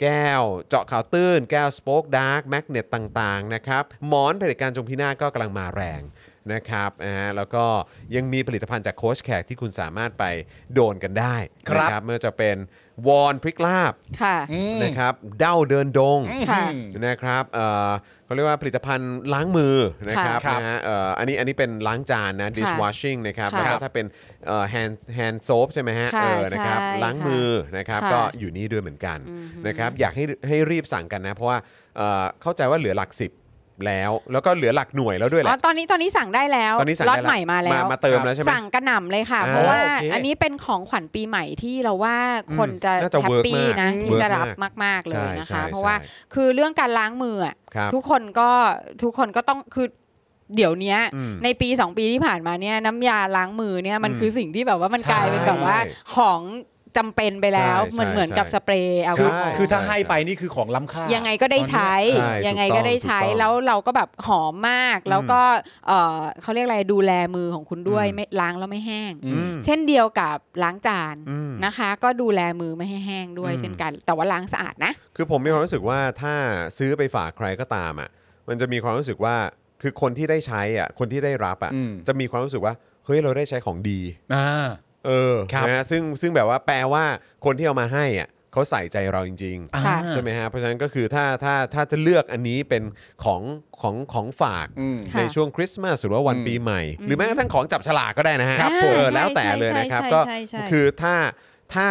S6: แก้วเจาะข่าวตื้น แก้ว Spoke Dark Magnet ต่างๆนะครับหมอนเผลิตการจงพินาศก็กำลังมาแรง นะครับนะฮะแล้วก็ยังมีผลิตภัณฑ์จากโค้ชแขกที่คุณสามารถไปโดนกันได้
S2: ครับ
S6: นะเมื่อจะเป็นวอนพริกลาบ
S3: ค่ะ
S6: นะครับเด้าเดินดง
S3: ค่ะ
S6: นะครับเอ่อเขาเรียกว่าผลิตภัณฑ์ล้างมือนะครับ
S2: ค่ะ
S6: นะฮะเอ่ออันนี้อันนี้เป็นล้างจานนะ dishwashing นะครับ
S3: ค่ะ
S6: แล้วก็ถ้าเป็นเอ่อ hand hand soap ใช่ไหมฮะ
S3: ค่ะ
S6: เออนะครับ
S3: ใช่
S6: ล้างมือนะครับ
S3: ค่ะ
S6: ก็อยู่นี่ด้วยเหมือนกันนะครับอยากให้ให้รีบสั่งกันนะ เพราะว่าเอ่อเข้าใจว่าเหลือหลักสิบแล้ว แล้วก็เหลือหลักหน่วยแล้วด้วยแห
S3: ๋
S6: ละ
S3: อตอนนี้ตอนนี้สั่งได้แล้ว
S6: ตอนนี้สั่ง
S3: ล็อต
S6: ได้แล้ว
S3: ใหม่มาแล้ว
S6: มาเติมแล้วใช่ไหม
S3: สั่งกระหน่ำเลยค่ะ
S6: อ่า
S3: เพราะว่า
S2: โอเค
S3: อันนี้เป็นของขวัญปีใหม่ที่เราว่าคนจะ
S6: น่าจะ
S3: แฮป
S6: work
S3: ปี้
S6: มาก
S3: นะ
S6: work
S3: ที่จะรับ
S6: มาก
S3: มาก ๆ เลยนะคะ
S6: ใช่ใช่
S3: เพราะว่า
S6: ใช่
S3: คือเรื่องการล้างมืออะ
S6: ครับ
S3: ทุกคนก็ทุกคนก็ต้องคือเดี๋ยวเนี้ย
S6: อืม
S3: ในปี 2 ปีที่ผ่านมาเนี่ยน้ำยาล้างมือเนี่ยมัน
S6: อืม
S3: คือสิ่งที่แบบว่ามัน
S6: ใช่
S3: กลายเป็นแบบว่าของจำเป็นไปแล้ว
S6: ใช่
S3: เหมือน
S6: ใช่
S3: เหมือนกับ
S6: ใช่
S3: สเปรย์แอลก
S2: คือ
S3: อฮอล์
S2: คือถ้าให้ไปนี่คือของล้ำค่ายั
S3: ยังไงก็ได้ใช้
S6: ใช่
S3: ยังไง
S6: ถูกต้
S3: ก็
S6: อง
S3: ได้ใช้
S6: ถูกต้อง
S3: แล้วเราก็แบบหอมมาก
S6: อืม
S3: แล้วก็เออเขาเรียกอะไรดูแลมือของคุณด้วย
S6: อืม
S3: ไม่ล้างแล้วไม่แห้ง
S2: อื
S6: อืม
S3: เช่นเดียวกับล้างจาน
S6: อืม
S3: นะคะ ก็ดูแลมือไม่ให้แห้งด้วย
S6: อืม
S3: เช่นกัน แต่ว่าล้างสะอาดนะ
S6: คือผมมีความรู้สึกว่าถ้าซื้อไปฝากใครก็ตามอ่ะ มันจะมีความรู้สึกว่าคือคนที่ได้ใช้อ่ะคนที่ได้รับอ่ะ
S2: อืม
S6: จะมีความรู้สึกว่าเฮ้ยเราได้ใช้ของดี
S2: อ่า
S6: เออ
S2: ครับ
S6: นะฮะซึ่งซึ่งแบบว่าแปลว่าคนที่เอามาให้อ่ะเขาใส่ใจเราจริง
S3: ค่ะ
S6: ๆใช่ไหมฮะเพราะฉะนั้นก็คือถ้าถ้าถ้าจะเลือกอันนี้เป็นของของของฝาก
S2: อืม
S3: ค่ะ
S6: ในช่วงคริสต์มาสหรือว่าวัน
S2: อืม
S6: ปีใหม่ หรือแม้กระทั่งของจับฉลากก็ได้นะฮะ
S3: ครับ
S6: เออ
S3: ใช่
S6: แล้วแต่
S3: ใช่
S6: เลยนะครับ
S3: ใช่
S6: ก็
S3: ใช่ใช่
S6: คือถ้าถ้า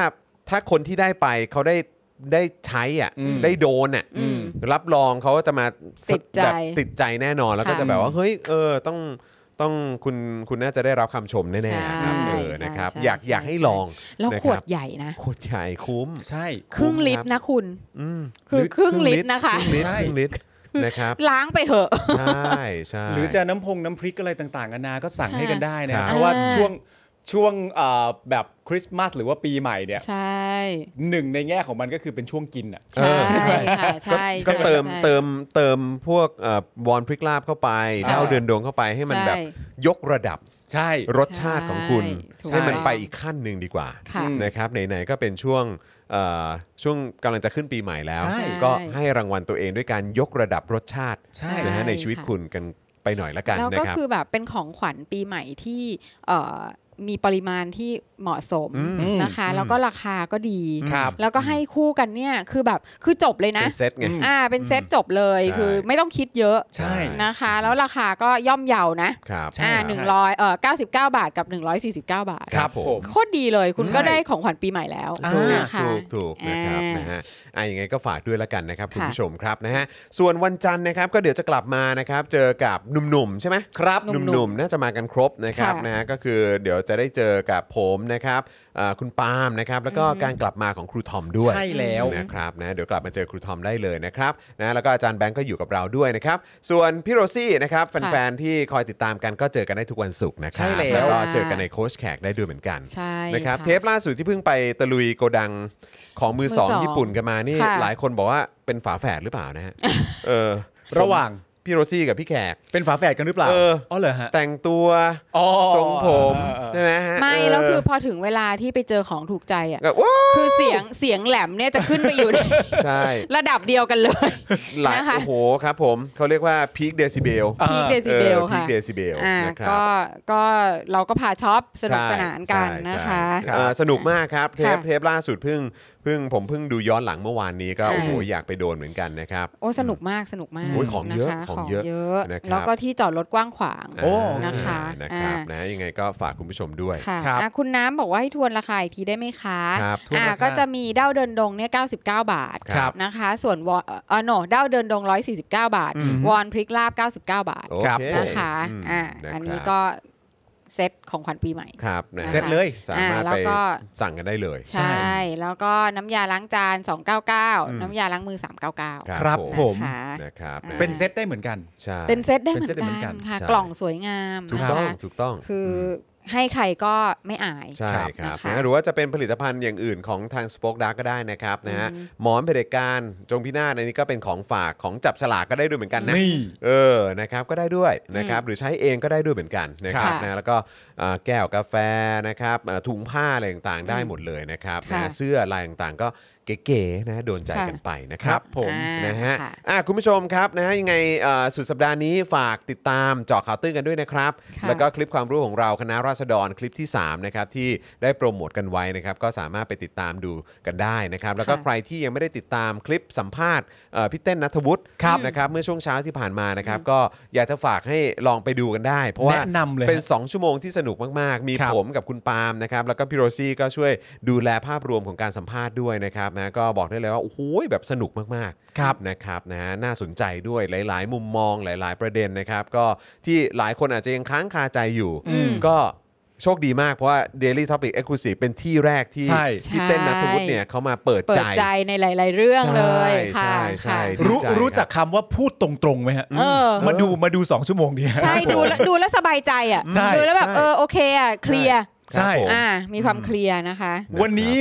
S6: ถ้าคนที่ได้ไปเขาได้ได้ใช้อ่ะ
S2: อืม
S6: ได้โดนอ่ะ
S3: อืม
S6: รับรองเขาจะมา
S3: ติดใจ
S6: แบบติดใจแน่นอนแล้วก็
S3: ค่ะ
S6: จะแบบว่าเฮ้ยเออต้องต้องคุณคุณน่าจะได้รับคำชมแน่ๆนะครับ
S3: ใช่
S6: เออนะครับ
S3: ใช่
S6: อยาก
S3: ใช่
S6: อยากให้ลอง
S3: แล้ว
S6: นะ
S3: ข
S6: คว รั
S3: ด
S6: บ
S3: ใหญ่นะ
S6: ขวดใหญ่คุ้ม
S2: ใช่
S3: ครึ่งลิต
S6: ครั
S3: ร
S6: บ
S3: นะคุณ
S6: อืม
S3: คือครึ่งลิตร
S6: รึ่
S3: นะคะ
S6: รึ่งลิตร
S2: ใช่
S6: ครึ่งลิตรนะครับ
S3: ล้างไปเถอะ
S6: ใช่ใช่
S2: หรือจะน้ำพงน้ำพริกอะไรต่างๆนานาก็สั่ง
S3: ค่ะ
S2: ให้กันได้นะ
S6: ครับ
S2: เพราะว่า
S3: อ่า
S2: ช่วงช่วงเอ่อแบบคริสต์มาสหรือว่าปีใหม่เนี่ย
S3: ใช่
S2: หนึ่งในแง่ของมันก็คือเป็นช่วงกินอ่ะ
S3: ใช่ค่ะใช่
S6: ก็
S3: ใช่
S6: เติม
S3: ใช่
S6: เติมเติมพวกเอ่อวอนพริกลาบเข้าไป
S2: อ่า
S6: เล้าเดินดงเข้าไปให้มัน
S3: ใช่
S6: แบบยกระดับ
S2: ใช่
S6: รสชาติของคุณ
S3: ใช่
S6: ให้มัน
S3: ถูกต้อง
S6: ไปอีกขั้นหนึ่งดีกว่า
S3: ค่ะ
S2: อืม
S6: นะครับไหนๆก็เป็นช่วงเอ่อช่วงกำลังจะขึ้นปีใหม่แล้ว
S2: ใช่
S6: ก็ให้รางวัลตัวเองด้วยการยกระดับรสชาติ
S2: ใช่
S3: ใช่
S6: นะฮะในชีวิตคุณกันไปหน่อยละกัน
S3: แล้ว
S6: นะ
S3: ก็
S6: ครับ
S3: คือแบบเป็นของขวัญปีใหม่ที่เอ่อมีปริมาณที่เหมาะสม
S2: อืม
S3: นะคะ
S6: อืม
S3: แล้วก็ราคาก็ดี
S2: ครับ
S3: แล้วก็ให้คู่กันเนี่ยคือแบบคือจบเลยนะ
S6: เป็นเซตไง
S3: อ่าเป็นเซตจบเลย
S6: ใช่
S3: คือไม่ต้องคิดเยอะ
S2: ใช่
S3: นะคะ แล้วราคาก็ย่อมเยานะครับ
S2: ใช่
S3: อ่าหนึ่งร้อยเอ่อเก้าสิบเก้าบาทกับหนึ่งร้อยสี่สิบเก้าบาท
S2: ครับผม
S3: โคตรดีเลยคุณก็ได้ของขวัญปีใหม่แล้ว
S2: อ่า
S6: ถูก
S3: นะคะ
S6: ถูกถูกนะครับนะฮะอ่ะยังไงก็ฝากด้วยละกันนะครับ คุณ
S3: ค่ะ
S6: ผู้ชมครับนะฮะส่วนวันจันทร์นะครับก็เดี๋ยวจะกลับมานะครับ เจอกับหนุ่มๆใช่ไหม
S2: ครับ
S3: หนุ่มๆ
S6: หนุ่มๆน่าจะมากันครบนะครับ
S3: ค่ะ
S6: นะฮะก็คือเดี๋ยว ยวจะได้เจอกับผมนะครับอ่าคุณปาล์มนะครับ แล้วก็การกลับมาของครูทอมด้วย
S2: ใช่แล้ว
S6: นะครับนะเดี๋ยวกลับมาเจอครูทอมได้เลยนะครับนะแล้วก็อาจารย์แบงก์ก็อยู่กับเราด้วยนะครับ ส่วนพี่โรซี่นะครับแฟนๆที่คอยติดตามกันก็เจอกันได้ทุกวันศุกร์นะครับ
S2: ใช่แล้ว
S6: แล้วก็เจอกันในโค้ชแขกได้ด้วยเหมือนกัน
S3: ใช่
S6: นะครับ
S3: ะ
S6: เทปล่าสุดที่เพิ่งไปตะลุยโกดังของมือ
S3: มือ
S6: สอง
S3: สอง
S6: ญี่ปุ่นกันมานี่
S3: ค่ะ
S6: หลายคนบอกว่าเป็นฝาแฝดหรือเปล่า นะฮะเออ
S2: ระหว่าง
S6: พี่โรซี่กับพี่แขก
S2: เป็นฝาแฝดกันหรือเปล่า
S6: เออ
S2: เหรอฮะ
S6: แต่งตัว
S2: อ๋อ
S6: ทรงผม
S2: เออเออ
S6: ใช่ไหมฮะ
S3: ไม่แล้วคือ
S6: เพ
S3: อถึงเวลาที่ไปเจอของถูกใจอ่ะ
S6: ก็โอ้
S3: คือเสียง เสียงแหลมเนี่ยจะขึ้นไปอยู่ใน
S6: ใช่
S3: ระดับเดียวกันเลย
S6: หลาย
S3: นะคะ
S6: โอ้โหครับผมเขาเรียกว่าพีคเดซิเบล
S2: อ่า
S3: พีคเดซิเบล
S6: พี
S3: ค่ะ
S6: คเดซิเบล
S3: อ่า
S6: นะครั
S3: ก็
S6: บ
S3: ก็เราก็พาช็อปสนุก
S6: ใช่
S3: สนานกันนะคะ
S6: ใช่ใช่เอ่อสนุกมากครับ เทป
S3: ค่ะ
S6: เทปล่าสุดเพิ่งเพิ่งผมเพิ่งดูย้อนหลังเมื่อวานนี้ก็
S3: ค่ะ
S6: โอ้โหอยากไปโดนเหมือนกันนะครับ
S3: โอ้สนุกมากสนุกมาก
S6: โอ้ยของเยอะ
S3: นค
S6: ของเยอะนะครับ
S3: แล้วก็ที่จอดรถกว้างขวาง
S2: โอ้
S3: นะคะ
S6: นะครับ
S3: อ่าน
S6: นะยังไงก็ฝากคุณผู้ชมด้วย
S3: ค่ะ
S2: ครับ
S3: อ่ะคุณน้ำบอกว่าให้ทวนราคาอีกทีได้ไหมคะ
S6: ครับทวน
S3: อ่า
S6: ราคา
S3: ก็จะมีเด้าเดินดงเนี่ย99 บาท
S6: ครับ
S3: นะคะ ส่วนวอเออโนเด้าเดินดง 149 บาท
S2: อืม
S3: วอนพริกลาบ 99 บาท
S6: โอ
S2: ครับ
S6: เค
S3: นะคะ
S6: ม
S3: อ่า
S6: ะ
S3: อันนี้
S6: ครับ
S3: ก็เซตของขวัญปีใหม่
S6: ครับนะ
S2: เสร็จเลย
S6: สามารถ
S3: อ่าแล้ว
S6: ไป
S3: ก็
S6: สั่งกันได้เลย
S3: ใช่ แล้วก็น้ำยาล้างจาน 299 น้ำยาล้างมือ 399
S2: ครับ
S6: ผม
S2: ผม
S3: นะคะ
S6: นะครับะ
S2: เป็นเซตได้เหมือนกัน
S6: ใช่
S3: เป็นเซตได้
S2: เป็
S3: เห
S2: น
S3: มื
S2: เซตได้เหมื
S3: อ
S2: อน นกั
S3: กัน นค่ะ กล่องสวยงาม
S6: ถูก
S3: นะ
S6: ต้อง
S3: คะ
S6: ถูกต้อง
S3: คือให้ใครก็ไม่อาย
S6: ใช่ครับ
S3: นะะ
S6: นะหรือว่าจะเป็นผลิตภัณฑ์อย่างอื่นของทาง Spoke Dark ก็ได้นะครับนะฮะหมอนเผด็จการจงพินาศอันนี้ก็เป็นของฝากของจับฉลากก็ได้ด้วยเหมือนกันนะ
S2: นี่
S6: เออนะครับก็ได้ด้วยนะครับหรือใช้เองก็ได้ด้วยเหมือนกันนะครับ
S3: ค่ะ
S6: นะแล้วก็อ่าแก้วกาแฟนะครับอ่าถุงผ้าอะไรต่างๆได้หมดเลยนะครับ
S3: ค่ะ
S6: นะเสื้อลายต่างๆก็เก๋ๆนะโดนใจ
S3: ค่ะ
S6: กันไปนะครับ
S3: อ่า
S6: นะฮะ
S3: ค่
S6: อ่ะคุณผู้ชมครับนะฮะยังไงเอ่อสุดสัปดาห์นี้ฝากติดตามเจาะข่าวตื้นกันด้วยนะครับ
S3: ค่ะ
S6: แล้วก็คลิปความรู้ของเราคณะราษฎรคลิปที่3นะครับที่ได้โปรโมทกันไว้นะครับก็สามารถไปติดตามดูกันได้นะครับ แล้วก็
S3: ค่ะ
S6: ใครที่ยังไม่ได้ติดตามคลิปสัมภาษณ์เอ่อพี่เต้นนัทวุฒิ
S3: ครับ
S6: นะครับเมื่อช่วงเช้าที่ผ่านมานะครับก็อยากจะฝากให้ลองไปดูกันได้ เพราะว่า
S2: แนะนำเลย
S6: เป็น
S2: ฮะ
S6: 2 ชั่วโมงที่สนุกมาก ๆ มี
S2: ครับ
S6: ผมกับคุณปาล์มนะครับ แล้วก็พี่โรซี่ก็ช่วยดูแลภาพรวมของการสัมภาษณ์ด้วยนะครับนะก็บอกได้เลยว่า โอ้โหแบบสนุกมากๆ
S2: ครับ
S6: นะครับนะฮะน่าสนใจด้วยหลาย ๆ มุมมองหลาย ๆ ประเด็นนะครับ ก็ที่หลายคนอาจจะยังค้างคาใจอยู่
S3: อืม
S6: ก็โชคดีมากเพราะว่า Daily Topic Exclusive เป็นที่แรกที่
S2: ใช่
S6: พี่เต้น
S3: ใช่
S6: นัทวุฒิเนี่ยเขามาเปิด
S3: เปิ
S6: ใจ
S3: ดใจในหลาย ๆ เรื่องเลย
S6: ใช่
S3: ค่ะค่ะ
S6: ใช่ใช่
S2: รู้
S6: ดีใจครับ
S2: รู้จักคำว่าพูดตรงๆไหมฮะ
S3: เออ
S2: มาดูมาดูสองชั่วโมงดี
S3: ใช่ดูแล้วดูแล้วสบายใจอ่ะ
S2: ใช่
S3: ดูแล้วแบบ
S6: ใช่
S3: เออโอเคอ่ะเคลียร์
S6: ครั
S2: ใช่
S6: บผม
S3: อ่ามีความเคลียร์นะคะ
S6: นะครับ
S2: วันนี้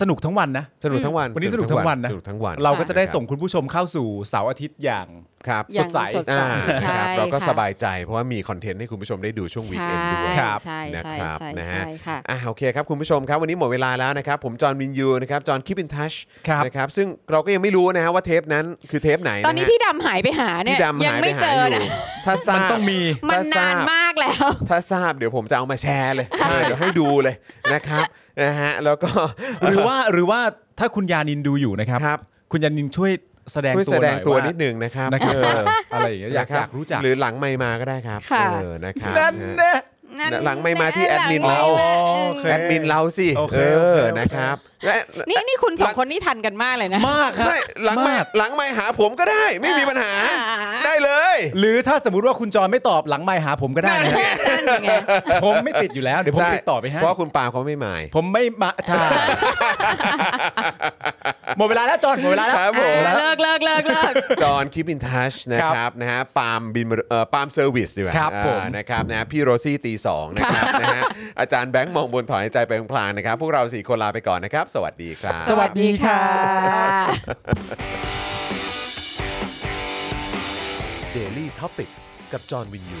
S2: สนุกทั้งวันนะ
S6: สนุกทั้งวัน
S2: วันนี้สนุกทั้งวันนะ
S6: สนุกทั้งวัน
S2: เราก็จะได้ส่งคุณผู้ชมเข้าสู่เสาร์อาทิตย์อย่าง
S6: ครับ
S3: อย่า
S2: ส
S3: ง
S2: ดใส
S3: สดใส
S6: อ่า
S3: ใช่
S6: นะครับเราก็
S3: ค่ะ
S6: สบายใจเพราะว่ามีคอนเทนต์ให้คุณผู้ชมได้ดูช่วงวีค
S3: ใช่
S6: เอนด์ด้วย
S3: ใช่ใช่
S6: นะครับ
S3: ใช่
S6: นะฮะ
S3: ใช่ค่ะ
S6: อ่าโอเคครับคุณผู้ชมครับ วันนี้หมดเวลาแล้วนะครับ ผมจอห์นวินยูนะครับจอห์นคิปอินทัช
S2: ครับ
S6: นะครับซึ่งเราก็ยังไม่รู้นะฮะว่าเทปนั้นคือเทปไหน
S3: ตอนนี้
S6: ะฮะ
S3: พี่ดำหายไปหาเนี่ย
S6: พี่ดำ
S3: ยั
S6: หายไป
S3: ไม่
S6: หา
S3: เจอ
S6: อ
S3: นะ
S6: ยู่ถ้าทรา
S2: มัน
S6: บ
S2: ต้องมี
S3: มัน
S6: ถ้ทร
S3: นาน
S6: บ
S3: มากแล้ว
S6: ถ้าทราบเดี๋ยวผมจะเอามาแชร์เลยใช่เดี๋ยวให้ดูเลยนะครับนะฮะแล้วก็
S2: หรือว่าหรือว่าถ้าคุณยานินดูอยู่นะครับ
S6: ครับ
S2: คุณยานินช่วยแสดง
S6: ช่วย
S2: ตัว
S6: แสดงตัว
S2: หอยา
S6: นิดนึงนะครับ
S2: นะครับ
S6: เออ
S2: อะไรอย่างเงี้ยอยากอยากรู้จัก
S6: หรือหลังไม่มาก็ได้ครับ
S3: ค่ะ
S6: เออนะครับ
S2: นั่น
S6: นะฮะ
S2: แน่
S6: หลังไมค์มาที่แอดมินเรา
S3: หลังไม
S2: อ๋
S3: ค์มา
S2: อโอเค
S6: แอดมินเราสิ
S2: โอเค
S6: เอ
S2: โอ
S6: อ
S2: เค
S6: นะครับและ
S3: นี่นี่คุณสองคนนี่ทันกันมากเลยนะ
S2: มากครับ
S6: ไม่หลังไม่
S2: มาก
S6: หลังไม่หาผมก็ได้ ไม่มีปัญหา
S3: อ่า
S6: ได้เลย
S2: หรือถ้าสมมติว่าคุณจอยไม่ตอบหลังไมค์หาผมก็ได้นะ
S3: นั่นไง
S2: ผมไม่ติดอยู่แล้ว เดี๋ยวผม
S6: ใช่
S2: ติดต่อไปให้
S6: เพราะคุณปาล์มเขาไม่หมาย
S2: ผมไม่มาใช่ หมดเวลาแล้วจอนหมดเวลาแล้ว
S6: ครับผม
S3: เลิกเลิกเลิกเลิก
S6: จอห์นคิปินทัชนะค
S2: ครั
S6: รับบ นะฮะปาล์มบินเอ่อปาล์มเซอร์วิสดีกว่า
S2: ครับ
S6: อ่า
S2: ผม
S6: นะครับนะฮะพี่โรซี่ตีสองนะครับนะฮะอาจารย์แบงค์มองบนถอนหายใจไปพลางๆนะครับ พวกเราสี่คนลาไปก่อนนะครับ สวัสดีครับ
S2: สวัสดีค่ะ
S6: Daily Topics กับจอห์นวินยู